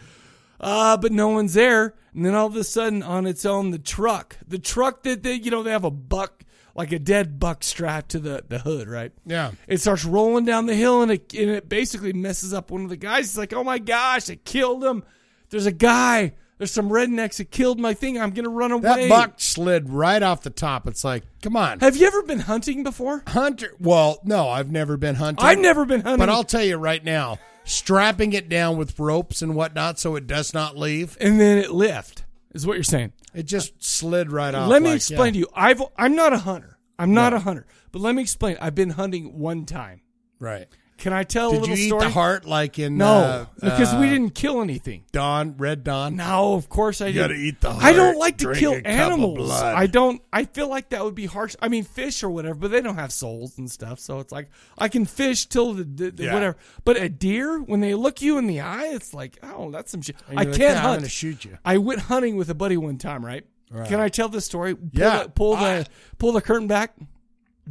[SPEAKER 1] Uh, but no one's there. And then all of a sudden, on its own, the truck, the truck that they, you know, they have a buck, like a dead buck strapped to the, the hood, right?
[SPEAKER 2] Yeah.
[SPEAKER 1] It starts rolling down the hill and it, and it basically messes up one of the guys. He's like, oh my gosh, it killed him. There's a guy, there's some rednecks that killed my thing. I'm going to run
[SPEAKER 2] That
[SPEAKER 1] away.
[SPEAKER 2] buck slid right off the top. It's like, come on.
[SPEAKER 1] Have you ever been hunting before?
[SPEAKER 2] Hunter. Well, no, I've never been hunting.
[SPEAKER 1] I've never been hunting.
[SPEAKER 2] But I'll tell you right now, strapping it down with ropes and whatnot so it does not leave.
[SPEAKER 1] And then it left, is what you're saying.
[SPEAKER 2] It just slid right off.
[SPEAKER 1] Let me
[SPEAKER 2] like,
[SPEAKER 1] explain
[SPEAKER 2] yeah.
[SPEAKER 1] to you. I've, I'm not a hunter. I'm not a hunter. But let me explain. I've been hunting one time.
[SPEAKER 2] Right.
[SPEAKER 1] Can I tell a
[SPEAKER 2] Did
[SPEAKER 1] little
[SPEAKER 2] you eat
[SPEAKER 1] story?
[SPEAKER 2] the heart like in
[SPEAKER 1] No,
[SPEAKER 2] uh,
[SPEAKER 1] because we
[SPEAKER 2] uh,
[SPEAKER 1] didn't kill anything.
[SPEAKER 2] Don Red Don?
[SPEAKER 1] No, of course I
[SPEAKER 2] You
[SPEAKER 1] did.
[SPEAKER 2] gotta eat the
[SPEAKER 1] I don't
[SPEAKER 2] heart,
[SPEAKER 1] like to
[SPEAKER 2] drink
[SPEAKER 1] kill
[SPEAKER 2] a cup of
[SPEAKER 1] animals.
[SPEAKER 2] blood.
[SPEAKER 1] I don't. I feel like that would be harsh. I mean, fish or whatever, but they don't have souls and stuff. So it's like I can fish till the, the, the
[SPEAKER 2] Yeah.
[SPEAKER 1] whatever. But a deer, when they look you in the eye, it's like, oh, that's some shit.
[SPEAKER 2] And
[SPEAKER 1] I
[SPEAKER 2] you're like,
[SPEAKER 1] can't
[SPEAKER 2] "Yeah, I'm
[SPEAKER 1] hunt.
[SPEAKER 2] gonna shoot you."
[SPEAKER 1] I went hunting with a buddy one time. Right?
[SPEAKER 2] Right.
[SPEAKER 1] Can I tell this story? Pull
[SPEAKER 2] Yeah.
[SPEAKER 1] The, pull the pull the curtain back.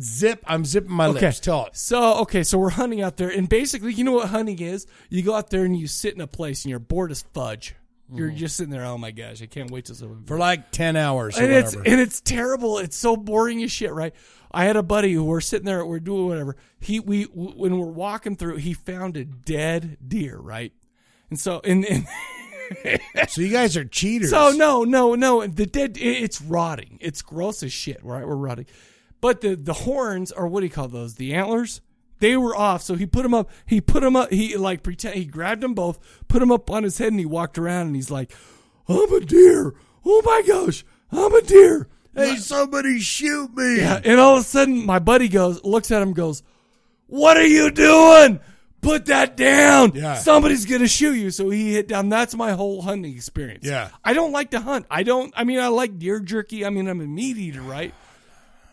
[SPEAKER 2] Zip. I'm zipping my lips. Tell it.
[SPEAKER 1] So okay, so we're hunting out there, and basically, you know what hunting is? You go out there and you sit in a place, and you're bored as fudge. You're
[SPEAKER 2] Mhm.
[SPEAKER 1] just sitting there. Oh my gosh, I can't wait till something
[SPEAKER 2] For like 10 hours or
[SPEAKER 1] and it's
[SPEAKER 2] whatever.
[SPEAKER 1] and it's terrible. It's so boring as shit, right? I had a buddy who we're sitting there, we're doing whatever. He we w- when we're walking through, he found a dead deer, right? And so and, and *laughs*
[SPEAKER 2] *laughs* so you guys are cheaters.
[SPEAKER 1] So no, no, no. The dead it- it's rotting. It's gross as shit, right? We're rotting. But the the horns are what do you call those? The antlers. They were off, so he put them up. He put them up. He like pretend he grabbed them both, put them up on his head, and he walked around and he's like, "I'm a deer. Oh my gosh, I'm a deer."
[SPEAKER 2] Hey, somebody shoot me.
[SPEAKER 1] Yeah, and all of a sudden, my buddy goes, looks at him, goes, "What are you doing? Put that down!
[SPEAKER 2] Yeah.
[SPEAKER 1] Somebody's gonna shoot you." So he hit down. That's my whole hunting experience.
[SPEAKER 2] Yeah.
[SPEAKER 1] I don't like to hunt. I don't. I mean, I like deer jerky. I mean, I'm a meat eater, right?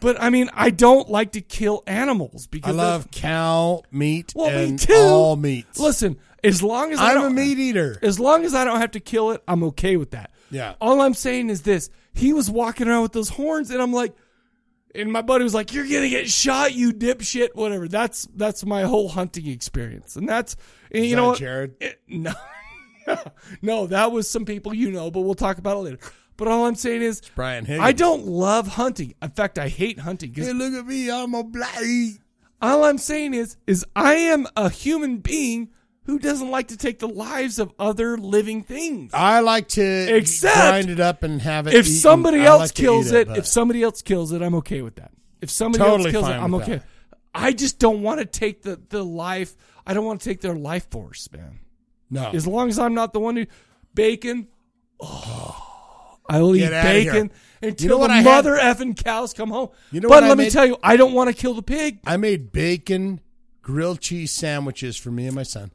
[SPEAKER 1] But I mean, I don't like to kill animals
[SPEAKER 2] I
[SPEAKER 1] because
[SPEAKER 2] love cow meat
[SPEAKER 1] Well, me
[SPEAKER 2] and
[SPEAKER 1] too.
[SPEAKER 2] all meats.
[SPEAKER 1] Listen, as long as I
[SPEAKER 2] I'm a
[SPEAKER 1] don't-
[SPEAKER 2] meat eater.
[SPEAKER 1] As long as I don't have to kill it, I'm okay with that.
[SPEAKER 2] Yeah.
[SPEAKER 1] All I'm saying is this: he was walking around with those horns, and I'm like, and my buddy was like, "You're gonna get shot, you dipshit." Whatever. That's that's my whole hunting experience, and that's and
[SPEAKER 2] Is
[SPEAKER 1] you
[SPEAKER 2] that
[SPEAKER 1] know, what?
[SPEAKER 2] Jared?
[SPEAKER 1] It- no, *laughs* no, that was some people you know, but we'll talk about it later. But all I'm saying is,
[SPEAKER 2] Brian Higgins.
[SPEAKER 1] I don't love hunting. In fact, I hate hunting. 'cause-
[SPEAKER 2] Hey, look at me. I'm a black.
[SPEAKER 1] all I'm saying is, is I am a human being who doesn't like to take the lives of other living things.
[SPEAKER 2] I like to
[SPEAKER 1] Except
[SPEAKER 2] grind it up and have it.
[SPEAKER 1] if
[SPEAKER 2] eaten.
[SPEAKER 1] somebody
[SPEAKER 2] I
[SPEAKER 1] else
[SPEAKER 2] like to
[SPEAKER 1] kills
[SPEAKER 2] eat
[SPEAKER 1] it,
[SPEAKER 2] but-
[SPEAKER 1] if somebody else kills it, I'm okay with that. If somebody
[SPEAKER 2] Totally
[SPEAKER 1] else kills it,
[SPEAKER 2] fine
[SPEAKER 1] I'm
[SPEAKER 2] with
[SPEAKER 1] okay.
[SPEAKER 2] that.
[SPEAKER 1] I just don't want to take the the life. I don't want to take their life force, man.
[SPEAKER 2] No.
[SPEAKER 1] as long as I'm not the one who bacon. Oh, I will
[SPEAKER 2] Get
[SPEAKER 1] eat
[SPEAKER 2] outta here.
[SPEAKER 1] bacon
[SPEAKER 2] You
[SPEAKER 1] until
[SPEAKER 2] know what
[SPEAKER 1] the
[SPEAKER 2] I had?
[SPEAKER 1] mother effing cows come home.
[SPEAKER 2] You know
[SPEAKER 1] but
[SPEAKER 2] what I
[SPEAKER 1] let me
[SPEAKER 2] made?
[SPEAKER 1] tell you, I don't want to kill the pig.
[SPEAKER 2] I made bacon grilled cheese sandwiches for me and my son.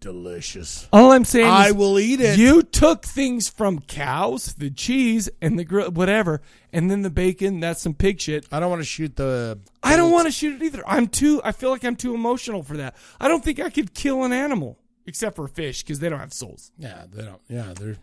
[SPEAKER 2] Delicious.
[SPEAKER 1] All I'm saying,
[SPEAKER 2] I
[SPEAKER 1] is
[SPEAKER 2] will eat it.
[SPEAKER 1] You took things from cows, the cheese and the grill, whatever, and then the bacon. That's some pig shit.
[SPEAKER 2] I don't want to shoot the.
[SPEAKER 1] I don't want to shoot it either. I'm too. I feel like I'm too emotional for that. I don't think I could kill an animal except for a fish because they don't have souls.
[SPEAKER 2] Yeah, Uh, they don't. Yeah, they're.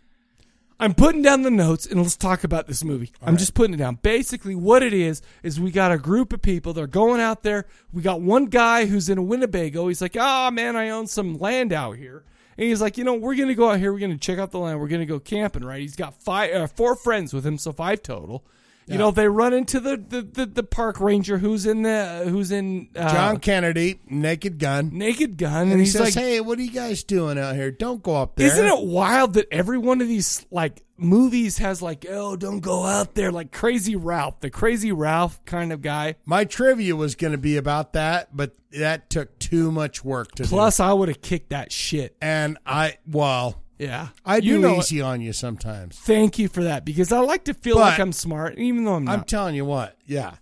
[SPEAKER 1] I'm putting down the notes and let's talk about this movie. I'm just putting it down. Basically, what it is is we got a group of people. They're going out there. We got one guy who's in Winnebago. He's like, "Ah, man, I own some land out here." And he's like, "You know, we're gonna go out here. We're gonna check out the land. We're gonna go camping, right?" He's got five, uh, four friends with him, so five total. You
[SPEAKER 2] Yeah.
[SPEAKER 1] know, they run into the, the, the, the park ranger who's in the who's in uh,
[SPEAKER 2] John Kennedy, Naked Gun.
[SPEAKER 1] Naked Gun.
[SPEAKER 2] And,
[SPEAKER 1] and
[SPEAKER 2] he
[SPEAKER 1] he's like-
[SPEAKER 2] says, hey, what are you guys doing out here? Don't go up there.
[SPEAKER 1] Isn't it wild that every one of these like movies has like, oh, don't go out there, like Crazy Ralph, the Crazy Ralph kind of guy.
[SPEAKER 2] My trivia was going to be about that, but that took too much work to
[SPEAKER 1] Plus,
[SPEAKER 2] do.
[SPEAKER 1] I would have kicked that shit.
[SPEAKER 2] And I, well,
[SPEAKER 1] yeah,
[SPEAKER 2] I do
[SPEAKER 1] You know
[SPEAKER 2] easy on you sometimes.
[SPEAKER 1] Thank you for that because I like to feel
[SPEAKER 2] But-
[SPEAKER 1] like I'm smart, even though I'm not.
[SPEAKER 2] I'm telling you what, yeah.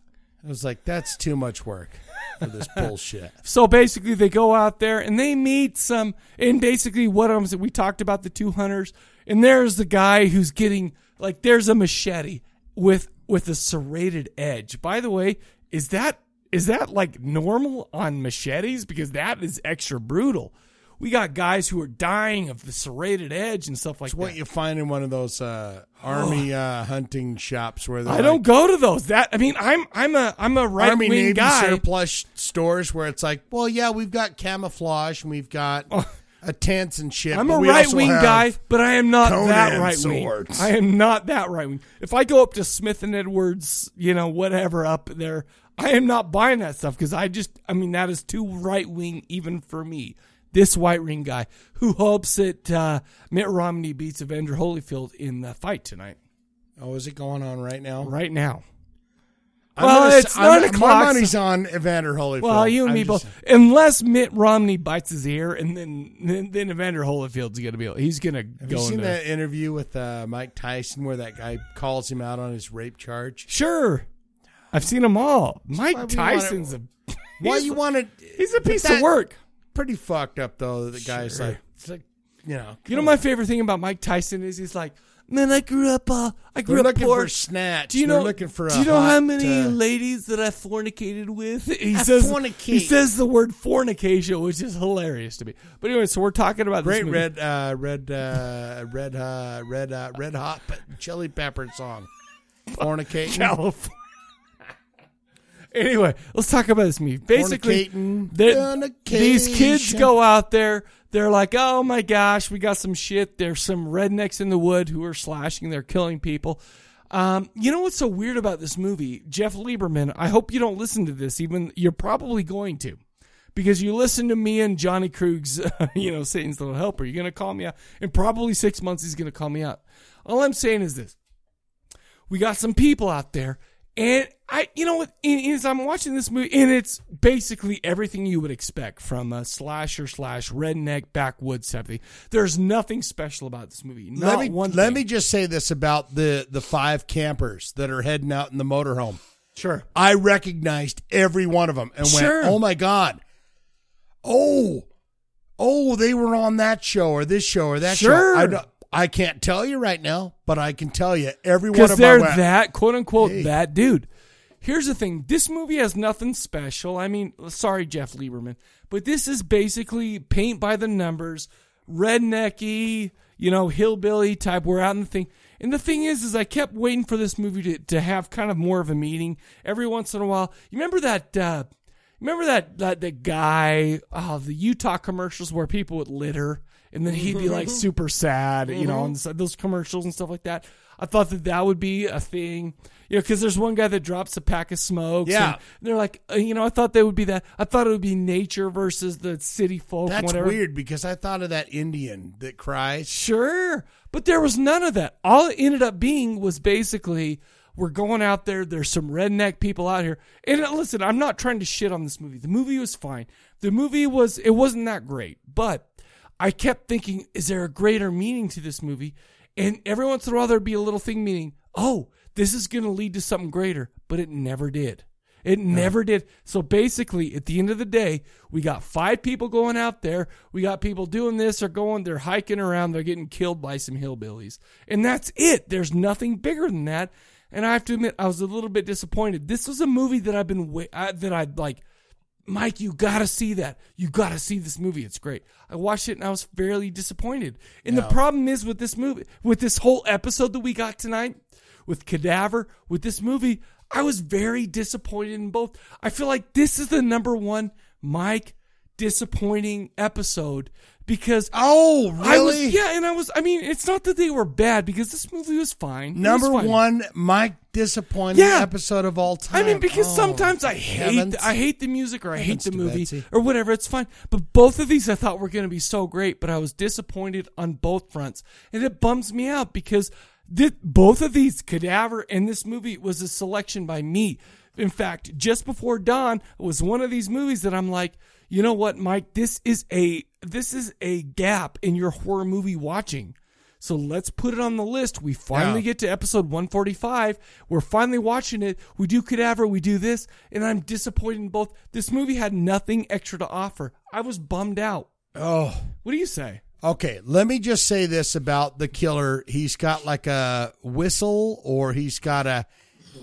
[SPEAKER 2] I was like, that's too much work
[SPEAKER 1] *laughs*
[SPEAKER 2] for this bullshit.
[SPEAKER 1] So basically, they go out there and they meet some. And basically, what I'm we talked about the two hunters, and there's the guy who's getting like there's a machete with with a serrated edge. By the way, is that is that like normal on machetes? Because that is extra brutal. We got guys who are dying of the serrated edge and stuff like
[SPEAKER 2] It's what
[SPEAKER 1] that. Oh.
[SPEAKER 2] you find in one of those uh, army uh, hunting shops where they're
[SPEAKER 1] I don't go to those. That I mean, I'm I'm a I'm a
[SPEAKER 2] like,
[SPEAKER 1] right
[SPEAKER 2] army
[SPEAKER 1] wing
[SPEAKER 2] navy
[SPEAKER 1] guy.
[SPEAKER 2] surplus stores where it's like, well, yeah, we've got camouflage and we've got a tents and shit.
[SPEAKER 1] Oh. I'm
[SPEAKER 2] but
[SPEAKER 1] a
[SPEAKER 2] we also
[SPEAKER 1] right wing
[SPEAKER 2] have
[SPEAKER 1] guy, but I am not that
[SPEAKER 2] Conan
[SPEAKER 1] right wing.
[SPEAKER 2] swords."
[SPEAKER 1] I am not that right wing. If I go up to Smith and Edwards, you know, whatever up there, I am not buying that stuff because I just, I mean, that is too right wing even for me. This white ring guy who hopes that uh, Mitt Romney beats Evander Holyfield in the fight tonight.
[SPEAKER 2] Oh, is it going on right now?
[SPEAKER 1] Right now.
[SPEAKER 2] I'm
[SPEAKER 1] well,
[SPEAKER 2] gonna s-
[SPEAKER 1] it's
[SPEAKER 2] I'm-
[SPEAKER 1] 9 o'clock.
[SPEAKER 2] My
[SPEAKER 1] so-
[SPEAKER 2] money's on Evander Holyfield.
[SPEAKER 1] well, you and
[SPEAKER 2] I'm
[SPEAKER 1] me
[SPEAKER 2] just-
[SPEAKER 1] both. Unless Mitt Romney bites his ear, and then then, then Evander Holyfield's gonna be he's gonna
[SPEAKER 2] Have
[SPEAKER 1] go
[SPEAKER 2] you seen
[SPEAKER 1] into
[SPEAKER 2] that interview with uh, Mike Tyson where that guy calls him out on his rape charge?
[SPEAKER 1] Sure. I've seen them all.
[SPEAKER 2] why we
[SPEAKER 1] Mike Tyson's a.
[SPEAKER 2] wanna- *laughs* Why
[SPEAKER 1] he's-
[SPEAKER 2] you want to?
[SPEAKER 1] He's a piece of work.
[SPEAKER 2] Pretty fucked up though. That the guy's
[SPEAKER 1] Sure.
[SPEAKER 2] like, it's like, you know,
[SPEAKER 1] You know, my favorite thing about Mike Tyson is he's like, man, I grew up. Uh, I grew
[SPEAKER 2] They're
[SPEAKER 1] up
[SPEAKER 2] looking
[SPEAKER 1] poor.
[SPEAKER 2] for snatch.
[SPEAKER 1] Do you
[SPEAKER 2] They're
[SPEAKER 1] know?
[SPEAKER 2] looking for
[SPEAKER 1] do
[SPEAKER 2] a
[SPEAKER 1] you know how
[SPEAKER 2] hot,
[SPEAKER 1] many
[SPEAKER 2] uh,
[SPEAKER 1] ladies that I fornicated with? He
[SPEAKER 2] I
[SPEAKER 1] says.
[SPEAKER 2] fornicate.
[SPEAKER 1] He says the word fornication, which is hilarious to me. But anyway, so we're talking about this
[SPEAKER 2] great
[SPEAKER 1] movie.
[SPEAKER 2] red, uh, red, uh, red, uh, red, uh, red hot pe- chili pepper song. Fornicating.
[SPEAKER 1] California. Anyway, let's talk about this movie. Basically,
[SPEAKER 2] Fornicating.
[SPEAKER 1] they're- these kids
[SPEAKER 2] Fornication.
[SPEAKER 1] go out there. They're like, oh my gosh, we got some shit. There's some rednecks in the wood who are slashing. They're killing people. Um, you know what's so weird about this movie? Jeff Lieberman, I hope you don't listen to this, even you're probably going to. Because you listen to me and Johnny Krug's, *laughs* you know, Satan's Little Helper. You're going to call me out. In probably six months, he's going to call me out. All I'm saying is this we got some people out there And I, you know what? And as I'm watching this movie, and it's basically everything you would expect from a slasher slash redneck backwoods type thing. There's nothing special about this movie. Not
[SPEAKER 2] let me
[SPEAKER 1] one.
[SPEAKER 2] let me just say this about the the five campers that are heading out in the motorhome.
[SPEAKER 1] Sure.
[SPEAKER 2] I recognized every one of them and
[SPEAKER 1] Sure.
[SPEAKER 2] went, "Oh my god! Oh, oh, they were on that show or this show or that
[SPEAKER 1] Sure.
[SPEAKER 2] show." I don't- I, can't tell you right now, but I can tell you every one of
[SPEAKER 1] Because
[SPEAKER 2] them.
[SPEAKER 1] they're
[SPEAKER 2] went,
[SPEAKER 1] that quote unquote
[SPEAKER 2] Hey.
[SPEAKER 1] that dude. Here's the thing: this movie has nothing special. I mean, sorry, Jeff Lieberman, but this is basically paint by the numbers, rednecky, you know, hillbilly type. We're out in the thing, and the thing is, is I kept waiting for this movie to to have kind of more of a meaning every once in a while. You remember that? Uh, remember that that that guy? Oh, the Utah commercials where people would litter, and then he'd be
[SPEAKER 2] *laughs*
[SPEAKER 1] like super sad, you
[SPEAKER 2] Mm-hmm.
[SPEAKER 1] know,
[SPEAKER 6] Mhm.
[SPEAKER 1] and so- those commercials and stuff like that. I thought that that would be a thing, you know, because there's one guy that drops a pack of smokes.
[SPEAKER 2] Yeah.
[SPEAKER 1] and they're like, uh, you know, I thought they would be that. I thought it would be nature versus the city folk.
[SPEAKER 2] That's
[SPEAKER 1] whatever.
[SPEAKER 2] weird because I thought of that Indian that cries.
[SPEAKER 1] Sure, but there was none of that. All it ended up being was basically we're going out there. There's some redneck people out here. And uh, listen, I'm not trying to shit on this movie. The movie was fine. The movie was it wasn't that great, but I kept thinking, is there a greater meaning to this movie? And every once in a while, there'd be a little thing meaning, oh, this is going to lead to something greater, but it never did. It never did. So basically, at the end of the day, we got five people going out there. We got people doing this or going, they're hiking around, they're getting killed by some hillbillies. And that's it. There's nothing bigger than that. And I have to admit, I was a little bit disappointed. This was a movie that I've been, wa- I, that I'd like, Mike, you gotta see that. You gotta see this movie. It's great. I watched it and I was fairly disappointed. And the problem is with this movie, with this whole episode that we got tonight, with Cadaver, with this movie, I was very disappointed in both. I feel like this is the number one Mike disappointing episode because
[SPEAKER 2] oh
[SPEAKER 1] I was,
[SPEAKER 2] really?
[SPEAKER 1] yeah, and I was. I mean, it's not that they were bad because this movie was fine. It was
[SPEAKER 2] Number
[SPEAKER 1] fine.
[SPEAKER 2] one, Mike disappointing
[SPEAKER 1] Yeah.
[SPEAKER 2] episode of all time.
[SPEAKER 1] I mean, because
[SPEAKER 2] Oh,
[SPEAKER 1] sometimes I hate
[SPEAKER 2] heavens.
[SPEAKER 1] the, I hate the music or I hate
[SPEAKER 2] Heavens
[SPEAKER 1] the
[SPEAKER 2] to
[SPEAKER 1] movie
[SPEAKER 2] Betsy.
[SPEAKER 1] or whatever. It's fine. But both of these I thought were going to be so great, but I was disappointed on both fronts, and it bums me out because thi- both of these Cadaver and this movie was a selection by me. In fact, just before dawn was one of these movies that I'm like, you know what, Mike, this is a this is a gap in your horror movie watching. So let's put it on the list. We finally
[SPEAKER 2] Yeah.
[SPEAKER 1] get to episode 145. We're finally watching it. We do cadaver, we do this, and I'm disappointed in both. This movie had nothing extra to offer. I was bummed out.
[SPEAKER 2] Oh,
[SPEAKER 1] what do you say?
[SPEAKER 2] Okay, let me just say this about the killer. He's got like a whistle, or he's got a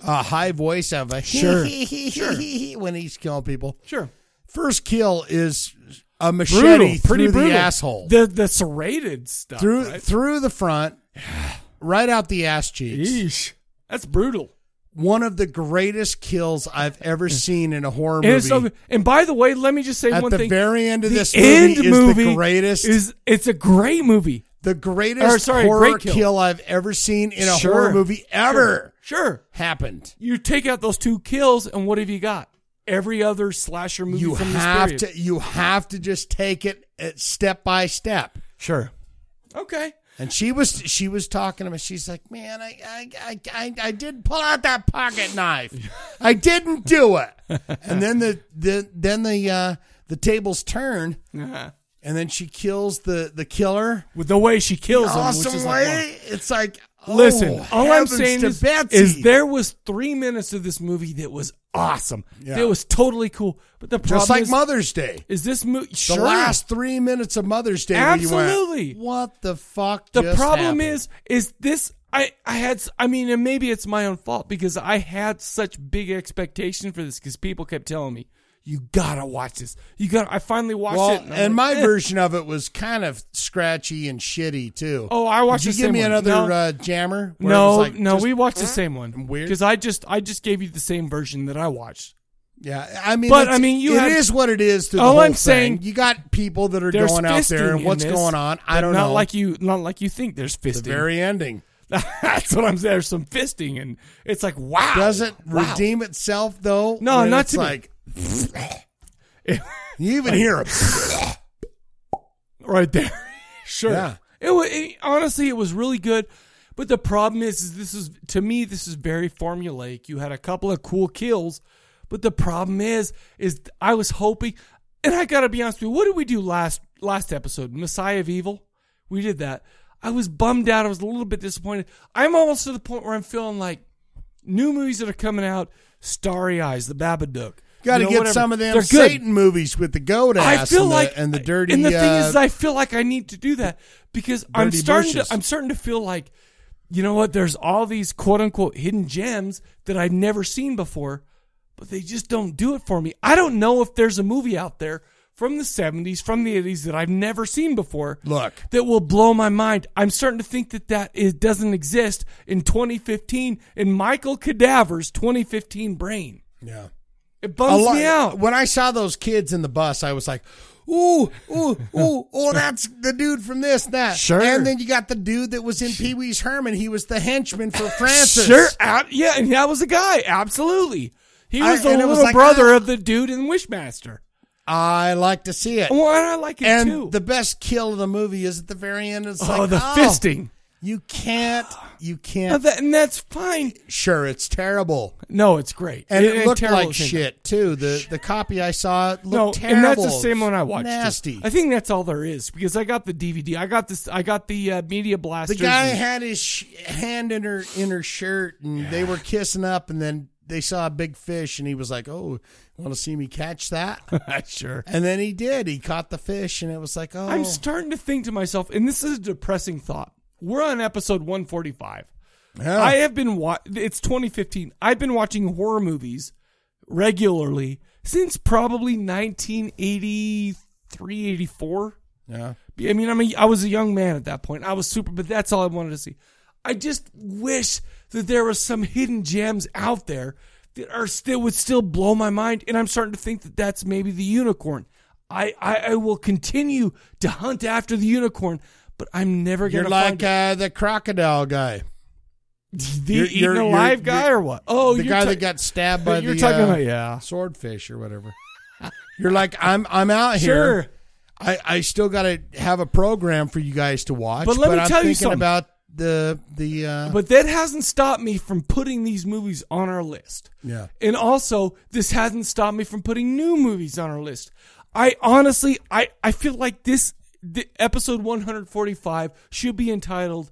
[SPEAKER 2] a high voice of a *laughs*
[SPEAKER 1] Sure.
[SPEAKER 2] sure. *laughs* when he's killing people.
[SPEAKER 1] Sure.
[SPEAKER 2] First kill is a machete through the asshole,
[SPEAKER 1] The the serrated stuff.
[SPEAKER 2] through
[SPEAKER 1] right?
[SPEAKER 2] through the front, right out the ass cheeks.
[SPEAKER 1] That's brutal.
[SPEAKER 2] One of the greatest kills I've
[SPEAKER 1] *laughs*
[SPEAKER 2] ever seen in a horror
[SPEAKER 1] And,
[SPEAKER 2] movie.
[SPEAKER 1] it's so- and by the way, let me just say
[SPEAKER 2] At
[SPEAKER 1] one
[SPEAKER 2] the
[SPEAKER 1] thing.
[SPEAKER 2] very end of
[SPEAKER 1] the
[SPEAKER 2] this movie
[SPEAKER 1] end
[SPEAKER 2] is the
[SPEAKER 1] movie
[SPEAKER 2] greatest-
[SPEAKER 1] Is it's a great movie.
[SPEAKER 2] The greatest
[SPEAKER 1] Or, sorry,
[SPEAKER 2] horror
[SPEAKER 1] great
[SPEAKER 2] kill.
[SPEAKER 1] kill.
[SPEAKER 2] I've ever seen in a
[SPEAKER 1] Sure.
[SPEAKER 2] horror movie ever
[SPEAKER 1] Sure. Sure.
[SPEAKER 2] happened.
[SPEAKER 1] You take out those two kills, and what have you got? Every other slasher movie
[SPEAKER 2] You
[SPEAKER 1] from
[SPEAKER 2] have
[SPEAKER 1] this period.
[SPEAKER 2] to you have to just take it uh, step by step.
[SPEAKER 1] Sure. Okay.
[SPEAKER 2] And she was she was talking to me. She's like, "Man, I I I I, I did pull out that pocket knife. I didn't
[SPEAKER 1] *laughs*
[SPEAKER 2] do it." and then the, the then the uh, the tables turn,
[SPEAKER 1] Uh-huh.
[SPEAKER 2] and then she kills the the killer
[SPEAKER 1] with the way she kills him,
[SPEAKER 2] awesome
[SPEAKER 1] which is like,
[SPEAKER 2] way. it's like oh,
[SPEAKER 1] Listen, all I'm
[SPEAKER 2] heavens
[SPEAKER 1] saying
[SPEAKER 2] to
[SPEAKER 1] is,
[SPEAKER 2] Betsy.
[SPEAKER 1] is there was three minutes of this movie that was awesome.
[SPEAKER 2] Yeah.
[SPEAKER 1] That was totally cool. But the problem
[SPEAKER 2] just like
[SPEAKER 1] is,
[SPEAKER 2] Mother's Day.
[SPEAKER 1] is this movie
[SPEAKER 2] The last three minutes of Mother's Day. where you went,
[SPEAKER 1] Absolutely.
[SPEAKER 2] what the fuck?
[SPEAKER 1] The
[SPEAKER 2] just
[SPEAKER 1] problem
[SPEAKER 2] happened?"
[SPEAKER 1] is, is this. I, I had s- I mean and maybe it's my own fault because I had such big expectation for this because people kept telling me you gotta watch this you got to I finally watched
[SPEAKER 2] Well,
[SPEAKER 1] it
[SPEAKER 2] and,
[SPEAKER 1] I'm
[SPEAKER 2] my
[SPEAKER 1] like, *laughs* "Eh."
[SPEAKER 2] version of it was kind of scratchy and shitty too.
[SPEAKER 1] Oh, I watched
[SPEAKER 2] Did you
[SPEAKER 1] the
[SPEAKER 2] give
[SPEAKER 1] same
[SPEAKER 2] me
[SPEAKER 1] one.
[SPEAKER 2] another
[SPEAKER 1] No.
[SPEAKER 2] uh, jammer? where it
[SPEAKER 1] no
[SPEAKER 2] was like
[SPEAKER 1] no
[SPEAKER 2] just-
[SPEAKER 1] we watched the same one
[SPEAKER 2] Weird.
[SPEAKER 1] because I just I just gave you the same version that I watched
[SPEAKER 2] Yeah, I mean,
[SPEAKER 1] But,
[SPEAKER 2] it's-
[SPEAKER 1] I mean, you
[SPEAKER 2] it
[SPEAKER 1] had-
[SPEAKER 2] is what it is. Through the
[SPEAKER 1] All
[SPEAKER 2] whole
[SPEAKER 1] I'm
[SPEAKER 2] thing.
[SPEAKER 1] saying-
[SPEAKER 2] you got people that are
[SPEAKER 1] There's
[SPEAKER 2] going out there,
[SPEAKER 1] fisting
[SPEAKER 2] and
[SPEAKER 1] in
[SPEAKER 2] what's
[SPEAKER 1] this,
[SPEAKER 2] going on? I
[SPEAKER 1] but
[SPEAKER 2] don't
[SPEAKER 1] not
[SPEAKER 2] know.
[SPEAKER 1] like you, not like you think. There's fisting.
[SPEAKER 2] very ending.
[SPEAKER 1] *laughs* That's what I'm saying. There's some fisting, and it's like wow.
[SPEAKER 2] doesn't
[SPEAKER 1] wow.
[SPEAKER 2] redeem itself though.
[SPEAKER 1] No,
[SPEAKER 2] when
[SPEAKER 1] not
[SPEAKER 2] it's
[SPEAKER 1] to me. *sighs*
[SPEAKER 2] like *laughs* you even hear a
[SPEAKER 1] right there. *laughs* sure.
[SPEAKER 2] Yeah.
[SPEAKER 1] It, wa- it honestly, it was really good, But the problem is, is this is to me this is very formulaic. You had a couple of cool kills, but the problem is is I was hoping and I got to be honest with you, what did we do last last episode? Messiah of Evil? We did that. I was bummed out. I was a little bit disappointed. I'm almost to the point where I'm feeling like new movies that are coming out, Starry Eyes, The Babadook.
[SPEAKER 2] Got
[SPEAKER 1] you
[SPEAKER 2] to
[SPEAKER 1] know,
[SPEAKER 2] get
[SPEAKER 1] whatever.
[SPEAKER 2] some of them
[SPEAKER 1] They're good.
[SPEAKER 2] Satan movies with the goat ass
[SPEAKER 1] I feel
[SPEAKER 2] and,
[SPEAKER 1] like
[SPEAKER 2] the, and the dirty.
[SPEAKER 1] And the thing
[SPEAKER 2] uh,
[SPEAKER 1] is, I feel like I need to do that because I'm
[SPEAKER 2] dirty
[SPEAKER 1] starting. To,
[SPEAKER 2] bushes.
[SPEAKER 1] I'm starting to feel like, you know what? There's all these quote unquote hidden gems that I've never seen before, but they just don't do it for me. I don't know if there's a movie out there from the 70s, from the 80s that I've never seen before.
[SPEAKER 2] Look.
[SPEAKER 1] that will blow my mind. I'm starting to think that that is, doesn't exist in 2015 in Michael Cadaver's 2015 brain.
[SPEAKER 2] Yeah.
[SPEAKER 1] It bums
[SPEAKER 2] A lot-
[SPEAKER 1] me out.
[SPEAKER 2] When I saw those kids in the bus, I was like, ooh, ooh, ooh, oh, that's the dude from this and that.
[SPEAKER 1] Sure.
[SPEAKER 2] And then you got the dude that was in Pee Wee's Herman. He was the henchman for Francis.
[SPEAKER 1] Sure, ab- yeah, and that was a guy. Absolutely, he
[SPEAKER 2] I-
[SPEAKER 1] was the
[SPEAKER 2] and it
[SPEAKER 1] little
[SPEAKER 2] was like,
[SPEAKER 1] brother
[SPEAKER 2] ah.
[SPEAKER 1] of the dude in Wishmaster.
[SPEAKER 2] I like to see it.
[SPEAKER 1] Well, I like it
[SPEAKER 2] and
[SPEAKER 1] too.
[SPEAKER 2] the best kill of the movie is at the very end. It's
[SPEAKER 1] oh,
[SPEAKER 2] like,
[SPEAKER 1] the fisting.
[SPEAKER 2] You can't. You can't.
[SPEAKER 1] Now that- and that's fine.
[SPEAKER 2] Sure, it's terrible.
[SPEAKER 1] No, it's great,
[SPEAKER 2] And it, looked
[SPEAKER 1] terrible
[SPEAKER 2] like
[SPEAKER 1] thing.
[SPEAKER 2] shit too. The the copy I saw looked
[SPEAKER 1] No,
[SPEAKER 2] terrible.
[SPEAKER 1] and that's the same one I watched. too.
[SPEAKER 2] Nasty.
[SPEAKER 1] I think that's all there is because I got the DVD. I got this. I got the uh, media blaster.
[SPEAKER 2] The guy had his sh- hand in her in her shirt, and they were kissing up, and then they saw a big fish, and he was like, "Oh, want to see me catch that?"
[SPEAKER 1] *laughs* sure.
[SPEAKER 2] And then he did. He caught the fish, and it was like, "Oh,
[SPEAKER 1] I'm starting to think to myself, and this is a depressing thought. We're on episode 145.
[SPEAKER 2] Yeah.
[SPEAKER 1] I have been wa- it's 2015. I've been watching horror movies regularly since probably 1983, 84.
[SPEAKER 2] Yeah.
[SPEAKER 1] I mean, I mean, I was a young man at that point. I was super, but that's all I wanted to see. I just wish that there was some hidden gems out there that are still would still blow my mind. And I'm starting to think that that's maybe the unicorn. I I, I will continue to hunt after the unicorn, but I'm never
[SPEAKER 2] you're
[SPEAKER 1] gonna
[SPEAKER 2] like
[SPEAKER 1] find
[SPEAKER 2] uh, the crocodile guy,
[SPEAKER 1] the eating alive guy or what? Oh,
[SPEAKER 2] the
[SPEAKER 1] you're
[SPEAKER 2] guy
[SPEAKER 1] ta-
[SPEAKER 2] that got stabbed
[SPEAKER 1] *laughs*
[SPEAKER 2] by
[SPEAKER 1] you're
[SPEAKER 2] the
[SPEAKER 1] talking
[SPEAKER 2] uh,
[SPEAKER 1] about yeah
[SPEAKER 2] swordfish or whatever." You're like, I'm I'm out here.
[SPEAKER 1] Sure.
[SPEAKER 2] I, I still got to have a program for you guys to watch.
[SPEAKER 1] But let me
[SPEAKER 2] I'm
[SPEAKER 1] tell you
[SPEAKER 2] thinking
[SPEAKER 1] something.
[SPEAKER 2] about the the. Uh,
[SPEAKER 1] But that hasn't stopped me from putting these movies on our list.
[SPEAKER 2] yeah,
[SPEAKER 1] And also, this hasn't stopped me from putting new movies on our list. I honestly, I, I feel like this the episode 145 should be entitled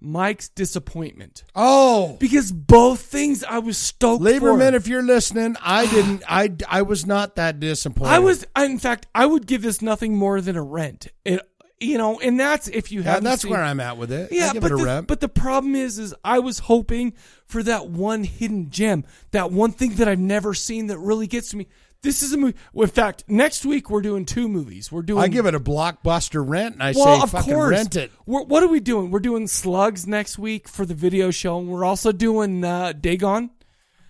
[SPEAKER 1] Mike's Disappointment.
[SPEAKER 2] Oh,
[SPEAKER 1] because both things I was stoked.
[SPEAKER 2] Laborman,
[SPEAKER 1] for.
[SPEAKER 2] if you're listening, I didn't. I I was not that disappointed.
[SPEAKER 1] I was, I- in fact, I would give this nothing more than a rent. It, you know, and that's if you
[SPEAKER 2] Yeah,
[SPEAKER 1] have.
[SPEAKER 2] that's where I'm at with it. I
[SPEAKER 1] Yeah,
[SPEAKER 2] give
[SPEAKER 1] but
[SPEAKER 2] it a
[SPEAKER 1] the,
[SPEAKER 2] rent.
[SPEAKER 1] but the problem is, is I was hoping for that one hidden gem, that one thing that I've never seen that really gets to me. This is a movie. well, In fact, next week we're doing two movies. We're doing.
[SPEAKER 2] I give it a blockbuster rent, and I
[SPEAKER 1] well,
[SPEAKER 2] say
[SPEAKER 1] of
[SPEAKER 2] fucking
[SPEAKER 1] course.
[SPEAKER 2] rent it.
[SPEAKER 1] We're, what are we doing? We're doing Slugs next week for the video show, and we're also doing uh, Dagon.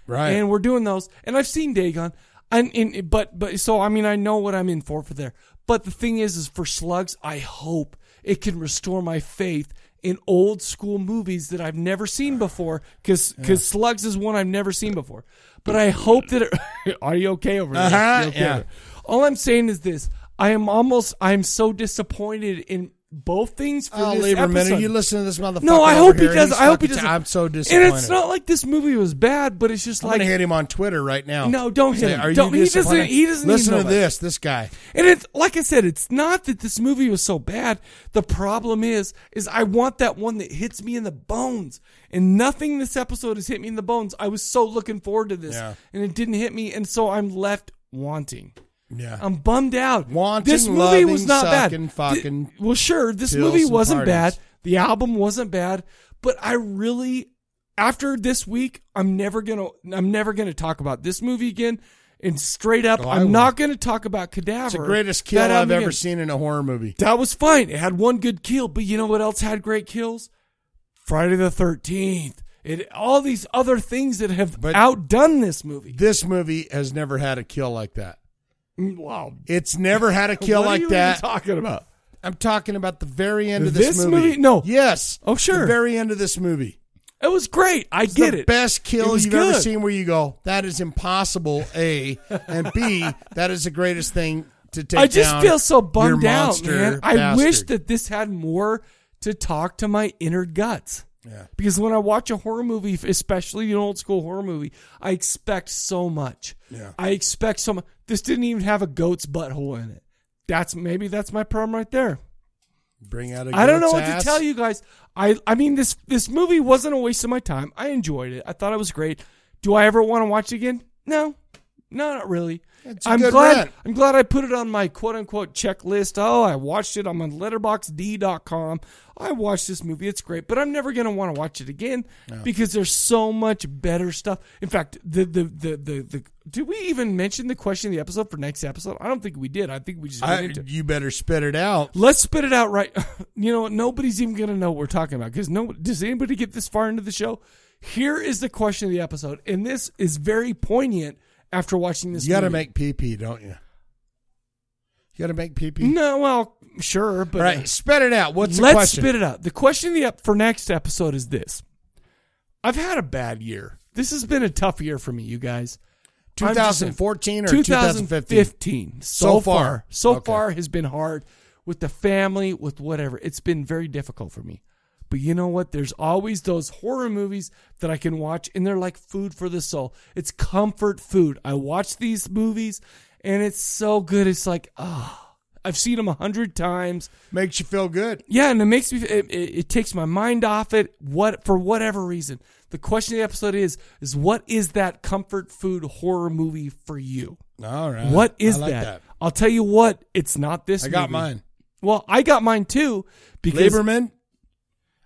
[SPEAKER 2] Right.
[SPEAKER 1] And we're doing those. And I've seen Dagon. And, and but but so I mean I know what I'm in for for there. But the thing is, is for Slugs, I hope it can restore my faith in old school movies that I've never seen before. Because Slugs is one I've never seen before. But I hope that. It, *laughs* are you okay over there?
[SPEAKER 2] Uh-huh,
[SPEAKER 1] You okay
[SPEAKER 2] yeah.
[SPEAKER 1] over there? All I'm saying is this: I am almost, I am so disappointed in both things for
[SPEAKER 2] Oh,
[SPEAKER 1] this
[SPEAKER 2] Lieberman,
[SPEAKER 1] episode.
[SPEAKER 2] are you listening to this motherfucker?
[SPEAKER 1] No, I
[SPEAKER 2] over
[SPEAKER 1] hope he
[SPEAKER 2] here?
[SPEAKER 1] does.
[SPEAKER 2] He's
[SPEAKER 1] I hope he
[SPEAKER 2] fucking-
[SPEAKER 1] doesn't.
[SPEAKER 2] I'm so disappointed.
[SPEAKER 1] And it's not like this movie was bad, but it's just
[SPEAKER 2] I'm
[SPEAKER 1] like
[SPEAKER 2] gonna hit him on Twitter right now.
[SPEAKER 1] No, don't hit
[SPEAKER 2] Say,
[SPEAKER 1] him.
[SPEAKER 2] Are
[SPEAKER 1] Don't-
[SPEAKER 2] you
[SPEAKER 1] he doesn't-
[SPEAKER 2] disappointed?"
[SPEAKER 1] he doesn't even
[SPEAKER 2] listen
[SPEAKER 1] know
[SPEAKER 2] to
[SPEAKER 1] that.
[SPEAKER 2] this. This guy.
[SPEAKER 1] And it's like I said, it's not that this movie was so bad. The problem is, is I want that one that hits me in the bones, and nothing this episode has hit me in the bones. I was so looking forward to this,
[SPEAKER 2] Yeah.
[SPEAKER 1] and it didn't hit me, and so I'm left wanting.
[SPEAKER 2] Yeah.
[SPEAKER 1] I'm bummed out.
[SPEAKER 2] Wanting,
[SPEAKER 1] this movie
[SPEAKER 2] loving,
[SPEAKER 1] was not
[SPEAKER 2] sucking,
[SPEAKER 1] bad.
[SPEAKER 2] fucking
[SPEAKER 1] Th- well, sure, this
[SPEAKER 2] pills
[SPEAKER 1] movie
[SPEAKER 2] and
[SPEAKER 1] wasn't
[SPEAKER 2] parties.
[SPEAKER 1] bad. The album wasn't bad, but I really, after this week, I'm never gonna, I'm never gonna talk about this movie again. And straight up,
[SPEAKER 2] Oh, I
[SPEAKER 1] I'm
[SPEAKER 2] will.
[SPEAKER 1] not gonna talk about Cadaver.
[SPEAKER 2] It's the greatest kill
[SPEAKER 1] That
[SPEAKER 2] I've
[SPEAKER 1] album
[SPEAKER 2] ever
[SPEAKER 1] again.
[SPEAKER 2] seen in a horror movie.
[SPEAKER 1] That was fine. It had one good kill, but you know what else had great kills? Friday the Thirteenth. It all these other things that have outdone this movie.
[SPEAKER 2] This movie has never had a kill like that.
[SPEAKER 1] Wow.
[SPEAKER 2] It's never had a
[SPEAKER 1] *laughs*
[SPEAKER 2] kill
[SPEAKER 1] What are
[SPEAKER 2] like
[SPEAKER 1] you even
[SPEAKER 2] that.
[SPEAKER 1] talking about?
[SPEAKER 2] I'm talking about the very end of this, movie.
[SPEAKER 1] No.
[SPEAKER 2] Yes.
[SPEAKER 1] Oh sure.
[SPEAKER 2] The very end of this movie.
[SPEAKER 1] It was great. I
[SPEAKER 2] It's
[SPEAKER 1] get
[SPEAKER 2] the
[SPEAKER 1] it.
[SPEAKER 2] Best
[SPEAKER 1] It
[SPEAKER 2] kill
[SPEAKER 1] was
[SPEAKER 2] you've ever
[SPEAKER 1] good.
[SPEAKER 2] seen where you go, that is impossible, A. And
[SPEAKER 1] *laughs*
[SPEAKER 2] B, that is the greatest thing to take
[SPEAKER 1] I just
[SPEAKER 2] down
[SPEAKER 1] feel so
[SPEAKER 2] your
[SPEAKER 1] bummed out,
[SPEAKER 2] monster
[SPEAKER 1] man. I
[SPEAKER 2] bastard.
[SPEAKER 1] wish that this had more to talk to my inner guts.
[SPEAKER 2] Yeah.
[SPEAKER 1] Because when I watch a horror movie, especially an old school horror movie, I expect so much.
[SPEAKER 2] Yeah.
[SPEAKER 1] I expect so much. This didn't even have a goat's butthole in it. That's maybe that's my problem right there.
[SPEAKER 2] Bring out a
[SPEAKER 1] I don't know
[SPEAKER 2] goat's
[SPEAKER 1] what
[SPEAKER 2] ass.
[SPEAKER 1] to tell you guys. I I mean this this movie wasn't a waste of my time. I enjoyed it. I thought it was great. Do I ever want to watch it again? No. No, not really.
[SPEAKER 2] It's a
[SPEAKER 1] I'm
[SPEAKER 2] good
[SPEAKER 1] glad
[SPEAKER 2] rant.
[SPEAKER 1] I'm glad I put it on my quote unquote checklist. Oh, I watched it on my letterboxd.com. I watched this movie. It's great, but I'm never going to want to watch it again
[SPEAKER 2] No.
[SPEAKER 1] because there's so much better stuff. In fact, the the the the, the did we even mention the question of the episode for next episode? I don't think we did. I think we just went
[SPEAKER 2] I-
[SPEAKER 1] into it.
[SPEAKER 2] you better spit it out.
[SPEAKER 1] Let's spit it out right. *laughs* You know, what? nobody's even going to know what we're talking about because no. Does anybody get this far into the show? Here is the question of the episode, and this is very poignant after watching this.
[SPEAKER 2] You got to
[SPEAKER 1] movie.
[SPEAKER 2] make pee pee, don't you? You got to make pee pee.
[SPEAKER 1] No, well, sure, but uh,
[SPEAKER 2] All right, spit it out. What's the
[SPEAKER 1] let's
[SPEAKER 2] question?
[SPEAKER 1] spit it out. The question of the ep- for next episode is this: I've had a bad year. This has been a tough year for me, you guys. I'm just saying-
[SPEAKER 2] 2014 or
[SPEAKER 1] 2015?
[SPEAKER 2] 2015?
[SPEAKER 1] So
[SPEAKER 2] So
[SPEAKER 1] far,
[SPEAKER 2] far.
[SPEAKER 1] so
[SPEAKER 2] Okay.
[SPEAKER 1] far has been hard with the family, with whatever. It's been very difficult for me. But you know what? There's always those horror movies that I can watch, and they're like food for the soul. It's comfort food. I watch these movies, and it's so good. It's like, ah, I've seen them a hundred times.
[SPEAKER 2] Makes you feel good.
[SPEAKER 1] Yeah, and it makes me. It, it, it takes my mind off it. What for whatever reason. The question of the episode is: is what is that comfort food horror movie for you?
[SPEAKER 2] All right.
[SPEAKER 1] What is
[SPEAKER 2] I like
[SPEAKER 1] that?
[SPEAKER 2] that.
[SPEAKER 1] I'll tell you what. It's not this.
[SPEAKER 2] I got
[SPEAKER 1] movie.
[SPEAKER 2] mine.
[SPEAKER 1] Well, I got mine too. Because
[SPEAKER 2] Lieberman,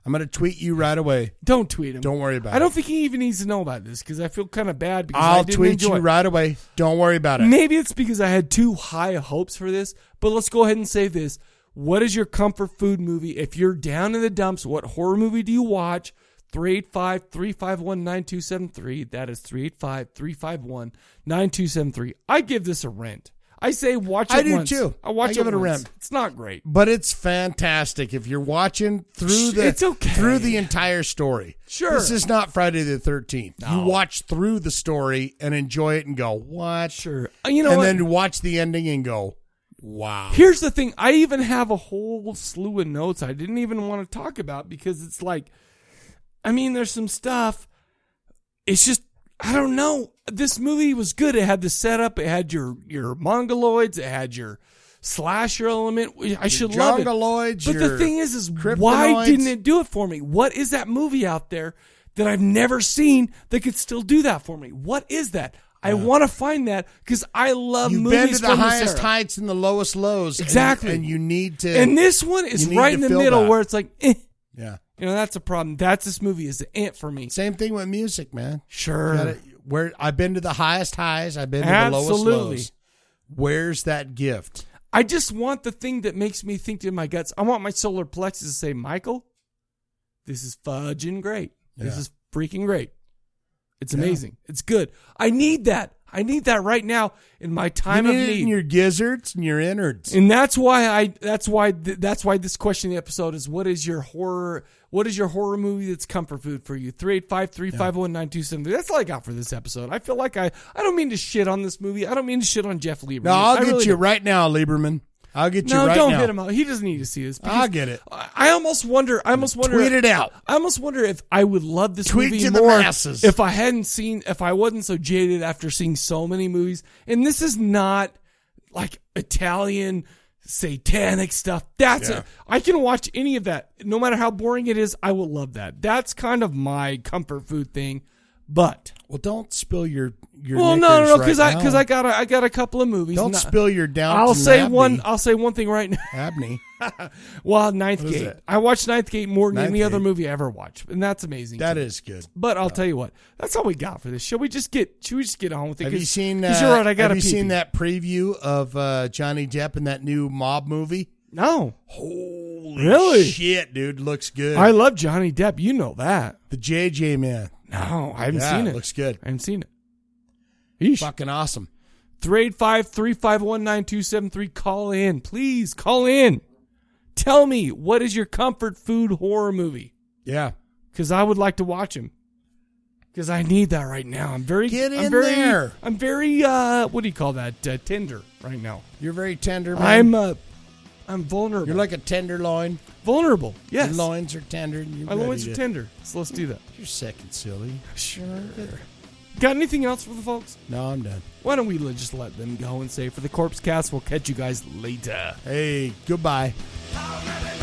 [SPEAKER 2] I'm going to tweet you right away.
[SPEAKER 1] Don't tweet him.
[SPEAKER 2] Don't worry about
[SPEAKER 1] I
[SPEAKER 2] it.
[SPEAKER 1] don't think he even needs to know about this because I feel kind of bad. Because I
[SPEAKER 2] I'll
[SPEAKER 1] didn't
[SPEAKER 2] tweet
[SPEAKER 1] enjoy
[SPEAKER 2] you
[SPEAKER 1] it.
[SPEAKER 2] right away. Don't worry about it.
[SPEAKER 1] Maybe it's because I had too high hopes for this, but let's go ahead and say this. What is your comfort food movie? If you're down in the dumps, what horror movie do you watch? 385 351 9273. That is 385 351 9273. I give this a rent. I say watch it
[SPEAKER 2] I do
[SPEAKER 1] once.
[SPEAKER 2] too.
[SPEAKER 1] I watch
[SPEAKER 2] I
[SPEAKER 1] it
[SPEAKER 2] give it a
[SPEAKER 1] once.
[SPEAKER 2] rent.
[SPEAKER 1] It's not great.
[SPEAKER 2] But it's fantastic if you're watching through the
[SPEAKER 1] It's okay.
[SPEAKER 2] through the entire story.
[SPEAKER 1] Sure.
[SPEAKER 2] this is not Friday the Thirteenth. You watch through the story and enjoy it, and go what?
[SPEAKER 1] Sure, Uh, you know
[SPEAKER 2] and
[SPEAKER 1] what?
[SPEAKER 2] then watch the ending and go, wow.
[SPEAKER 1] Here's the thing. I even have a whole slew of notes I didn't even want to talk about because it's like, I mean, there's some stuff. It's just, I don't know. This movie was good. It had the setup. It had your your mongoloids. It had your slasher element. I should love it.
[SPEAKER 2] jongoloids,
[SPEAKER 1] But the
[SPEAKER 2] your
[SPEAKER 1] thing is, is why
[SPEAKER 2] cryptonoids.
[SPEAKER 1] didn't it do it for me? What is that movie out there that I've never seen that could still do that for me? What is that? I want to find that because I love
[SPEAKER 2] You've
[SPEAKER 1] movies
[SPEAKER 2] been to the
[SPEAKER 1] from this
[SPEAKER 2] highest
[SPEAKER 1] era.
[SPEAKER 2] heights and the lowest lows. and-
[SPEAKER 1] Exactly.
[SPEAKER 2] and, you need to.
[SPEAKER 1] And this one is
[SPEAKER 2] you need
[SPEAKER 1] right
[SPEAKER 2] to
[SPEAKER 1] in the
[SPEAKER 2] feel
[SPEAKER 1] middle
[SPEAKER 2] that.
[SPEAKER 1] where it's like, eh.
[SPEAKER 2] Yeah.
[SPEAKER 1] You know, that's a problem. That's this movie is the ant for me.
[SPEAKER 2] Same thing with music, man.
[SPEAKER 1] Sure.
[SPEAKER 2] You gotta- where I've been to the highest highs, I've been to the
[SPEAKER 1] Absolutely.
[SPEAKER 2] lowest lows. Where's that gift?
[SPEAKER 1] I just want the thing that makes me think in my guts. I want my solar plexus to say, Michael, this is fudging great. This
[SPEAKER 2] Yeah.
[SPEAKER 1] is freaking great. It's
[SPEAKER 2] Yeah.
[SPEAKER 1] amazing. It's good. I need that. I need that right now in my time
[SPEAKER 2] you
[SPEAKER 1] of
[SPEAKER 2] need
[SPEAKER 1] need.
[SPEAKER 2] it in your gizzards and your innards.
[SPEAKER 1] And that's why I that's why th- that's why this question of the episode is what is your horror what is your horror movie that's comfort food for you? 385-351-9273. That's all I got for this episode. I feel like I I don't mean to shit on this movie. I don't mean to shit on Jeff Lieberman.
[SPEAKER 2] no, I'll
[SPEAKER 1] I
[SPEAKER 2] get
[SPEAKER 1] really
[SPEAKER 2] you
[SPEAKER 1] don't.
[SPEAKER 2] right now, Lieberman. I'll get
[SPEAKER 1] No,
[SPEAKER 2] you right
[SPEAKER 1] don't
[SPEAKER 2] now.
[SPEAKER 1] hit him up. He doesn't need to see this.
[SPEAKER 2] I'll get it.
[SPEAKER 1] I I almost wonder. I almost wonder.
[SPEAKER 2] Tweet it out.
[SPEAKER 1] I almost wonder if I would love this
[SPEAKER 2] Tweet
[SPEAKER 1] movie
[SPEAKER 2] to the
[SPEAKER 1] more
[SPEAKER 2] masses.
[SPEAKER 1] if I hadn't seen, if I wasn't so jaded after seeing so many movies. And this is not like Italian satanic stuff. That's
[SPEAKER 2] Yeah.
[SPEAKER 1] it. I can watch any of that, no matter how boring it is. I will love that. That's kind of my comfort food thing. But
[SPEAKER 2] well, don't spill your your.
[SPEAKER 1] well, no, no, no,
[SPEAKER 2] knickers
[SPEAKER 1] because
[SPEAKER 2] right
[SPEAKER 1] I because
[SPEAKER 2] now.
[SPEAKER 1] I got a, I got a couple of movies.
[SPEAKER 2] Don't
[SPEAKER 1] Not-
[SPEAKER 2] spill your down.
[SPEAKER 1] I'll say
[SPEAKER 2] Abney.
[SPEAKER 1] one. I'll say one thing right now.
[SPEAKER 2] Abney.
[SPEAKER 1] *laughs*
[SPEAKER 2] *laughs*
[SPEAKER 1] well, Ninth
[SPEAKER 2] What is
[SPEAKER 1] Gate.
[SPEAKER 2] it?
[SPEAKER 1] I watched Ninth Gate more than
[SPEAKER 2] Ninth
[SPEAKER 1] any other
[SPEAKER 2] Gate.
[SPEAKER 1] movie I ever watched, and that's amazing.
[SPEAKER 2] That
[SPEAKER 1] to me.
[SPEAKER 2] is good.
[SPEAKER 1] But I'll tell you what, that's all we got for this. Should we just get? Should we just get on with it?
[SPEAKER 2] Have you
[SPEAKER 1] 'Cause-
[SPEAKER 2] seen? Uh,
[SPEAKER 1] 'cause you're right. I got
[SPEAKER 2] have you seen that preview of uh, Johnny Depp in that new mob movie?
[SPEAKER 1] No.
[SPEAKER 2] Holy
[SPEAKER 1] Really?
[SPEAKER 2] shit, dude! Looks good.
[SPEAKER 1] I love Johnny Depp. You know that.
[SPEAKER 2] the JJ man.
[SPEAKER 1] No, I haven't
[SPEAKER 2] Yeah,
[SPEAKER 1] seen it.
[SPEAKER 2] Looks good.
[SPEAKER 1] I haven't seen it.
[SPEAKER 2] Fucking awesome.
[SPEAKER 1] 385 351 9273. Call in. Please call in. Tell me, what is your comfort food horror movie?
[SPEAKER 2] Yeah.
[SPEAKER 1] Because I would like to watch him. Because I need that right now. I'm very.
[SPEAKER 2] Get
[SPEAKER 1] I'm
[SPEAKER 2] in
[SPEAKER 1] very,
[SPEAKER 2] there.
[SPEAKER 1] I'm very, uh, what do you call that? Uh, tender right now.
[SPEAKER 2] You're very tender. Man.
[SPEAKER 1] I'm, uh, I'm vulnerable.
[SPEAKER 2] You're like a tenderloin.
[SPEAKER 1] Vulnerable. Yes.
[SPEAKER 2] Your loins are tender. And you're
[SPEAKER 1] My loins
[SPEAKER 2] ready
[SPEAKER 1] are
[SPEAKER 2] to-
[SPEAKER 1] tender. So let's do that.
[SPEAKER 2] You're sick and silly.
[SPEAKER 1] Sure. Got anything else for the folks?
[SPEAKER 2] No, I'm done.
[SPEAKER 1] Why don't we just let them go and say for the corpse cast, we'll catch you guys later.
[SPEAKER 2] Hey, goodbye.
[SPEAKER 20] How many